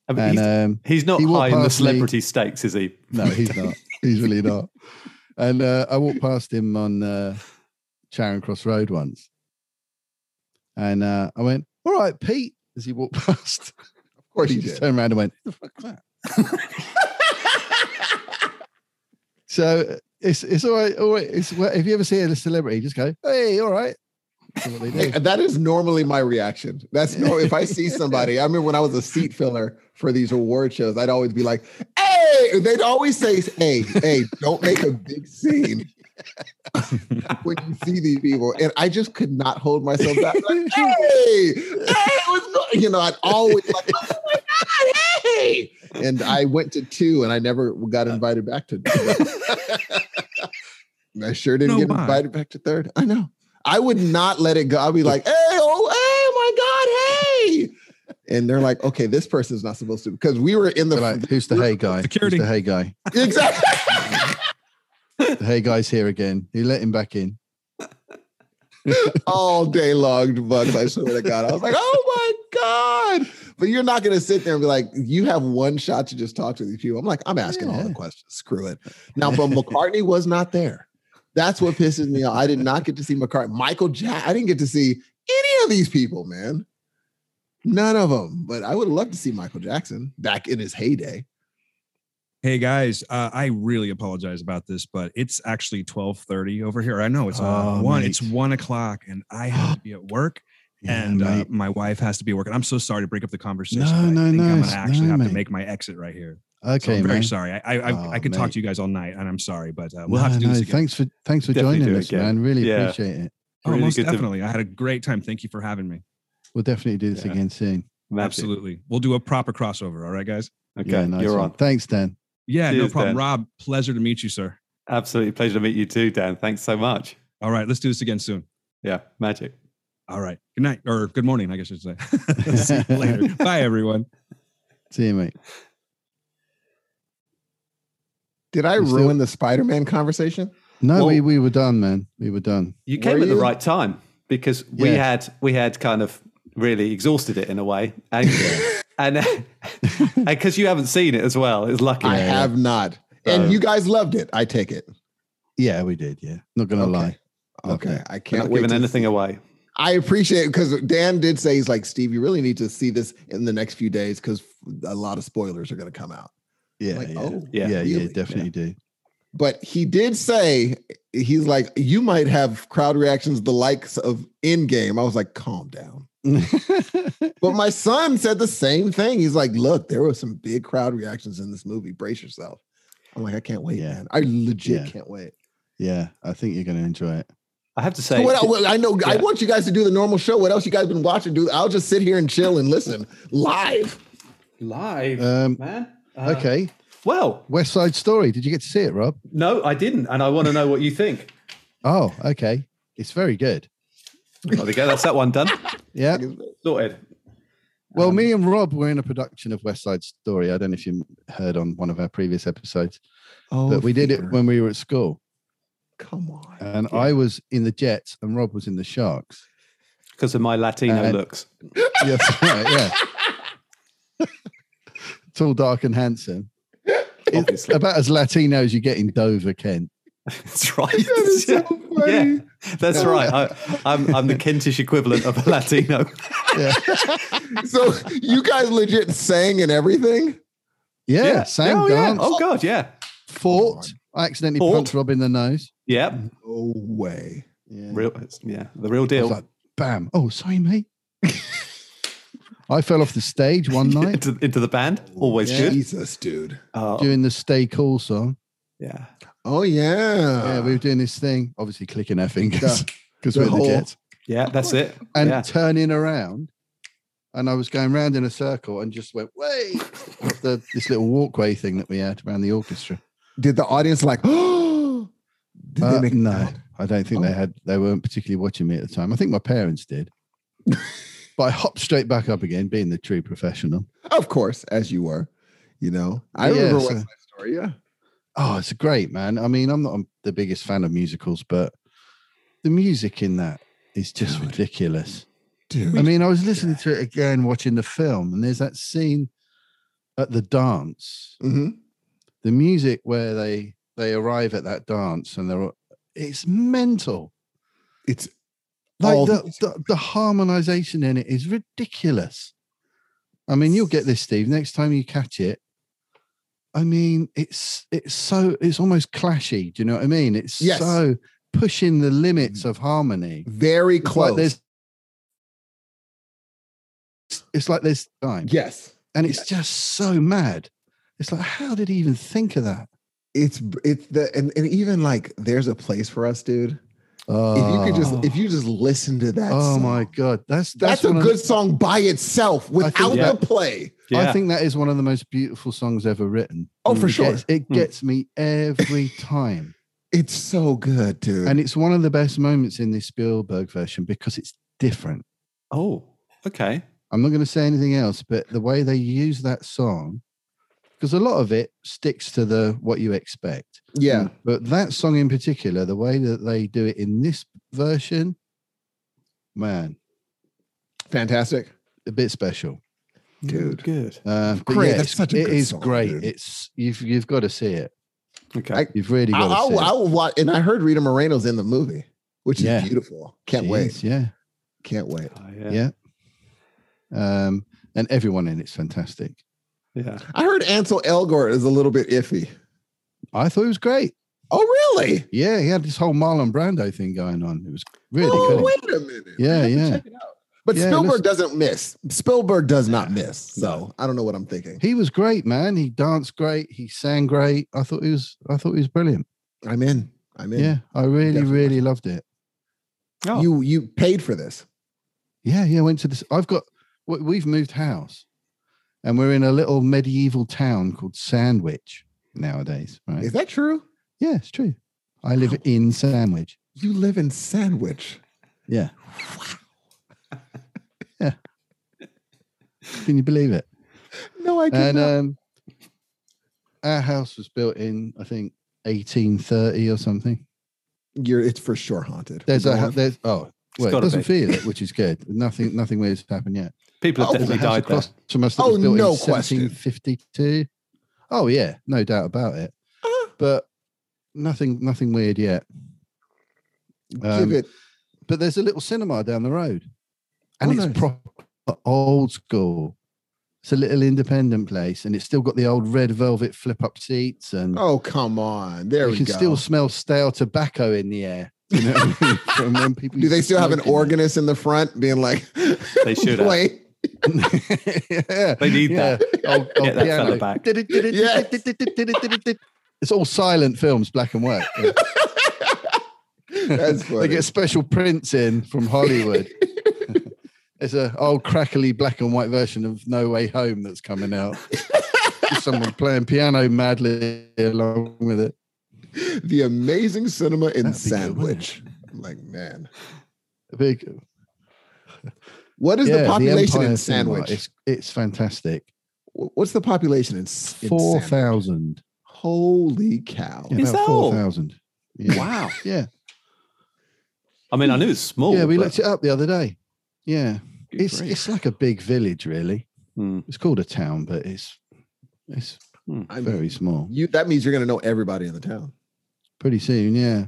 [SPEAKER 4] I
[SPEAKER 2] And
[SPEAKER 4] mean,
[SPEAKER 6] uh,
[SPEAKER 4] he's,
[SPEAKER 2] um,
[SPEAKER 4] he's not
[SPEAKER 2] he walked
[SPEAKER 4] high in the
[SPEAKER 2] past me.
[SPEAKER 4] celebrity stakes, is he?
[SPEAKER 2] No, he's not. he's really not. And uh, I walked past him on uh, Charing Cross Road once, and uh, I went, "All right, Pete." As he walked past,
[SPEAKER 6] Of course
[SPEAKER 2] he
[SPEAKER 6] you
[SPEAKER 2] just
[SPEAKER 6] did.
[SPEAKER 2] turned around and went, "The fuck's that?" So uh, it's it's all right. All right. It's well, if you ever see a celebrity, just go, "Hey, all right." That's what they do.
[SPEAKER 6] Like, that is normally my reaction. That's no. If I see somebody, I remember when I was a seat filler for these award shows, I'd always be like, "Hey!" They'd always say, "Hey, hey, don't make a big scene." when you see these people, and I just could not hold myself back. Like, hey, hey, what's going? You know, I'd always like, "Oh my god, hey!" And I went to two, and I never got invited back to. And I sure didn't
[SPEAKER 5] No,
[SPEAKER 6] get
[SPEAKER 5] why?
[SPEAKER 6] invited back to third. I know. I would not let it go. I'd be like, hey, oh, hey, my God, hey. And they're like, okay, this person's not supposed to because we were in the
[SPEAKER 2] They're like, "Who's the hey guy?
[SPEAKER 5] Security.
[SPEAKER 2] Who's the hey guy?
[SPEAKER 6] exactly.
[SPEAKER 2] The hey guy's here again. You let him back in."
[SPEAKER 6] all day long bugs. I swear to God, I was like, "Oh my god!" But you're not gonna sit there and be like, "You have one shot to just talk to these people." I'm like, I'm asking all the
[SPEAKER 2] Yeah.
[SPEAKER 6] questions. Screw it. Now, but McCartney was not there. That's what pisses me off. I did not get to see McCartney, Michael Jack. I didn't get to see any of these people, man. None of them. But I would love to see Michael Jackson back in his heyday.
[SPEAKER 5] Hey guys, uh, I really apologize about this, but it's actually twelve thirty over here. I know it's uh,
[SPEAKER 2] Oh,
[SPEAKER 5] one.
[SPEAKER 2] mate.
[SPEAKER 5] It's one o'clock, and I have to be at work, and
[SPEAKER 2] Yeah,
[SPEAKER 5] uh,
[SPEAKER 2] mate.
[SPEAKER 5] my wife has to be working. I'm so sorry to break up the conversation.
[SPEAKER 2] No,
[SPEAKER 5] but I
[SPEAKER 2] no,
[SPEAKER 5] think
[SPEAKER 2] no,
[SPEAKER 5] I'm
[SPEAKER 2] it's-
[SPEAKER 5] gonna actually
[SPEAKER 2] no,
[SPEAKER 5] have
[SPEAKER 2] mate.
[SPEAKER 5] to make my exit right here. So
[SPEAKER 2] okay,
[SPEAKER 5] I'm very
[SPEAKER 2] man.
[SPEAKER 5] sorry. I I, I, I
[SPEAKER 2] Oh,
[SPEAKER 5] could talk
[SPEAKER 2] mate.
[SPEAKER 5] to you guys all night, and I'm sorry, but uh, we'll have
[SPEAKER 2] No,
[SPEAKER 5] to do this
[SPEAKER 2] no,
[SPEAKER 5] again.
[SPEAKER 2] Thanks for thanks for
[SPEAKER 4] Definitely
[SPEAKER 2] joining
[SPEAKER 4] do it
[SPEAKER 2] us,
[SPEAKER 4] again.
[SPEAKER 2] man. Really
[SPEAKER 4] Yeah.
[SPEAKER 2] appreciate it.
[SPEAKER 5] Oh,
[SPEAKER 4] Really
[SPEAKER 5] most
[SPEAKER 4] good to-
[SPEAKER 5] definitely. I had a great time. Thank you for having me.
[SPEAKER 2] We'll definitely do this
[SPEAKER 4] Yeah.
[SPEAKER 2] again soon.
[SPEAKER 4] Magic.
[SPEAKER 5] Absolutely. We'll do a proper crossover. All right, guys.
[SPEAKER 4] Okay,
[SPEAKER 2] Yeah, nice
[SPEAKER 4] you're
[SPEAKER 2] one.
[SPEAKER 4] on.
[SPEAKER 2] Thanks, Dan.
[SPEAKER 5] Yeah, no
[SPEAKER 4] Cheers,
[SPEAKER 5] problem.
[SPEAKER 4] Dan.
[SPEAKER 5] Rob, pleasure to meet you, sir.
[SPEAKER 4] Absolutely pleasure to meet you too, Dan. Thanks so much.
[SPEAKER 5] All right, let's do this again soon.
[SPEAKER 4] Yeah, magic.
[SPEAKER 5] All right. Good night or good morning, I guess I should say. See you later. Bye, everyone.
[SPEAKER 2] See you, mate.
[SPEAKER 6] Did I
[SPEAKER 2] You still-
[SPEAKER 6] ruin the Spider-Man conversation?
[SPEAKER 2] No,
[SPEAKER 4] Well-
[SPEAKER 2] we, we were done, man. We were done.
[SPEAKER 4] You came
[SPEAKER 6] Were
[SPEAKER 4] at the
[SPEAKER 6] you?
[SPEAKER 4] right time because we
[SPEAKER 2] Yeah.
[SPEAKER 4] had we had kind of really exhausted it in a way, and and because you haven't seen it as well, it's lucky.
[SPEAKER 6] I have not.
[SPEAKER 4] So-
[SPEAKER 6] And you guys loved it. I take it.
[SPEAKER 2] Yeah, we did. Yeah. Not going to
[SPEAKER 6] Okay.
[SPEAKER 2] lie. Loved
[SPEAKER 6] Okay.
[SPEAKER 2] it.
[SPEAKER 6] I
[SPEAKER 4] We're
[SPEAKER 6] can't
[SPEAKER 4] not
[SPEAKER 6] wait.
[SPEAKER 4] giving
[SPEAKER 6] to
[SPEAKER 4] anything away.
[SPEAKER 6] I appreciate it because Dan did say he's like Steve. You really need to see this in the next few days because a lot of spoilers are going to come out.
[SPEAKER 2] Yeah.
[SPEAKER 6] like,
[SPEAKER 2] yeah.
[SPEAKER 6] oh,
[SPEAKER 2] yeah.
[SPEAKER 4] yeah,
[SPEAKER 2] Yeah.
[SPEAKER 6] really?
[SPEAKER 2] definitely do.
[SPEAKER 6] But he did say he's like you might have crowd reactions the likes of Endgame. I was like, calm down. But my son said the same thing. He's like, look, there were some big crowd reactions in this movie. Brace yourself. I'm like, I can't wait,
[SPEAKER 2] Yeah.
[SPEAKER 6] man. I legit
[SPEAKER 2] Yeah.
[SPEAKER 6] can't wait.
[SPEAKER 2] yeah. I think you're going to enjoy it.
[SPEAKER 4] I have to
[SPEAKER 6] So
[SPEAKER 4] say,
[SPEAKER 6] what, I- what I know, I
[SPEAKER 4] Yeah.
[SPEAKER 6] want you guys to do the normal show. What else you guys been watching? Do I'll just sit here and chill and listen live.
[SPEAKER 4] live
[SPEAKER 2] Um,
[SPEAKER 4] man.
[SPEAKER 6] Uh-huh.
[SPEAKER 4] Uh,
[SPEAKER 2] Okay.
[SPEAKER 4] Well,
[SPEAKER 2] West Side Story. Did you get to see it, Rob?
[SPEAKER 4] no, I didn't, and I want to know what you think.
[SPEAKER 2] Oh, okay. It's very good.
[SPEAKER 4] There we go. That's that one done.
[SPEAKER 2] Yeah.
[SPEAKER 4] Sorted.
[SPEAKER 2] Well,
[SPEAKER 4] Um,
[SPEAKER 2] me and Rob were in a production of West Side Story. I don't know if you heard on one of our previous episodes,
[SPEAKER 6] Oh,
[SPEAKER 2] but we did it
[SPEAKER 6] Peter,
[SPEAKER 2] when we were at school.
[SPEAKER 6] come on.
[SPEAKER 2] And I was in the Jets and Rob was in the Sharks.
[SPEAKER 4] Because of my Latino
[SPEAKER 2] Uh,
[SPEAKER 4] looks.
[SPEAKER 2] Yes, right, yeah. Tall, dark, and handsome. It's
[SPEAKER 4] Obviously.
[SPEAKER 2] about as Latino as you get in Dover, Kent.
[SPEAKER 4] That's right.
[SPEAKER 6] That is so funny.
[SPEAKER 4] Yeah, that's right. I, I'm, I'm the Kentish equivalent of a Latino.
[SPEAKER 2] Yeah,
[SPEAKER 6] So you guys legit sang and everything?
[SPEAKER 2] yeah, sang,
[SPEAKER 4] oh,
[SPEAKER 2] dance,
[SPEAKER 4] Yeah. Oh, God. Yeah.
[SPEAKER 2] fought. I accidentally
[SPEAKER 4] Fought.
[SPEAKER 2] punched Rob in the nose.
[SPEAKER 4] Yeah.
[SPEAKER 6] No way.
[SPEAKER 2] Yeah.
[SPEAKER 4] Real. it's- Yeah. The
[SPEAKER 2] I
[SPEAKER 4] real
[SPEAKER 2] was
[SPEAKER 4] deal.
[SPEAKER 2] like, bam. Oh, sorry, mate. I fell off the stage one night
[SPEAKER 4] into, into the band. Always good.
[SPEAKER 6] Jesus, dude.
[SPEAKER 4] Oh,
[SPEAKER 2] during the Stay Cool song.
[SPEAKER 4] yeah.
[SPEAKER 6] Oh yeah.
[SPEAKER 2] Yeah, we were doing this thing, obviously clicking our fingers because we're
[SPEAKER 6] Ah.
[SPEAKER 2] the
[SPEAKER 6] The whole-
[SPEAKER 2] Jets,
[SPEAKER 4] Yeah, that's it.
[SPEAKER 2] and
[SPEAKER 4] yeah.
[SPEAKER 2] turning around. And I was going round in a circle and just went, wait, off the, this little walkway thing that we had around the orchestra.
[SPEAKER 6] Did the audience like? Oh. Did
[SPEAKER 2] Uh,
[SPEAKER 6] they make
[SPEAKER 2] no, I don't think
[SPEAKER 6] Oh.
[SPEAKER 2] they had. They weren't particularly watching me at the time. I think my parents did, but I hopped straight back up again, being the true professional.
[SPEAKER 6] Of course, as you were. You know, I
[SPEAKER 2] Yeah,
[SPEAKER 6] remember
[SPEAKER 2] so-
[SPEAKER 6] what's that story. Yeah.
[SPEAKER 2] Oh, it's great, man. I mean, I'm not the biggest fan of musicals, but the music in that is just ridiculous.
[SPEAKER 6] Dude.
[SPEAKER 2] I mean, I was listening to it again, watching the film, and there's that scene at the dance.
[SPEAKER 6] Mhm.
[SPEAKER 2] The music where they they arrive at that dance, and they're all- it's mental.
[SPEAKER 6] It's all
[SPEAKER 2] like the,
[SPEAKER 6] the
[SPEAKER 2] the, the harmonization in it is ridiculous i mean you'll get this steve next time you catch it i mean it's it's so it's almost clashy do you know what i mean it's
[SPEAKER 6] Yes.
[SPEAKER 2] so pushing the limits of harmony
[SPEAKER 6] very
[SPEAKER 2] It's
[SPEAKER 6] close.
[SPEAKER 2] like there's it's like there's time
[SPEAKER 6] yes.
[SPEAKER 2] and it's just so mad it's like how did he even think of that
[SPEAKER 6] It's it's the and, and even like there's a place for us, dude.
[SPEAKER 2] oh,
[SPEAKER 6] If you could just if
[SPEAKER 4] Oh.
[SPEAKER 6] you just listen to that.
[SPEAKER 2] oh
[SPEAKER 6] song,
[SPEAKER 2] my god that's
[SPEAKER 6] That's,
[SPEAKER 2] that's,
[SPEAKER 6] a
[SPEAKER 2] one of the-
[SPEAKER 6] good song by itself without
[SPEAKER 4] Yeah.
[SPEAKER 6] the play.
[SPEAKER 4] Yeah.
[SPEAKER 2] i think that is one of the most beautiful songs ever written
[SPEAKER 6] Oh, for
[SPEAKER 2] it
[SPEAKER 6] sure.
[SPEAKER 2] Gets, it gets me every time.
[SPEAKER 6] It's so good, dude.
[SPEAKER 2] and it's one of the best moments in this Spielberg version because it's different.
[SPEAKER 4] oh, okay.
[SPEAKER 2] I'm not going to say anything else, but the way they use that song, because a lot of it sticks to the what you expect.
[SPEAKER 6] yeah.
[SPEAKER 2] But that song in particular, the way that they do it in this version, man,
[SPEAKER 6] Fantastic.
[SPEAKER 2] a bit special.
[SPEAKER 6] Dude.
[SPEAKER 4] Good.
[SPEAKER 2] Uh, but
[SPEAKER 6] Great.
[SPEAKER 2] yeah,
[SPEAKER 6] That's
[SPEAKER 2] it's-
[SPEAKER 6] such a
[SPEAKER 2] it
[SPEAKER 6] good
[SPEAKER 2] is
[SPEAKER 6] song,
[SPEAKER 2] great.
[SPEAKER 6] dude.
[SPEAKER 2] It's you've you've got to see it.
[SPEAKER 4] Okay.
[SPEAKER 6] I-
[SPEAKER 2] You've really
[SPEAKER 6] I,
[SPEAKER 2] got to
[SPEAKER 6] I,
[SPEAKER 2] see
[SPEAKER 6] will- I
[SPEAKER 2] it.
[SPEAKER 6] will watch, and I heard Rita Moreno's in the movie, which is
[SPEAKER 2] Yeah.
[SPEAKER 6] beautiful. Can't
[SPEAKER 2] Jeez,
[SPEAKER 6] wait.
[SPEAKER 2] Yeah,
[SPEAKER 6] Can't wait.
[SPEAKER 4] Oh,
[SPEAKER 2] yeah. Um, and everyone in it's fantastic.
[SPEAKER 4] Yeah.
[SPEAKER 6] I heard Ansel Elgort is a little bit iffy.
[SPEAKER 2] I thought it was great.
[SPEAKER 6] Oh, really?
[SPEAKER 2] Yeah, he had this whole Marlon Brando thing going on. It was really
[SPEAKER 6] Oh,
[SPEAKER 2] cool.
[SPEAKER 6] wait a minute.
[SPEAKER 2] Yeah,
[SPEAKER 6] I have to
[SPEAKER 2] yeah.
[SPEAKER 6] check it out. But
[SPEAKER 2] Yeah,
[SPEAKER 6] Spielberg
[SPEAKER 2] listen-
[SPEAKER 6] doesn't miss. Spielberg does not miss. So I don't know what I'm thinking.
[SPEAKER 2] He was great, man. He danced great. He sang great. I thought he was. I thought he was brilliant.
[SPEAKER 6] I'm in. I'm
[SPEAKER 2] Yeah,
[SPEAKER 6] in.
[SPEAKER 2] I really,
[SPEAKER 6] Definitely.
[SPEAKER 2] really loved it.
[SPEAKER 4] Oh.
[SPEAKER 6] You you paid for this.
[SPEAKER 2] Yeah, yeah. I Went to this. I've got. we- We've moved house, and we're in a little medieval town called Sandwich nowadays. Right?
[SPEAKER 6] Is that true?
[SPEAKER 2] Yeah, it's true. I live in Sandwich.
[SPEAKER 6] You live in Sandwich.
[SPEAKER 2] Yeah. yeah. Can you believe it?
[SPEAKER 6] No, I
[SPEAKER 2] and
[SPEAKER 6] can't.
[SPEAKER 2] um, our house was built in, I think, 1830 or something.
[SPEAKER 6] You're it's for sure haunted.
[SPEAKER 2] There's a
[SPEAKER 6] Go
[SPEAKER 2] hou-
[SPEAKER 6] on.
[SPEAKER 2] there's oh well, it
[SPEAKER 4] gotta
[SPEAKER 2] doesn't
[SPEAKER 4] be.
[SPEAKER 2] feel it, which is good. Nothing, nothing weird's happened yet.
[SPEAKER 4] People have
[SPEAKER 6] Oh,
[SPEAKER 2] There's a
[SPEAKER 4] definitely
[SPEAKER 2] house
[SPEAKER 4] died there.
[SPEAKER 2] across from us that
[SPEAKER 6] Oh,
[SPEAKER 2] was built
[SPEAKER 6] no
[SPEAKER 2] in
[SPEAKER 6] question.
[SPEAKER 2] 1752. Oh yeah, no doubt about it.
[SPEAKER 6] Ah.
[SPEAKER 2] But nothing, nothing weird yet.
[SPEAKER 6] give
[SPEAKER 2] Um,
[SPEAKER 6] it.
[SPEAKER 2] But there's a little cinema down the road, and
[SPEAKER 6] Oh,
[SPEAKER 2] it's
[SPEAKER 6] nice.
[SPEAKER 2] proper old school. It's a little independent place, and it's still got the old red velvet flip-up seats and
[SPEAKER 6] Oh come on. There
[SPEAKER 2] you
[SPEAKER 6] we
[SPEAKER 2] can
[SPEAKER 6] go.
[SPEAKER 2] still smell stale tobacco in the air. You know what I mean? From when people
[SPEAKER 6] Do they
[SPEAKER 2] used to
[SPEAKER 6] still have an
[SPEAKER 2] smoke in
[SPEAKER 6] organist in the front being like
[SPEAKER 4] They should have.
[SPEAKER 6] play?
[SPEAKER 2] it. yeah.
[SPEAKER 4] They need
[SPEAKER 2] yeah.
[SPEAKER 4] that.
[SPEAKER 2] Old, old
[SPEAKER 4] Get that fella
[SPEAKER 2] piano.
[SPEAKER 4] back.
[SPEAKER 2] It's all silent films, black and white. Yeah.
[SPEAKER 6] That's funny.
[SPEAKER 2] they get special prints in from Hollywood. It's a old crackly black and white version of No Way Home that's coming out. Just Someone playing piano madly along with it.
[SPEAKER 6] the amazing cinema in
[SPEAKER 2] That'd be good, wouldn't it?
[SPEAKER 6] Sandwich. I'm like, man.
[SPEAKER 2] A big
[SPEAKER 6] What is
[SPEAKER 2] yeah,
[SPEAKER 6] the population
[SPEAKER 2] Empire cinema.
[SPEAKER 6] in Sandwich?
[SPEAKER 2] It's it's fantastic.
[SPEAKER 6] Wh- What's the population in, S- in
[SPEAKER 2] Four
[SPEAKER 6] Sandwich?
[SPEAKER 2] thousand.
[SPEAKER 6] Holy cow.
[SPEAKER 2] Yeah,
[SPEAKER 4] Is
[SPEAKER 2] about
[SPEAKER 4] that
[SPEAKER 2] four
[SPEAKER 4] all?
[SPEAKER 2] thousand. Yeah.
[SPEAKER 4] Wow.
[SPEAKER 2] Yeah.
[SPEAKER 4] I mean, I knew it was small.
[SPEAKER 2] yeah, we
[SPEAKER 4] Oh, but-
[SPEAKER 2] looked it up the other day. Yeah.
[SPEAKER 4] Good
[SPEAKER 2] it's
[SPEAKER 4] grief.
[SPEAKER 2] it's like a big village, really.
[SPEAKER 4] Hmm.
[SPEAKER 2] It's called a town, but it's it's
[SPEAKER 6] I mean,
[SPEAKER 2] very small.
[SPEAKER 6] you that means you're gonna know everybody in the town.
[SPEAKER 2] Pretty soon, yeah.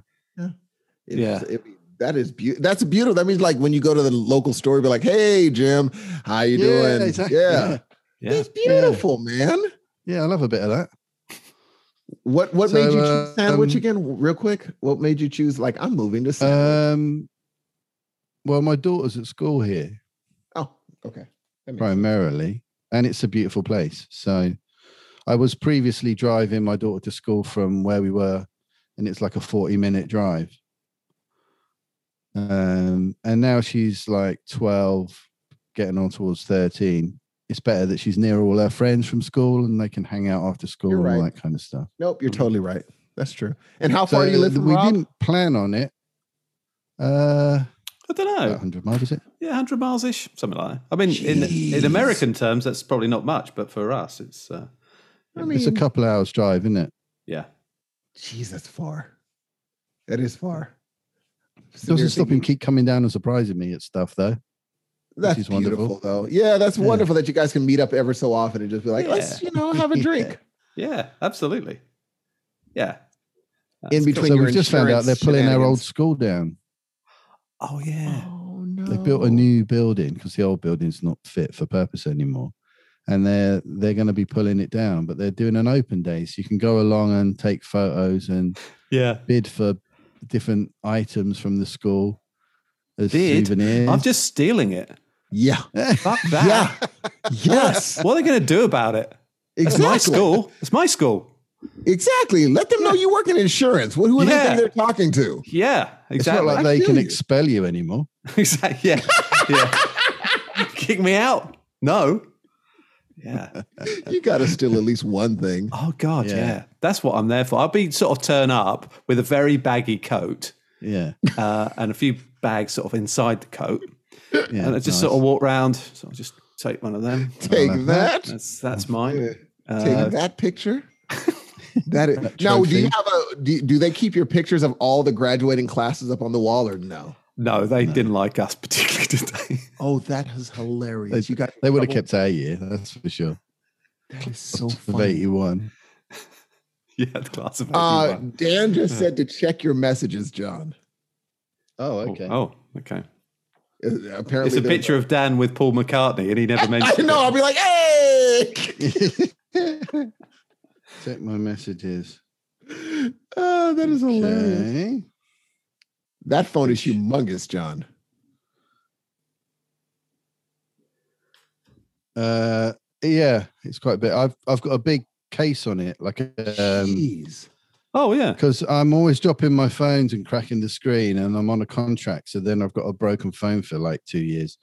[SPEAKER 6] It-
[SPEAKER 4] Yeah.
[SPEAKER 6] it- that is beautiful. That's beautiful. That means like when you go to the local store, be like, "Hey, Jim, how you
[SPEAKER 2] yeah,
[SPEAKER 6] doing?"
[SPEAKER 2] exactly.
[SPEAKER 6] Yeah.
[SPEAKER 2] yeah.
[SPEAKER 4] Yeah.
[SPEAKER 6] that's beautiful, man.
[SPEAKER 2] Yeah, I love a bit of that.
[SPEAKER 6] What what
[SPEAKER 2] So,
[SPEAKER 6] made you
[SPEAKER 2] uh,
[SPEAKER 6] choose sandwich
[SPEAKER 2] um,
[SPEAKER 6] again, real quick? What made you choose like I'm moving to
[SPEAKER 2] Uh,
[SPEAKER 6] sandwich?
[SPEAKER 2] Um well, my daughter's at school here.
[SPEAKER 6] oh,
[SPEAKER 5] That
[SPEAKER 6] okay.
[SPEAKER 5] makes sense.
[SPEAKER 2] primarily, and it's a beautiful place. So, I was previously driving my daughter to school from where we were, and it's like a forty-minute drive. Um, and now she's like twelve, getting on towards thirteen. It's better that she's near all her friends from school, and they can hang out after school
[SPEAKER 6] You're
[SPEAKER 2] and all
[SPEAKER 6] right.
[SPEAKER 2] that kind of stuff.
[SPEAKER 6] Nope, you're totally right. That's true. And how far do you live from
[SPEAKER 2] mm-hmm. we
[SPEAKER 6] Rob?
[SPEAKER 2] didn't plan on it. Uh,
[SPEAKER 4] I don't
[SPEAKER 6] Oh.
[SPEAKER 2] about
[SPEAKER 4] know.
[SPEAKER 2] 100 miles, is it?
[SPEAKER 4] Yeah, 100 miles ish, something like that. I mean, in, in
[SPEAKER 2] Jeez.
[SPEAKER 4] American terms, that's probably not much, but for us, it's, uh,
[SPEAKER 6] I
[SPEAKER 2] it's a
[SPEAKER 6] mean-
[SPEAKER 2] couple of hours drive, isn't it?
[SPEAKER 4] yeah.
[SPEAKER 6] Jeez, that's far. That is far.
[SPEAKER 2] It doesn't stop him keep coming down and surprising me at stuff, though.
[SPEAKER 6] That's
[SPEAKER 2] which is
[SPEAKER 6] beautiful,
[SPEAKER 2] wonderful.
[SPEAKER 6] though. Yeah, that's
[SPEAKER 2] Yeah.
[SPEAKER 6] wonderful that you guys can meet up ever so often and just be like, let's, you know, have a drink.
[SPEAKER 4] Yeah, absolutely. Yeah.
[SPEAKER 6] In
[SPEAKER 4] That's
[SPEAKER 6] between
[SPEAKER 2] so
[SPEAKER 6] your
[SPEAKER 2] we've just found out they're
[SPEAKER 6] insurance
[SPEAKER 2] pulling our old
[SPEAKER 6] shenanigans.
[SPEAKER 2] school down.
[SPEAKER 4] cool. Oh, yeah.
[SPEAKER 6] Oh no!
[SPEAKER 2] They built a new building because the old building's not fit for purpose anymore. And they're they're going to be pulling it down, but they're doing an open day, so you can go along and take photos and
[SPEAKER 4] Yeah.
[SPEAKER 2] bid for different items from the school as
[SPEAKER 4] Bid?
[SPEAKER 2] souvenirs.
[SPEAKER 4] I'm just stealing it.
[SPEAKER 6] Yeah.
[SPEAKER 4] Fuck
[SPEAKER 2] Ah.
[SPEAKER 4] that.
[SPEAKER 6] Yeah. yes.
[SPEAKER 4] What are they going to do about it? It's
[SPEAKER 6] Exactly.
[SPEAKER 4] my school. It's my school.
[SPEAKER 6] Exactly. Let them know you work in insurance. Who who do they
[SPEAKER 4] Yeah.
[SPEAKER 6] think they're talking to?
[SPEAKER 4] Yeah,
[SPEAKER 2] it's not
[SPEAKER 4] exactly.
[SPEAKER 2] like
[SPEAKER 6] I
[SPEAKER 2] they
[SPEAKER 6] feel
[SPEAKER 2] can
[SPEAKER 6] you.
[SPEAKER 2] expel you anymore.
[SPEAKER 4] exactly. Yeah. yeah. Kick me out. No. Yeah.
[SPEAKER 6] You got to steal at least one thing.
[SPEAKER 4] Oh, God. Yeah.
[SPEAKER 2] Yeah.
[SPEAKER 4] That's what I'm there for. I'll be sort of turn up with a very baggy coat
[SPEAKER 2] Yeah,
[SPEAKER 4] uh, and a few bags sort of inside the coat.
[SPEAKER 2] yeah.
[SPEAKER 4] and I just
[SPEAKER 2] nice.
[SPEAKER 4] sort of walk round. So I'll just take one of them.
[SPEAKER 6] Take
[SPEAKER 2] like
[SPEAKER 6] that.
[SPEAKER 4] That's that's mine.
[SPEAKER 6] Yeah. Take
[SPEAKER 4] Uh,
[SPEAKER 6] that picture. That is,
[SPEAKER 2] That
[SPEAKER 6] now, do you
[SPEAKER 2] trophy.
[SPEAKER 6] have a? Do, do they keep your pictures of all the graduating classes up on the wall or no?
[SPEAKER 4] no, they
[SPEAKER 2] No.
[SPEAKER 4] didn't like us particularly, did they?
[SPEAKER 6] Oh, that is hilarious!
[SPEAKER 2] They-
[SPEAKER 6] you got
[SPEAKER 2] They would have
[SPEAKER 6] double- Oh,
[SPEAKER 2] kept our year, that's for sure.
[SPEAKER 6] that is so
[SPEAKER 2] Of
[SPEAKER 6] funny.
[SPEAKER 2] 81.
[SPEAKER 4] yeah, the class of
[SPEAKER 6] Uh,
[SPEAKER 4] 81.
[SPEAKER 6] Dan just said to check your messages, John.
[SPEAKER 2] Oh,
[SPEAKER 4] Oh,
[SPEAKER 2] okay.
[SPEAKER 4] Oh, okay.
[SPEAKER 6] Uh, Apparently,
[SPEAKER 4] It's a
[SPEAKER 6] there's-
[SPEAKER 4] picture of Dan with Paul McCartney, and he never mentioned.
[SPEAKER 6] I know. I'll
[SPEAKER 4] it.
[SPEAKER 6] be like, hey.
[SPEAKER 2] Check my messages.
[SPEAKER 4] Uh,
[SPEAKER 6] Oh, that is hilarious.
[SPEAKER 2] Okay.
[SPEAKER 6] That phone is humongous, John.
[SPEAKER 2] Uh, yeah, it's quite big. I've I've got a big case on it, like um,
[SPEAKER 6] Jeez.
[SPEAKER 4] Oh yeah,
[SPEAKER 2] because I'm always dropping my phones and cracking the screen, and I'm on a contract, so then I've got a broken phone for like two years.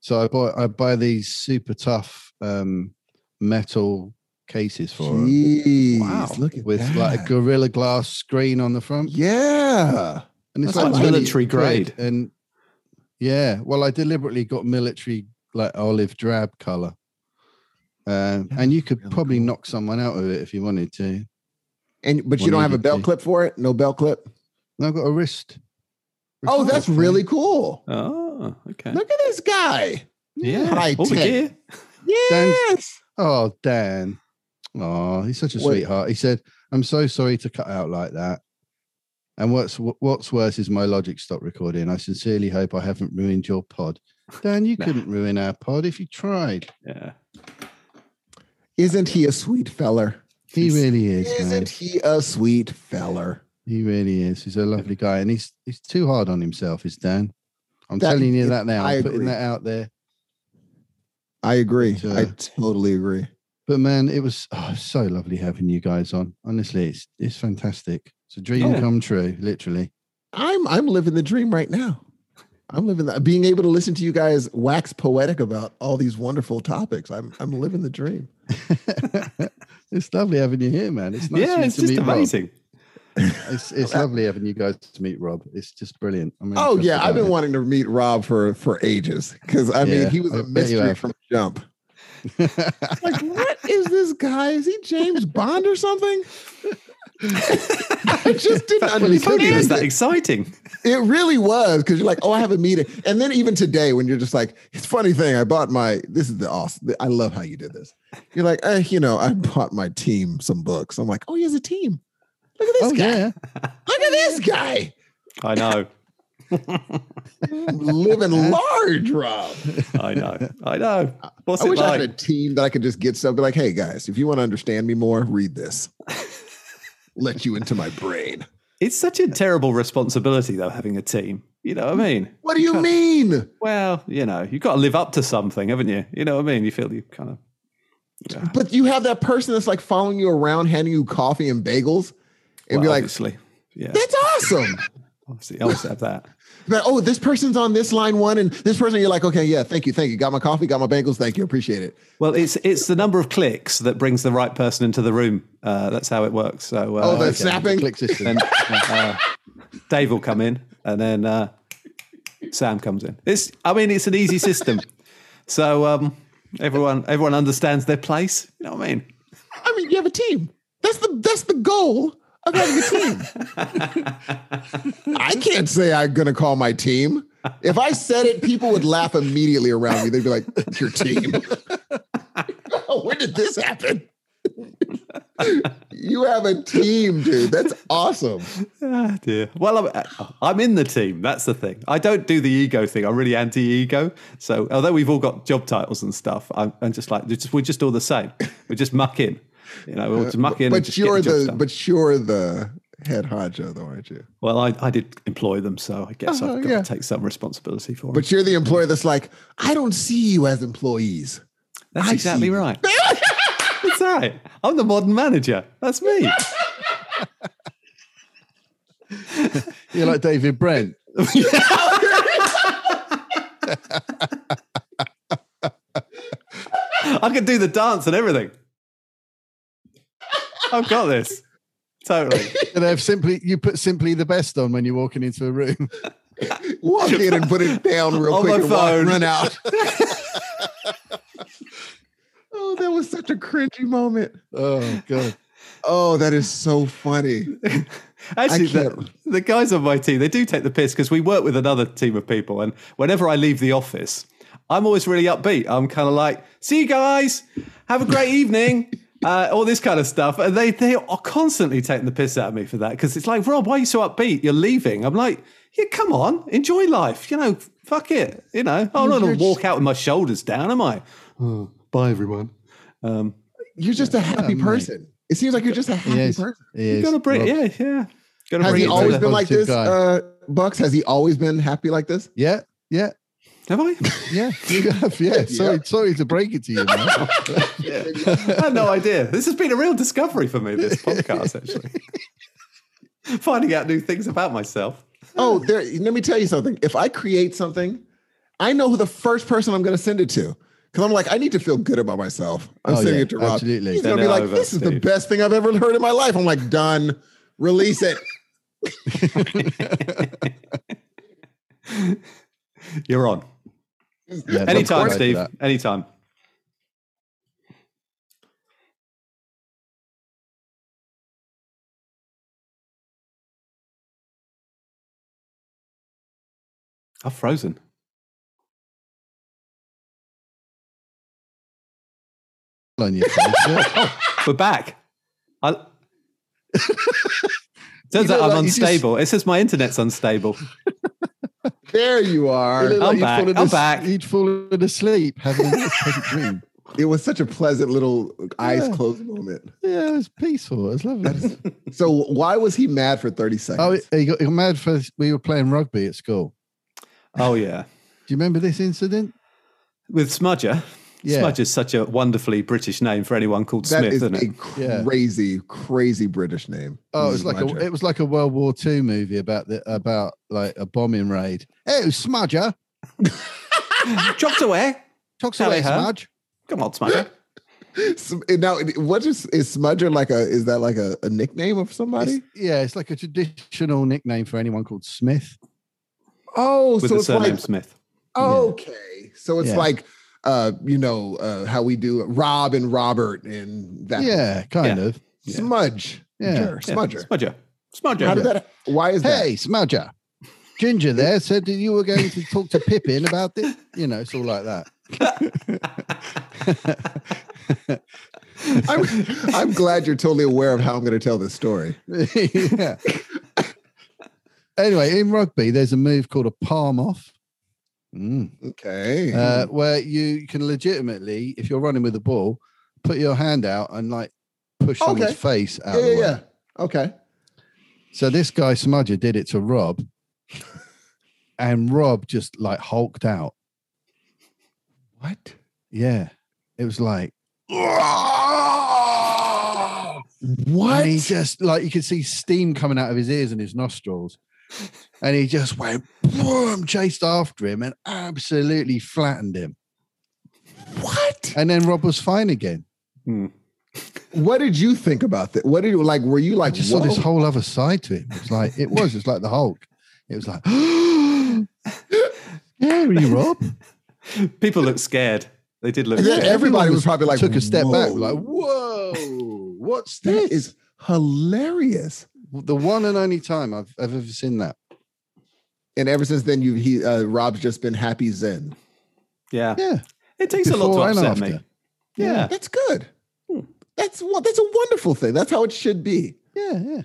[SPEAKER 2] So I buy I buy these super tough um, metal cases for 'em
[SPEAKER 6] Jeez.
[SPEAKER 4] Wow.
[SPEAKER 6] Look at
[SPEAKER 2] with
[SPEAKER 6] that.
[SPEAKER 2] like a gorilla glass screen on the front.
[SPEAKER 6] yeah.
[SPEAKER 2] and it's
[SPEAKER 4] That's
[SPEAKER 2] like
[SPEAKER 6] like
[SPEAKER 2] 20
[SPEAKER 4] military
[SPEAKER 2] quid,
[SPEAKER 4] grade.
[SPEAKER 2] And yeah, well, I deliberately got military like olive drab color, um,
[SPEAKER 6] That
[SPEAKER 2] and
[SPEAKER 6] is
[SPEAKER 2] you could
[SPEAKER 6] really
[SPEAKER 2] probably
[SPEAKER 6] cool.
[SPEAKER 2] knock someone out of it if you wanted to. And
[SPEAKER 6] And but you don't have a belt
[SPEAKER 2] 180p.
[SPEAKER 6] clip for it? No belt clip?
[SPEAKER 2] I've got a wrist.
[SPEAKER 6] Oh, that's
[SPEAKER 2] thing.
[SPEAKER 6] really cool.
[SPEAKER 4] Oh, okay.
[SPEAKER 6] Look at this guy.
[SPEAKER 4] yeah, Oh,
[SPEAKER 6] high
[SPEAKER 4] all the
[SPEAKER 6] tech.
[SPEAKER 4] gear.
[SPEAKER 6] Yes.
[SPEAKER 2] Oh, Dan. Oh, he's such a
[SPEAKER 6] What-
[SPEAKER 2] sweetheart. He said, "I'm so sorry to cut out like that." And what's what's worse is my logic stopped recording. I sincerely hope I haven't ruined your pod. Dan, you
[SPEAKER 4] Nah.
[SPEAKER 2] couldn't ruin our pod if you tried.
[SPEAKER 4] Yeah,
[SPEAKER 6] Isn't he a sweet feller?
[SPEAKER 2] He
[SPEAKER 4] He's-
[SPEAKER 2] really is. mate.
[SPEAKER 6] Isn't he a sweet feller?
[SPEAKER 2] He really is. He's a lovely guy, and he's he's too hard on himself, is Dan. I'm
[SPEAKER 6] That-
[SPEAKER 2] telling you
[SPEAKER 6] yeah,
[SPEAKER 2] that now.
[SPEAKER 6] I
[SPEAKER 2] I'm putting
[SPEAKER 6] agree.
[SPEAKER 2] that out there.
[SPEAKER 6] I agree.
[SPEAKER 2] But, uh,
[SPEAKER 6] I totally agree.
[SPEAKER 2] But man, it was oh, so lovely having you guys on. Honestly, it's it's fantastic. It's a dream
[SPEAKER 4] Yeah.
[SPEAKER 2] come true, literally.
[SPEAKER 6] I'm I'm living the dream right now. I'm living the, being able to listen to you guys wax poetic about all these wonderful topics. I'm I'm living the dream.
[SPEAKER 2] it's lovely having you here, man. It's nice
[SPEAKER 4] yeah,
[SPEAKER 2] you
[SPEAKER 4] it's
[SPEAKER 2] to
[SPEAKER 4] just
[SPEAKER 2] meet
[SPEAKER 4] amazing.
[SPEAKER 2] Rob. It's it's lovely having you guys to meet Rob. It's just brilliant. I mean,
[SPEAKER 6] Oh yeah, I've been wanting to meet Rob for for ages because I mean
[SPEAKER 2] Yeah,
[SPEAKER 6] he was
[SPEAKER 2] I
[SPEAKER 6] a
[SPEAKER 2] bet you
[SPEAKER 6] mystery
[SPEAKER 2] have.
[SPEAKER 6] from jump.
[SPEAKER 2] wanting.
[SPEAKER 6] Like what is this guy? Is he James Bond or something? I just didn't
[SPEAKER 4] That, it
[SPEAKER 6] understand.
[SPEAKER 4] really was
[SPEAKER 6] it.
[SPEAKER 4] that exciting.
[SPEAKER 6] It really was because you're like, oh, I have a meeting, and then even today when you're just like, it's a funny thing. I bought my. This is the awesome. I love how you did this. You're like, eh, you know, I bought my team some books. I'm like, oh, he has a team. Look at this
[SPEAKER 2] oh
[SPEAKER 6] guy.
[SPEAKER 2] yeah,
[SPEAKER 6] Look at this guy
[SPEAKER 4] I know.
[SPEAKER 6] living large, Rob.
[SPEAKER 4] I know. I know. What's
[SPEAKER 6] I
[SPEAKER 4] it
[SPEAKER 6] wish I
[SPEAKER 4] like?
[SPEAKER 6] had a team that I could just get stuff. Be like, hey guys, if you want to understand me more, read this. Let you into my brain.
[SPEAKER 4] It's such a terrible responsibility, though, having a team. You know
[SPEAKER 6] Hmm.
[SPEAKER 4] what I mean?
[SPEAKER 6] What do you mean?
[SPEAKER 4] Well, you know, you've got to live up to something, haven't you? You know what I mean? You feel you kind of. Yeah.
[SPEAKER 6] But you have that person that's like following you around, handing you coffee and bagels, and
[SPEAKER 4] Well,
[SPEAKER 6] be like,
[SPEAKER 4] obviously. Yeah.
[SPEAKER 6] "That's awesome."
[SPEAKER 4] Obviously, I always have that.
[SPEAKER 6] But oh, this person's on this line one, and this person, you're like, "Okay, yeah, thank you, thank you. Got my coffee, got my bagels. Thank you, appreciate it."
[SPEAKER 4] Well, it's it's the number of clicks that brings the right person into the room. Uh, that's how it works. So, uh,
[SPEAKER 6] Oh, the snapping.
[SPEAKER 2] Click system.
[SPEAKER 4] then uh, Dave will come in, and then uh, Sam comes in. It's, I mean, it's an easy system, so um, everyone everyone understands their place. You know what I mean?
[SPEAKER 6] I mean, you have a team. That's the that's the goal of having a team. I can't say I'm gonna call my team. If I said it, people would laugh immediately around me. They'd be like, "Your team? Where did this happen?" you have a team, dude. That's awesome.
[SPEAKER 4] Ah, dear. Well, I'm, uh, I'm in the team. That's the thing. I don't do the ego thing. I'm really anti-ego. So, although we've all got job titles and stuff, I'm, I'm just like just, we're just all the same. We just muck in. You know, we'll just muck in. and
[SPEAKER 6] Uh, But
[SPEAKER 4] just get the
[SPEAKER 6] you're
[SPEAKER 4] job
[SPEAKER 6] the
[SPEAKER 4] done.
[SPEAKER 6] but you're the head honcho, though, aren't you?
[SPEAKER 4] Well, I, I did employ them, so I guess
[SPEAKER 6] Uh-huh,
[SPEAKER 4] I've got
[SPEAKER 6] yeah.
[SPEAKER 4] to take some responsibility for it.
[SPEAKER 6] But you're the employer that's like, "I don't see you as employees."
[SPEAKER 4] That's
[SPEAKER 6] I
[SPEAKER 4] exactly
[SPEAKER 6] see.
[SPEAKER 4] right. That's right. I'm the modern manager. That's me.
[SPEAKER 2] You're like David Brent.
[SPEAKER 4] I can do the dance and everything. I've got this. Totally.
[SPEAKER 2] And have simply you put simply the best on when you're walking into a room.
[SPEAKER 6] Walk in and put it down real
[SPEAKER 4] On
[SPEAKER 6] quick
[SPEAKER 4] my
[SPEAKER 6] and walk,
[SPEAKER 4] phone.
[SPEAKER 6] run out. oh, that was such a cringy moment.
[SPEAKER 2] Oh god.
[SPEAKER 6] Oh, that is so funny.
[SPEAKER 4] Actually, the,
[SPEAKER 6] can't-
[SPEAKER 4] the guys on my team, they do take the piss because we work with another team of people. And whenever I leave the office, I'm always really upbeat. I'm kind of like, see you guys, have a great evening, uh, all this kind of stuff. And they, they are constantly taking the piss out of me for that because it's like, Rob, why are you so upbeat? You're leaving. I'm like, yeah, come on, enjoy life. You know, fuck it. You know, I'm not going to walk out with my shoulders down, am I? Oh, bye, everyone. Um,
[SPEAKER 6] You're just a happy person. It seems like you're just a happy
[SPEAKER 2] Yes.
[SPEAKER 6] person.
[SPEAKER 2] Yes.
[SPEAKER 4] gotta bring,
[SPEAKER 2] Rob.
[SPEAKER 4] yeah, yeah. Gotta
[SPEAKER 6] Has
[SPEAKER 4] bring it
[SPEAKER 6] he
[SPEAKER 4] to
[SPEAKER 6] always
[SPEAKER 4] the-
[SPEAKER 6] been like
[SPEAKER 2] Positive
[SPEAKER 6] this,
[SPEAKER 2] guy.
[SPEAKER 6] uh, Bucks? Has he always been happy like this?
[SPEAKER 2] Yeah. Yeah.
[SPEAKER 4] Have I?
[SPEAKER 2] Yeah. You have. Yeah. Sorry. Sorry to break it to you. Man.
[SPEAKER 4] Yeah. I had no idea. This has been a real discovery for me, this podcast, actually. Finding out new things about myself.
[SPEAKER 6] Oh, there. Let me tell you something. If I create something, I know who the first person I'm going to send it to. Because I'm like, I need to feel good about myself. I'm
[SPEAKER 2] Oh,
[SPEAKER 6] sending
[SPEAKER 2] yeah,
[SPEAKER 6] it to Rob.
[SPEAKER 2] absolutely.
[SPEAKER 6] He's going to
[SPEAKER 4] Send
[SPEAKER 6] be
[SPEAKER 4] it
[SPEAKER 6] like,
[SPEAKER 4] over,
[SPEAKER 6] this is the
[SPEAKER 4] dude.
[SPEAKER 6] best thing I've ever heard in my life. I'm like, done. Release it.
[SPEAKER 4] You're on.
[SPEAKER 2] Yeah, Rob,
[SPEAKER 4] Anytime,
[SPEAKER 2] sorry
[SPEAKER 4] Steve.
[SPEAKER 2] for that.
[SPEAKER 4] Anytime. I've frozen.
[SPEAKER 2] On your face. Yeah.
[SPEAKER 4] We're back. I... Turns
[SPEAKER 2] You
[SPEAKER 4] out
[SPEAKER 2] look
[SPEAKER 4] I'm
[SPEAKER 2] like you just-
[SPEAKER 4] unstable. It says my internet's unstable.
[SPEAKER 6] There you
[SPEAKER 2] You
[SPEAKER 6] are.
[SPEAKER 2] look
[SPEAKER 4] I'm
[SPEAKER 2] you'd
[SPEAKER 4] back,
[SPEAKER 2] fallen
[SPEAKER 4] I'm
[SPEAKER 2] as-
[SPEAKER 4] back.
[SPEAKER 2] You'd fallen asleep having a pleasant dream.
[SPEAKER 6] It was such a pleasant little eyes
[SPEAKER 2] Yeah.
[SPEAKER 6] closed moment.
[SPEAKER 2] Yeah, it was peaceful. It was lovely.
[SPEAKER 6] So why was he mad for 30
[SPEAKER 2] Oh,
[SPEAKER 6] seconds?
[SPEAKER 2] he got, he got mad for we were playing rugby at school.
[SPEAKER 4] Oh, yeah.
[SPEAKER 2] Do you remember this incident?
[SPEAKER 4] With Smudger.
[SPEAKER 2] Yeah.
[SPEAKER 4] Smudge is such a wonderfully British name for anyone called
[SPEAKER 6] That
[SPEAKER 4] Smith,
[SPEAKER 6] is
[SPEAKER 4] isn't it?
[SPEAKER 6] a
[SPEAKER 2] Yeah.
[SPEAKER 6] crazy, crazy British name.
[SPEAKER 2] Oh, it was like a it was like a World War II movie about the about like a bombing raid. Oh, Smudger,
[SPEAKER 4] Chopped away.
[SPEAKER 2] talks
[SPEAKER 4] Sally
[SPEAKER 2] away,
[SPEAKER 4] Hern.
[SPEAKER 2] Smudge.
[SPEAKER 4] Come on, Smudger.
[SPEAKER 6] Sm- eh, now, what is is Smudger like a? Is that like a, a nickname of somebody?
[SPEAKER 2] It's- yeah, it's like a traditional nickname for anyone called Smith.
[SPEAKER 6] oh,
[SPEAKER 4] With
[SPEAKER 6] so
[SPEAKER 4] the
[SPEAKER 6] it's
[SPEAKER 4] surname
[SPEAKER 6] like
[SPEAKER 4] Smith.
[SPEAKER 6] Okay. So it's
[SPEAKER 2] Yeah.
[SPEAKER 6] like uh, you know, uh how we do Rob and Robert and that
[SPEAKER 2] Yeah, kind
[SPEAKER 4] Yeah.
[SPEAKER 2] of.
[SPEAKER 4] Yeah.
[SPEAKER 6] smudge.
[SPEAKER 2] Yeah.
[SPEAKER 6] Sure,
[SPEAKER 4] Yeah,
[SPEAKER 6] smudger.
[SPEAKER 4] Smudger. Smudger.
[SPEAKER 6] How did that why is
[SPEAKER 2] Hey, Smudger. Ginger there said that you were going to talk to Pippin about this. You know, it's all like that.
[SPEAKER 6] that? I'm, I'm glad you're totally aware of how I'm gonna tell this story.
[SPEAKER 2] yeah. anyway, in rugby, there's a move called a palm off, Mm.
[SPEAKER 6] Okay.
[SPEAKER 2] uh, where you can legitimately, if you're running with the ball, put your hand out and like push someone's
[SPEAKER 6] Okay.
[SPEAKER 2] face out.
[SPEAKER 6] yeah,
[SPEAKER 2] of the
[SPEAKER 6] yeah,
[SPEAKER 2] way.
[SPEAKER 6] yeah. Okay.
[SPEAKER 2] So this guy Smudger did it to Rob, and Rob just like hulked out.
[SPEAKER 6] What?
[SPEAKER 2] Yeah, it was like
[SPEAKER 6] What?
[SPEAKER 2] and he just like you could see steam coming out of his ears and his nostrils, and he just went boom, chased after him and absolutely flattened him.
[SPEAKER 6] what?
[SPEAKER 2] And then Rob was fine again.
[SPEAKER 6] What did you think about that? What did you like? Were you
[SPEAKER 2] I
[SPEAKER 6] like,
[SPEAKER 2] just saw
[SPEAKER 6] "Whoa"?
[SPEAKER 2] this whole other side to him. It's like it was. It's like the Hulk. It was like, yeah, you Rob.
[SPEAKER 4] People looked scared. They did look
[SPEAKER 6] And then
[SPEAKER 4] scared.
[SPEAKER 6] everybody
[SPEAKER 2] Everyone
[SPEAKER 6] was probably like,
[SPEAKER 2] took a step back,
[SPEAKER 6] "Whoa,
[SPEAKER 2] like, whoa, what's
[SPEAKER 6] that
[SPEAKER 2] this?
[SPEAKER 6] is hilarious.
[SPEAKER 2] the one and only time I've I've ever seen that.
[SPEAKER 6] And ever since then, you he uh, Rob's just been happy zen.
[SPEAKER 4] Yeah.
[SPEAKER 2] Yeah,
[SPEAKER 4] It takes a lot
[SPEAKER 2] Before
[SPEAKER 4] to
[SPEAKER 2] and
[SPEAKER 4] upset me.
[SPEAKER 2] after.
[SPEAKER 4] Yeah.
[SPEAKER 6] that's good.
[SPEAKER 2] Hmm.
[SPEAKER 6] That's what. That's a wonderful thing. That's how it should be.
[SPEAKER 2] yeah, yeah.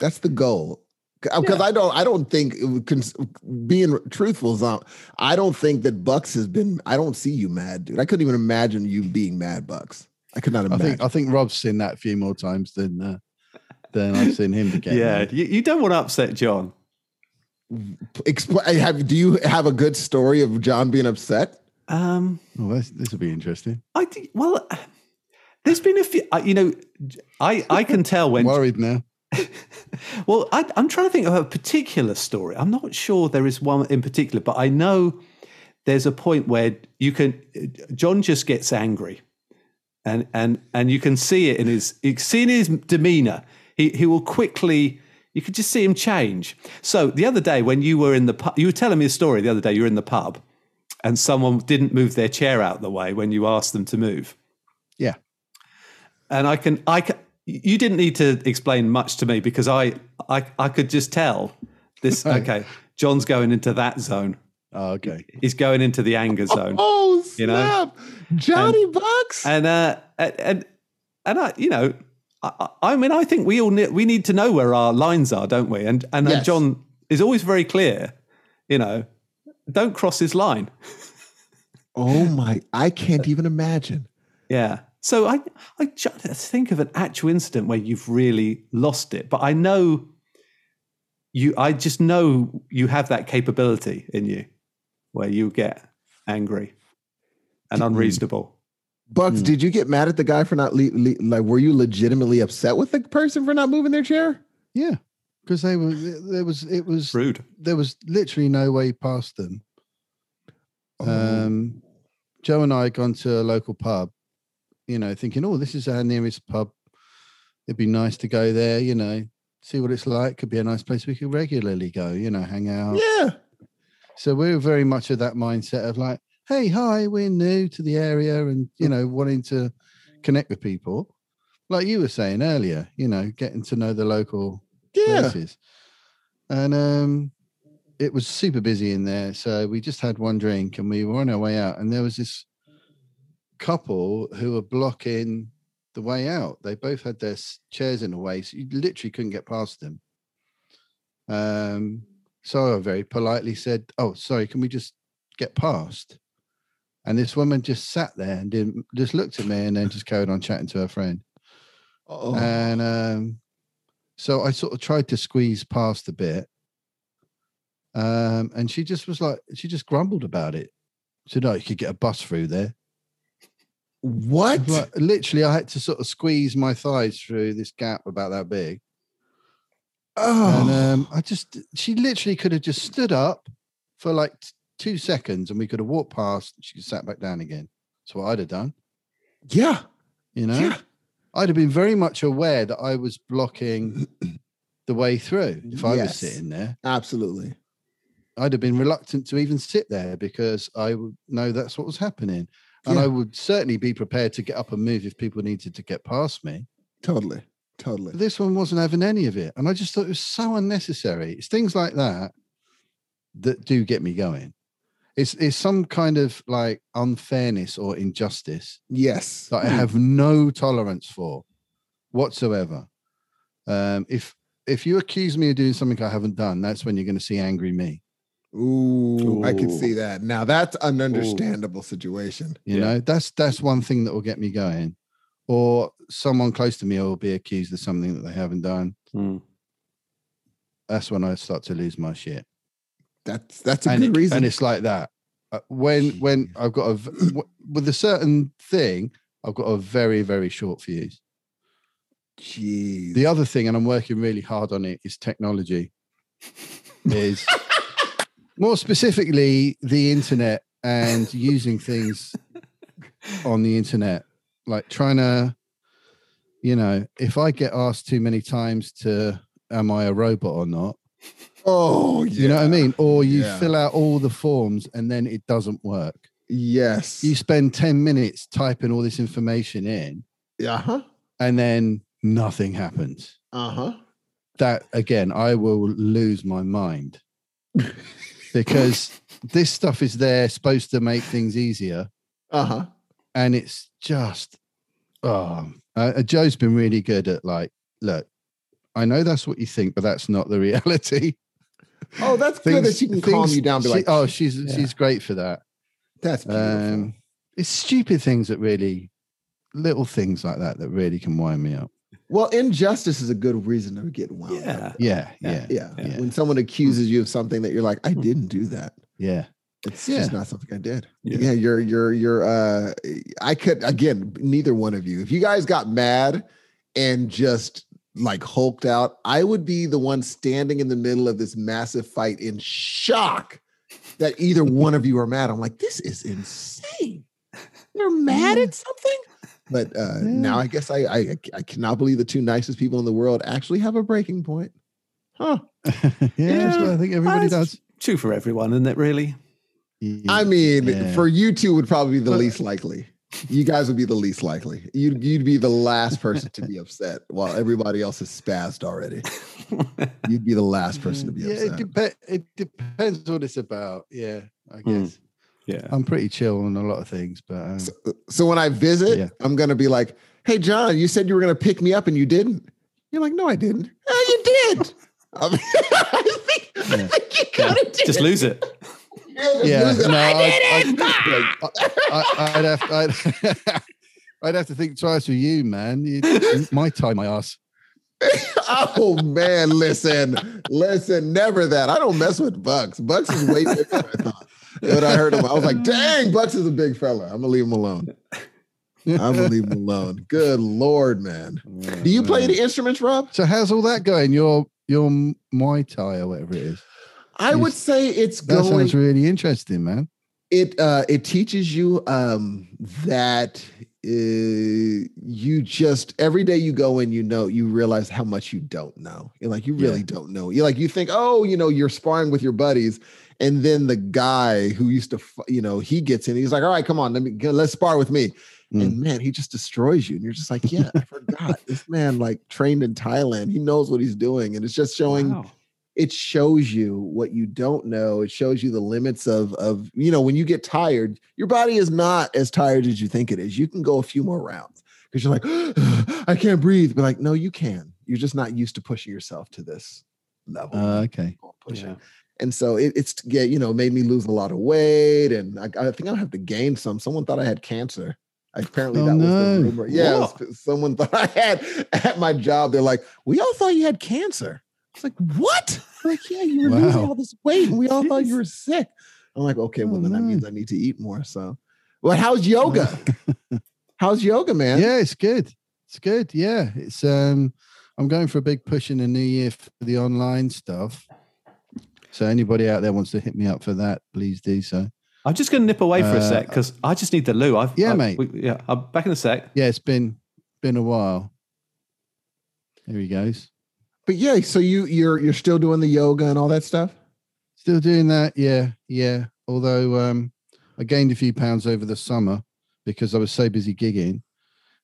[SPEAKER 6] That's the goal. Because I don't, I don't think it would cons- being truthful is not. I don't think that Bucks has been. I don't see you mad, dude. I couldn't even imagine you being mad, Bucks. I could not
[SPEAKER 2] I
[SPEAKER 6] imagine.
[SPEAKER 2] think I think Rob's seen that a few more times than uh, than I've seen him
[SPEAKER 4] Yeah.
[SPEAKER 2] again.
[SPEAKER 4] You, you don't want to upset John.
[SPEAKER 6] Expl- have do you have a good story of John being upset?
[SPEAKER 4] Um,
[SPEAKER 2] Oh, this this will be interesting.
[SPEAKER 4] I think, well, there's been a few, I, you know, I, I can tell when,
[SPEAKER 2] Worried now.
[SPEAKER 4] well, I, I'm trying to think of a particular story. I'm not sure there is one in particular, but I know there's a point where you can, John just gets angry. and and and you can see it in his you can see in his demeanor he he will quickly you could just see him change so the other day when you were in the pub you were telling me a story the other day you were in the pub and someone didn't move their chair out the way when you asked them to move
[SPEAKER 2] Yeah.
[SPEAKER 4] and i can i can you didn't need to explain much to me because i i, I could just tell this okay john's going into that zone
[SPEAKER 2] Oh, okay.
[SPEAKER 4] he's going into the anger zone
[SPEAKER 6] Oh snap!
[SPEAKER 4] You know?
[SPEAKER 6] Johnny Bucks.
[SPEAKER 4] and uh, and- and and I, you know, I, I I mean, I think we all ne- we need to know where our lines are, don't we? And and uh,
[SPEAKER 6] Yes.
[SPEAKER 4] John is always very clear, you know, don't cross his line.
[SPEAKER 6] oh my! I can't even imagine.
[SPEAKER 4] Yeah. So I I just think of an actual incident where you've really lost it, but I know you. I just know you have that capability in you, where you get angry and unreasonable.
[SPEAKER 6] Bucks,
[SPEAKER 2] Hmm.
[SPEAKER 6] did you get mad at the guy for not le- le- like? Were you legitimately upset with the person for not moving their chair?
[SPEAKER 2] Yeah, because they were there was it was
[SPEAKER 4] Rude.
[SPEAKER 2] there was literally no way past them. Um, Joe and I had gone to a local pub, you know, thinking, oh, this is our nearest pub. It'd be nice to go there, you know, see what it's like. Could be a nice place we could regularly go, you know, hang out.
[SPEAKER 6] yeah.
[SPEAKER 2] So we were very much of that mindset of like, hey, hi, we're new to the area and, you know, wanting to connect with people. Like you were saying earlier, you know, getting to know the local
[SPEAKER 6] Yeah.
[SPEAKER 2] places. And um, it was super busy in there. So we just had one drink and we were on our way out. And there was this couple who were blocking the way out. They both had their s- chairs in a way. So you literally couldn't get past them. Um, so I very politely said, Oh, sorry, can we just get past? And this woman just sat there and didn't just looked at me and then just carried on chatting to her friend.
[SPEAKER 6] Oh.
[SPEAKER 2] And um, so I sort of tried to squeeze past a bit. Um, and she just was like, she just grumbled about it. She said, Oh, you could get a bus through there. I
[SPEAKER 6] what?
[SPEAKER 2] was like, literally, I had to sort of squeeze my thighs through this gap about that big.
[SPEAKER 6] oh.
[SPEAKER 2] And um, I just, she literally could have just stood up for like t- two seconds and we could have walked past and she sat back down again. That's what I'd have done,
[SPEAKER 6] yeah.
[SPEAKER 2] you know?
[SPEAKER 6] Yeah.
[SPEAKER 2] I'd have been very much aware that I was blocking the way through if I
[SPEAKER 6] Yes.
[SPEAKER 2] was sitting there.
[SPEAKER 6] Absolutely.
[SPEAKER 2] I'd have been reluctant to even sit there because I would know that's what was happening. And
[SPEAKER 6] Yeah.
[SPEAKER 2] I would certainly be prepared to get up and move if people needed to get past me.
[SPEAKER 6] Totally. Totally.
[SPEAKER 2] But this one wasn't having any of it. And I just thought it was so unnecessary. It's things like that that do get me going. It's, it's some kind of like unfairness or injustice
[SPEAKER 6] Yes.
[SPEAKER 2] that I have no tolerance for whatsoever. Um, if if you accuse me of doing something I haven't done, that's when you're going to see angry me.
[SPEAKER 6] Ooh, I can
[SPEAKER 4] Ooh.
[SPEAKER 6] see that. Now that's an understandable situation.
[SPEAKER 2] You know, that's that's one thing that will get me going. Or someone close to me will be accused of something that they haven't done. that's when I start to lose my shit.
[SPEAKER 6] That's that's a
[SPEAKER 2] and
[SPEAKER 6] good
[SPEAKER 2] it-
[SPEAKER 6] reason.
[SPEAKER 2] And it's like that. Uh, When when I've got a v- w- with a certain thing, I've got a very very short fuse.
[SPEAKER 6] Jeez.
[SPEAKER 2] The other thing, and I'm working really hard on it, is technology. is more specifically the internet and using things on the internet, like trying to, you know, if I get asked too many times to, am I a robot or not?
[SPEAKER 6] oh,
[SPEAKER 2] You know what I mean? Or you
[SPEAKER 6] Yeah.
[SPEAKER 2] fill out all the forms and then it doesn't work.
[SPEAKER 6] Yes.
[SPEAKER 2] You spend 10 minutes typing all this information in
[SPEAKER 6] Uh huh.
[SPEAKER 2] and then nothing happens.
[SPEAKER 6] Uh huh.
[SPEAKER 2] That again, I will lose my mind because this stuff is there supposed to make things easier
[SPEAKER 6] Uh huh.
[SPEAKER 2] and it's just oh uh, uh, joe's been really good at like look i know that's what you think but that's not the reality
[SPEAKER 6] Oh, that's good that she can calm
[SPEAKER 2] things-
[SPEAKER 6] you down. And be
[SPEAKER 2] she-
[SPEAKER 6] like,
[SPEAKER 2] oh she's
[SPEAKER 6] yeah.
[SPEAKER 2] she's great for that
[SPEAKER 6] that's beautiful.
[SPEAKER 2] um it's stupid things that really little things like that that really can wind me up
[SPEAKER 6] well, injustice is a good reason to get wound up.
[SPEAKER 4] Yeah.
[SPEAKER 2] yeah yeah
[SPEAKER 4] Yeah.
[SPEAKER 2] yeah
[SPEAKER 6] Yeah. When someone accuses
[SPEAKER 2] Hmm.
[SPEAKER 6] you of something that you're like, I didn't do that.
[SPEAKER 2] yeah
[SPEAKER 6] It's
[SPEAKER 2] Yeah.
[SPEAKER 6] just not something I did.
[SPEAKER 4] Yeah.
[SPEAKER 6] Yeah. you're you're you're uh I could again, neither one of you. If you guys got mad and just like hulked out, I would be the one standing in the middle of this massive fight in shock that either one of you are mad. I'm like, this is insane. You're mad at something? But uh
[SPEAKER 2] Yeah.
[SPEAKER 6] now I guess I, I I cannot believe the two nicest people in the world actually have a breaking point. Huh.
[SPEAKER 2] that's what i think everybody
[SPEAKER 4] That's
[SPEAKER 2] does
[SPEAKER 4] True for everyone, isn't it? Really?
[SPEAKER 6] I mean,
[SPEAKER 2] Yeah.
[SPEAKER 6] for you two would probably be the
[SPEAKER 2] But-
[SPEAKER 6] least likely. You guys would be the least likely. You'd you'd be the last person to be upset while everybody else is spazzed already. You'd be the last person to be
[SPEAKER 2] Mm, yeah it,
[SPEAKER 6] upset.
[SPEAKER 2] dep- it depends what it's about yeah i guess
[SPEAKER 4] Hmm. yeah.
[SPEAKER 2] i'm pretty chill on a lot of things but um,
[SPEAKER 6] So, so when I visit,
[SPEAKER 2] Yeah.
[SPEAKER 6] I'm gonna be like, "Hey, John, you said you were gonna pick me up and you didn't." You're like, "No, I didn't." Oh, you did. I, mean, I think
[SPEAKER 2] Yeah.
[SPEAKER 6] I think you kind of did.
[SPEAKER 4] Just lose it.
[SPEAKER 6] Yeah, just
[SPEAKER 2] yeah,
[SPEAKER 6] lose it.
[SPEAKER 2] no,
[SPEAKER 6] I
[SPEAKER 2] I-
[SPEAKER 6] did it.
[SPEAKER 2] I- I, I'd have to, I'd, I'd have to think twice with you, man. You, my tie, my ass.
[SPEAKER 6] oh man, listen, listen, never that. I don't mess with Bucks. Bucks is way bigger than I thought. When I heard him, I was like, dang, Bucks is a big fella. I'm gonna leave him alone. I'm gonna leave him alone. Good lord, man. Do you play the instruments, Rob?
[SPEAKER 2] So how's all that going? Your your Muay Thai or whatever it is.
[SPEAKER 6] I would say it's
[SPEAKER 2] That
[SPEAKER 6] going
[SPEAKER 2] sounds really interesting, man.
[SPEAKER 6] it uh it teaches you um that uh, you just every day you go in you know you realize how much you don't know and like you really don't know you like you think oh you know you're sparring with your buddies and then the guy who used to f- you know he gets in he's like all right come on let me go, let's spar with me and man he just destroys you and you're just like yeah i forgot this man like trained in thailand he knows what he's doing and it's just showing
[SPEAKER 4] Wow.
[SPEAKER 6] it shows you what you don't know. It shows you the limits of of you know when you get tired, your body is not as tired as you think it is. You can go a few more rounds because you're like, I can't breathe. But like, no, you can. You're just not used to pushing yourself to this level.
[SPEAKER 2] Uh, okay.
[SPEAKER 6] pushing.
[SPEAKER 4] Yeah.
[SPEAKER 6] And so it, it's yeah, you know, made me lose a lot of weight, and I, I think I have to gain some. Someone thought I had cancer. Apparently
[SPEAKER 2] Oh,
[SPEAKER 6] that was
[SPEAKER 2] no.
[SPEAKER 6] the rumor. Yeah, it was- someone thought I had at my job. They're like, we all thought you had cancer. It's like what? They're like yeah, you were losing
[SPEAKER 2] Wow.
[SPEAKER 6] all this weight, and we all thought you
[SPEAKER 4] Jeez.
[SPEAKER 6] were sick. I'm like, okay, well
[SPEAKER 2] Oh,
[SPEAKER 6] then that
[SPEAKER 2] no.
[SPEAKER 6] means I need to eat more. So, but how's yoga? how's yoga, man?
[SPEAKER 2] Yeah, it's good. It's good. Yeah, it's um, I'm going for a big push in the new year for the online stuff. So anybody out there wants to hit me up for that, please do so.
[SPEAKER 4] I'm just going to nip away for
[SPEAKER 2] Uh,
[SPEAKER 4] a sec because I just need the loo. I've,
[SPEAKER 2] Yeah,
[SPEAKER 4] I've-
[SPEAKER 2] mate.
[SPEAKER 4] we- yeah, I'm back in a sec.
[SPEAKER 2] Yeah, it's been been a while. There he goes.
[SPEAKER 6] But yeah, so you you're you're still doing the yoga and all that stuff.
[SPEAKER 2] Still doing that, yeah, yeah. Although um, I gained a few pounds over the summer because I was so busy gigging,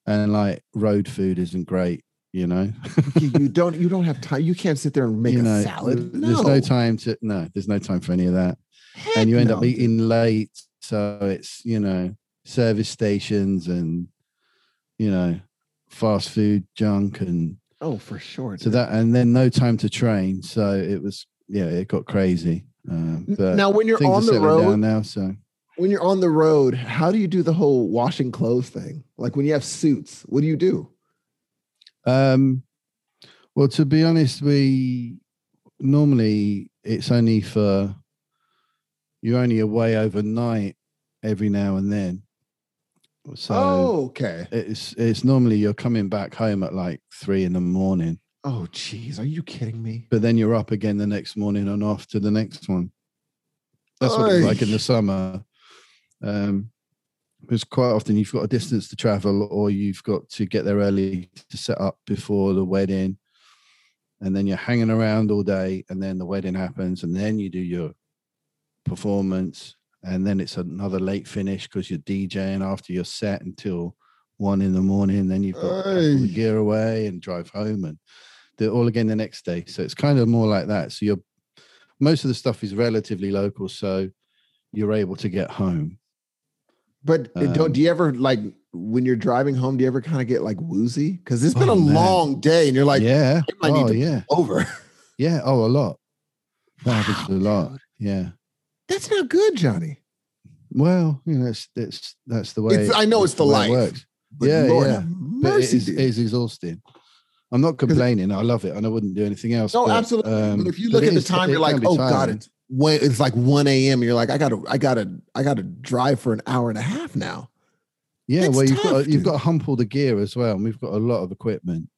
[SPEAKER 2] and like road food isn't great, you know.
[SPEAKER 6] you, you don't you don't have time. You can't sit there and make
[SPEAKER 2] you
[SPEAKER 6] a
[SPEAKER 2] know,
[SPEAKER 6] salad.
[SPEAKER 2] th-
[SPEAKER 6] No.
[SPEAKER 2] There's no time to no. There's no time for any of that,
[SPEAKER 6] Heck
[SPEAKER 2] and you end
[SPEAKER 6] no.
[SPEAKER 2] up eating late. So it's you know service stations and you know fast food junk and
[SPEAKER 6] Oh, for sure.
[SPEAKER 2] so that and then no time to train. So it was yeah, it got crazy. Um,
[SPEAKER 6] dude.
[SPEAKER 2] but
[SPEAKER 6] now, when you're
[SPEAKER 2] things are
[SPEAKER 6] on the
[SPEAKER 2] settling down
[SPEAKER 6] road,
[SPEAKER 2] now, so.
[SPEAKER 6] when you're on the road, how do you do the whole washing clothes thing? Like when you have suits, what do you do?
[SPEAKER 2] Um, well, to be honest, we normally it's only for you're only away overnight every now and then. So
[SPEAKER 6] oh, okay.
[SPEAKER 2] it's it's normally you're coming back home at like three in the morning,
[SPEAKER 6] Oh, jeez. Are you kidding me?
[SPEAKER 2] but then you're up again the next morning and off to the next one. That's what it's like in the
[SPEAKER 6] Oy.
[SPEAKER 2] summer. Um, because quite often you've got a distance to travel, or you've got to get there early to set up before the wedding, and then you're hanging around all day, and then the wedding happens, and then you do your performance, and then it's another late finish because you're DJing after your set until one in the morning. Then you've got to pack all the
[SPEAKER 6] Aye.
[SPEAKER 2] gear away and drive home and do it all again the next day. So it's kind of more like that. So you're most of the stuff is relatively local, so you're able to get home.
[SPEAKER 6] But it don't
[SPEAKER 2] Um,
[SPEAKER 6] do you ever like when you're driving home? Do you ever kind of get like woozy? Because it's been
[SPEAKER 2] Oh,
[SPEAKER 6] a
[SPEAKER 2] man.
[SPEAKER 6] long day, and you're like
[SPEAKER 2] yeah,
[SPEAKER 6] I need
[SPEAKER 2] oh
[SPEAKER 6] to-
[SPEAKER 2] yeah,
[SPEAKER 6] over.
[SPEAKER 2] yeah, oh a lot. That happens a lot. Yeah.
[SPEAKER 6] That's not good, Johnny.
[SPEAKER 2] Well, you know, that's that's that's the way.
[SPEAKER 6] It's- I know
[SPEAKER 2] that's
[SPEAKER 6] it's the
[SPEAKER 2] way it
[SPEAKER 6] life.
[SPEAKER 2] works.
[SPEAKER 6] But
[SPEAKER 2] Yeah, yeah.
[SPEAKER 6] have
[SPEAKER 2] But
[SPEAKER 6] mercy,
[SPEAKER 2] it, is,
[SPEAKER 6] dude.
[SPEAKER 2] it is exhausting. I'm not complaining. I love it, and I wouldn't do anything else.
[SPEAKER 6] no,
[SPEAKER 2] but,
[SPEAKER 6] absolutely.
[SPEAKER 2] um,
[SPEAKER 6] but if you
[SPEAKER 2] but
[SPEAKER 6] look
[SPEAKER 2] it
[SPEAKER 6] at the
[SPEAKER 2] is-
[SPEAKER 6] time,
[SPEAKER 2] it
[SPEAKER 6] you're like,
[SPEAKER 2] can be
[SPEAKER 6] oh god,
[SPEAKER 2] tiring.
[SPEAKER 6] it's when it's like 1 a.m. You're like, I gotta, I gotta, I gotta drive for an hour and a half now.
[SPEAKER 2] Yeah,
[SPEAKER 6] It's
[SPEAKER 2] well, you've got
[SPEAKER 6] tough,
[SPEAKER 2] to, you've
[SPEAKER 6] dude.
[SPEAKER 2] got to hump all the gear as well, and we've got a lot of equipment,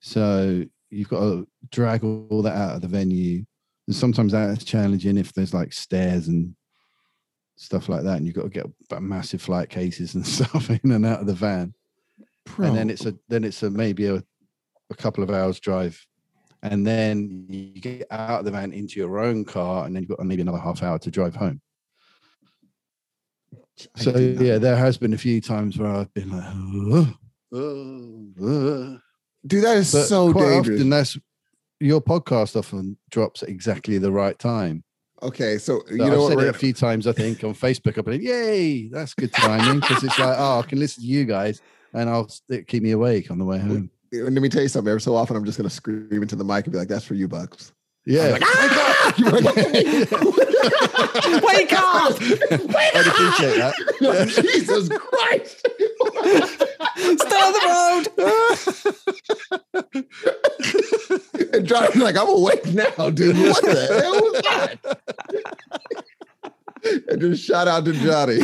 [SPEAKER 2] so you've got to drag all that out of the venue, and sometimes that's challenging if there's like stairs and stuff like that, and you've got to get b- massive flight cases and stuff in and out of the van,
[SPEAKER 6] Oh.
[SPEAKER 2] and then it's a then it's a maybe a, a couple of hours drive, and then you get out of the van into your own car, and then you've got maybe another half hour to drive home.
[SPEAKER 6] I
[SPEAKER 2] So
[SPEAKER 6] did not-
[SPEAKER 2] yeah, there has been a few times where I've been like, "Ugh, ugh, ugh."
[SPEAKER 6] dude, that is
[SPEAKER 2] but
[SPEAKER 6] so
[SPEAKER 2] quite
[SPEAKER 6] dangerous.
[SPEAKER 2] often that's your podcast often drops at exactly the right time.
[SPEAKER 6] okay, so you
[SPEAKER 2] So I've
[SPEAKER 6] know what?
[SPEAKER 2] said
[SPEAKER 6] we're
[SPEAKER 2] it a
[SPEAKER 6] gonna-
[SPEAKER 2] few times, I think, on Facebook. I've been, yay, that's good timing because it's like, oh, I can listen to you guys, and I'll it keep me awake on the way home.
[SPEAKER 6] And let me tell you something. Every so often, I'm just gonna scream into the mic and be like, "That's for you, Bucks."
[SPEAKER 2] Yeah,
[SPEAKER 6] Like, "Ah!" You're like, "Okay." Wake up! Wake
[SPEAKER 2] I'd appreciate
[SPEAKER 6] up!
[SPEAKER 2] that.
[SPEAKER 6] Jesus Christ!
[SPEAKER 4] the road.
[SPEAKER 6] and Johnny's like, I'm awake now, dude. What the hell was that? and just shout out to Johnny.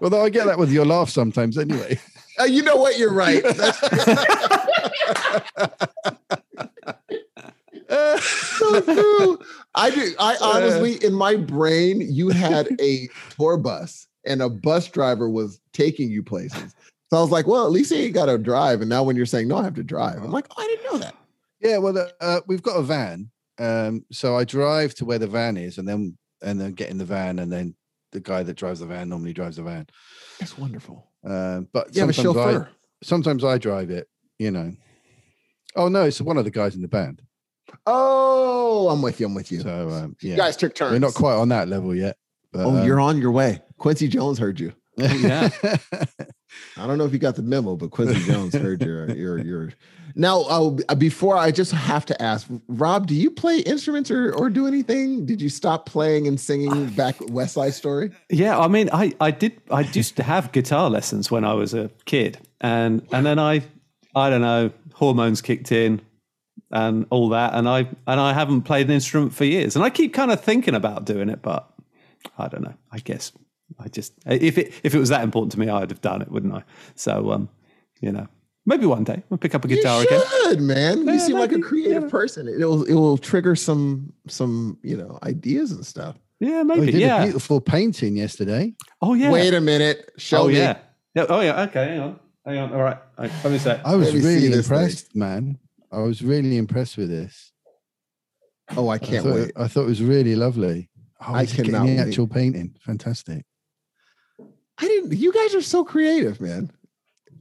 [SPEAKER 2] Although I get that with your laugh sometimes, anyway.
[SPEAKER 6] Uh, you know what? You're right. That's so true. I do. I honestly, in my brain, you had a tour bus and a bus driver was taking you places. So I was like, well, at least he ain't got to drive. And now when you're saying, no, I have to drive, I'm like, oh, I didn't know that.
[SPEAKER 2] Yeah, well, the- uh, we've got a van, um, so I drive to where the van is, and then and then get in the van, and then the guy that drives the van normally drives the van.
[SPEAKER 6] That's wonderful.
[SPEAKER 2] Um, but
[SPEAKER 6] You have a
[SPEAKER 2] sometimes I-
[SPEAKER 6] chauffeur.
[SPEAKER 2] sometimes I drive it, you know. Oh no, it's one of the guys in the band.
[SPEAKER 6] Oh, I'm with you. I'm with you.
[SPEAKER 2] So um,
[SPEAKER 6] You
[SPEAKER 2] yeah,
[SPEAKER 6] guys took turns.
[SPEAKER 2] we're not quite on that level yet. But,
[SPEAKER 6] Oh, you're oh,
[SPEAKER 2] um,
[SPEAKER 6] on your way. Quincy Jones heard you.
[SPEAKER 4] Yeah.
[SPEAKER 6] I don't know if you got the memo, but Quincy Jones heard your your your. Now, uh, before I just have to ask, Rob, do you play instruments or or do anything? Did you stop playing and singing back West Side Story?
[SPEAKER 4] Yeah, I mean, I, I did. I used to have guitar lessons when I was a kid, and and then I, I don't know, hormones kicked in, and all that, and I and I haven't played an instrument for years, and I keep kind of thinking about doing it, but I don't know. I guess I just if it if it was that important to me, I'd have done it, wouldn't I? So, um, you know, maybe one day we'll pick up a guitar
[SPEAKER 6] you
[SPEAKER 4] again.
[SPEAKER 6] should, man. you
[SPEAKER 4] Yeah,
[SPEAKER 6] seem like a
[SPEAKER 4] maybe,
[SPEAKER 6] creative
[SPEAKER 4] yeah.
[SPEAKER 6] person. It'll it will trigger some some you know ideas and stuff.
[SPEAKER 4] Yeah,
[SPEAKER 2] I
[SPEAKER 4] maybe.
[SPEAKER 2] Oh, did a
[SPEAKER 4] yeah.
[SPEAKER 2] beautiful painting yesterday.
[SPEAKER 4] Oh yeah.
[SPEAKER 6] Wait a minute, show
[SPEAKER 4] oh
[SPEAKER 6] me.
[SPEAKER 4] yeah. Yeah. Oh yeah. Okay. Hang on. Hang on. All right. All right. Let me say.
[SPEAKER 2] I was
[SPEAKER 6] me see
[SPEAKER 2] really
[SPEAKER 6] this thing.
[SPEAKER 2] impressed, man. I was really impressed with this.
[SPEAKER 6] Oh, I
[SPEAKER 2] I
[SPEAKER 6] can't
[SPEAKER 2] thought-
[SPEAKER 6] wait.
[SPEAKER 2] I thought it was really lovely. Oh,
[SPEAKER 6] I
[SPEAKER 2] I can
[SPEAKER 6] cannot
[SPEAKER 2] the
[SPEAKER 6] wait.
[SPEAKER 2] actual painting. Fantastic.
[SPEAKER 6] I didn't. You guys are so creative, man.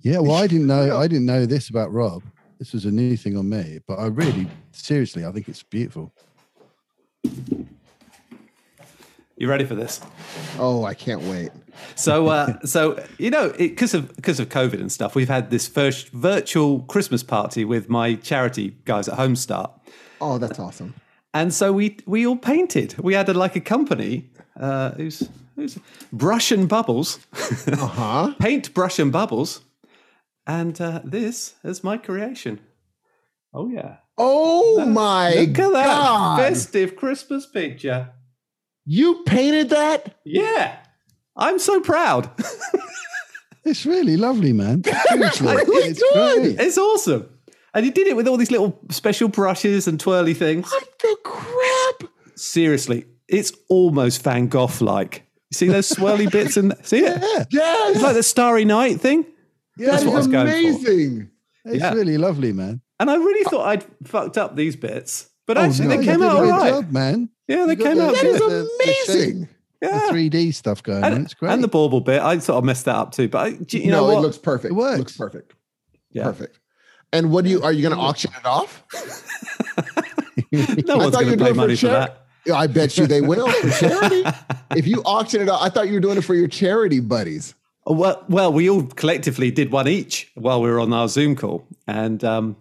[SPEAKER 2] Yeah, well, I didn't know.
[SPEAKER 6] Yeah.
[SPEAKER 2] I didn't know this about Rob. This was a new thing on me. But I really, seriously, I think it's beautiful.
[SPEAKER 4] You ready for this?
[SPEAKER 6] Oh, I can't wait.
[SPEAKER 4] So, uh, so you know, because of because of COVID and stuff, we've had this first virtual Christmas party with my charity guys at Homestart,
[SPEAKER 6] Oh, that's awesome.
[SPEAKER 4] and so we we all painted. We had a, like a company uh, who's who's Brush and Bubbles,
[SPEAKER 6] Uh huh.
[SPEAKER 4] paint Brush and Bubbles, and uh, this is my creation. Oh yeah,
[SPEAKER 6] Oh my
[SPEAKER 4] Look at that
[SPEAKER 6] God.
[SPEAKER 4] festive Christmas picture.
[SPEAKER 6] You painted that?
[SPEAKER 4] Yeah. I'm so proud.
[SPEAKER 2] It's really lovely, man. Seriously,
[SPEAKER 4] Oh
[SPEAKER 6] really
[SPEAKER 2] it's
[SPEAKER 6] good.
[SPEAKER 2] great.
[SPEAKER 4] It's awesome. And you did it with all these little special brushes and twirly things.
[SPEAKER 6] What the crap?
[SPEAKER 4] Seriously, it's almost Van Gogh like. See those swirly bits and see it?
[SPEAKER 6] Yes.
[SPEAKER 4] It's like the Starry Night thing.
[SPEAKER 2] Yeah,
[SPEAKER 4] That's what I was
[SPEAKER 6] That's
[SPEAKER 4] going for.
[SPEAKER 6] amazing.
[SPEAKER 2] it's
[SPEAKER 4] Yeah.
[SPEAKER 2] really lovely, man.
[SPEAKER 4] And I really thought I'd fucked up these bits, but
[SPEAKER 2] Oh,
[SPEAKER 4] actually
[SPEAKER 2] no,
[SPEAKER 4] they
[SPEAKER 2] you
[SPEAKER 4] came
[SPEAKER 2] did a
[SPEAKER 4] out all
[SPEAKER 2] great
[SPEAKER 4] right.
[SPEAKER 2] job, man.
[SPEAKER 4] Yeah, they
[SPEAKER 2] You got
[SPEAKER 4] came
[SPEAKER 2] the-
[SPEAKER 4] out.
[SPEAKER 6] That
[SPEAKER 2] Yeah,
[SPEAKER 6] is
[SPEAKER 2] the- the shape-
[SPEAKER 6] amazing.
[SPEAKER 2] The
[SPEAKER 4] yeah.
[SPEAKER 2] 3D stuff going on.
[SPEAKER 4] And,
[SPEAKER 2] It's great.
[SPEAKER 4] and the bauble bit, I sort of messed that up too. But I, do you know
[SPEAKER 6] no,
[SPEAKER 4] what?
[SPEAKER 6] it looks perfect.
[SPEAKER 2] It works.
[SPEAKER 6] Looks perfect.
[SPEAKER 4] Yeah.
[SPEAKER 6] Perfect. And what do you are you going to auction it off?
[SPEAKER 4] no
[SPEAKER 6] I
[SPEAKER 4] one's going
[SPEAKER 6] thought you
[SPEAKER 4] to
[SPEAKER 6] were
[SPEAKER 4] pay
[SPEAKER 6] doing it
[SPEAKER 4] money
[SPEAKER 6] for
[SPEAKER 4] for that.
[SPEAKER 6] I bet you they will for charity. if you auction it off, I thought you were doing it for your charity buddies.
[SPEAKER 4] Oh, Well, well, we all collectively did one each while we were on our Zoom call, and um,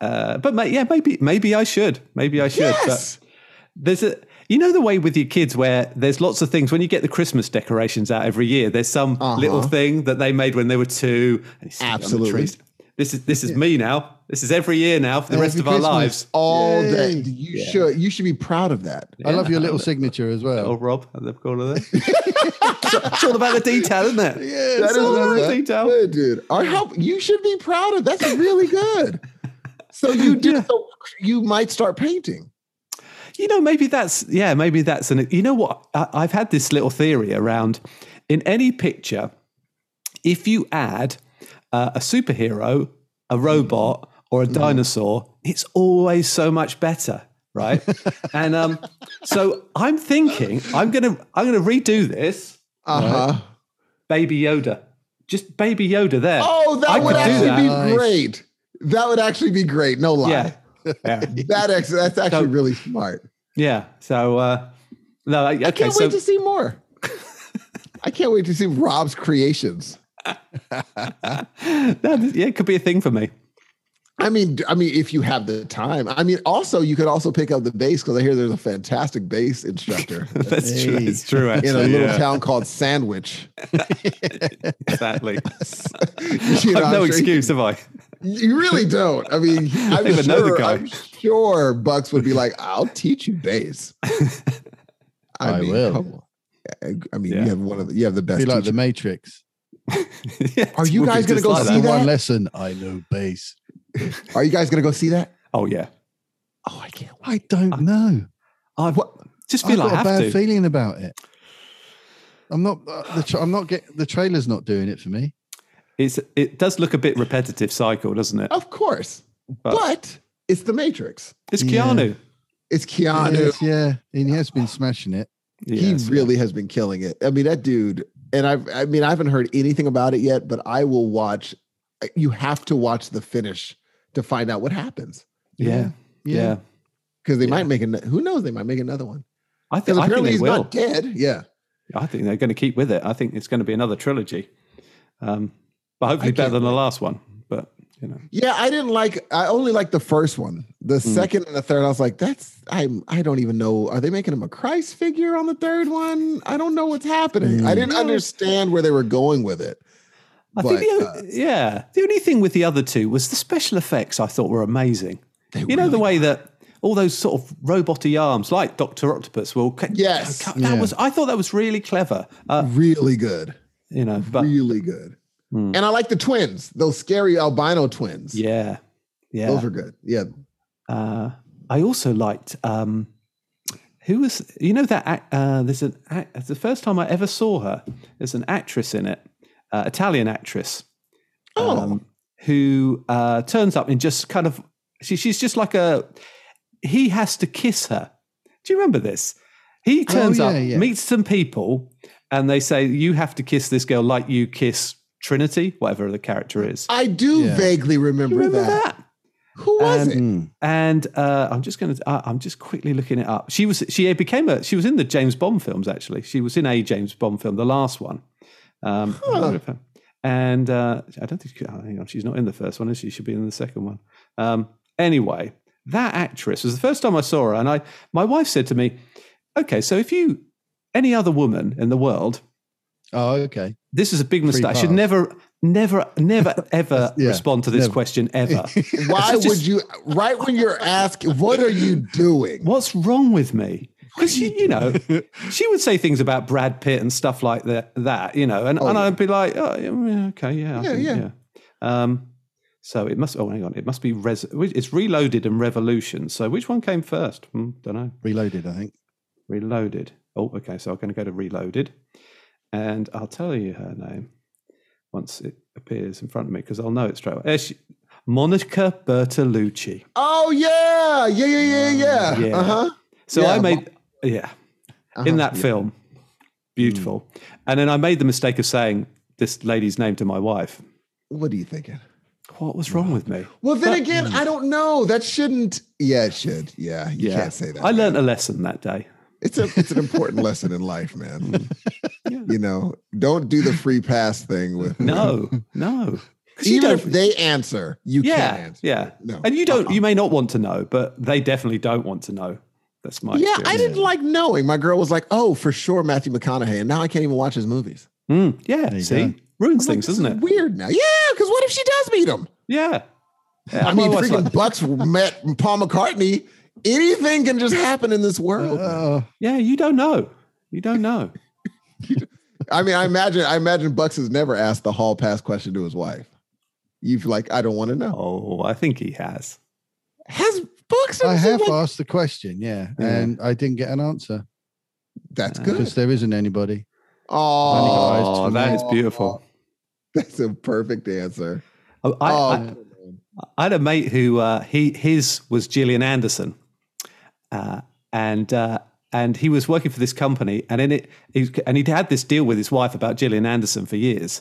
[SPEAKER 4] uh, but ma- yeah, maybe maybe I should, maybe I should.
[SPEAKER 6] Yes.
[SPEAKER 4] But there's a you know the way with your kids where there's lots of things when you get the Christmas decorations out every year. There's some
[SPEAKER 6] Uh-huh.
[SPEAKER 4] little thing that they made when they were two. And you stick it on the
[SPEAKER 6] Absolutely.
[SPEAKER 4] trees. This is this is me now. This is every year now for the rest
[SPEAKER 2] Every
[SPEAKER 4] of our
[SPEAKER 2] Christmas.
[SPEAKER 4] lives.
[SPEAKER 6] All
[SPEAKER 2] Yay.
[SPEAKER 6] day. You should you should be proud of that.
[SPEAKER 2] I love your
[SPEAKER 4] Yeah.
[SPEAKER 2] little signature as well.
[SPEAKER 4] Oh, Rob, I love calling it. it's all about the detail, isn't it?
[SPEAKER 6] Yeah,
[SPEAKER 4] it's all about the detail.
[SPEAKER 6] good, dude. Or how you should be proud of. That's really good. So you did. So you might start painting.
[SPEAKER 4] you know maybe that's yeah maybe that's an you know what I, i've had this little theory around in any picture if you add uh, a superhero
[SPEAKER 6] Mm.
[SPEAKER 4] a robot or a dinosaur it's always so much better right and um so i'm thinking i'm gonna i'm gonna redo this
[SPEAKER 6] Uh huh.
[SPEAKER 4] baby yoda just baby yoda there
[SPEAKER 6] Oh, that
[SPEAKER 4] I
[SPEAKER 6] would
[SPEAKER 4] could do
[SPEAKER 6] actually
[SPEAKER 4] that.
[SPEAKER 6] be
[SPEAKER 2] Nice.
[SPEAKER 6] great. That would actually be great. No lie.
[SPEAKER 4] yeah yeah
[SPEAKER 6] That ex- that's actually
[SPEAKER 4] So-
[SPEAKER 6] really smart.
[SPEAKER 4] yeah so uh no I- okay
[SPEAKER 6] I can't
[SPEAKER 4] so
[SPEAKER 6] wait to see more. I can't wait to see Rob's creations.
[SPEAKER 4] that, yeah it could be a thing for me
[SPEAKER 6] I mean, I mean, if you have the time. I mean, also you could also pick up the bass because I hear there's a fantastic bass instructor
[SPEAKER 4] that's true
[SPEAKER 2] Hey.
[SPEAKER 4] it's true actually
[SPEAKER 6] in a little
[SPEAKER 4] yeah.
[SPEAKER 6] town called Sandwich.
[SPEAKER 4] Exactly.
[SPEAKER 6] You know,
[SPEAKER 4] I've no
[SPEAKER 6] I'm sure he
[SPEAKER 4] excuse, have I?
[SPEAKER 6] You really don't. I mean, I'm
[SPEAKER 4] They would
[SPEAKER 6] sure,
[SPEAKER 4] know the guy.
[SPEAKER 6] I'm sure Bucks would be like, "I'll teach you bass."
[SPEAKER 2] I will.
[SPEAKER 6] come on. I, I mean,
[SPEAKER 4] Yeah.
[SPEAKER 6] you have one of the, you have the best.
[SPEAKER 2] be like
[SPEAKER 6] teacher.
[SPEAKER 2] the Matrix.
[SPEAKER 4] Yeah,
[SPEAKER 6] Are
[SPEAKER 4] it
[SPEAKER 6] you
[SPEAKER 4] would be
[SPEAKER 6] guys gonna
[SPEAKER 4] just
[SPEAKER 6] go
[SPEAKER 4] like
[SPEAKER 6] see
[SPEAKER 4] that.
[SPEAKER 2] The
[SPEAKER 6] that?
[SPEAKER 2] one lesson I know bass.
[SPEAKER 6] Are you guys gonna go see that?
[SPEAKER 4] Oh yeah.
[SPEAKER 6] Oh, I can't.
[SPEAKER 2] I don't know.
[SPEAKER 4] I
[SPEAKER 6] What?
[SPEAKER 4] just
[SPEAKER 2] I've
[SPEAKER 4] feel I
[SPEAKER 2] got a
[SPEAKER 4] have
[SPEAKER 2] bad
[SPEAKER 4] to.
[SPEAKER 2] feeling about it. I'm not. Uh, the tra- I'm not getting the trailer's not doing it for me.
[SPEAKER 4] It's it does look a bit repetitive cycle, doesn't it?
[SPEAKER 6] Of course,
[SPEAKER 4] But-
[SPEAKER 6] but, it's the Matrix.
[SPEAKER 4] It's
[SPEAKER 2] Yeah.
[SPEAKER 4] Keanu.
[SPEAKER 6] It's Keanu.
[SPEAKER 2] Yes, yeah, and he has been smashing it.
[SPEAKER 4] Yes.
[SPEAKER 6] he really has been killing it. I mean, that dude. And I've, I mean, I haven't heard anything about it yet, but I will watch. You have to watch the finish to find out what happens
[SPEAKER 4] Yeah. Yeah.
[SPEAKER 6] because they
[SPEAKER 4] Yeah.
[SPEAKER 6] might make an. Who knows? They might make another one.
[SPEAKER 4] I
[SPEAKER 6] Because
[SPEAKER 4] think I think
[SPEAKER 6] apparently
[SPEAKER 4] they
[SPEAKER 6] he's
[SPEAKER 4] will.
[SPEAKER 6] not dead. Yeah.
[SPEAKER 4] I think they're going to keep with it. I think it's going to be another trilogy. Um, but hopefully
[SPEAKER 6] I
[SPEAKER 4] better
[SPEAKER 6] can't
[SPEAKER 4] than the last one. But you know.
[SPEAKER 6] Yeah, I didn't like I only liked the first one. The
[SPEAKER 4] Hmm.
[SPEAKER 6] second and the third, I was like, that's I'm I don't even know. Are they making him a Christ figure on the third one? I don't know what's happening. I
[SPEAKER 4] Hmm.
[SPEAKER 6] didn't understand where they were going with it.
[SPEAKER 4] I think
[SPEAKER 6] But
[SPEAKER 4] the,
[SPEAKER 6] uh,
[SPEAKER 4] yeah. The only thing with the other two was the special effects I thought were amazing.
[SPEAKER 6] They
[SPEAKER 4] you know the way that all those sort of roboty arms like Doctor Octopus will ca-
[SPEAKER 6] Yes.
[SPEAKER 4] that
[SPEAKER 2] Yeah.
[SPEAKER 4] was I thought that was really clever. Uh,
[SPEAKER 6] really good.
[SPEAKER 4] you know, but
[SPEAKER 6] really good.
[SPEAKER 4] Hmm.
[SPEAKER 6] And I like the twins, those scary albino twins.
[SPEAKER 4] yeah. Yeah.
[SPEAKER 6] Those were good. Yeah.
[SPEAKER 4] uh, I also liked um, who was you know that act- uh, there's an act- it's the first time I ever saw her. There's an actress in it, uh, Italian actress, um,
[SPEAKER 6] Oh.
[SPEAKER 4] who uh, turns up and just kind of she, she's just like a he has to kiss her. Do you remember this? He turns
[SPEAKER 2] yeah,
[SPEAKER 4] up,
[SPEAKER 2] yeah.
[SPEAKER 4] meets some people, and they say you have to kiss this girl like you kiss Trinity, whatever the character is.
[SPEAKER 6] I do
[SPEAKER 2] Yeah.
[SPEAKER 6] vaguely remember,
[SPEAKER 4] Do you remember
[SPEAKER 6] that.
[SPEAKER 4] that?
[SPEAKER 6] Who was it?
[SPEAKER 2] Mm.
[SPEAKER 4] and uh, I'm just going to. I'm just quickly looking it up. She was. She became a. She was in the James Bond films. Actually, she was in a James Bond film, the last one. Um, I
[SPEAKER 6] Huh.
[SPEAKER 4] wonder if I- And uh, I don't think. She, oh, hang on, she's not in the first one. Is she? She should be in the second one. Um, anyway, that actress was the first time I saw her, and I. My wife said to me, "Okay, so if you any other woman in the world."
[SPEAKER 2] Oh, okay.
[SPEAKER 4] This is a big mistake. I should
[SPEAKER 2] pass.
[SPEAKER 4] never. Never, never, ever
[SPEAKER 2] Yeah,
[SPEAKER 4] respond to this
[SPEAKER 2] never.
[SPEAKER 4] question ever.
[SPEAKER 6] Why
[SPEAKER 4] It's just-
[SPEAKER 6] would you? Right when you're asked, what are you doing?
[SPEAKER 4] What's wrong with me? Because you, you know, she would say things about Brad Pitt and stuff like that. That you know, and,
[SPEAKER 6] Oh,
[SPEAKER 4] and
[SPEAKER 6] yeah.
[SPEAKER 4] I'd be like, oh, yeah, yeah, okay, yeah, I
[SPEAKER 6] Yeah,
[SPEAKER 4] think,
[SPEAKER 6] yeah.
[SPEAKER 4] yeah. Um, so it must. Oh, hang on, it must be res. It's Reloaded and Revolution. So which one came first? Hmm, don't know.
[SPEAKER 2] Reloaded, I think.
[SPEAKER 4] Reloaded. Oh, okay. So I'm going to go to Reloaded, and I'll tell you her name once it appears in front of me because I'll know it straight away. Eh, she- Monica Bertolucci.
[SPEAKER 6] Oh yeah, yeah, yeah, yeah, yeah.
[SPEAKER 4] Yeah.
[SPEAKER 6] Uh huh.
[SPEAKER 4] So
[SPEAKER 6] Yeah, Uh-huh.
[SPEAKER 4] I
[SPEAKER 6] Mo-
[SPEAKER 4] made, yeah, in that film, beautiful.
[SPEAKER 6] Mm.
[SPEAKER 4] And then I made the mistake of saying this lady's name to my wife.
[SPEAKER 6] What are you thinking?
[SPEAKER 4] What was wrong with me?
[SPEAKER 6] Well, then
[SPEAKER 4] But-
[SPEAKER 6] again, I don't know. That shouldn't. Yeah, it should. Yeah, you can't say that.
[SPEAKER 4] I learned a lesson that day.
[SPEAKER 6] It's a it's an important lesson in life,
[SPEAKER 4] Mm.
[SPEAKER 6] man. You know, don't do the free pass thing with
[SPEAKER 4] No, no. 'Cause you
[SPEAKER 6] Even
[SPEAKER 4] don't,
[SPEAKER 6] if they answer, you can't
[SPEAKER 4] yeah,
[SPEAKER 6] answer.
[SPEAKER 4] yeah.
[SPEAKER 6] No. Uh-uh.
[SPEAKER 4] And you don't, you may not want to know, but they definitely don't want to know. That's my
[SPEAKER 6] Yeah, I
[SPEAKER 4] experience.
[SPEAKER 6] didn't like knowing. My girl was like, "Oh, for sure, Matthew McConaughey," and now I can't even watch his movies.
[SPEAKER 4] Mm, yeah,
[SPEAKER 2] you
[SPEAKER 4] see,
[SPEAKER 2] go.
[SPEAKER 4] ruins
[SPEAKER 6] I'm like,
[SPEAKER 4] things,
[SPEAKER 6] this
[SPEAKER 4] doesn't
[SPEAKER 6] is
[SPEAKER 4] it?
[SPEAKER 6] Weird now. Yeah, because what if she does meet him?
[SPEAKER 4] Yeah. Yeah, my
[SPEAKER 6] I mean,
[SPEAKER 4] wife's
[SPEAKER 6] freaking
[SPEAKER 4] like,
[SPEAKER 6] Bucks met Paul McCartney. Anything can just happen in this
[SPEAKER 4] Uh,
[SPEAKER 6] world.
[SPEAKER 2] Oh,
[SPEAKER 4] yeah, you don't know. You don't know.
[SPEAKER 6] I mean, I imagine, I imagine Bucks has never asked the hall pass question to his wife. You've like, I don't want to know.
[SPEAKER 4] Oh, I think he has.
[SPEAKER 6] Has Bucks?
[SPEAKER 2] I
[SPEAKER 6] ever said,
[SPEAKER 2] have
[SPEAKER 6] like-
[SPEAKER 2] asked the question, yeah,
[SPEAKER 4] Yeah.
[SPEAKER 2] and I didn't get an answer
[SPEAKER 6] That's
[SPEAKER 2] because
[SPEAKER 6] good.
[SPEAKER 2] there isn't anybody.
[SPEAKER 6] Oh,
[SPEAKER 2] eyes
[SPEAKER 4] Oh,
[SPEAKER 2] to
[SPEAKER 4] that
[SPEAKER 2] me.
[SPEAKER 4] is beautiful.
[SPEAKER 6] that's a perfect answer.
[SPEAKER 4] I, I,
[SPEAKER 6] oh,
[SPEAKER 4] I- I had a mate who uh, he his was Gillian Anderson, uh, and uh, and he was working for this company, and in it, he was, and he'd had this deal with his wife about Gillian Anderson for years,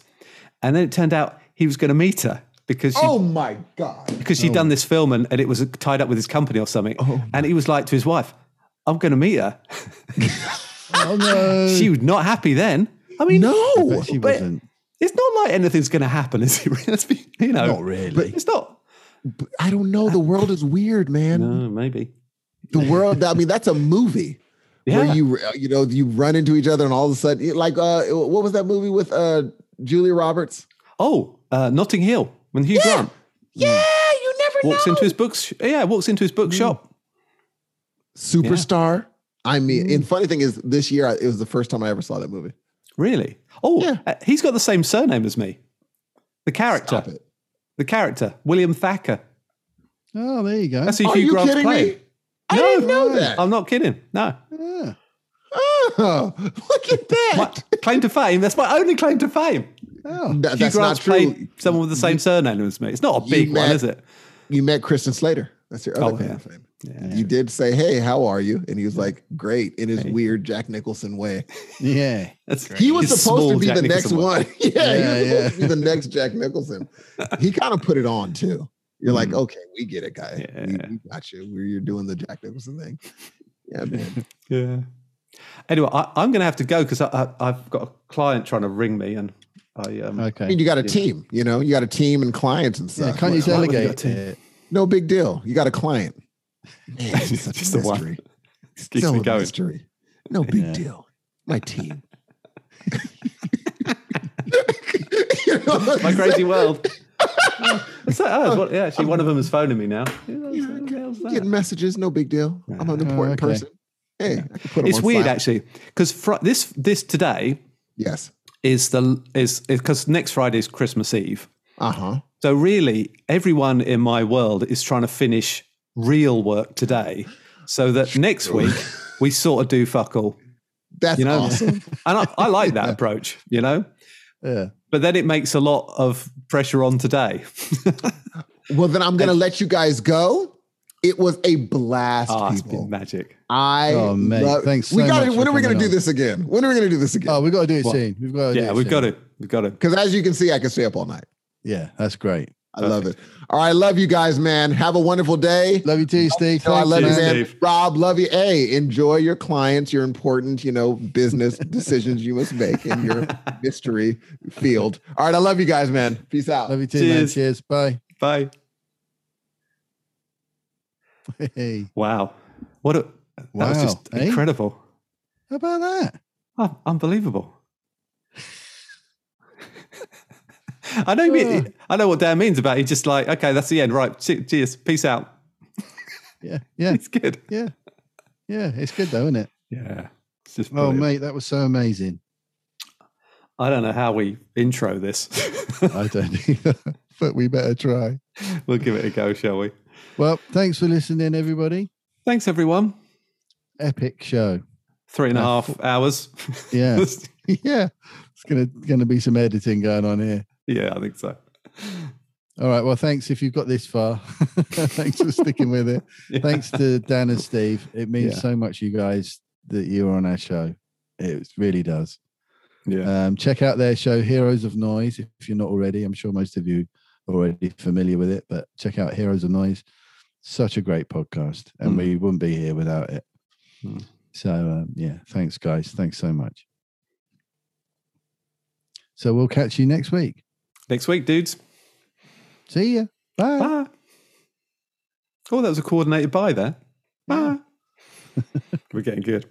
[SPEAKER 4] and then it turned out he was going to meet her because she,
[SPEAKER 6] oh my god!
[SPEAKER 4] because she'd
[SPEAKER 2] Oh.
[SPEAKER 4] done this film and, and it was tied up with his company or something, and he was like to his wife, "I'm going to meet her."
[SPEAKER 2] Oh no,
[SPEAKER 4] she was not happy then. I mean,
[SPEAKER 6] No,
[SPEAKER 2] but she
[SPEAKER 4] but-
[SPEAKER 2] wasn't.
[SPEAKER 4] it's not like anything's going to happen, is it? Let's be- you know,
[SPEAKER 2] Not really.
[SPEAKER 4] But it's not.
[SPEAKER 6] I don't know. The world is weird, man.
[SPEAKER 4] No, maybe.
[SPEAKER 6] The world. I mean, that's a movie.
[SPEAKER 4] Yeah.
[SPEAKER 6] where you you know you run into each other and all of a sudden like uh what was that movie with uh Julia Roberts?
[SPEAKER 4] Oh, uh, Notting Hill when Hugh Grant
[SPEAKER 6] Yeah, you never
[SPEAKER 4] walks into his books. Yeah, walks into his bookshop.
[SPEAKER 6] Superstar. I mean,
[SPEAKER 4] Hmm.
[SPEAKER 6] and funny thing is, this year I, it was the first time I ever saw that movie.
[SPEAKER 4] Really? Oh,
[SPEAKER 6] Yeah.
[SPEAKER 4] uh, he's got the same surname as me. The character,
[SPEAKER 6] Stop it.
[SPEAKER 4] the character, William Thacker.
[SPEAKER 2] Oh, there you go.
[SPEAKER 4] That's who
[SPEAKER 6] Are
[SPEAKER 4] Hugh
[SPEAKER 6] you
[SPEAKER 4] Grant's
[SPEAKER 6] kidding
[SPEAKER 4] playing.
[SPEAKER 6] me? I didn't know that.
[SPEAKER 4] I'm not kidding. No,
[SPEAKER 2] Yeah.
[SPEAKER 6] Oh, look at
[SPEAKER 4] my,
[SPEAKER 6] that.
[SPEAKER 4] claim to fame. That's my only claim to fame.
[SPEAKER 2] Oh,
[SPEAKER 6] No,
[SPEAKER 4] Hugh
[SPEAKER 6] that's not
[SPEAKER 4] Grant's
[SPEAKER 6] true.
[SPEAKER 4] played someone with the same surname as me. It's not a
[SPEAKER 6] You
[SPEAKER 4] big one,
[SPEAKER 6] met-
[SPEAKER 4] is it?
[SPEAKER 6] You met Kristen Slater. That's your other
[SPEAKER 4] Oh,
[SPEAKER 6] claim
[SPEAKER 4] yeah.
[SPEAKER 6] to fame.
[SPEAKER 4] Yeah.
[SPEAKER 6] You did say, "Hey, how are you?" And he was like, "Great," in his weird Jack Nicholson way.
[SPEAKER 2] yeah.
[SPEAKER 4] That's
[SPEAKER 6] He was
[SPEAKER 4] his
[SPEAKER 6] supposed to
[SPEAKER 4] small
[SPEAKER 6] be
[SPEAKER 4] Jack
[SPEAKER 6] the next
[SPEAKER 4] Nicholson
[SPEAKER 6] one.
[SPEAKER 2] Yeah,
[SPEAKER 6] yeah, he
[SPEAKER 2] yeah.
[SPEAKER 6] was supposed to be the next Jack Nicholson. He kind of put it on too. You're like, okay, we get it, guy. We,
[SPEAKER 4] Mm. Yeah.
[SPEAKER 6] we got you. We're, you're doing the Jack Nicholson thing. Yeah, man.
[SPEAKER 4] Yeah. Anyway, I, I'm going to have to go because I, I, I've got a client trying to ring me, and I um,
[SPEAKER 6] I
[SPEAKER 2] Okay.
[SPEAKER 6] mean, you got a team. You know, you got a team and clients and
[SPEAKER 2] Yeah,
[SPEAKER 6] stuff.
[SPEAKER 2] can't you
[SPEAKER 6] Well,
[SPEAKER 4] why would you
[SPEAKER 2] delegate
[SPEAKER 4] go to-
[SPEAKER 2] it?
[SPEAKER 6] no big deal. You got a client. Man, it's just such
[SPEAKER 4] Just
[SPEAKER 6] a
[SPEAKER 4] the one.
[SPEAKER 6] mystery.
[SPEAKER 4] just keeps
[SPEAKER 6] Still
[SPEAKER 4] me
[SPEAKER 6] a
[SPEAKER 4] going.
[SPEAKER 6] mystery. No big
[SPEAKER 2] Yeah.
[SPEAKER 6] deal. My team. You know what
[SPEAKER 4] My
[SPEAKER 6] I'm
[SPEAKER 4] crazy world. What's that? Oh, it's one- yeah, actually, one of them is phoning me now. Yeah, that's-
[SPEAKER 6] Yeah,
[SPEAKER 4] what the hell's that?
[SPEAKER 6] getting messages, no big deal. I'm an
[SPEAKER 2] Oh,
[SPEAKER 6] important
[SPEAKER 2] okay.
[SPEAKER 6] person. Hey, I can put 'em
[SPEAKER 4] It's
[SPEAKER 6] on
[SPEAKER 4] weird
[SPEAKER 6] silent.
[SPEAKER 4] actually because fr- this this today
[SPEAKER 6] Yes.
[SPEAKER 4] is the is because next Friday is Christmas Eve.
[SPEAKER 6] Uh huh.
[SPEAKER 4] So really, everyone in my world is trying to finish real work today, so that next week we sort of do fuck all.
[SPEAKER 6] That's
[SPEAKER 4] You know,
[SPEAKER 6] awesome.
[SPEAKER 4] And I, I like that approach, you know.
[SPEAKER 2] Yeah.
[SPEAKER 4] But then it makes a lot of pressure on today.
[SPEAKER 6] Well, then I'm going to let you guys go. It was a blast,
[SPEAKER 4] Ah, it's
[SPEAKER 6] people.
[SPEAKER 4] been magic.
[SPEAKER 6] I
[SPEAKER 2] Oh, mate,
[SPEAKER 6] love-
[SPEAKER 2] thanks
[SPEAKER 6] we
[SPEAKER 2] so
[SPEAKER 6] got.
[SPEAKER 2] much for
[SPEAKER 6] When are we going
[SPEAKER 2] coming
[SPEAKER 6] to do
[SPEAKER 2] on.
[SPEAKER 6] this again? When are we going to do this again?
[SPEAKER 2] Oh, we've got to do it
[SPEAKER 4] What?
[SPEAKER 2] soon. We've
[SPEAKER 6] Oh,
[SPEAKER 2] got to. do
[SPEAKER 4] Yeah,
[SPEAKER 2] it
[SPEAKER 4] we've
[SPEAKER 2] soon.
[SPEAKER 4] got to, we've got to.
[SPEAKER 6] Because as you can see, I can stay up all night.
[SPEAKER 2] Yeah, that's great.
[SPEAKER 6] I love it. All right, love you guys, man. Have a wonderful day.
[SPEAKER 2] Love you too, Steve.
[SPEAKER 6] No, I
[SPEAKER 2] Thanks,
[SPEAKER 6] love you,
[SPEAKER 4] Cheers,
[SPEAKER 6] man.
[SPEAKER 4] Dave.
[SPEAKER 6] Rob, love you. Hey, enjoy your clients, your important, you know, business decisions you must make in your mystery field. All right, I love you guys, man. Peace out.
[SPEAKER 2] Love you too, man.
[SPEAKER 4] Cheers.
[SPEAKER 2] Cheers. Bye.
[SPEAKER 4] Bye.
[SPEAKER 2] Hey,
[SPEAKER 4] Wow. What a that was
[SPEAKER 2] Wow,
[SPEAKER 4] just
[SPEAKER 2] eh?
[SPEAKER 4] incredible.
[SPEAKER 2] how about that?
[SPEAKER 4] Oh, unbelievable. I know.
[SPEAKER 2] Ah.
[SPEAKER 4] me- I know what Dan means about. it. He's just like, okay, that's the end. Right. che- Cheers. Peace out.
[SPEAKER 2] Yeah, yeah,
[SPEAKER 4] It's good.
[SPEAKER 2] yeah, yeah. It's good though, isn't it?
[SPEAKER 4] Yeah. It's just
[SPEAKER 2] Oh,
[SPEAKER 4] brilliant.
[SPEAKER 2] mate, that was so amazing.
[SPEAKER 4] I don't know how we intro this.
[SPEAKER 2] I don't either, but we better try.
[SPEAKER 4] we'll give it a go, shall we?
[SPEAKER 2] Well, thanks for listening, everybody.
[SPEAKER 4] Thanks, everyone.
[SPEAKER 2] Epic show.
[SPEAKER 4] Three and a
[SPEAKER 2] Uh,
[SPEAKER 4] half hours.
[SPEAKER 2] Yeah, yeah. It's gonna gonna be some editing going on here.
[SPEAKER 4] yeah, I think so.
[SPEAKER 2] All right. Well, thanks if you've got this far. thanks for sticking with it.
[SPEAKER 4] Yeah.
[SPEAKER 2] Thanks to Dan and Steve. It means
[SPEAKER 4] Yeah.
[SPEAKER 2] so much, you guys, that you are on our show. It really does.
[SPEAKER 4] Yeah.
[SPEAKER 2] Um, check out their show, Heroes of Noise, if you're not already. I'm sure most of you are already familiar with it, but check out Heroes of Noise. Such a great podcast, and
[SPEAKER 4] Mm.
[SPEAKER 2] we wouldn't be here without it.
[SPEAKER 4] Mm.
[SPEAKER 2] So, um, yeah, thanks, guys. Thanks so much. So, we'll catch you next week.
[SPEAKER 4] Next week, dudes.
[SPEAKER 2] See ya. Bye.
[SPEAKER 4] Bye. Oh, that was a coordinated bye there. Bye. We're getting good.